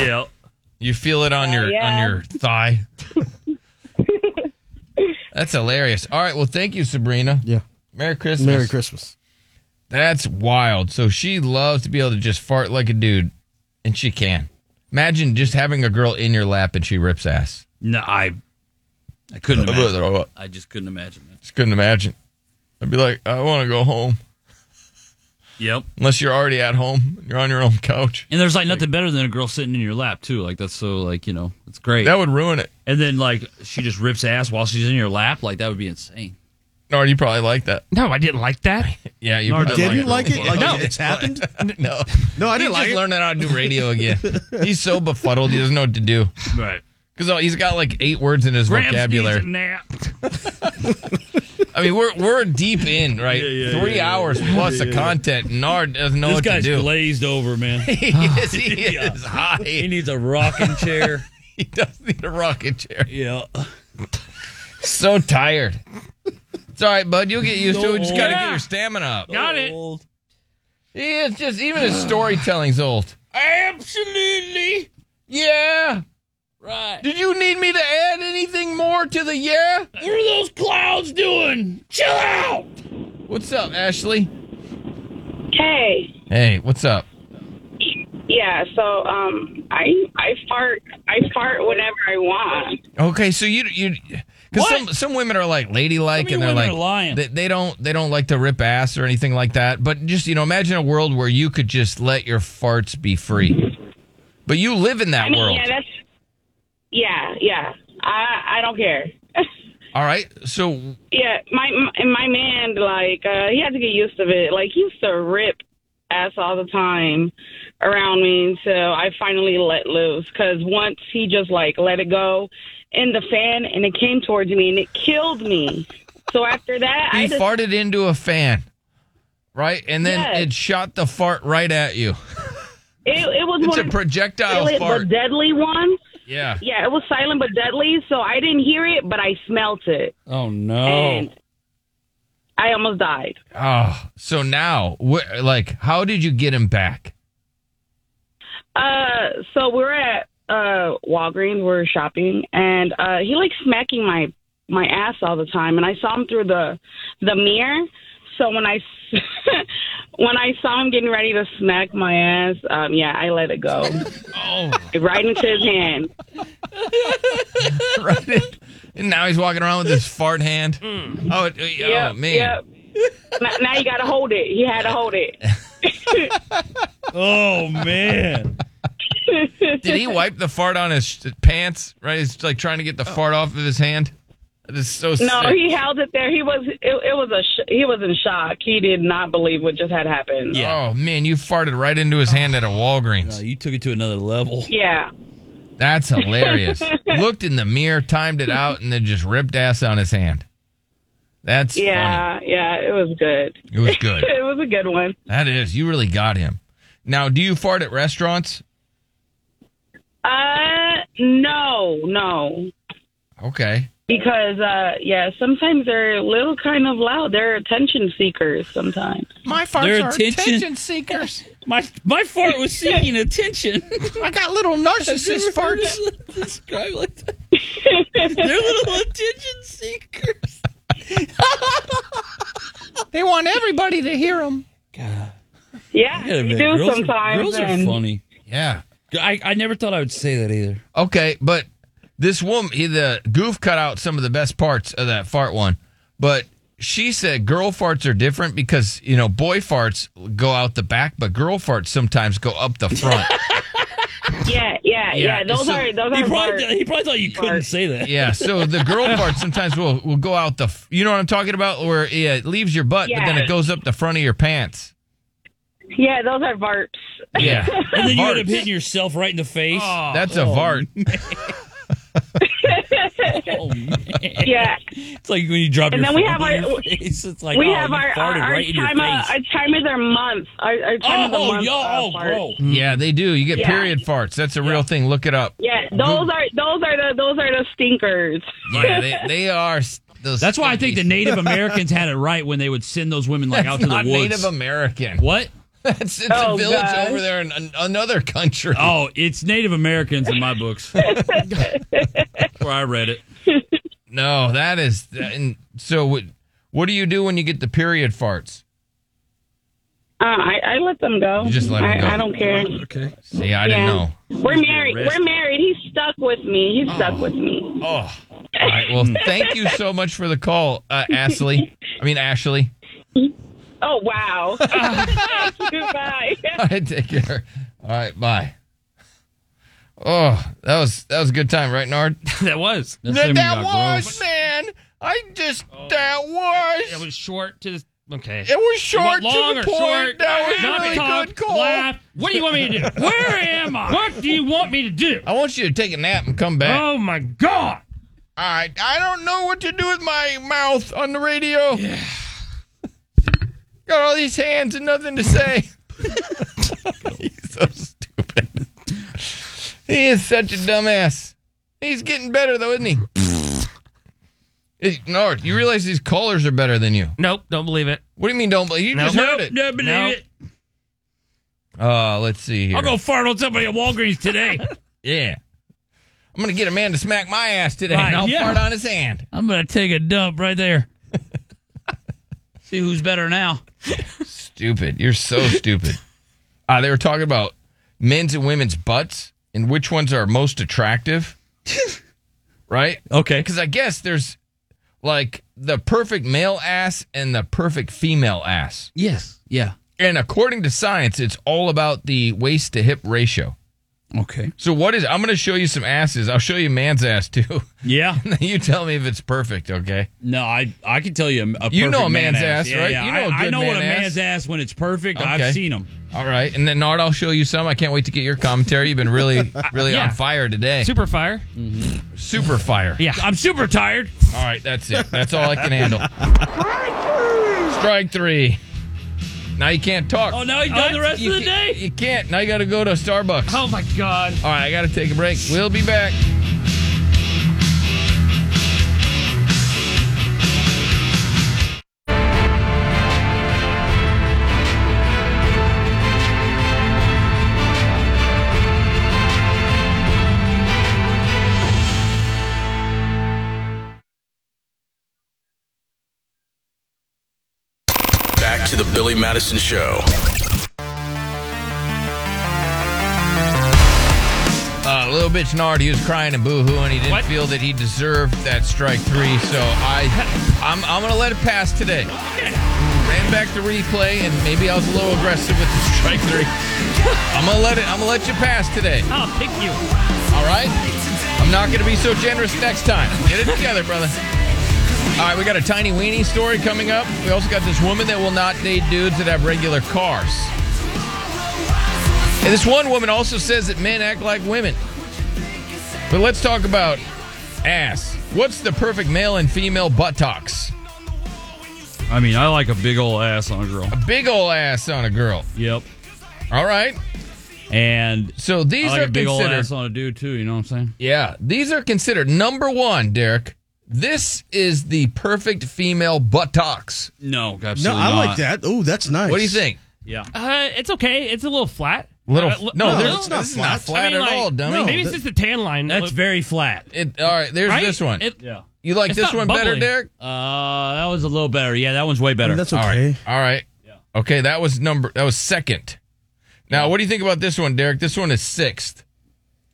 [SPEAKER 11] yeah.
[SPEAKER 9] You feel it on your
[SPEAKER 6] yeah.
[SPEAKER 9] on your thigh. that's hilarious. All right, well, thank you, Sabrina. Yeah. Merry Christmas.
[SPEAKER 2] Merry Christmas.
[SPEAKER 9] That's wild. So she loves to be able to just fart like a dude, and she can. Imagine just having a girl in your lap and she rips ass.
[SPEAKER 11] No, I. I couldn't.
[SPEAKER 9] Uh,
[SPEAKER 11] Imagine. I just couldn't imagine that.
[SPEAKER 9] Just couldn't imagine. I'd be like, I want to go home.
[SPEAKER 11] Yep.
[SPEAKER 9] Unless you're already at home, you're on your own couch.
[SPEAKER 11] And there's like nothing better than a girl sitting in your lap too. Like that's so like you know it's great.
[SPEAKER 9] That would ruin it.
[SPEAKER 11] And then like she just rips ass while she's in your lap. Like that would be insane.
[SPEAKER 9] No, you probably like that.
[SPEAKER 10] No, I didn't like that.
[SPEAKER 9] Yeah, you
[SPEAKER 11] Nor
[SPEAKER 9] probably
[SPEAKER 11] did you like
[SPEAKER 2] it? Like,
[SPEAKER 9] no,
[SPEAKER 2] it's
[SPEAKER 9] happened. no,
[SPEAKER 2] No, I
[SPEAKER 9] He
[SPEAKER 2] didn't
[SPEAKER 9] just
[SPEAKER 2] like it.
[SPEAKER 9] learned how to do radio again. he's so befuddled, he doesn't know what to do.
[SPEAKER 11] Right.
[SPEAKER 9] Because uh, he's got like eight words in his vocabulary. I mean, we're we're deep in right, three
[SPEAKER 11] yeah, yeah.
[SPEAKER 9] hours plus
[SPEAKER 11] Yeah,
[SPEAKER 9] of
[SPEAKER 11] yeah.
[SPEAKER 9] content. Nard doesn't know
[SPEAKER 11] this
[SPEAKER 9] what
[SPEAKER 11] guy's
[SPEAKER 9] to do.
[SPEAKER 11] glazed over, man.
[SPEAKER 9] he is, he is high. He
[SPEAKER 11] needs a rocking chair.
[SPEAKER 9] he does need a rocking chair.
[SPEAKER 11] Yeah.
[SPEAKER 9] So tired. It's all right, bud. You'll get used to it. Just got to get
[SPEAKER 19] Yeah.
[SPEAKER 9] your stamina up.
[SPEAKER 19] Got
[SPEAKER 8] it.
[SPEAKER 9] Yeah, it's just even his storytelling's old. Absolutely. Yeah. Right. Did you need me to add anything more to the yeah? What are those clouds doing? Chill out. What's up, Ashley?
[SPEAKER 1] Hey,
[SPEAKER 9] Hey, what's up?
[SPEAKER 1] yeah. So, um, I I fart I fart whenever I want.
[SPEAKER 9] Okay, so you you because some some women are like ladylike and they're
[SPEAKER 1] women
[SPEAKER 9] like
[SPEAKER 1] are lying.
[SPEAKER 9] They, they don't they don't like to rip ass or anything like that. But just you know, imagine a world where you could just let your farts be free. But you live in that
[SPEAKER 1] I mean,
[SPEAKER 9] world.
[SPEAKER 1] yeah, that's yeah, yeah. I I don't care.
[SPEAKER 9] All right. So
[SPEAKER 1] Yeah, my my, my man, like uh, he had to get used to it. Like he used to rip ass all the time around me, so I finally let loose. Because once he just like let it go in the fan, and it came towards me, and it killed me. So after that,
[SPEAKER 9] he
[SPEAKER 1] I just,
[SPEAKER 9] farted into a fan, right? And then
[SPEAKER 1] Yes.
[SPEAKER 9] it shot the fart right at you.
[SPEAKER 1] It, it was
[SPEAKER 9] It's
[SPEAKER 1] one
[SPEAKER 9] a
[SPEAKER 1] of-
[SPEAKER 9] projectile
[SPEAKER 1] silent
[SPEAKER 9] fart.
[SPEAKER 1] but deadly one.
[SPEAKER 9] Yeah.
[SPEAKER 1] Yeah, it was silent but deadly. So I didn't hear it, but I smelt it,
[SPEAKER 9] Oh no.
[SPEAKER 1] and I almost died.
[SPEAKER 9] Oh, so now, wh- like, how did you get him back?
[SPEAKER 1] Uh, so we're at uh Walgreens, we're shopping, and uh he likes smacking my my ass all the time, and I saw him through the the mirror. So when I s- when I saw him getting ready to smack my ass, um, yeah, I let it go.
[SPEAKER 9] oh,
[SPEAKER 1] right into his hand.
[SPEAKER 9] And now he's walking around with his fart hand. Oh, it, oh,
[SPEAKER 1] Yep,
[SPEAKER 9] man.
[SPEAKER 1] yep. now, now you gotta hold it. He had to hold it.
[SPEAKER 9] Oh man. Did he wipe the fart on his sh- pants? Right, he's like trying to get the fart off of his hand. That is so.
[SPEAKER 1] Oh. No,
[SPEAKER 9] sick.
[SPEAKER 1] he held it there. He was it, it was a sh- he was in shock. He did not believe what just had happened.
[SPEAKER 9] Oh man, you farted right into his hand at a Walgreens. you took it to another level.
[SPEAKER 1] Yeah.
[SPEAKER 9] That's hilarious. Looked in the mirror, timed it out, and then just ripped ass on his hand. That's
[SPEAKER 1] yeah, yeah, it was good.
[SPEAKER 9] It was good.
[SPEAKER 1] it was a good one.
[SPEAKER 9] that is you really got him. Now, do you fart at restaurants?
[SPEAKER 1] Uh, no, no,
[SPEAKER 9] Okay.
[SPEAKER 1] because uh, yeah, sometimes they're a little kind of loud. They're attention seekers sometimes.
[SPEAKER 9] My
[SPEAKER 1] farts
[SPEAKER 19] They're
[SPEAKER 1] are
[SPEAKER 19] attention,
[SPEAKER 1] attention
[SPEAKER 9] seekers.
[SPEAKER 19] My my fart was seeking attention.
[SPEAKER 9] I got little narcissist farts.
[SPEAKER 19] Describe like that. They're little attention seekers.
[SPEAKER 9] they want everybody to hear them.
[SPEAKER 1] Yeah,
[SPEAKER 19] Wait a
[SPEAKER 1] you
[SPEAKER 19] minute,
[SPEAKER 1] do
[SPEAKER 19] girls are-
[SPEAKER 1] sometimes.
[SPEAKER 19] girls are
[SPEAKER 1] and-
[SPEAKER 19] funny.
[SPEAKER 9] Yeah.
[SPEAKER 19] I, I never thought I would say that either.
[SPEAKER 9] Okay, but this woman, he, the goof cut out some of the best parts of that fart one, but she said girl farts are different because, you know, boy farts go out the back, but girl farts sometimes go up the front.
[SPEAKER 1] Yeah, yeah, yeah. Those
[SPEAKER 9] so-
[SPEAKER 1] are those are. hard.
[SPEAKER 9] couldn't say that. Yeah, so the girl part sometimes will will go out the, f- you know what I'm talking about, where yeah, it leaves your butt, but then
[SPEAKER 1] Yeah.
[SPEAKER 9] it goes up the front of your pants.
[SPEAKER 1] Yeah, those are varps.
[SPEAKER 9] Yeah,
[SPEAKER 19] And then you end up
[SPEAKER 9] Farts.
[SPEAKER 19] hitting yourself right in the face.
[SPEAKER 9] That's a vart.
[SPEAKER 11] Oh,
[SPEAKER 1] yeah,
[SPEAKER 19] It's like when you drop
[SPEAKER 1] and
[SPEAKER 19] your
[SPEAKER 1] then we
[SPEAKER 19] phone
[SPEAKER 1] have
[SPEAKER 19] in
[SPEAKER 1] our
[SPEAKER 19] your face. It's like
[SPEAKER 1] we
[SPEAKER 19] oh,
[SPEAKER 1] have
[SPEAKER 19] you
[SPEAKER 1] our our,
[SPEAKER 19] farted
[SPEAKER 1] our
[SPEAKER 19] right in your
[SPEAKER 1] time uh,
[SPEAKER 19] face.
[SPEAKER 1] our time of their month. Our, our time of
[SPEAKER 19] Oh,
[SPEAKER 1] the month.
[SPEAKER 19] yo,
[SPEAKER 1] uh,
[SPEAKER 19] oh,
[SPEAKER 1] fart.
[SPEAKER 19] bro.
[SPEAKER 9] Yeah, they do. You get
[SPEAKER 1] Yeah.
[SPEAKER 9] period farts. That's a real thing. Look it up.
[SPEAKER 1] Yeah, those are those are the those are the stinkers.
[SPEAKER 9] Yeah, they, they are.
[SPEAKER 3] That's why I think the Native Americans had it right when they would send those women like
[SPEAKER 9] That's
[SPEAKER 3] out to the
[SPEAKER 9] not
[SPEAKER 3] woods.
[SPEAKER 9] Native American.
[SPEAKER 3] What?
[SPEAKER 9] That's it's
[SPEAKER 1] Oh,
[SPEAKER 9] a village
[SPEAKER 1] gosh.
[SPEAKER 9] over there in an- another country.
[SPEAKER 3] Oh, it's Native Americans in my books.
[SPEAKER 9] where I read it. No, that is. And so, what, what do you do when you get the period farts?
[SPEAKER 1] Uh, I, I let them go.
[SPEAKER 9] You just let
[SPEAKER 1] I,
[SPEAKER 9] them go.
[SPEAKER 1] I don't care.
[SPEAKER 9] Okay. See, I didn't
[SPEAKER 1] Yeah.
[SPEAKER 9] know.
[SPEAKER 1] We're married.
[SPEAKER 9] arrested.
[SPEAKER 1] We're married. He's stuck with me. He's stuck with me.
[SPEAKER 9] Oh. All right. Well, thank you so much for the call, uh, Ashley. I mean, Ashley.
[SPEAKER 1] Oh wow. Thank you. Bye.
[SPEAKER 9] All right, take care. All right, bye. Oh, that was that was a good time, right, Nard?
[SPEAKER 19] that was.
[SPEAKER 9] That, was
[SPEAKER 1] man.
[SPEAKER 9] I just that was.
[SPEAKER 8] Oh. It was short to the okay.
[SPEAKER 9] It was short
[SPEAKER 8] You want
[SPEAKER 9] to
[SPEAKER 8] long
[SPEAKER 9] the
[SPEAKER 8] or
[SPEAKER 9] point.
[SPEAKER 8] short?
[SPEAKER 9] That was a
[SPEAKER 8] Not
[SPEAKER 9] really
[SPEAKER 8] talk,
[SPEAKER 9] good call.
[SPEAKER 8] laugh. What do you want me to do? Where am I? What do you want me to do?
[SPEAKER 9] I want you to take a nap and come back.
[SPEAKER 8] Oh my god!
[SPEAKER 9] All right, I don't know what to do with my mouth on the radio. Got all these hands and nothing to say. He's so stupid. He is such a dumbass. He's getting better though, isn't he? Eh, No, you realize these callers are better than you.
[SPEAKER 8] Nope, don't believe it.
[SPEAKER 9] What do you mean don't believe? You just heard it.
[SPEAKER 19] Don't believe it.
[SPEAKER 9] Uh, let's see here.
[SPEAKER 19] I'll go fart on somebody at Walgreens today.
[SPEAKER 9] yeah. I'm gonna get a man to smack my ass today. and I'll fart on his hand.
[SPEAKER 19] I'm gonna take a dump right there. See who's better now.
[SPEAKER 9] Stupid. You're so stupid. Uh, they were talking about men's and women's butts and which ones are most attractive. right? Okay. Because I guess there's like the perfect male ass and the perfect female ass.
[SPEAKER 19] Yes. Yeah.
[SPEAKER 9] And according to science, it's all about the waist to hip ratio.
[SPEAKER 19] Okay.
[SPEAKER 9] So what is? I'm going to show you some asses. I'll show you a man's ass too.
[SPEAKER 19] Yeah.
[SPEAKER 9] and then you tell me if it's perfect. Okay.
[SPEAKER 19] No, I I can tell you. A
[SPEAKER 9] you know
[SPEAKER 19] perfect
[SPEAKER 9] a man's
[SPEAKER 19] man
[SPEAKER 9] ass,
[SPEAKER 19] ass. Yeah,
[SPEAKER 9] right?
[SPEAKER 19] yeah.
[SPEAKER 9] You know a
[SPEAKER 19] I- I
[SPEAKER 9] good
[SPEAKER 19] know what a
[SPEAKER 9] man
[SPEAKER 19] man's ass when it's perfect.
[SPEAKER 9] Okay.
[SPEAKER 19] I've seen them.
[SPEAKER 9] All right, and then Nard, I'll show you some. I can't wait to get your commentary. You've been really, really
[SPEAKER 19] Yeah.
[SPEAKER 9] on fire today. Mm-hmm.
[SPEAKER 8] Super fire.
[SPEAKER 9] Super fire.
[SPEAKER 8] Yeah.
[SPEAKER 19] I'm super tired.
[SPEAKER 9] All right, that's it. That's all I can handle. Strike three. Now you can't talk.
[SPEAKER 19] Oh, now you done the rest
[SPEAKER 9] You
[SPEAKER 19] of the
[SPEAKER 9] can't- You can't. Now you got to go to Starbucks.
[SPEAKER 8] Oh my god.
[SPEAKER 9] All right, I got to take a break. We'll be back.
[SPEAKER 2] Back to the Billy Madison Show.
[SPEAKER 9] Uh, little bitch Nard, he was crying and boo-hooing. He didn't feel that he deserved that strike three, so I, I'm, I'm gonna let it pass today. Ran back the replay, and maybe I was a little aggressive with the strike three. I'm gonna let it. I'm gonna let you pass today.
[SPEAKER 8] I'll pick you.
[SPEAKER 9] All right. I'm not gonna be so generous next time. Get it together, brother. All right, we got a tiny weenie story coming up. We also got this woman that will not date dudes that have regular cars. And this one woman also says that men act like women. But let's talk about ass. What's the perfect male and female buttocks?
[SPEAKER 3] I mean, I like a big old ass on a girl.
[SPEAKER 9] Big ol' ass on a girl.
[SPEAKER 3] Yep.
[SPEAKER 9] All right.
[SPEAKER 3] And
[SPEAKER 9] so these
[SPEAKER 3] I like
[SPEAKER 9] are
[SPEAKER 3] a big old
[SPEAKER 9] considered-
[SPEAKER 3] ass on a dude too. You know what I'm saying?
[SPEAKER 9] Yeah, these are considered number one, Derek. This is the perfect female buttocks.
[SPEAKER 3] No,
[SPEAKER 15] No,
[SPEAKER 9] absolutely
[SPEAKER 15] I like
[SPEAKER 9] not.
[SPEAKER 15] that. Oh, that's nice.
[SPEAKER 9] What do you think?
[SPEAKER 3] Yeah.
[SPEAKER 8] Uh, it's okay. It's a little flat.
[SPEAKER 9] Little-
[SPEAKER 8] Uh, li-
[SPEAKER 9] no,
[SPEAKER 8] a
[SPEAKER 9] there's-
[SPEAKER 8] little?
[SPEAKER 9] it's not This is not flat. flat
[SPEAKER 8] I mean,
[SPEAKER 9] at
[SPEAKER 8] like,
[SPEAKER 9] all, dummy. No,
[SPEAKER 8] Maybe it's
[SPEAKER 9] that-
[SPEAKER 8] just a tan line. that
[SPEAKER 3] That's
[SPEAKER 8] look-
[SPEAKER 3] very flat.
[SPEAKER 9] It, all right, there's
[SPEAKER 8] Right?
[SPEAKER 9] this one.
[SPEAKER 8] It- Yeah.
[SPEAKER 9] You like
[SPEAKER 8] It's
[SPEAKER 9] this
[SPEAKER 8] not
[SPEAKER 9] one better,
[SPEAKER 8] bubbly.
[SPEAKER 9] Derek?
[SPEAKER 3] Uh, that was a little better. Yeah, that one's way better.
[SPEAKER 9] All right. All right. Okay, that was number. That was second. Now, what do you think about this one, Derek? This one is sixth.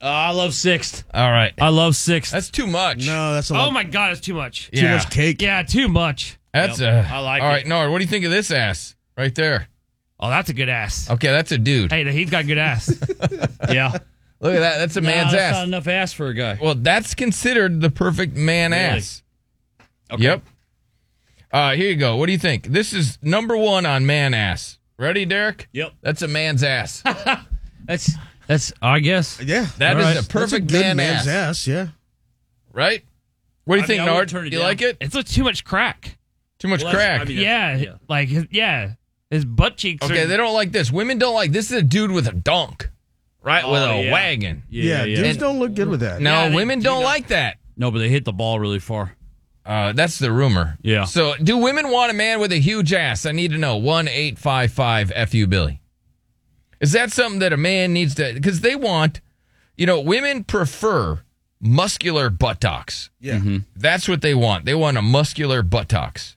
[SPEAKER 3] Uh, I love sixth.
[SPEAKER 9] All right.
[SPEAKER 3] I love sixth.
[SPEAKER 9] That's too much.
[SPEAKER 15] No, that's
[SPEAKER 8] Oh my god, it's too much.
[SPEAKER 9] Too Yeah. much
[SPEAKER 15] cake.
[SPEAKER 8] Yeah, too much.
[SPEAKER 9] That's
[SPEAKER 8] Yep.
[SPEAKER 9] a.
[SPEAKER 8] I like
[SPEAKER 9] All
[SPEAKER 8] it.
[SPEAKER 9] right, Nard. What do you think of this ass right there?
[SPEAKER 8] Oh, that's a good ass.
[SPEAKER 9] Okay, that's a dude.
[SPEAKER 8] Hey, he's got good ass. yeah.
[SPEAKER 9] Look at that. That's a
[SPEAKER 8] Nah,
[SPEAKER 9] man's
[SPEAKER 8] that's
[SPEAKER 9] ass.
[SPEAKER 8] not
[SPEAKER 3] enough ass for a guy.
[SPEAKER 9] Well, that's considered the perfect man
[SPEAKER 3] Really?
[SPEAKER 9] ass. Yep. Uh, here you go. What do you think? This is number one on man ass. Ready, Derek?
[SPEAKER 3] Yep.
[SPEAKER 9] That's a man's ass.
[SPEAKER 3] that's that's. I guess.
[SPEAKER 15] Yeah.
[SPEAKER 9] That is
[SPEAKER 3] All right.
[SPEAKER 9] a perfect
[SPEAKER 15] good
[SPEAKER 9] man
[SPEAKER 15] man's
[SPEAKER 9] ass.
[SPEAKER 15] ass. Yeah.
[SPEAKER 9] Right? What do you
[SPEAKER 8] I
[SPEAKER 9] think,
[SPEAKER 8] mean, I wouldn't
[SPEAKER 9] Nard?
[SPEAKER 8] turn it
[SPEAKER 9] you
[SPEAKER 8] down.
[SPEAKER 9] like it?
[SPEAKER 8] It's like too much crack.
[SPEAKER 9] Too much
[SPEAKER 8] Well, that's-
[SPEAKER 9] crack.
[SPEAKER 8] I mean, that's- yeah, Like his, yeah, his butt cheeks.
[SPEAKER 9] Okay,
[SPEAKER 8] are,
[SPEAKER 9] they don't like this. Women don't like this. Is a dude with a donk, right? with
[SPEAKER 3] Oh,
[SPEAKER 9] a
[SPEAKER 3] yeah.
[SPEAKER 9] wagon.
[SPEAKER 15] Yeah. dudes don't look good with that.
[SPEAKER 9] No, women don't like that.
[SPEAKER 3] No, but they hit the ball really far.
[SPEAKER 9] Uh, that's the rumor.
[SPEAKER 3] Yeah.
[SPEAKER 9] So, do women want a man with a huge ass? I need to know. One eight five five fu Billy. Is that something that a man needs to? Because they want, you know, women prefer muscular buttocks.
[SPEAKER 15] Yeah.
[SPEAKER 3] Mm-hmm.
[SPEAKER 9] That's what they want. They want a muscular buttocks.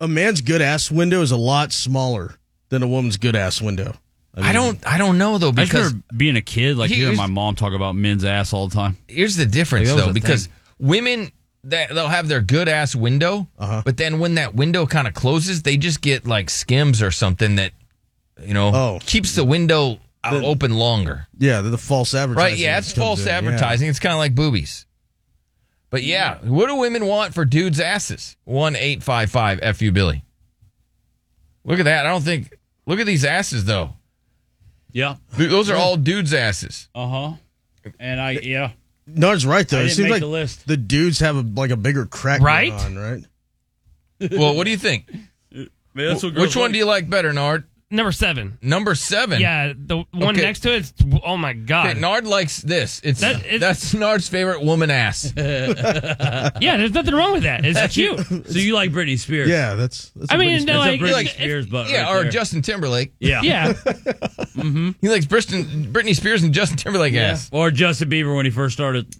[SPEAKER 15] A man's good ass window is a lot smaller than a woman's good ass window.
[SPEAKER 9] I, don't. I don't know though
[SPEAKER 3] I just
[SPEAKER 9] because
[SPEAKER 3] remember being a kid, like
[SPEAKER 9] He-
[SPEAKER 3] hearing my mom talk about men's ass all the time.
[SPEAKER 9] here's the difference
[SPEAKER 3] Like, that was
[SPEAKER 9] though
[SPEAKER 3] a
[SPEAKER 9] because
[SPEAKER 3] thing.
[SPEAKER 9] women that they'll have their good ass window
[SPEAKER 15] Uh-huh.
[SPEAKER 9] but then when that window kind of closes they just get like skims or something that you know keeps the window out open longer
[SPEAKER 15] Oh. Yeah, the, the false advertising.
[SPEAKER 9] right yeah it's
[SPEAKER 15] that comes
[SPEAKER 9] false
[SPEAKER 15] in, yeah.
[SPEAKER 9] advertising it's kind of like boobies but yeah what do women want for dudes asses 1855 fu billy look at that i don't think look at these asses though
[SPEAKER 3] yeah
[SPEAKER 9] Th- those are all dudes asses
[SPEAKER 3] Uh huh. And I yeah.
[SPEAKER 15] Nard's right though.
[SPEAKER 3] I
[SPEAKER 15] it
[SPEAKER 3] didn't
[SPEAKER 15] seems
[SPEAKER 3] make
[SPEAKER 15] like
[SPEAKER 3] the list.
[SPEAKER 15] dudes have a, like a bigger crack
[SPEAKER 3] Right?
[SPEAKER 15] going on, right?
[SPEAKER 9] well what do you think
[SPEAKER 3] Man, that's what
[SPEAKER 9] Wh- which
[SPEAKER 3] girls
[SPEAKER 9] one
[SPEAKER 3] like.
[SPEAKER 9] do you like better nard
[SPEAKER 10] Number seven.
[SPEAKER 9] Number seven.
[SPEAKER 10] Yeah, the one
[SPEAKER 9] Okay.
[SPEAKER 10] next to it's. Oh my god.
[SPEAKER 9] Okay, Nard likes this. It's,
[SPEAKER 10] That-
[SPEAKER 9] that's Nard's favorite woman ass.
[SPEAKER 10] yeah, there's nothing wrong with that. It's cute.
[SPEAKER 11] So you like Britney Spears?
[SPEAKER 9] Yeah,
[SPEAKER 2] that's.
[SPEAKER 10] I mean, no, like,
[SPEAKER 11] Britney
[SPEAKER 10] like,
[SPEAKER 11] Spears butt.
[SPEAKER 9] yeah,
[SPEAKER 11] right
[SPEAKER 9] or
[SPEAKER 11] there.
[SPEAKER 9] Justin Timberlake.
[SPEAKER 11] Yeah. Yeah.
[SPEAKER 9] He likes Briston, Britney Spears and Justin Timberlake
[SPEAKER 11] Yeah.
[SPEAKER 9] ass.
[SPEAKER 11] Or Justin Bieber when he first started.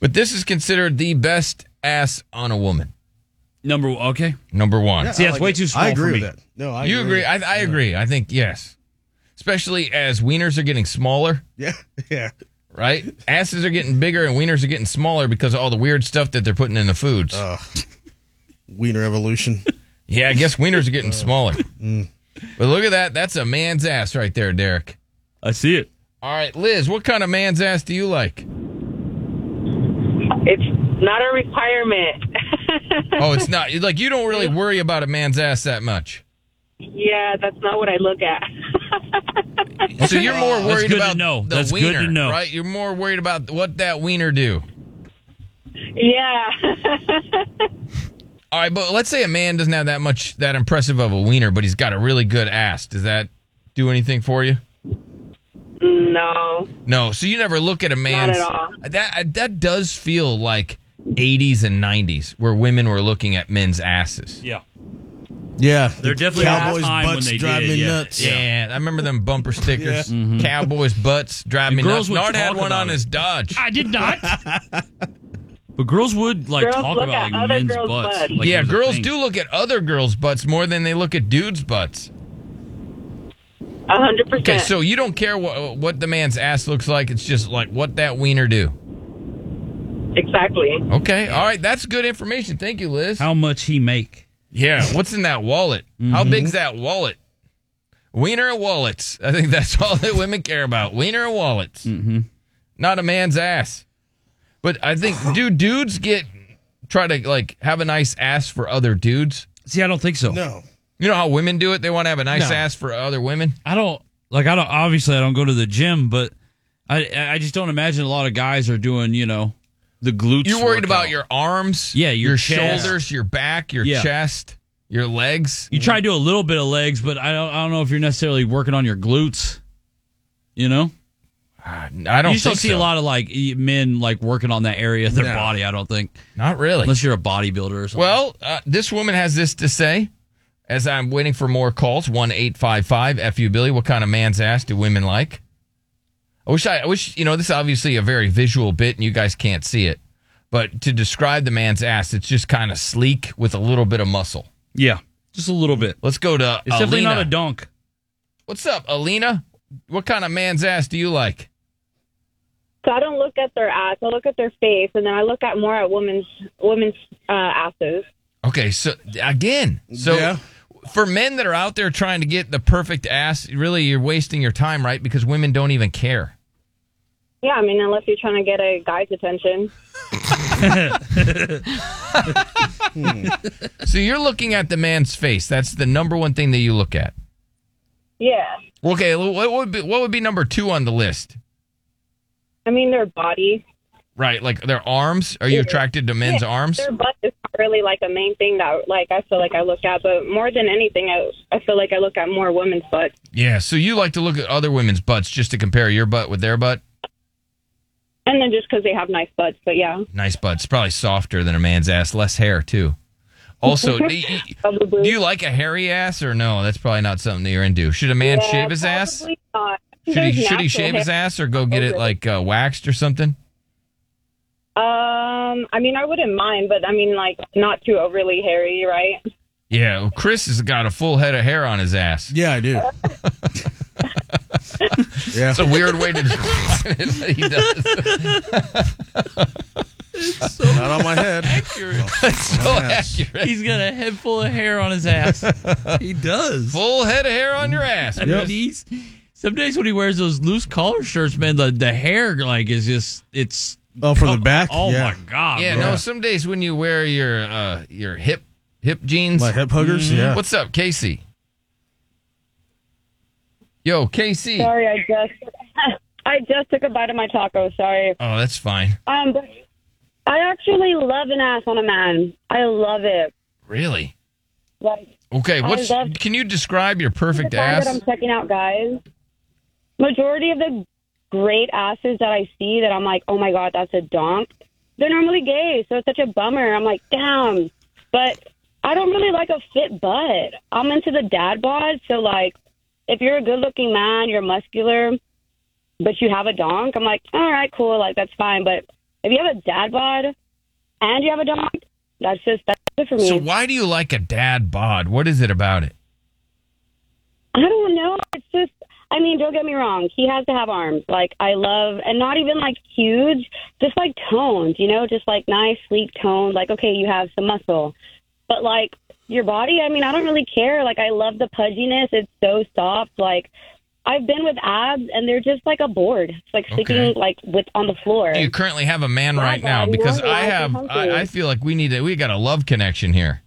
[SPEAKER 9] But this is considered the best ass on a woman.
[SPEAKER 11] Number okay.
[SPEAKER 9] Number one.
[SPEAKER 11] Yeah, See, I that's like way it. too small
[SPEAKER 2] I agree with that. No, I
[SPEAKER 9] you agree.
[SPEAKER 2] agree.
[SPEAKER 9] I, I agree. I think yes, especially as wieners are getting smaller.
[SPEAKER 2] Yeah, yeah.
[SPEAKER 9] Right, asses are getting bigger and wieners are getting smaller because of all the weird stuff that they're putting in the foods.
[SPEAKER 2] Wiener evolution. Uh, mm.
[SPEAKER 9] Yeah, I guess wieners are getting smaller. But look at that. That's a man's ass right there, Derek.
[SPEAKER 11] I see it.
[SPEAKER 9] All right, Liz, what kind of man's ass do you like?
[SPEAKER 6] It's not a requirement.
[SPEAKER 9] oh, it's not. Like, you don't really worry about a man's ass that much.
[SPEAKER 6] Yeah, that's not what I look at.
[SPEAKER 9] So you're more
[SPEAKER 6] That's
[SPEAKER 9] worried
[SPEAKER 6] good to
[SPEAKER 9] about
[SPEAKER 6] know.
[SPEAKER 9] the
[SPEAKER 6] That's good
[SPEAKER 9] wiener,
[SPEAKER 6] to know.
[SPEAKER 9] right? You're more worried about what that wiener do.
[SPEAKER 6] Yeah.
[SPEAKER 9] All right, but let's say a man doesn't have that much, that impressive of a wiener, but he's got a really good ass. Does that do anything for you?
[SPEAKER 6] No.
[SPEAKER 9] No, so you never look at a man's
[SPEAKER 6] all.
[SPEAKER 9] that that does feel like 80s and 90s where women were looking at men's asses.
[SPEAKER 11] Yeah.
[SPEAKER 2] Yeah,
[SPEAKER 11] They're definitely
[SPEAKER 9] Cowboys
[SPEAKER 11] a time when
[SPEAKER 9] butts
[SPEAKER 11] they
[SPEAKER 9] drive
[SPEAKER 11] did,
[SPEAKER 9] me
[SPEAKER 11] yeah.
[SPEAKER 9] nuts.
[SPEAKER 11] Yeah.
[SPEAKER 9] Yeah, I remember them bumper stickers.
[SPEAKER 11] Yeah. Mhm.
[SPEAKER 9] Cowboys butts drive
[SPEAKER 11] And
[SPEAKER 9] me
[SPEAKER 11] girls
[SPEAKER 9] nuts.
[SPEAKER 11] would
[SPEAKER 9] Nard had
[SPEAKER 11] talk
[SPEAKER 9] one
[SPEAKER 11] about
[SPEAKER 9] on
[SPEAKER 11] it.
[SPEAKER 9] his Dodge.
[SPEAKER 10] I did not.
[SPEAKER 11] But girls would like
[SPEAKER 9] Girls
[SPEAKER 11] talk
[SPEAKER 9] look
[SPEAKER 11] about
[SPEAKER 9] at
[SPEAKER 11] like
[SPEAKER 9] other
[SPEAKER 11] men's
[SPEAKER 9] girls'
[SPEAKER 11] butts. Like, it
[SPEAKER 9] yeah,
[SPEAKER 11] was a
[SPEAKER 9] girls
[SPEAKER 11] thing.
[SPEAKER 9] do look at other girls' butts more than they look at dudes' butts.
[SPEAKER 6] A hundred percent.
[SPEAKER 9] Okay, so you don't care what what the man's ass looks like. It's just like what that wiener do.
[SPEAKER 6] Exactly.
[SPEAKER 9] Okay, all right, that's good information. Thank you, Liz.
[SPEAKER 11] How much he make?
[SPEAKER 9] Yeah, what's in that wallet? How
[SPEAKER 11] Mhm.
[SPEAKER 9] big's that wallet? Wiener and wallets. I think that's all that women care about. Wiener and wallets. Mm-hmm. Not a man's ass. But I think do dudes get try to like have a nice ass for other dudes?
[SPEAKER 11] See, I don't think so.
[SPEAKER 2] No.
[SPEAKER 9] You know how women do it? They want to have a nice
[SPEAKER 11] No.
[SPEAKER 9] ass for other women.
[SPEAKER 11] I don't like. I don't. Obviously, I don't go to the gym, but I I just don't imagine a lot of guys are doing. You know, the glutes.
[SPEAKER 9] You're worried
[SPEAKER 11] workout.
[SPEAKER 9] about your arms,
[SPEAKER 11] Yeah, your,
[SPEAKER 9] your
[SPEAKER 11] chest.
[SPEAKER 9] shoulders, your back, your
[SPEAKER 11] Yeah.
[SPEAKER 9] chest, your legs.
[SPEAKER 11] You try to do a little bit of legs, but I don't. I don't know if you're necessarily working on your glutes. You know.
[SPEAKER 9] Uh, I
[SPEAKER 11] You
[SPEAKER 9] don't
[SPEAKER 11] just don't
[SPEAKER 9] think
[SPEAKER 11] see
[SPEAKER 9] so.
[SPEAKER 11] a lot of like e- men like working on that area of their
[SPEAKER 9] No.
[SPEAKER 11] body. I don't think.
[SPEAKER 9] Not really.
[SPEAKER 11] Unless you're a bodybuilder or something.
[SPEAKER 9] Well, uh, this woman has this to say. As I'm waiting for more calls, one eight five five fu Billy. What kind of man's ass do women like? I wish I, I wish you know this is obviously a very visual bit, and you guys can't see it. But to describe the man's ass, it's just kind of sleek with a little bit of muscle.
[SPEAKER 11] Yeah, just a little bit.
[SPEAKER 9] Let's go to
[SPEAKER 11] It's definitely
[SPEAKER 9] Alina.
[SPEAKER 11] not a donk.
[SPEAKER 9] What's up, Alina? What kind of man's ass do you like?
[SPEAKER 41] So I don't look at their ass. I look at their face, and then I look at more at women's women's uh, asses.
[SPEAKER 9] Okay, so again, so for men that are out there trying to get the perfect ass, really you're wasting your time, right? Because women don't even care.
[SPEAKER 41] Yeah, I mean, unless you're trying to get a guy's attention.
[SPEAKER 9] Hmm. so you're looking at the man's face. That's the number one thing that you look at.
[SPEAKER 41] Yeah,
[SPEAKER 9] Okay, what would be what would be number two on the list?
[SPEAKER 41] I mean their body.
[SPEAKER 9] Right, like their arms. Are you attracted to men's
[SPEAKER 41] Yeah,
[SPEAKER 9] arms?
[SPEAKER 41] Their butt is not really like a main thing that like I feel like I look at, but more than anything, I I feel like I look at more women's butts.
[SPEAKER 9] Yeah. So you like to look at other women's butts just to compare your butt with their butt.
[SPEAKER 41] And then just because they have nice butts, but yeah,
[SPEAKER 9] Nice butts, probably softer than a man's ass, less hair too. Also, do you- do you like a hairy ass or no? That's probably not something that you're into. Should a man
[SPEAKER 41] Yeah,
[SPEAKER 9] shave his ass?
[SPEAKER 41] probably not.
[SPEAKER 9] Should he,
[SPEAKER 41] There's
[SPEAKER 9] should he
[SPEAKER 41] natural
[SPEAKER 9] shave his
[SPEAKER 41] hair.
[SPEAKER 9] ass or go get it like uh, waxed or something?
[SPEAKER 41] Um, I mean, I wouldn't mind, but I mean, like not too overly hairy, right?
[SPEAKER 9] Yeah, well, Chris has got a full head of hair on his ass.
[SPEAKER 2] Yeah, I do.
[SPEAKER 9] yeah, it's a weird way to. describe it. he does.
[SPEAKER 2] Not on my head.
[SPEAKER 9] Accurate. so accurate.
[SPEAKER 11] He's got a head full of hair on his ass. he does.
[SPEAKER 9] Full head of hair on your ass.
[SPEAKER 11] I mean,
[SPEAKER 9] Yep.
[SPEAKER 11] he's- some days when he wears those loose collar shirts, man, the, the hair like is just it's
[SPEAKER 2] oh for the back.
[SPEAKER 11] Oh
[SPEAKER 2] Yeah.
[SPEAKER 11] my god!
[SPEAKER 9] Yeah, no. Some days when you wear your uh, your hip hip jeans,
[SPEAKER 2] My hip huggers,
[SPEAKER 9] Mhm.
[SPEAKER 2] yeah.
[SPEAKER 9] What's up, Casey? Yo, Casey.
[SPEAKER 41] Sorry, I just I just took a bite of my taco. Sorry.
[SPEAKER 9] Oh, that's fine.
[SPEAKER 41] Um, but I actually love an ass on a man. I love it.
[SPEAKER 9] Really?
[SPEAKER 41] Like
[SPEAKER 9] Okay,
[SPEAKER 18] I
[SPEAKER 9] what's
[SPEAKER 18] love-
[SPEAKER 9] can you describe your perfect
[SPEAKER 18] the time
[SPEAKER 9] ass?
[SPEAKER 18] that I'm checking out guys, majority of the great asses that I see that I'm like, oh my god, that's a donk. They're normally gay, so it's such a bummer. I'm like, damn. But I don't really like a fit butt. I'm into the dad bod, so like, if you're a good-looking man, you're muscular, but you have a donk, I'm like, all right, cool, like that's fine. But if you have a dad bod and you have a donk, that's just that's it for me.
[SPEAKER 9] So why do you like a dad bod? What is it about it?
[SPEAKER 18] I don't know. It's just, I mean, don't get me wrong. He has to have arms. Like, I love, and not even like huge, just like toned, you know, just like nice, sleek toned. Like, okay, you have some muscle. But like your body, I mean, I don't really care. Like, I love the pudginess. It's so soft. Like, I've been with abs and they're just like a board. It's like sticking
[SPEAKER 9] Okay.
[SPEAKER 18] like with on the floor.
[SPEAKER 9] You currently have a man right now because I have I, I feel like we need a, we got a love connection here.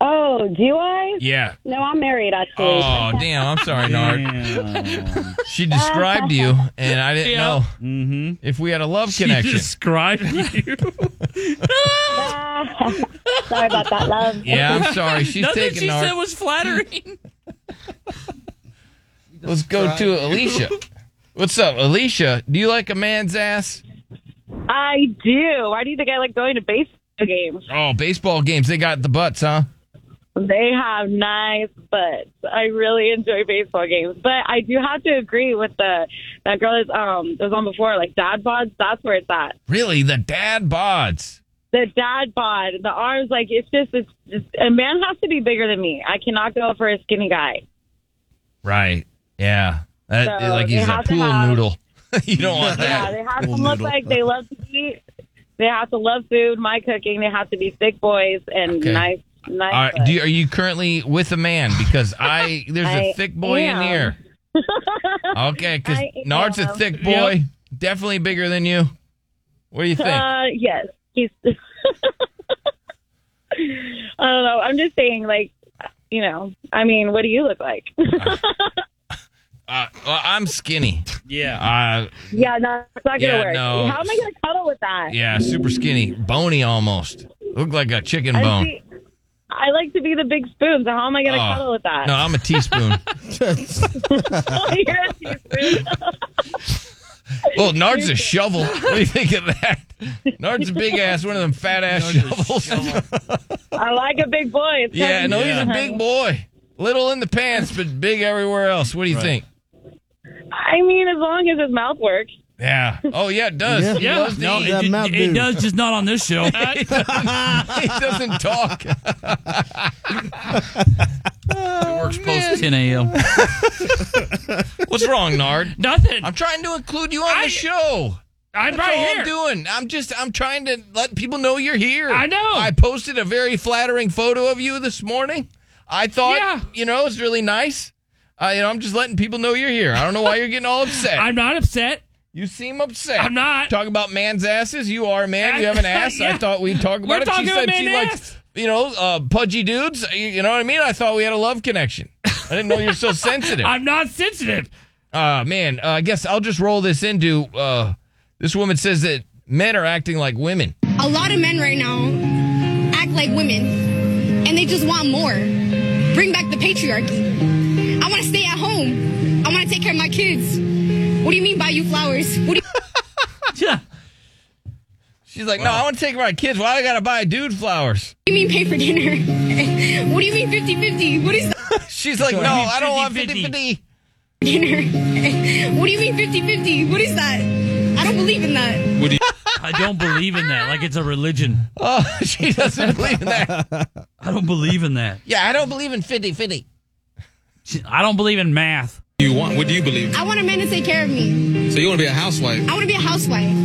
[SPEAKER 18] oh, do I?
[SPEAKER 9] Yeah.
[SPEAKER 18] No, I'm married actually.
[SPEAKER 9] Oh damn! I'm sorry, Nard. She described you, and I didn't know
[SPEAKER 42] Mm-hmm.
[SPEAKER 9] if we had a love connection.
[SPEAKER 42] described
[SPEAKER 9] you.
[SPEAKER 18] sorry about that, love.
[SPEAKER 9] Yeah, I'm sorry. She's
[SPEAKER 42] Nothing
[SPEAKER 9] taking
[SPEAKER 42] she
[SPEAKER 9] our-
[SPEAKER 42] said was flattering.
[SPEAKER 9] Let's go
[SPEAKER 42] Described
[SPEAKER 9] to
[SPEAKER 42] you.
[SPEAKER 9] Alicia. What's up, Alicia? Do you like a man's ass?
[SPEAKER 6] I do. Why do you think I like going to baseball games?
[SPEAKER 9] Oh, baseball games. They got the butts, huh?
[SPEAKER 6] They have nice butts. I really enjoy baseball games, but I do have to agree with the that girl that's um that was on before, like dad bods. That's where it's at.
[SPEAKER 9] Really, the dad bods.
[SPEAKER 6] The dad bod, the arms, like it's just it's just, a man has to be bigger than me. I cannot go for a skinny guy.
[SPEAKER 9] Right. Yeah. That,
[SPEAKER 6] So
[SPEAKER 9] like
[SPEAKER 6] they
[SPEAKER 9] he's a
[SPEAKER 6] have to
[SPEAKER 9] pool
[SPEAKER 6] have-
[SPEAKER 9] noodle. you don't want
[SPEAKER 6] Yeah,
[SPEAKER 9] that.
[SPEAKER 6] they have to look like they love to eat. They have to love food, my cooking. They have to be thick boys and
[SPEAKER 9] Okay.
[SPEAKER 6] nice, nice.
[SPEAKER 9] Are,
[SPEAKER 6] butts.
[SPEAKER 9] do you, are you currently with a man? Because I there's a
[SPEAKER 6] I
[SPEAKER 9] thick boy
[SPEAKER 6] am.
[SPEAKER 9] in here. Okay, because
[SPEAKER 6] I
[SPEAKER 9] Nard's a
[SPEAKER 6] am.
[SPEAKER 9] thick boy, definitely bigger than you. What do you think?
[SPEAKER 6] Uh, yes, he's. I don't know. I'm just saying, like, you know, I mean, what do you look like?
[SPEAKER 9] Uh, well, I'm skinny. Yeah. Uh,
[SPEAKER 6] yeah, no, it's not gonna
[SPEAKER 9] Yeah,
[SPEAKER 6] work.
[SPEAKER 9] no.
[SPEAKER 6] How am I gonna cuddle with that?
[SPEAKER 9] yeah, super skinny, bony almost. Look like a chicken
[SPEAKER 6] I
[SPEAKER 9] bone.
[SPEAKER 6] see- I like to be the big spoon, so how am I gonna
[SPEAKER 9] Oh.
[SPEAKER 6] cuddle with that?
[SPEAKER 9] No, I'm a teaspoon.
[SPEAKER 6] You're a teaspoon.
[SPEAKER 9] well, Nard's a shovel. What do you think of that? Nard's a big ass, one of them fat ass shovels.
[SPEAKER 6] I like a big boy. It's
[SPEAKER 9] Yeah,
[SPEAKER 6] gotta
[SPEAKER 9] no,
[SPEAKER 6] be
[SPEAKER 9] he's a
[SPEAKER 6] honey.
[SPEAKER 9] big boy. Little in the pants, but big everywhere else. What do you think?
[SPEAKER 6] I mean, as long as his mouth works.
[SPEAKER 9] Yeah. Oh, yeah, it does.
[SPEAKER 11] Yeah.
[SPEAKER 9] He
[SPEAKER 11] Yeah.
[SPEAKER 9] loves to
[SPEAKER 11] No,
[SPEAKER 9] eat.
[SPEAKER 11] it- That mouth it dude. does, just
[SPEAKER 42] not on this show.
[SPEAKER 9] he doesn't talk. it works
[SPEAKER 11] Post 10 a.m.
[SPEAKER 9] What's wrong, Nard?
[SPEAKER 10] Nothing.
[SPEAKER 9] I'm trying to include you on the show.
[SPEAKER 10] I'm
[SPEAKER 9] That's
[SPEAKER 10] right
[SPEAKER 9] all
[SPEAKER 10] here.
[SPEAKER 9] I'm doing. I'm just. I'm trying to let people know you're here.
[SPEAKER 10] I know.
[SPEAKER 9] I posted a very flattering photo of you this morning. I thought, you know, it's really nice. Uh, you know, I'm just letting people know you're here. I don't know why you're getting all upset.
[SPEAKER 10] I'm not upset.
[SPEAKER 9] You seem upset.
[SPEAKER 10] I'm not.
[SPEAKER 9] Talking about man's asses. You are a man. You have an ass. I
[SPEAKER 10] Yeah.
[SPEAKER 9] thought we'd talk about
[SPEAKER 10] We're
[SPEAKER 9] it.
[SPEAKER 10] talking
[SPEAKER 9] she
[SPEAKER 10] about
[SPEAKER 9] said she
[SPEAKER 10] man's
[SPEAKER 9] likes, you know, uh, pudgy dudes. You, you know what I mean? I thought we had a love connection. I didn't know you're so sensitive.
[SPEAKER 10] I'm not sensitive.
[SPEAKER 9] Uh man, uh, I guess I'll just roll this into uh this woman says that men are acting like women.
[SPEAKER 43] A lot of men right now act like women and they just want more. Bring back the patriarchy. I want to stay at home. I want to take care of my kids. What do you mean buy you flowers? What do you,
[SPEAKER 42] yeah.
[SPEAKER 9] She's like, "No, I want to take my kids. Why I got to buy dude flowers?"
[SPEAKER 43] you mean pay for dinner? what do you mean 50-50? What is that?
[SPEAKER 9] She's like, "No, I don't want 50/50."
[SPEAKER 43] Dinner. what do you mean 50-50? What is that? I don't believe in that.
[SPEAKER 11] Would you- I don't believe in that. Like it's a religion.
[SPEAKER 9] Oh, she doesn't believe in that.
[SPEAKER 11] I don't believe in that.
[SPEAKER 9] Yeah, I don't believe in 50/50.
[SPEAKER 11] I don't believe in math.
[SPEAKER 15] You want? What do you believe?
[SPEAKER 43] I want a man to take care of me.
[SPEAKER 15] So you want to be a housewife?
[SPEAKER 11] Oh,
[SPEAKER 43] I want to be a housewife.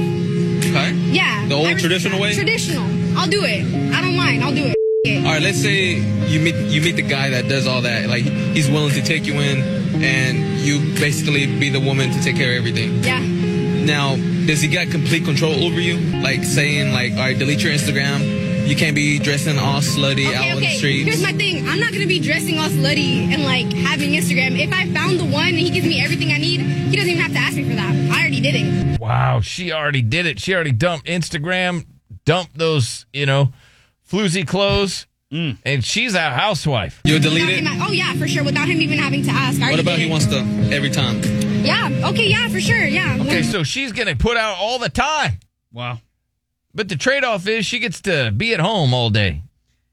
[SPEAKER 15] Okay.
[SPEAKER 43] Yeah.
[SPEAKER 15] The old
[SPEAKER 43] I respect
[SPEAKER 15] traditional
[SPEAKER 43] that.
[SPEAKER 15] way?
[SPEAKER 43] Traditional. I'll do it. I don't mind. I'll do it.
[SPEAKER 15] All right. Let's say you meet you meet the guy that does all that. Like he's willing to take you in, and you basically be the woman to take care of everything.
[SPEAKER 43] Yeah.
[SPEAKER 15] Now, does he got complete control over you? Like saying like, all right, delete your Instagram. You can't be dressing all slutty out on the streets.
[SPEAKER 43] Here's my thing. I'm not gonna be dressing all slutty and like having Instagram. If I found the one and he gives me everything I need, he doesn't even have to ask me for that. I already did it.
[SPEAKER 9] Wow, she already did it. She already dumped Instagram, dumped those, you know, floozy clothes.
[SPEAKER 10] Mm.
[SPEAKER 9] And she's a housewife.
[SPEAKER 44] You'll delete
[SPEAKER 9] it?
[SPEAKER 43] oh yeah, for sure. Without him even having to ask. I
[SPEAKER 44] What
[SPEAKER 43] already
[SPEAKER 44] about
[SPEAKER 43] did
[SPEAKER 44] he wants to every time?
[SPEAKER 43] it. Yeah. Okay. Yeah. For sure. Yeah.
[SPEAKER 9] Okay, so she's going to put out all the time.
[SPEAKER 11] Wow.
[SPEAKER 9] But the trade off is she gets to be at home all day.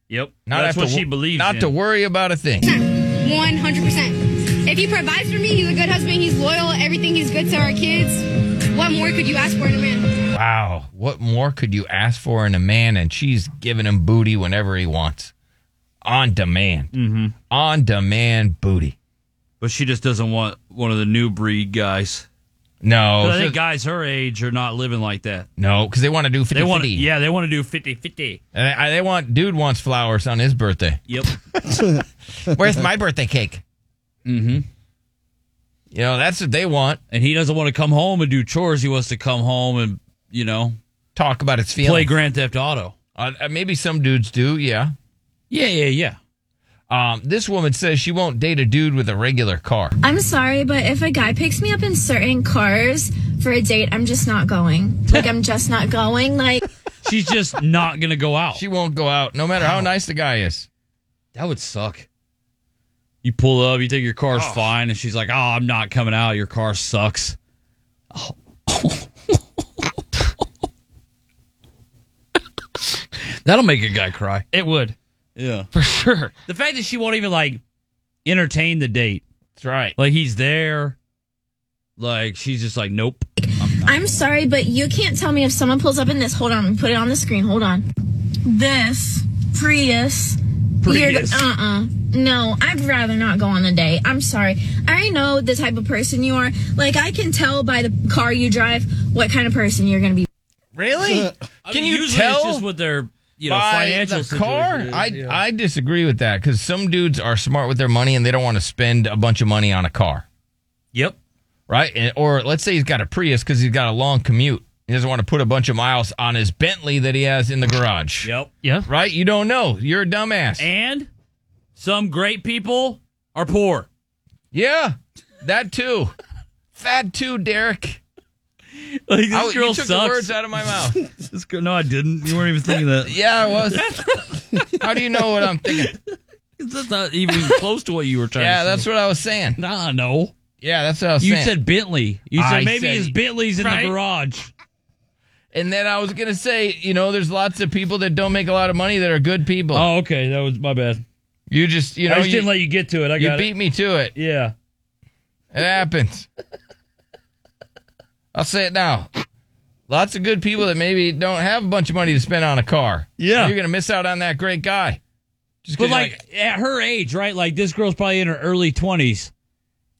[SPEAKER 11] Yep.
[SPEAKER 9] Not
[SPEAKER 11] That's
[SPEAKER 9] have to
[SPEAKER 11] what
[SPEAKER 9] wo-
[SPEAKER 11] she believes
[SPEAKER 9] Not
[SPEAKER 11] in.
[SPEAKER 9] to worry about a thing.
[SPEAKER 43] One hundred percent. If he provides for me, he's a good husband. He's loyal. Everything. He's good to our kids. What more could you ask for in a man?
[SPEAKER 9] Wow. What more could you ask for in a man? And she's giving him booty whenever he wants. On demand. Mm-hmm. On demand booty.
[SPEAKER 11] But she just doesn't want one of the new breed guys.
[SPEAKER 9] No.
[SPEAKER 11] I think guys her age are not living like that.
[SPEAKER 9] Oh, No, because they want to do 50
[SPEAKER 11] They want,
[SPEAKER 9] 50.
[SPEAKER 11] yeah, they want to do 50 50.
[SPEAKER 9] And I, I- they want dude wants flowers on his birthday.
[SPEAKER 11] Yep.
[SPEAKER 9] Where's my birthday cake?
[SPEAKER 11] Mm-hmm.
[SPEAKER 9] You know, that's what they want.
[SPEAKER 11] And he doesn't want to come home and do chores. He wants to come home and, you know,
[SPEAKER 9] talk about his feelings.
[SPEAKER 11] Play Grand Theft Auto.
[SPEAKER 9] Uh, uh, maybe some dudes do, yeah.
[SPEAKER 11] Yeah, yeah,
[SPEAKER 9] yeah. Um, this woman says she won't date a dude with a regular car.
[SPEAKER 45] I'm sorry, but if a guy picks me up in certain cars for a date, I'm just not going. Like, I'm just not going. Like,
[SPEAKER 11] She's just not going to go out.
[SPEAKER 9] She won't go out, no matter how nice the guy is.
[SPEAKER 11] That would suck. You pull up, you think your car's fine, and she's like, oh, I'm not coming out. Your car sucks. That'll make a guy cry.
[SPEAKER 46] It would.
[SPEAKER 11] Yeah.
[SPEAKER 46] For sure.
[SPEAKER 11] The fact that she won't even like entertain the date.
[SPEAKER 9] That's right.
[SPEAKER 11] Like he's there. Like she's just like, nope.
[SPEAKER 45] I'm sorry, but you can't tell me if someone pulls up in this. Hold on, put it on the screen. Hold on. This Prius.
[SPEAKER 6] Prius.
[SPEAKER 45] Uh uh No, I'd rather not go on a date. I'm sorry. I know the type of person you are. Like, I can tell by the car you drive what kindn of person you're going to be.
[SPEAKER 9] Really?
[SPEAKER 11] I
[SPEAKER 9] Can
[SPEAKER 11] mean,
[SPEAKER 9] you
[SPEAKER 11] usually
[SPEAKER 9] tell?
[SPEAKER 11] It's just with their you know
[SPEAKER 9] by
[SPEAKER 11] financial
[SPEAKER 9] the car?
[SPEAKER 11] situation.
[SPEAKER 9] I I disagree with that because some dudes are smart with their money and they don't want to spend a bunch of money on a car.
[SPEAKER 11] Yep.
[SPEAKER 9] Right. And, or let's say he's got a Prius because he's got a long commute. He doesn't want to put a bunch of miles on his Bentley that he has in the garage.
[SPEAKER 11] Yep.
[SPEAKER 46] Yeah.
[SPEAKER 9] Right. You don't know. You're a dumbass.
[SPEAKER 11] And some great people are poor.
[SPEAKER 9] Yeah. That too. that too, Derek.
[SPEAKER 11] Like this
[SPEAKER 9] I- you
[SPEAKER 11] girl
[SPEAKER 9] took the
[SPEAKER 11] sucks.
[SPEAKER 9] words out of my mouth.
[SPEAKER 11] This girl- no, I didn't. You weren't even thinking that.
[SPEAKER 9] Yeah, I was. How do you know what I'm thinking?
[SPEAKER 11] That's not even close to what you were trying to
[SPEAKER 9] Yeah,
[SPEAKER 11] say.
[SPEAKER 9] that's what I was saying.
[SPEAKER 11] Nah, no.
[SPEAKER 9] Yeah, that's what I was
[SPEAKER 11] You
[SPEAKER 9] saying.
[SPEAKER 11] said Bentley. You said
[SPEAKER 9] I
[SPEAKER 11] maybe
[SPEAKER 9] said-
[SPEAKER 11] his Bentley's in
[SPEAKER 9] Right?
[SPEAKER 11] the garage.
[SPEAKER 9] And then I was gonna say, you know, there's lots of people that don't make a lot of money that are good people.
[SPEAKER 11] Oh, okay, that was my bad.
[SPEAKER 9] You just, you
[SPEAKER 11] I
[SPEAKER 9] know,
[SPEAKER 11] just
[SPEAKER 9] you,
[SPEAKER 11] didn't let you get to it. I
[SPEAKER 9] you
[SPEAKER 11] got
[SPEAKER 9] beat
[SPEAKER 11] it.
[SPEAKER 9] me to it.
[SPEAKER 11] Yeah,
[SPEAKER 9] it happens. I'll say it now. Lots of good people that maybe don't have a bunch of money to spend on a car.
[SPEAKER 11] Yeah.
[SPEAKER 9] you're gonna miss out on that great guy. Just 'cause
[SPEAKER 11] but
[SPEAKER 9] you're
[SPEAKER 11] like, at her age, right? Like this girl's probably in her early twenties,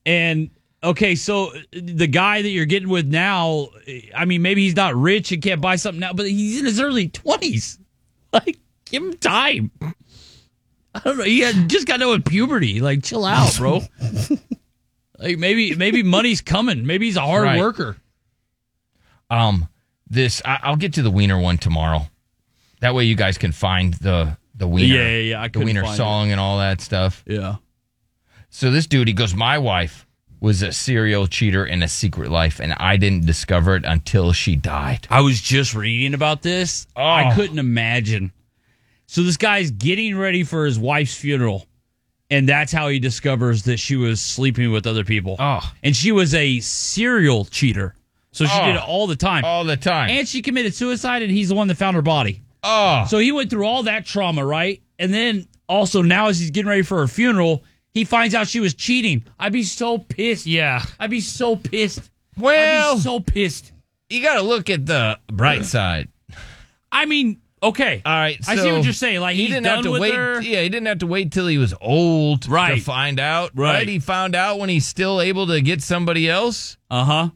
[SPEAKER 11] and okay, so the guy that you're getting with now, I mean, maybe he's not rich and can't buy something now, but he's in his early twenties. Like, give him time. I don't know. He had just got done with puberty. Like, chill out, bro. like maybe maybe money's coming. Maybe he's a hard
[SPEAKER 9] Right.
[SPEAKER 11] worker.
[SPEAKER 9] um this I, I'll get to the wiener one tomorrow. That way you guys can find the the wiener.
[SPEAKER 11] Yeah, yeah, yeah, I
[SPEAKER 9] the
[SPEAKER 11] couldn't
[SPEAKER 9] wiener
[SPEAKER 11] find
[SPEAKER 9] song and all that stuff.
[SPEAKER 11] Yeah.
[SPEAKER 9] So this dude, he goes, my wife was a serial cheater in a secret life, and I didn't discover it until she died.
[SPEAKER 11] I was just reading about this. I
[SPEAKER 9] Oh.
[SPEAKER 11] couldn't imagine. So this guy's getting ready for his wife's funeral, and that's how he discovers that she was sleeping with other people.
[SPEAKER 9] Oh.
[SPEAKER 11] And she was a serial cheater. So she
[SPEAKER 9] Oh.
[SPEAKER 11] did it all the time.
[SPEAKER 9] All the time.
[SPEAKER 11] And she committed suicide, and he's the one that found her body.
[SPEAKER 9] Oh.
[SPEAKER 11] So he went through all that trauma, right? And then also now as he's getting ready for her funeral, he finds out she was cheating. I'd be so pissed.
[SPEAKER 46] Yeah.
[SPEAKER 11] I'd be so pissed.
[SPEAKER 9] Well,
[SPEAKER 11] I'd be so pissed.
[SPEAKER 9] You got to look at the bright side.
[SPEAKER 11] I mean, okay.
[SPEAKER 9] All right,
[SPEAKER 11] I see
[SPEAKER 9] so
[SPEAKER 11] what you're saying. Like
[SPEAKER 9] he
[SPEAKER 11] he's
[SPEAKER 9] didn't
[SPEAKER 11] done
[SPEAKER 9] have to
[SPEAKER 11] with
[SPEAKER 9] wait.
[SPEAKER 11] her.
[SPEAKER 9] Yeah, he didn't have to wait till he was old
[SPEAKER 11] Right.
[SPEAKER 9] to find out.
[SPEAKER 11] Right.
[SPEAKER 9] He found out when he's still able to get somebody else.
[SPEAKER 11] Uh huh.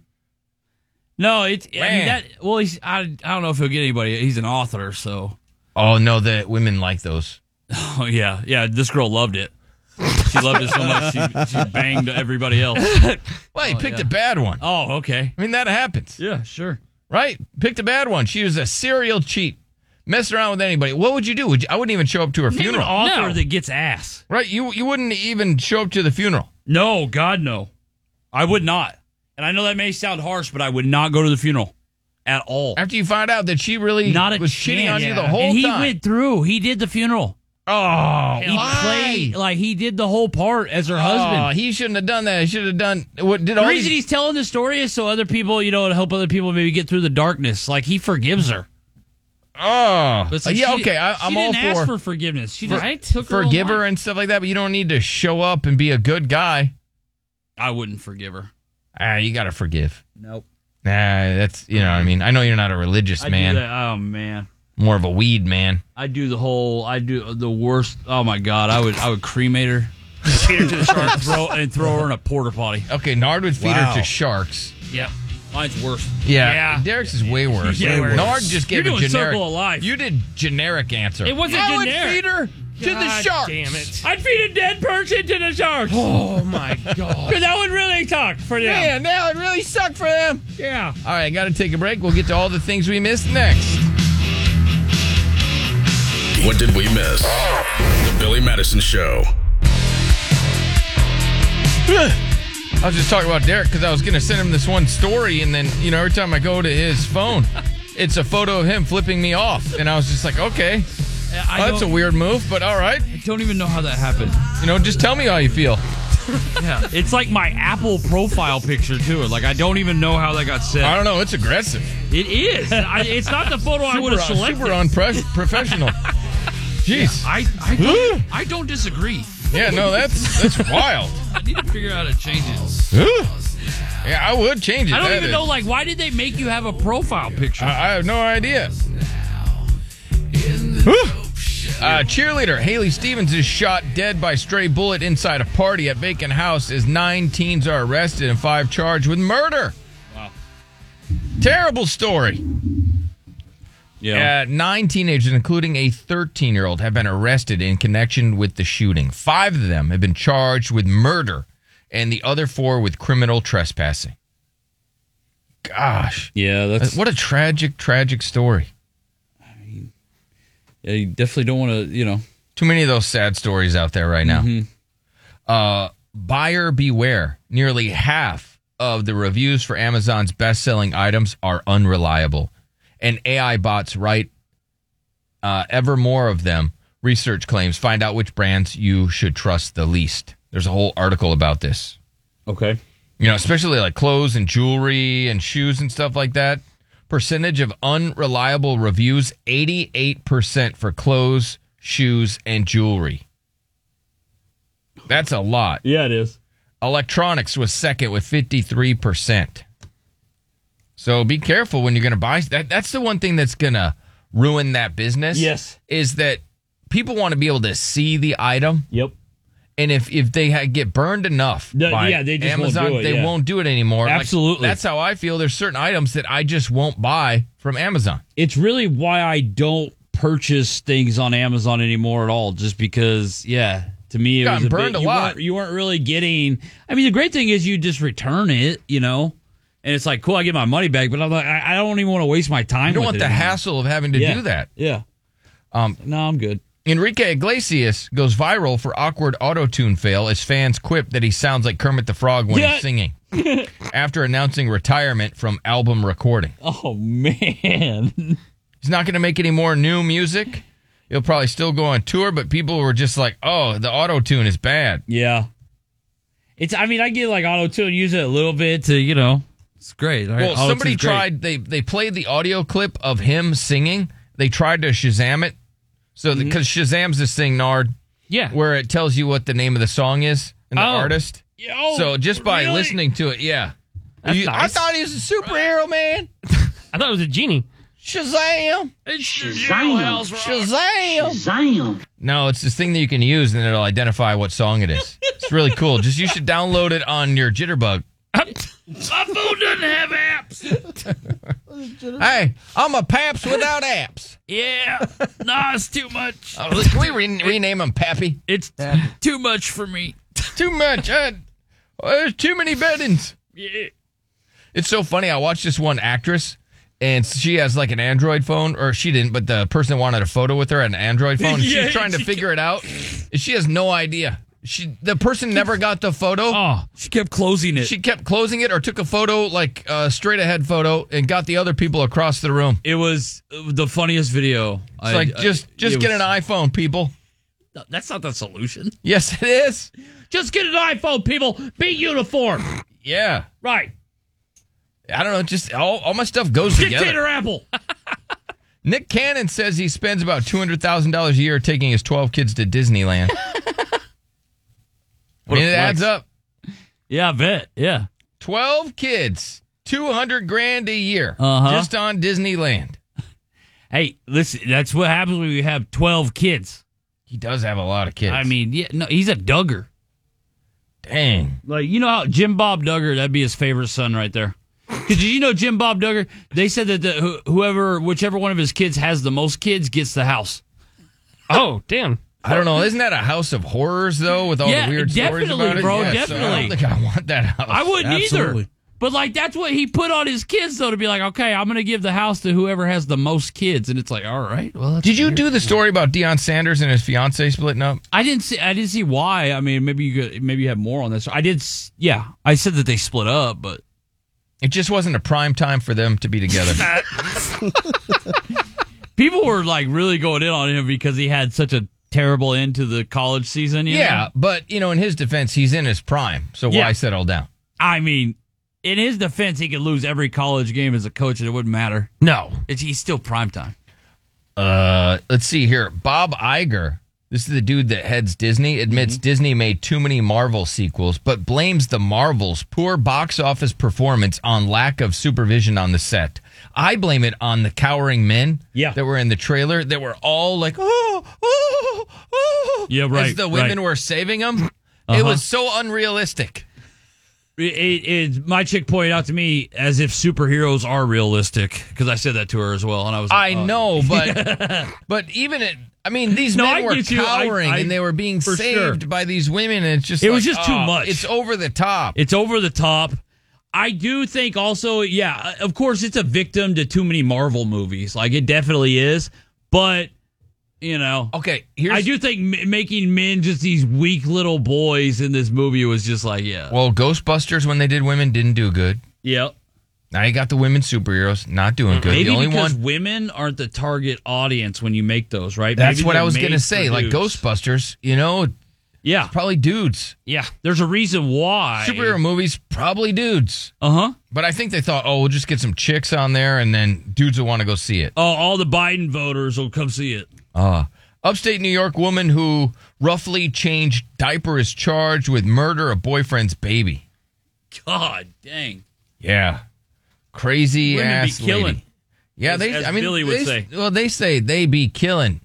[SPEAKER 11] No, it's I mean,
[SPEAKER 9] Man.
[SPEAKER 11] that. Well, he's. I, I don't know if he'll get anybody. He's an author, so.
[SPEAKER 9] Oh no, the women like those.
[SPEAKER 11] Oh yeah, yeah. This girl loved it. She loved it so much. She, she banged everybody else.
[SPEAKER 9] Well, he
[SPEAKER 11] Oh,
[SPEAKER 9] picked
[SPEAKER 11] yeah.
[SPEAKER 9] a bad one.
[SPEAKER 11] Oh, okay.
[SPEAKER 9] I mean, that happens.
[SPEAKER 11] Yeah, sure.
[SPEAKER 9] Right? Picked a bad one. She was a serial cheat. Messing around with anybody. What would you do? Would you, I wouldn't even show up to her
[SPEAKER 11] Name
[SPEAKER 9] funeral.
[SPEAKER 11] an author that gets ass.
[SPEAKER 9] Right? You you wouldn't even show up to the funeral.
[SPEAKER 11] No, God no. I would not. And I know that may sound harsh, but I would not go to the funeral at all.
[SPEAKER 9] After you find out that she really
[SPEAKER 11] not a
[SPEAKER 9] was
[SPEAKER 11] chance.
[SPEAKER 9] cheating on you the whole
[SPEAKER 11] and he
[SPEAKER 9] time.
[SPEAKER 11] went through. He did the funeral.
[SPEAKER 9] Oh,
[SPEAKER 11] he played like he did the whole part as her
[SPEAKER 9] Oh,
[SPEAKER 11] husband.
[SPEAKER 9] he shouldn't have done that. He should have done what did
[SPEAKER 11] the
[SPEAKER 9] all
[SPEAKER 11] reason
[SPEAKER 9] these-
[SPEAKER 11] he's telling the story is so other people, you know, to help other people maybe get through the darkness. Like he forgives her.
[SPEAKER 9] Oh,
[SPEAKER 11] But it's like
[SPEAKER 9] yeah,
[SPEAKER 11] she-
[SPEAKER 9] okay. I,
[SPEAKER 11] she
[SPEAKER 9] I'm all
[SPEAKER 11] didn't
[SPEAKER 9] for
[SPEAKER 11] ask for forgiveness. She just
[SPEAKER 9] for-
[SPEAKER 11] took her own
[SPEAKER 9] forgive her
[SPEAKER 11] life.
[SPEAKER 9] and stuff like that. But you don't need to show up and be a good guy.
[SPEAKER 11] I wouldn't forgive her.
[SPEAKER 9] Ah, you gotta forgive.
[SPEAKER 11] Nope.
[SPEAKER 9] Nah, that's you know. what I mean, I know you're not a religious
[SPEAKER 11] I do
[SPEAKER 9] man.
[SPEAKER 11] that- Oh man.
[SPEAKER 9] More of a weed man.
[SPEAKER 11] I do the whole. I do the worst. Oh my god! I would. I would cremate her, feed her to the sharks, throw, and throw her in a porta potty.
[SPEAKER 9] Okay, Nard would feed
[SPEAKER 11] Wow.
[SPEAKER 9] her to sharks.
[SPEAKER 11] Yep. Mine's worse.
[SPEAKER 9] Yeah, Derek's is way worse.
[SPEAKER 11] Way worse.
[SPEAKER 9] Nard just gave
[SPEAKER 11] You're
[SPEAKER 9] a
[SPEAKER 11] doing
[SPEAKER 9] generic.
[SPEAKER 11] Circle of Life.
[SPEAKER 9] You did generic answer.
[SPEAKER 10] It wasn't
[SPEAKER 9] I would
[SPEAKER 10] generic.
[SPEAKER 9] feed her to the
[SPEAKER 10] God
[SPEAKER 9] sharks.
[SPEAKER 10] Damn it.
[SPEAKER 11] I'd feed a dead person to the sharks.
[SPEAKER 10] Oh my god.
[SPEAKER 11] Because that would really suck for
[SPEAKER 10] them.
[SPEAKER 9] Man, that would really suck for them.
[SPEAKER 10] Yeah.
[SPEAKER 9] All right, got to take a break. We'll get to all the things we missed next.
[SPEAKER 2] What did we miss? The Billy Madison Show.
[SPEAKER 9] I was just talking about Derek because I was going to send him this one story, and then you know every time I go to his phone, it's a photo of him flipping me off, and I was just like, okay,
[SPEAKER 11] I
[SPEAKER 9] Oh, that's a
[SPEAKER 11] don't-
[SPEAKER 9] weird move, but all right. I
[SPEAKER 11] don't even know how that happened.
[SPEAKER 9] You know, just tell me how you feel.
[SPEAKER 11] yeah. It's like my Apple profile picture too. Like I don't even know how that got set. I
[SPEAKER 9] don't know. It's aggressive.
[SPEAKER 11] It is. I, it's not the photo I
[SPEAKER 9] Super
[SPEAKER 11] would have
[SPEAKER 9] un-
[SPEAKER 11] selected.
[SPEAKER 9] Super unprofessional. Jeez.
[SPEAKER 11] I I
[SPEAKER 9] Ooh.
[SPEAKER 11] don't, I don't disagree.
[SPEAKER 9] Yeah, no, that's that's wild.
[SPEAKER 11] I need to figure out how to change it.
[SPEAKER 9] Ooh. yeah, I would change it.
[SPEAKER 11] I don't
[SPEAKER 9] That
[SPEAKER 11] even
[SPEAKER 9] is-
[SPEAKER 11] know. Like, why did they make you have a profile picture?
[SPEAKER 9] I, I have no idea. Whew. Uh, cheerleader Haley Stevens is shot dead by stray bullet inside a party at vacant house as nine teens are arrested and five charged with murder.
[SPEAKER 11] Wow.
[SPEAKER 9] Terrible story.
[SPEAKER 11] Yeah.
[SPEAKER 9] Uh, nine teenagers, including a 13 year old, have been arrested in connection with the shooting. Five of them have been charged with murder, and the other four with criminal trespassing. Gosh.
[SPEAKER 11] Yeah, that's
[SPEAKER 9] what a tragic, tragic story.
[SPEAKER 11] Yeah, you definitely don't want to, you know.
[SPEAKER 9] Too many of those sad stories out there right now.
[SPEAKER 11] Mm-hmm.
[SPEAKER 9] Uh, buyer beware. Nearly half of the reviews for Amazon's best selling items are unreliable, and AI bots write uh, ever more of them. Research claims find out which brands you should trust the least. There's a whole article about this.
[SPEAKER 11] Okay.
[SPEAKER 9] You know, especially like clothes and jewelry and shoes and stuff like that. Percentage of unreliable reviews 88% for clothes, shoes, and jewelry. That's a lot.
[SPEAKER 11] Yeah, it is.
[SPEAKER 9] Electronics was second with 53%. So be careful when you're going to buy that. That's the one thing that's going to ruin that business. Yes, is that people want to be able to see the item.
[SPEAKER 11] Yep.
[SPEAKER 9] And if if they ha- get burned enough,
[SPEAKER 11] Yeah,
[SPEAKER 9] by
[SPEAKER 11] yeah, they just won't
[SPEAKER 9] Amazon,
[SPEAKER 11] do it,
[SPEAKER 9] they
[SPEAKER 11] yeah.
[SPEAKER 9] won't do it anymore. Like,
[SPEAKER 11] Absolutely.
[SPEAKER 9] that's how I feel. There's certain items that I just won't buy from Amazon.
[SPEAKER 11] It's really why I don't purchase things on Amazon anymore at all, just because, yeah, to me, it
[SPEAKER 9] Gotten
[SPEAKER 11] was a
[SPEAKER 9] burned
[SPEAKER 11] bit,
[SPEAKER 9] a
[SPEAKER 11] you
[SPEAKER 9] lot.
[SPEAKER 11] weren't- you weren't really getting. I mean, the great thing is you just return it, you know, and it's like, cool, I get my money back, but I'm like, I, I don't even want to waste my time.
[SPEAKER 9] You don't
[SPEAKER 11] with
[SPEAKER 9] want
[SPEAKER 11] it
[SPEAKER 9] the
[SPEAKER 11] anymore.
[SPEAKER 9] hassle of having to
[SPEAKER 11] Yeah.
[SPEAKER 9] do that.
[SPEAKER 11] Yeah.
[SPEAKER 9] Um,
[SPEAKER 11] no, I'm good.
[SPEAKER 9] Enrique Iglesias goes viral for awkward auto tune fail as fans quip that he sounds like Kermit the Frog when
[SPEAKER 11] Yeah.
[SPEAKER 9] he's singing after announcing retirement from album recording.
[SPEAKER 11] Oh, man.
[SPEAKER 9] He's not going to make any more new music. He'll probably still go on tour, but people were just like, oh, the auto tune is bad.
[SPEAKER 11] Yeah. It's. I mean, I get like auto tune, use it a little bit to, you know, it's great. all right?
[SPEAKER 9] Well,
[SPEAKER 11] Auto-tune's
[SPEAKER 9] somebody
[SPEAKER 11] great.
[SPEAKER 9] tried. They they played the audio clip of him singing. They tried to Shazam it. So because Shazam's this thing, Nard.
[SPEAKER 11] Yeah.
[SPEAKER 9] Where it tells you what the name of the song is and the
[SPEAKER 11] Oh.
[SPEAKER 9] artist.
[SPEAKER 11] Yo,
[SPEAKER 9] so just by
[SPEAKER 11] really?
[SPEAKER 9] listening to it, yeah.
[SPEAKER 10] That's
[SPEAKER 9] You- I
[SPEAKER 10] nice.
[SPEAKER 9] thought he was a superhero, man.
[SPEAKER 10] I thought it was a genie.
[SPEAKER 9] Shazam!
[SPEAKER 10] Shazam!
[SPEAKER 9] Shazam! No, it's this thing that you can use and it'll identify what song it is. it's really cool. Just you should download it on your Jitterbug.
[SPEAKER 26] My phone doesn't have apps.
[SPEAKER 9] Hey, I'm a Paps without apps.
[SPEAKER 26] yeah, nah, it's too much.
[SPEAKER 9] Oh, can we re- rename him Pappy?
[SPEAKER 26] It's too much for me.
[SPEAKER 9] too much. Uh, there's too many beddings.
[SPEAKER 26] Yeah.
[SPEAKER 9] It's so funny. I watched this one actress, and she has like an Android phone, or she didn't, but the person wanted a photo with her on an Android phone. and
[SPEAKER 26] Yeah,
[SPEAKER 9] she's trying to
[SPEAKER 26] she
[SPEAKER 9] figure it out. and She has no idea. She the person never got the photo.
[SPEAKER 11] Oh, she kept closing it.
[SPEAKER 9] She kept closing it, or took a photo like uh, straight ahead photo, and got the other people across the room.
[SPEAKER 11] It was the funniest video.
[SPEAKER 9] It's like just just get an iPhone, people.
[SPEAKER 11] No, that's not the solution.
[SPEAKER 9] Yes, it is.
[SPEAKER 11] Just get an iPhone, people. Be uniform.
[SPEAKER 9] Yeah.
[SPEAKER 11] Right.
[SPEAKER 9] I don't know. Just all, all my stuff goes
[SPEAKER 11] Dictator
[SPEAKER 9] together.
[SPEAKER 11] Apple.
[SPEAKER 9] Nick Cannon says he spends about two hundred thousand dollars a year taking his twelve kids to Disneyland. I
[SPEAKER 11] What a
[SPEAKER 9] mean, it
[SPEAKER 11] flex.
[SPEAKER 9] adds up.
[SPEAKER 11] Yeah, I bet. Yeah.
[SPEAKER 9] Twelve kids, two hundred grand a year,
[SPEAKER 11] Uh-huh.
[SPEAKER 9] just on Disneyland.
[SPEAKER 11] Hey, listen, that's what happens when you have 12 kids.
[SPEAKER 9] He does have a lot of kids.
[SPEAKER 11] I mean, yeah, no, he's a Duggar.
[SPEAKER 9] Dang.
[SPEAKER 11] Like, you know how Jim Bob Duggar, that'd be his favorite son right there. 'Cause did you know Jim Bob Duggar? They said that the, who- whoever, whichever one of his kids has the most kids gets the house.
[SPEAKER 47] Oh, damn.
[SPEAKER 9] I don't know. Isn't that a house of horrors though, with all
[SPEAKER 11] Yeah,
[SPEAKER 9] the weird stories
[SPEAKER 11] definitely,
[SPEAKER 9] about it?
[SPEAKER 11] bro,
[SPEAKER 9] Yeah, so I
[SPEAKER 11] definitely.
[SPEAKER 9] don't think I want that house.
[SPEAKER 11] I wouldn't either. But like that's what he put on his kids though to be like, okay, I'm gonna give the house to whoever has the most kids, and it's like, all right, well. That's
[SPEAKER 9] Did you do the story about Deion Sanders and his fiance splitting up?
[SPEAKER 11] I didn't see. I didn't see why. I mean, maybe you could, maybe you have more on this. I did. s- Yeah, I said that they split up, but
[SPEAKER 9] it just wasn't a prime time for them to be together.
[SPEAKER 11] People were like really going in on him because he had such a terrible end to the college season. you
[SPEAKER 9] yeah,
[SPEAKER 11] know?
[SPEAKER 9] but you know, in his defense, he's in his prime, so
[SPEAKER 11] Yeah.
[SPEAKER 9] why settle down?
[SPEAKER 11] I mean, in his defense, he could lose every college game as a coach, and it wouldn't matter.
[SPEAKER 9] No,
[SPEAKER 11] it's, he's still prime time.
[SPEAKER 9] Uh, let's see here. Bob Iger, this is the dude that heads Disney,
[SPEAKER 11] Mm-hmm.
[SPEAKER 9] admits Disney made too many Marvel sequels, but blames the Marvels' poor box office performance on lack of supervision on the set. I blame it on the cowering men yeah. that were in the trailer that were all like, oh, oh, oh.
[SPEAKER 11] Yeah, right,
[SPEAKER 9] As the women
[SPEAKER 11] right.
[SPEAKER 9] were saving them.
[SPEAKER 11] Uh-huh.
[SPEAKER 9] It was so unrealistic.
[SPEAKER 11] It, it, it- my chick pointed out to me as if superheroes are realistic because I said that to her as well, and I was. Like,
[SPEAKER 9] I
[SPEAKER 11] oh.
[SPEAKER 9] know, but but even it, I mean, these
[SPEAKER 11] No,
[SPEAKER 9] men
[SPEAKER 11] I
[SPEAKER 9] were
[SPEAKER 11] get you. I-
[SPEAKER 9] cowering
[SPEAKER 11] I-
[SPEAKER 9] and they were being
[SPEAKER 11] for
[SPEAKER 9] saved
[SPEAKER 11] sure.
[SPEAKER 9] by these women, and it's just
[SPEAKER 11] it was
[SPEAKER 9] like,
[SPEAKER 11] just too
[SPEAKER 9] oh,
[SPEAKER 11] much.
[SPEAKER 9] It's over the top.
[SPEAKER 11] It's over the top. I do think also, yeah, uh, of course, it's a victim to too many Marvel movies. Like it definitely is, but you know,
[SPEAKER 9] okay.
[SPEAKER 11] I do think m- making men just these weak little boys in this movie was just like, yeah,
[SPEAKER 9] well, Ghostbusters when they did women didn't do good.
[SPEAKER 11] Yep.
[SPEAKER 9] Now you got the women superheroes not doing good.
[SPEAKER 11] Maybe
[SPEAKER 9] the only
[SPEAKER 11] because
[SPEAKER 9] one
[SPEAKER 11] women aren't the target audience when you make those, right?
[SPEAKER 9] that's
[SPEAKER 11] Maybe
[SPEAKER 9] what
[SPEAKER 11] they're
[SPEAKER 9] I was
[SPEAKER 11] made
[SPEAKER 9] gonna say.
[SPEAKER 11] for
[SPEAKER 9] Like
[SPEAKER 11] dudes.
[SPEAKER 9] Ghostbusters, you know,
[SPEAKER 11] yeah,
[SPEAKER 9] probably dudes.
[SPEAKER 11] Yeah, there's a reason why
[SPEAKER 9] Superhero movies, probably dudes.
[SPEAKER 11] Uh huh.
[SPEAKER 9] But I think they thought, oh, we'll just get some chicks on there, and then dudes will want to go see it.
[SPEAKER 11] Oh, all the Biden voters will come see it.
[SPEAKER 9] Uh, upstate New York woman who roughly changed diaper is charged with murder of boyfriend's baby.
[SPEAKER 11] God dang.
[SPEAKER 9] Yeah. Crazy
[SPEAKER 11] Women be
[SPEAKER 9] ass
[SPEAKER 11] killing.
[SPEAKER 9] lady. Yeah,
[SPEAKER 11] As-
[SPEAKER 9] they
[SPEAKER 11] as
[SPEAKER 9] I mean
[SPEAKER 11] Billy would
[SPEAKER 9] they-
[SPEAKER 11] say.
[SPEAKER 9] Well, they say they be killing.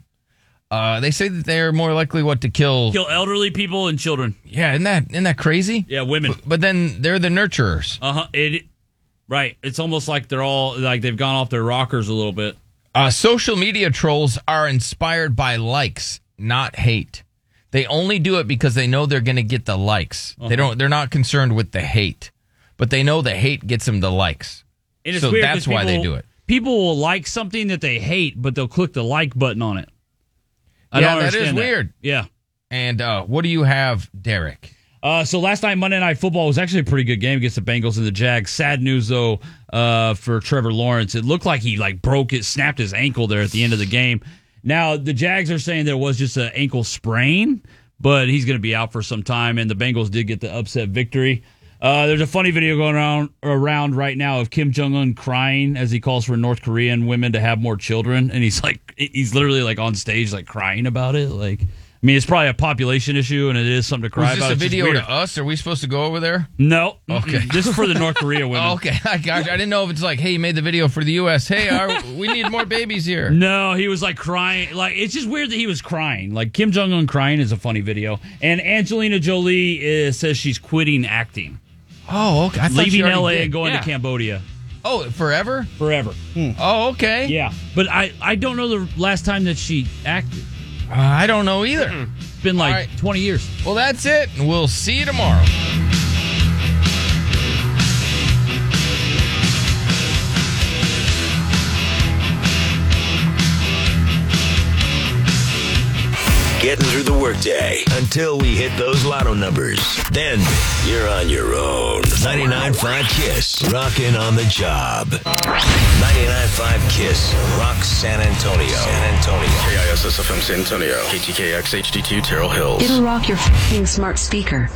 [SPEAKER 9] Uh, they say that they're more likely what to kill.
[SPEAKER 11] Kill elderly people and children.
[SPEAKER 9] Yeah, isn't that isn't that crazy?
[SPEAKER 11] Yeah, women.
[SPEAKER 9] But, but then they're the nurturers.
[SPEAKER 11] Uh huh. It, right. It's almost like they're all like they've gone off their rockers a little bit.
[SPEAKER 9] Uh, social media trolls are inspired by likes, not hate. They only do it because they know they're going to get the likes.
[SPEAKER 11] Uh-huh.
[SPEAKER 9] They don't. They're not concerned with the hate, but they know the hate gets them the likes.
[SPEAKER 11] And it's
[SPEAKER 9] so
[SPEAKER 11] weird 'cause
[SPEAKER 9] that's why they
[SPEAKER 11] people-
[SPEAKER 9] do it.
[SPEAKER 11] People will like something that they hate, but they'll click the like button on it. I
[SPEAKER 9] yeah,
[SPEAKER 11] don't
[SPEAKER 9] that is
[SPEAKER 11] understand
[SPEAKER 9] weird.
[SPEAKER 11] Yeah.
[SPEAKER 9] And uh, what do you have, Derek?
[SPEAKER 11] Uh, so last night, Monday Night Football was actually a pretty good game against the Bengals and the Jags. Sad news though uh, for Trevor Lawrence. It looked like he like broke it, snapped his ankle there at the end of the game. Now the Jags are saying there was just an ankle sprain, but he's going to be out for some time. And the Bengals did get the upset victory. Uh, there's a funny video going around around right now of Kim Jong Un crying as he calls for North Korean women to have more children, and he's like he's literally like on stage like crying about it. Like, I mean, it's probably a population issue, and it is something to cry
[SPEAKER 9] Was this
[SPEAKER 11] about.
[SPEAKER 9] a
[SPEAKER 11] It's just
[SPEAKER 9] video
[SPEAKER 11] weird.
[SPEAKER 9] to us? Are we supposed to go over there?
[SPEAKER 11] No.
[SPEAKER 9] Okay.
[SPEAKER 11] Mm-mm. This is for the North Korea women.
[SPEAKER 9] okay, I, got- I didn't know if it's like, hey, you made the video for the U.S. Hey, our, we need more babies here.
[SPEAKER 11] No, he was like crying. Like it's just weird that he was crying. Like Kim Jong Un crying is a funny video. And Angelina Jolie uh, says she's quitting acting,
[SPEAKER 9] Oh, okay. I thought
[SPEAKER 11] leaving
[SPEAKER 9] you already
[SPEAKER 11] LA
[SPEAKER 9] did.
[SPEAKER 11] and going
[SPEAKER 9] Yeah.
[SPEAKER 11] to Cambodia
[SPEAKER 9] Oh, forever?
[SPEAKER 11] forever.
[SPEAKER 9] Oh, okay.
[SPEAKER 11] Yeah, but I I don't know the last time that she acted.
[SPEAKER 9] Uh, I don't know either.
[SPEAKER 11] It's been like
[SPEAKER 9] All right.
[SPEAKER 11] 20 years.
[SPEAKER 9] Well, that's it, and we'll see you tomorrow.
[SPEAKER 36] Getting through the workday until we hit those lotto numbers. Then you're on your own. 99.5 Kiss. Rockin' on the job. 99.5 Kiss. Rock San Antonio. San Antonio.
[SPEAKER 48] KISSFM San Antonio. KTKX HD2 Terrell Hills.
[SPEAKER 49] It'll rock your fing smart speaker.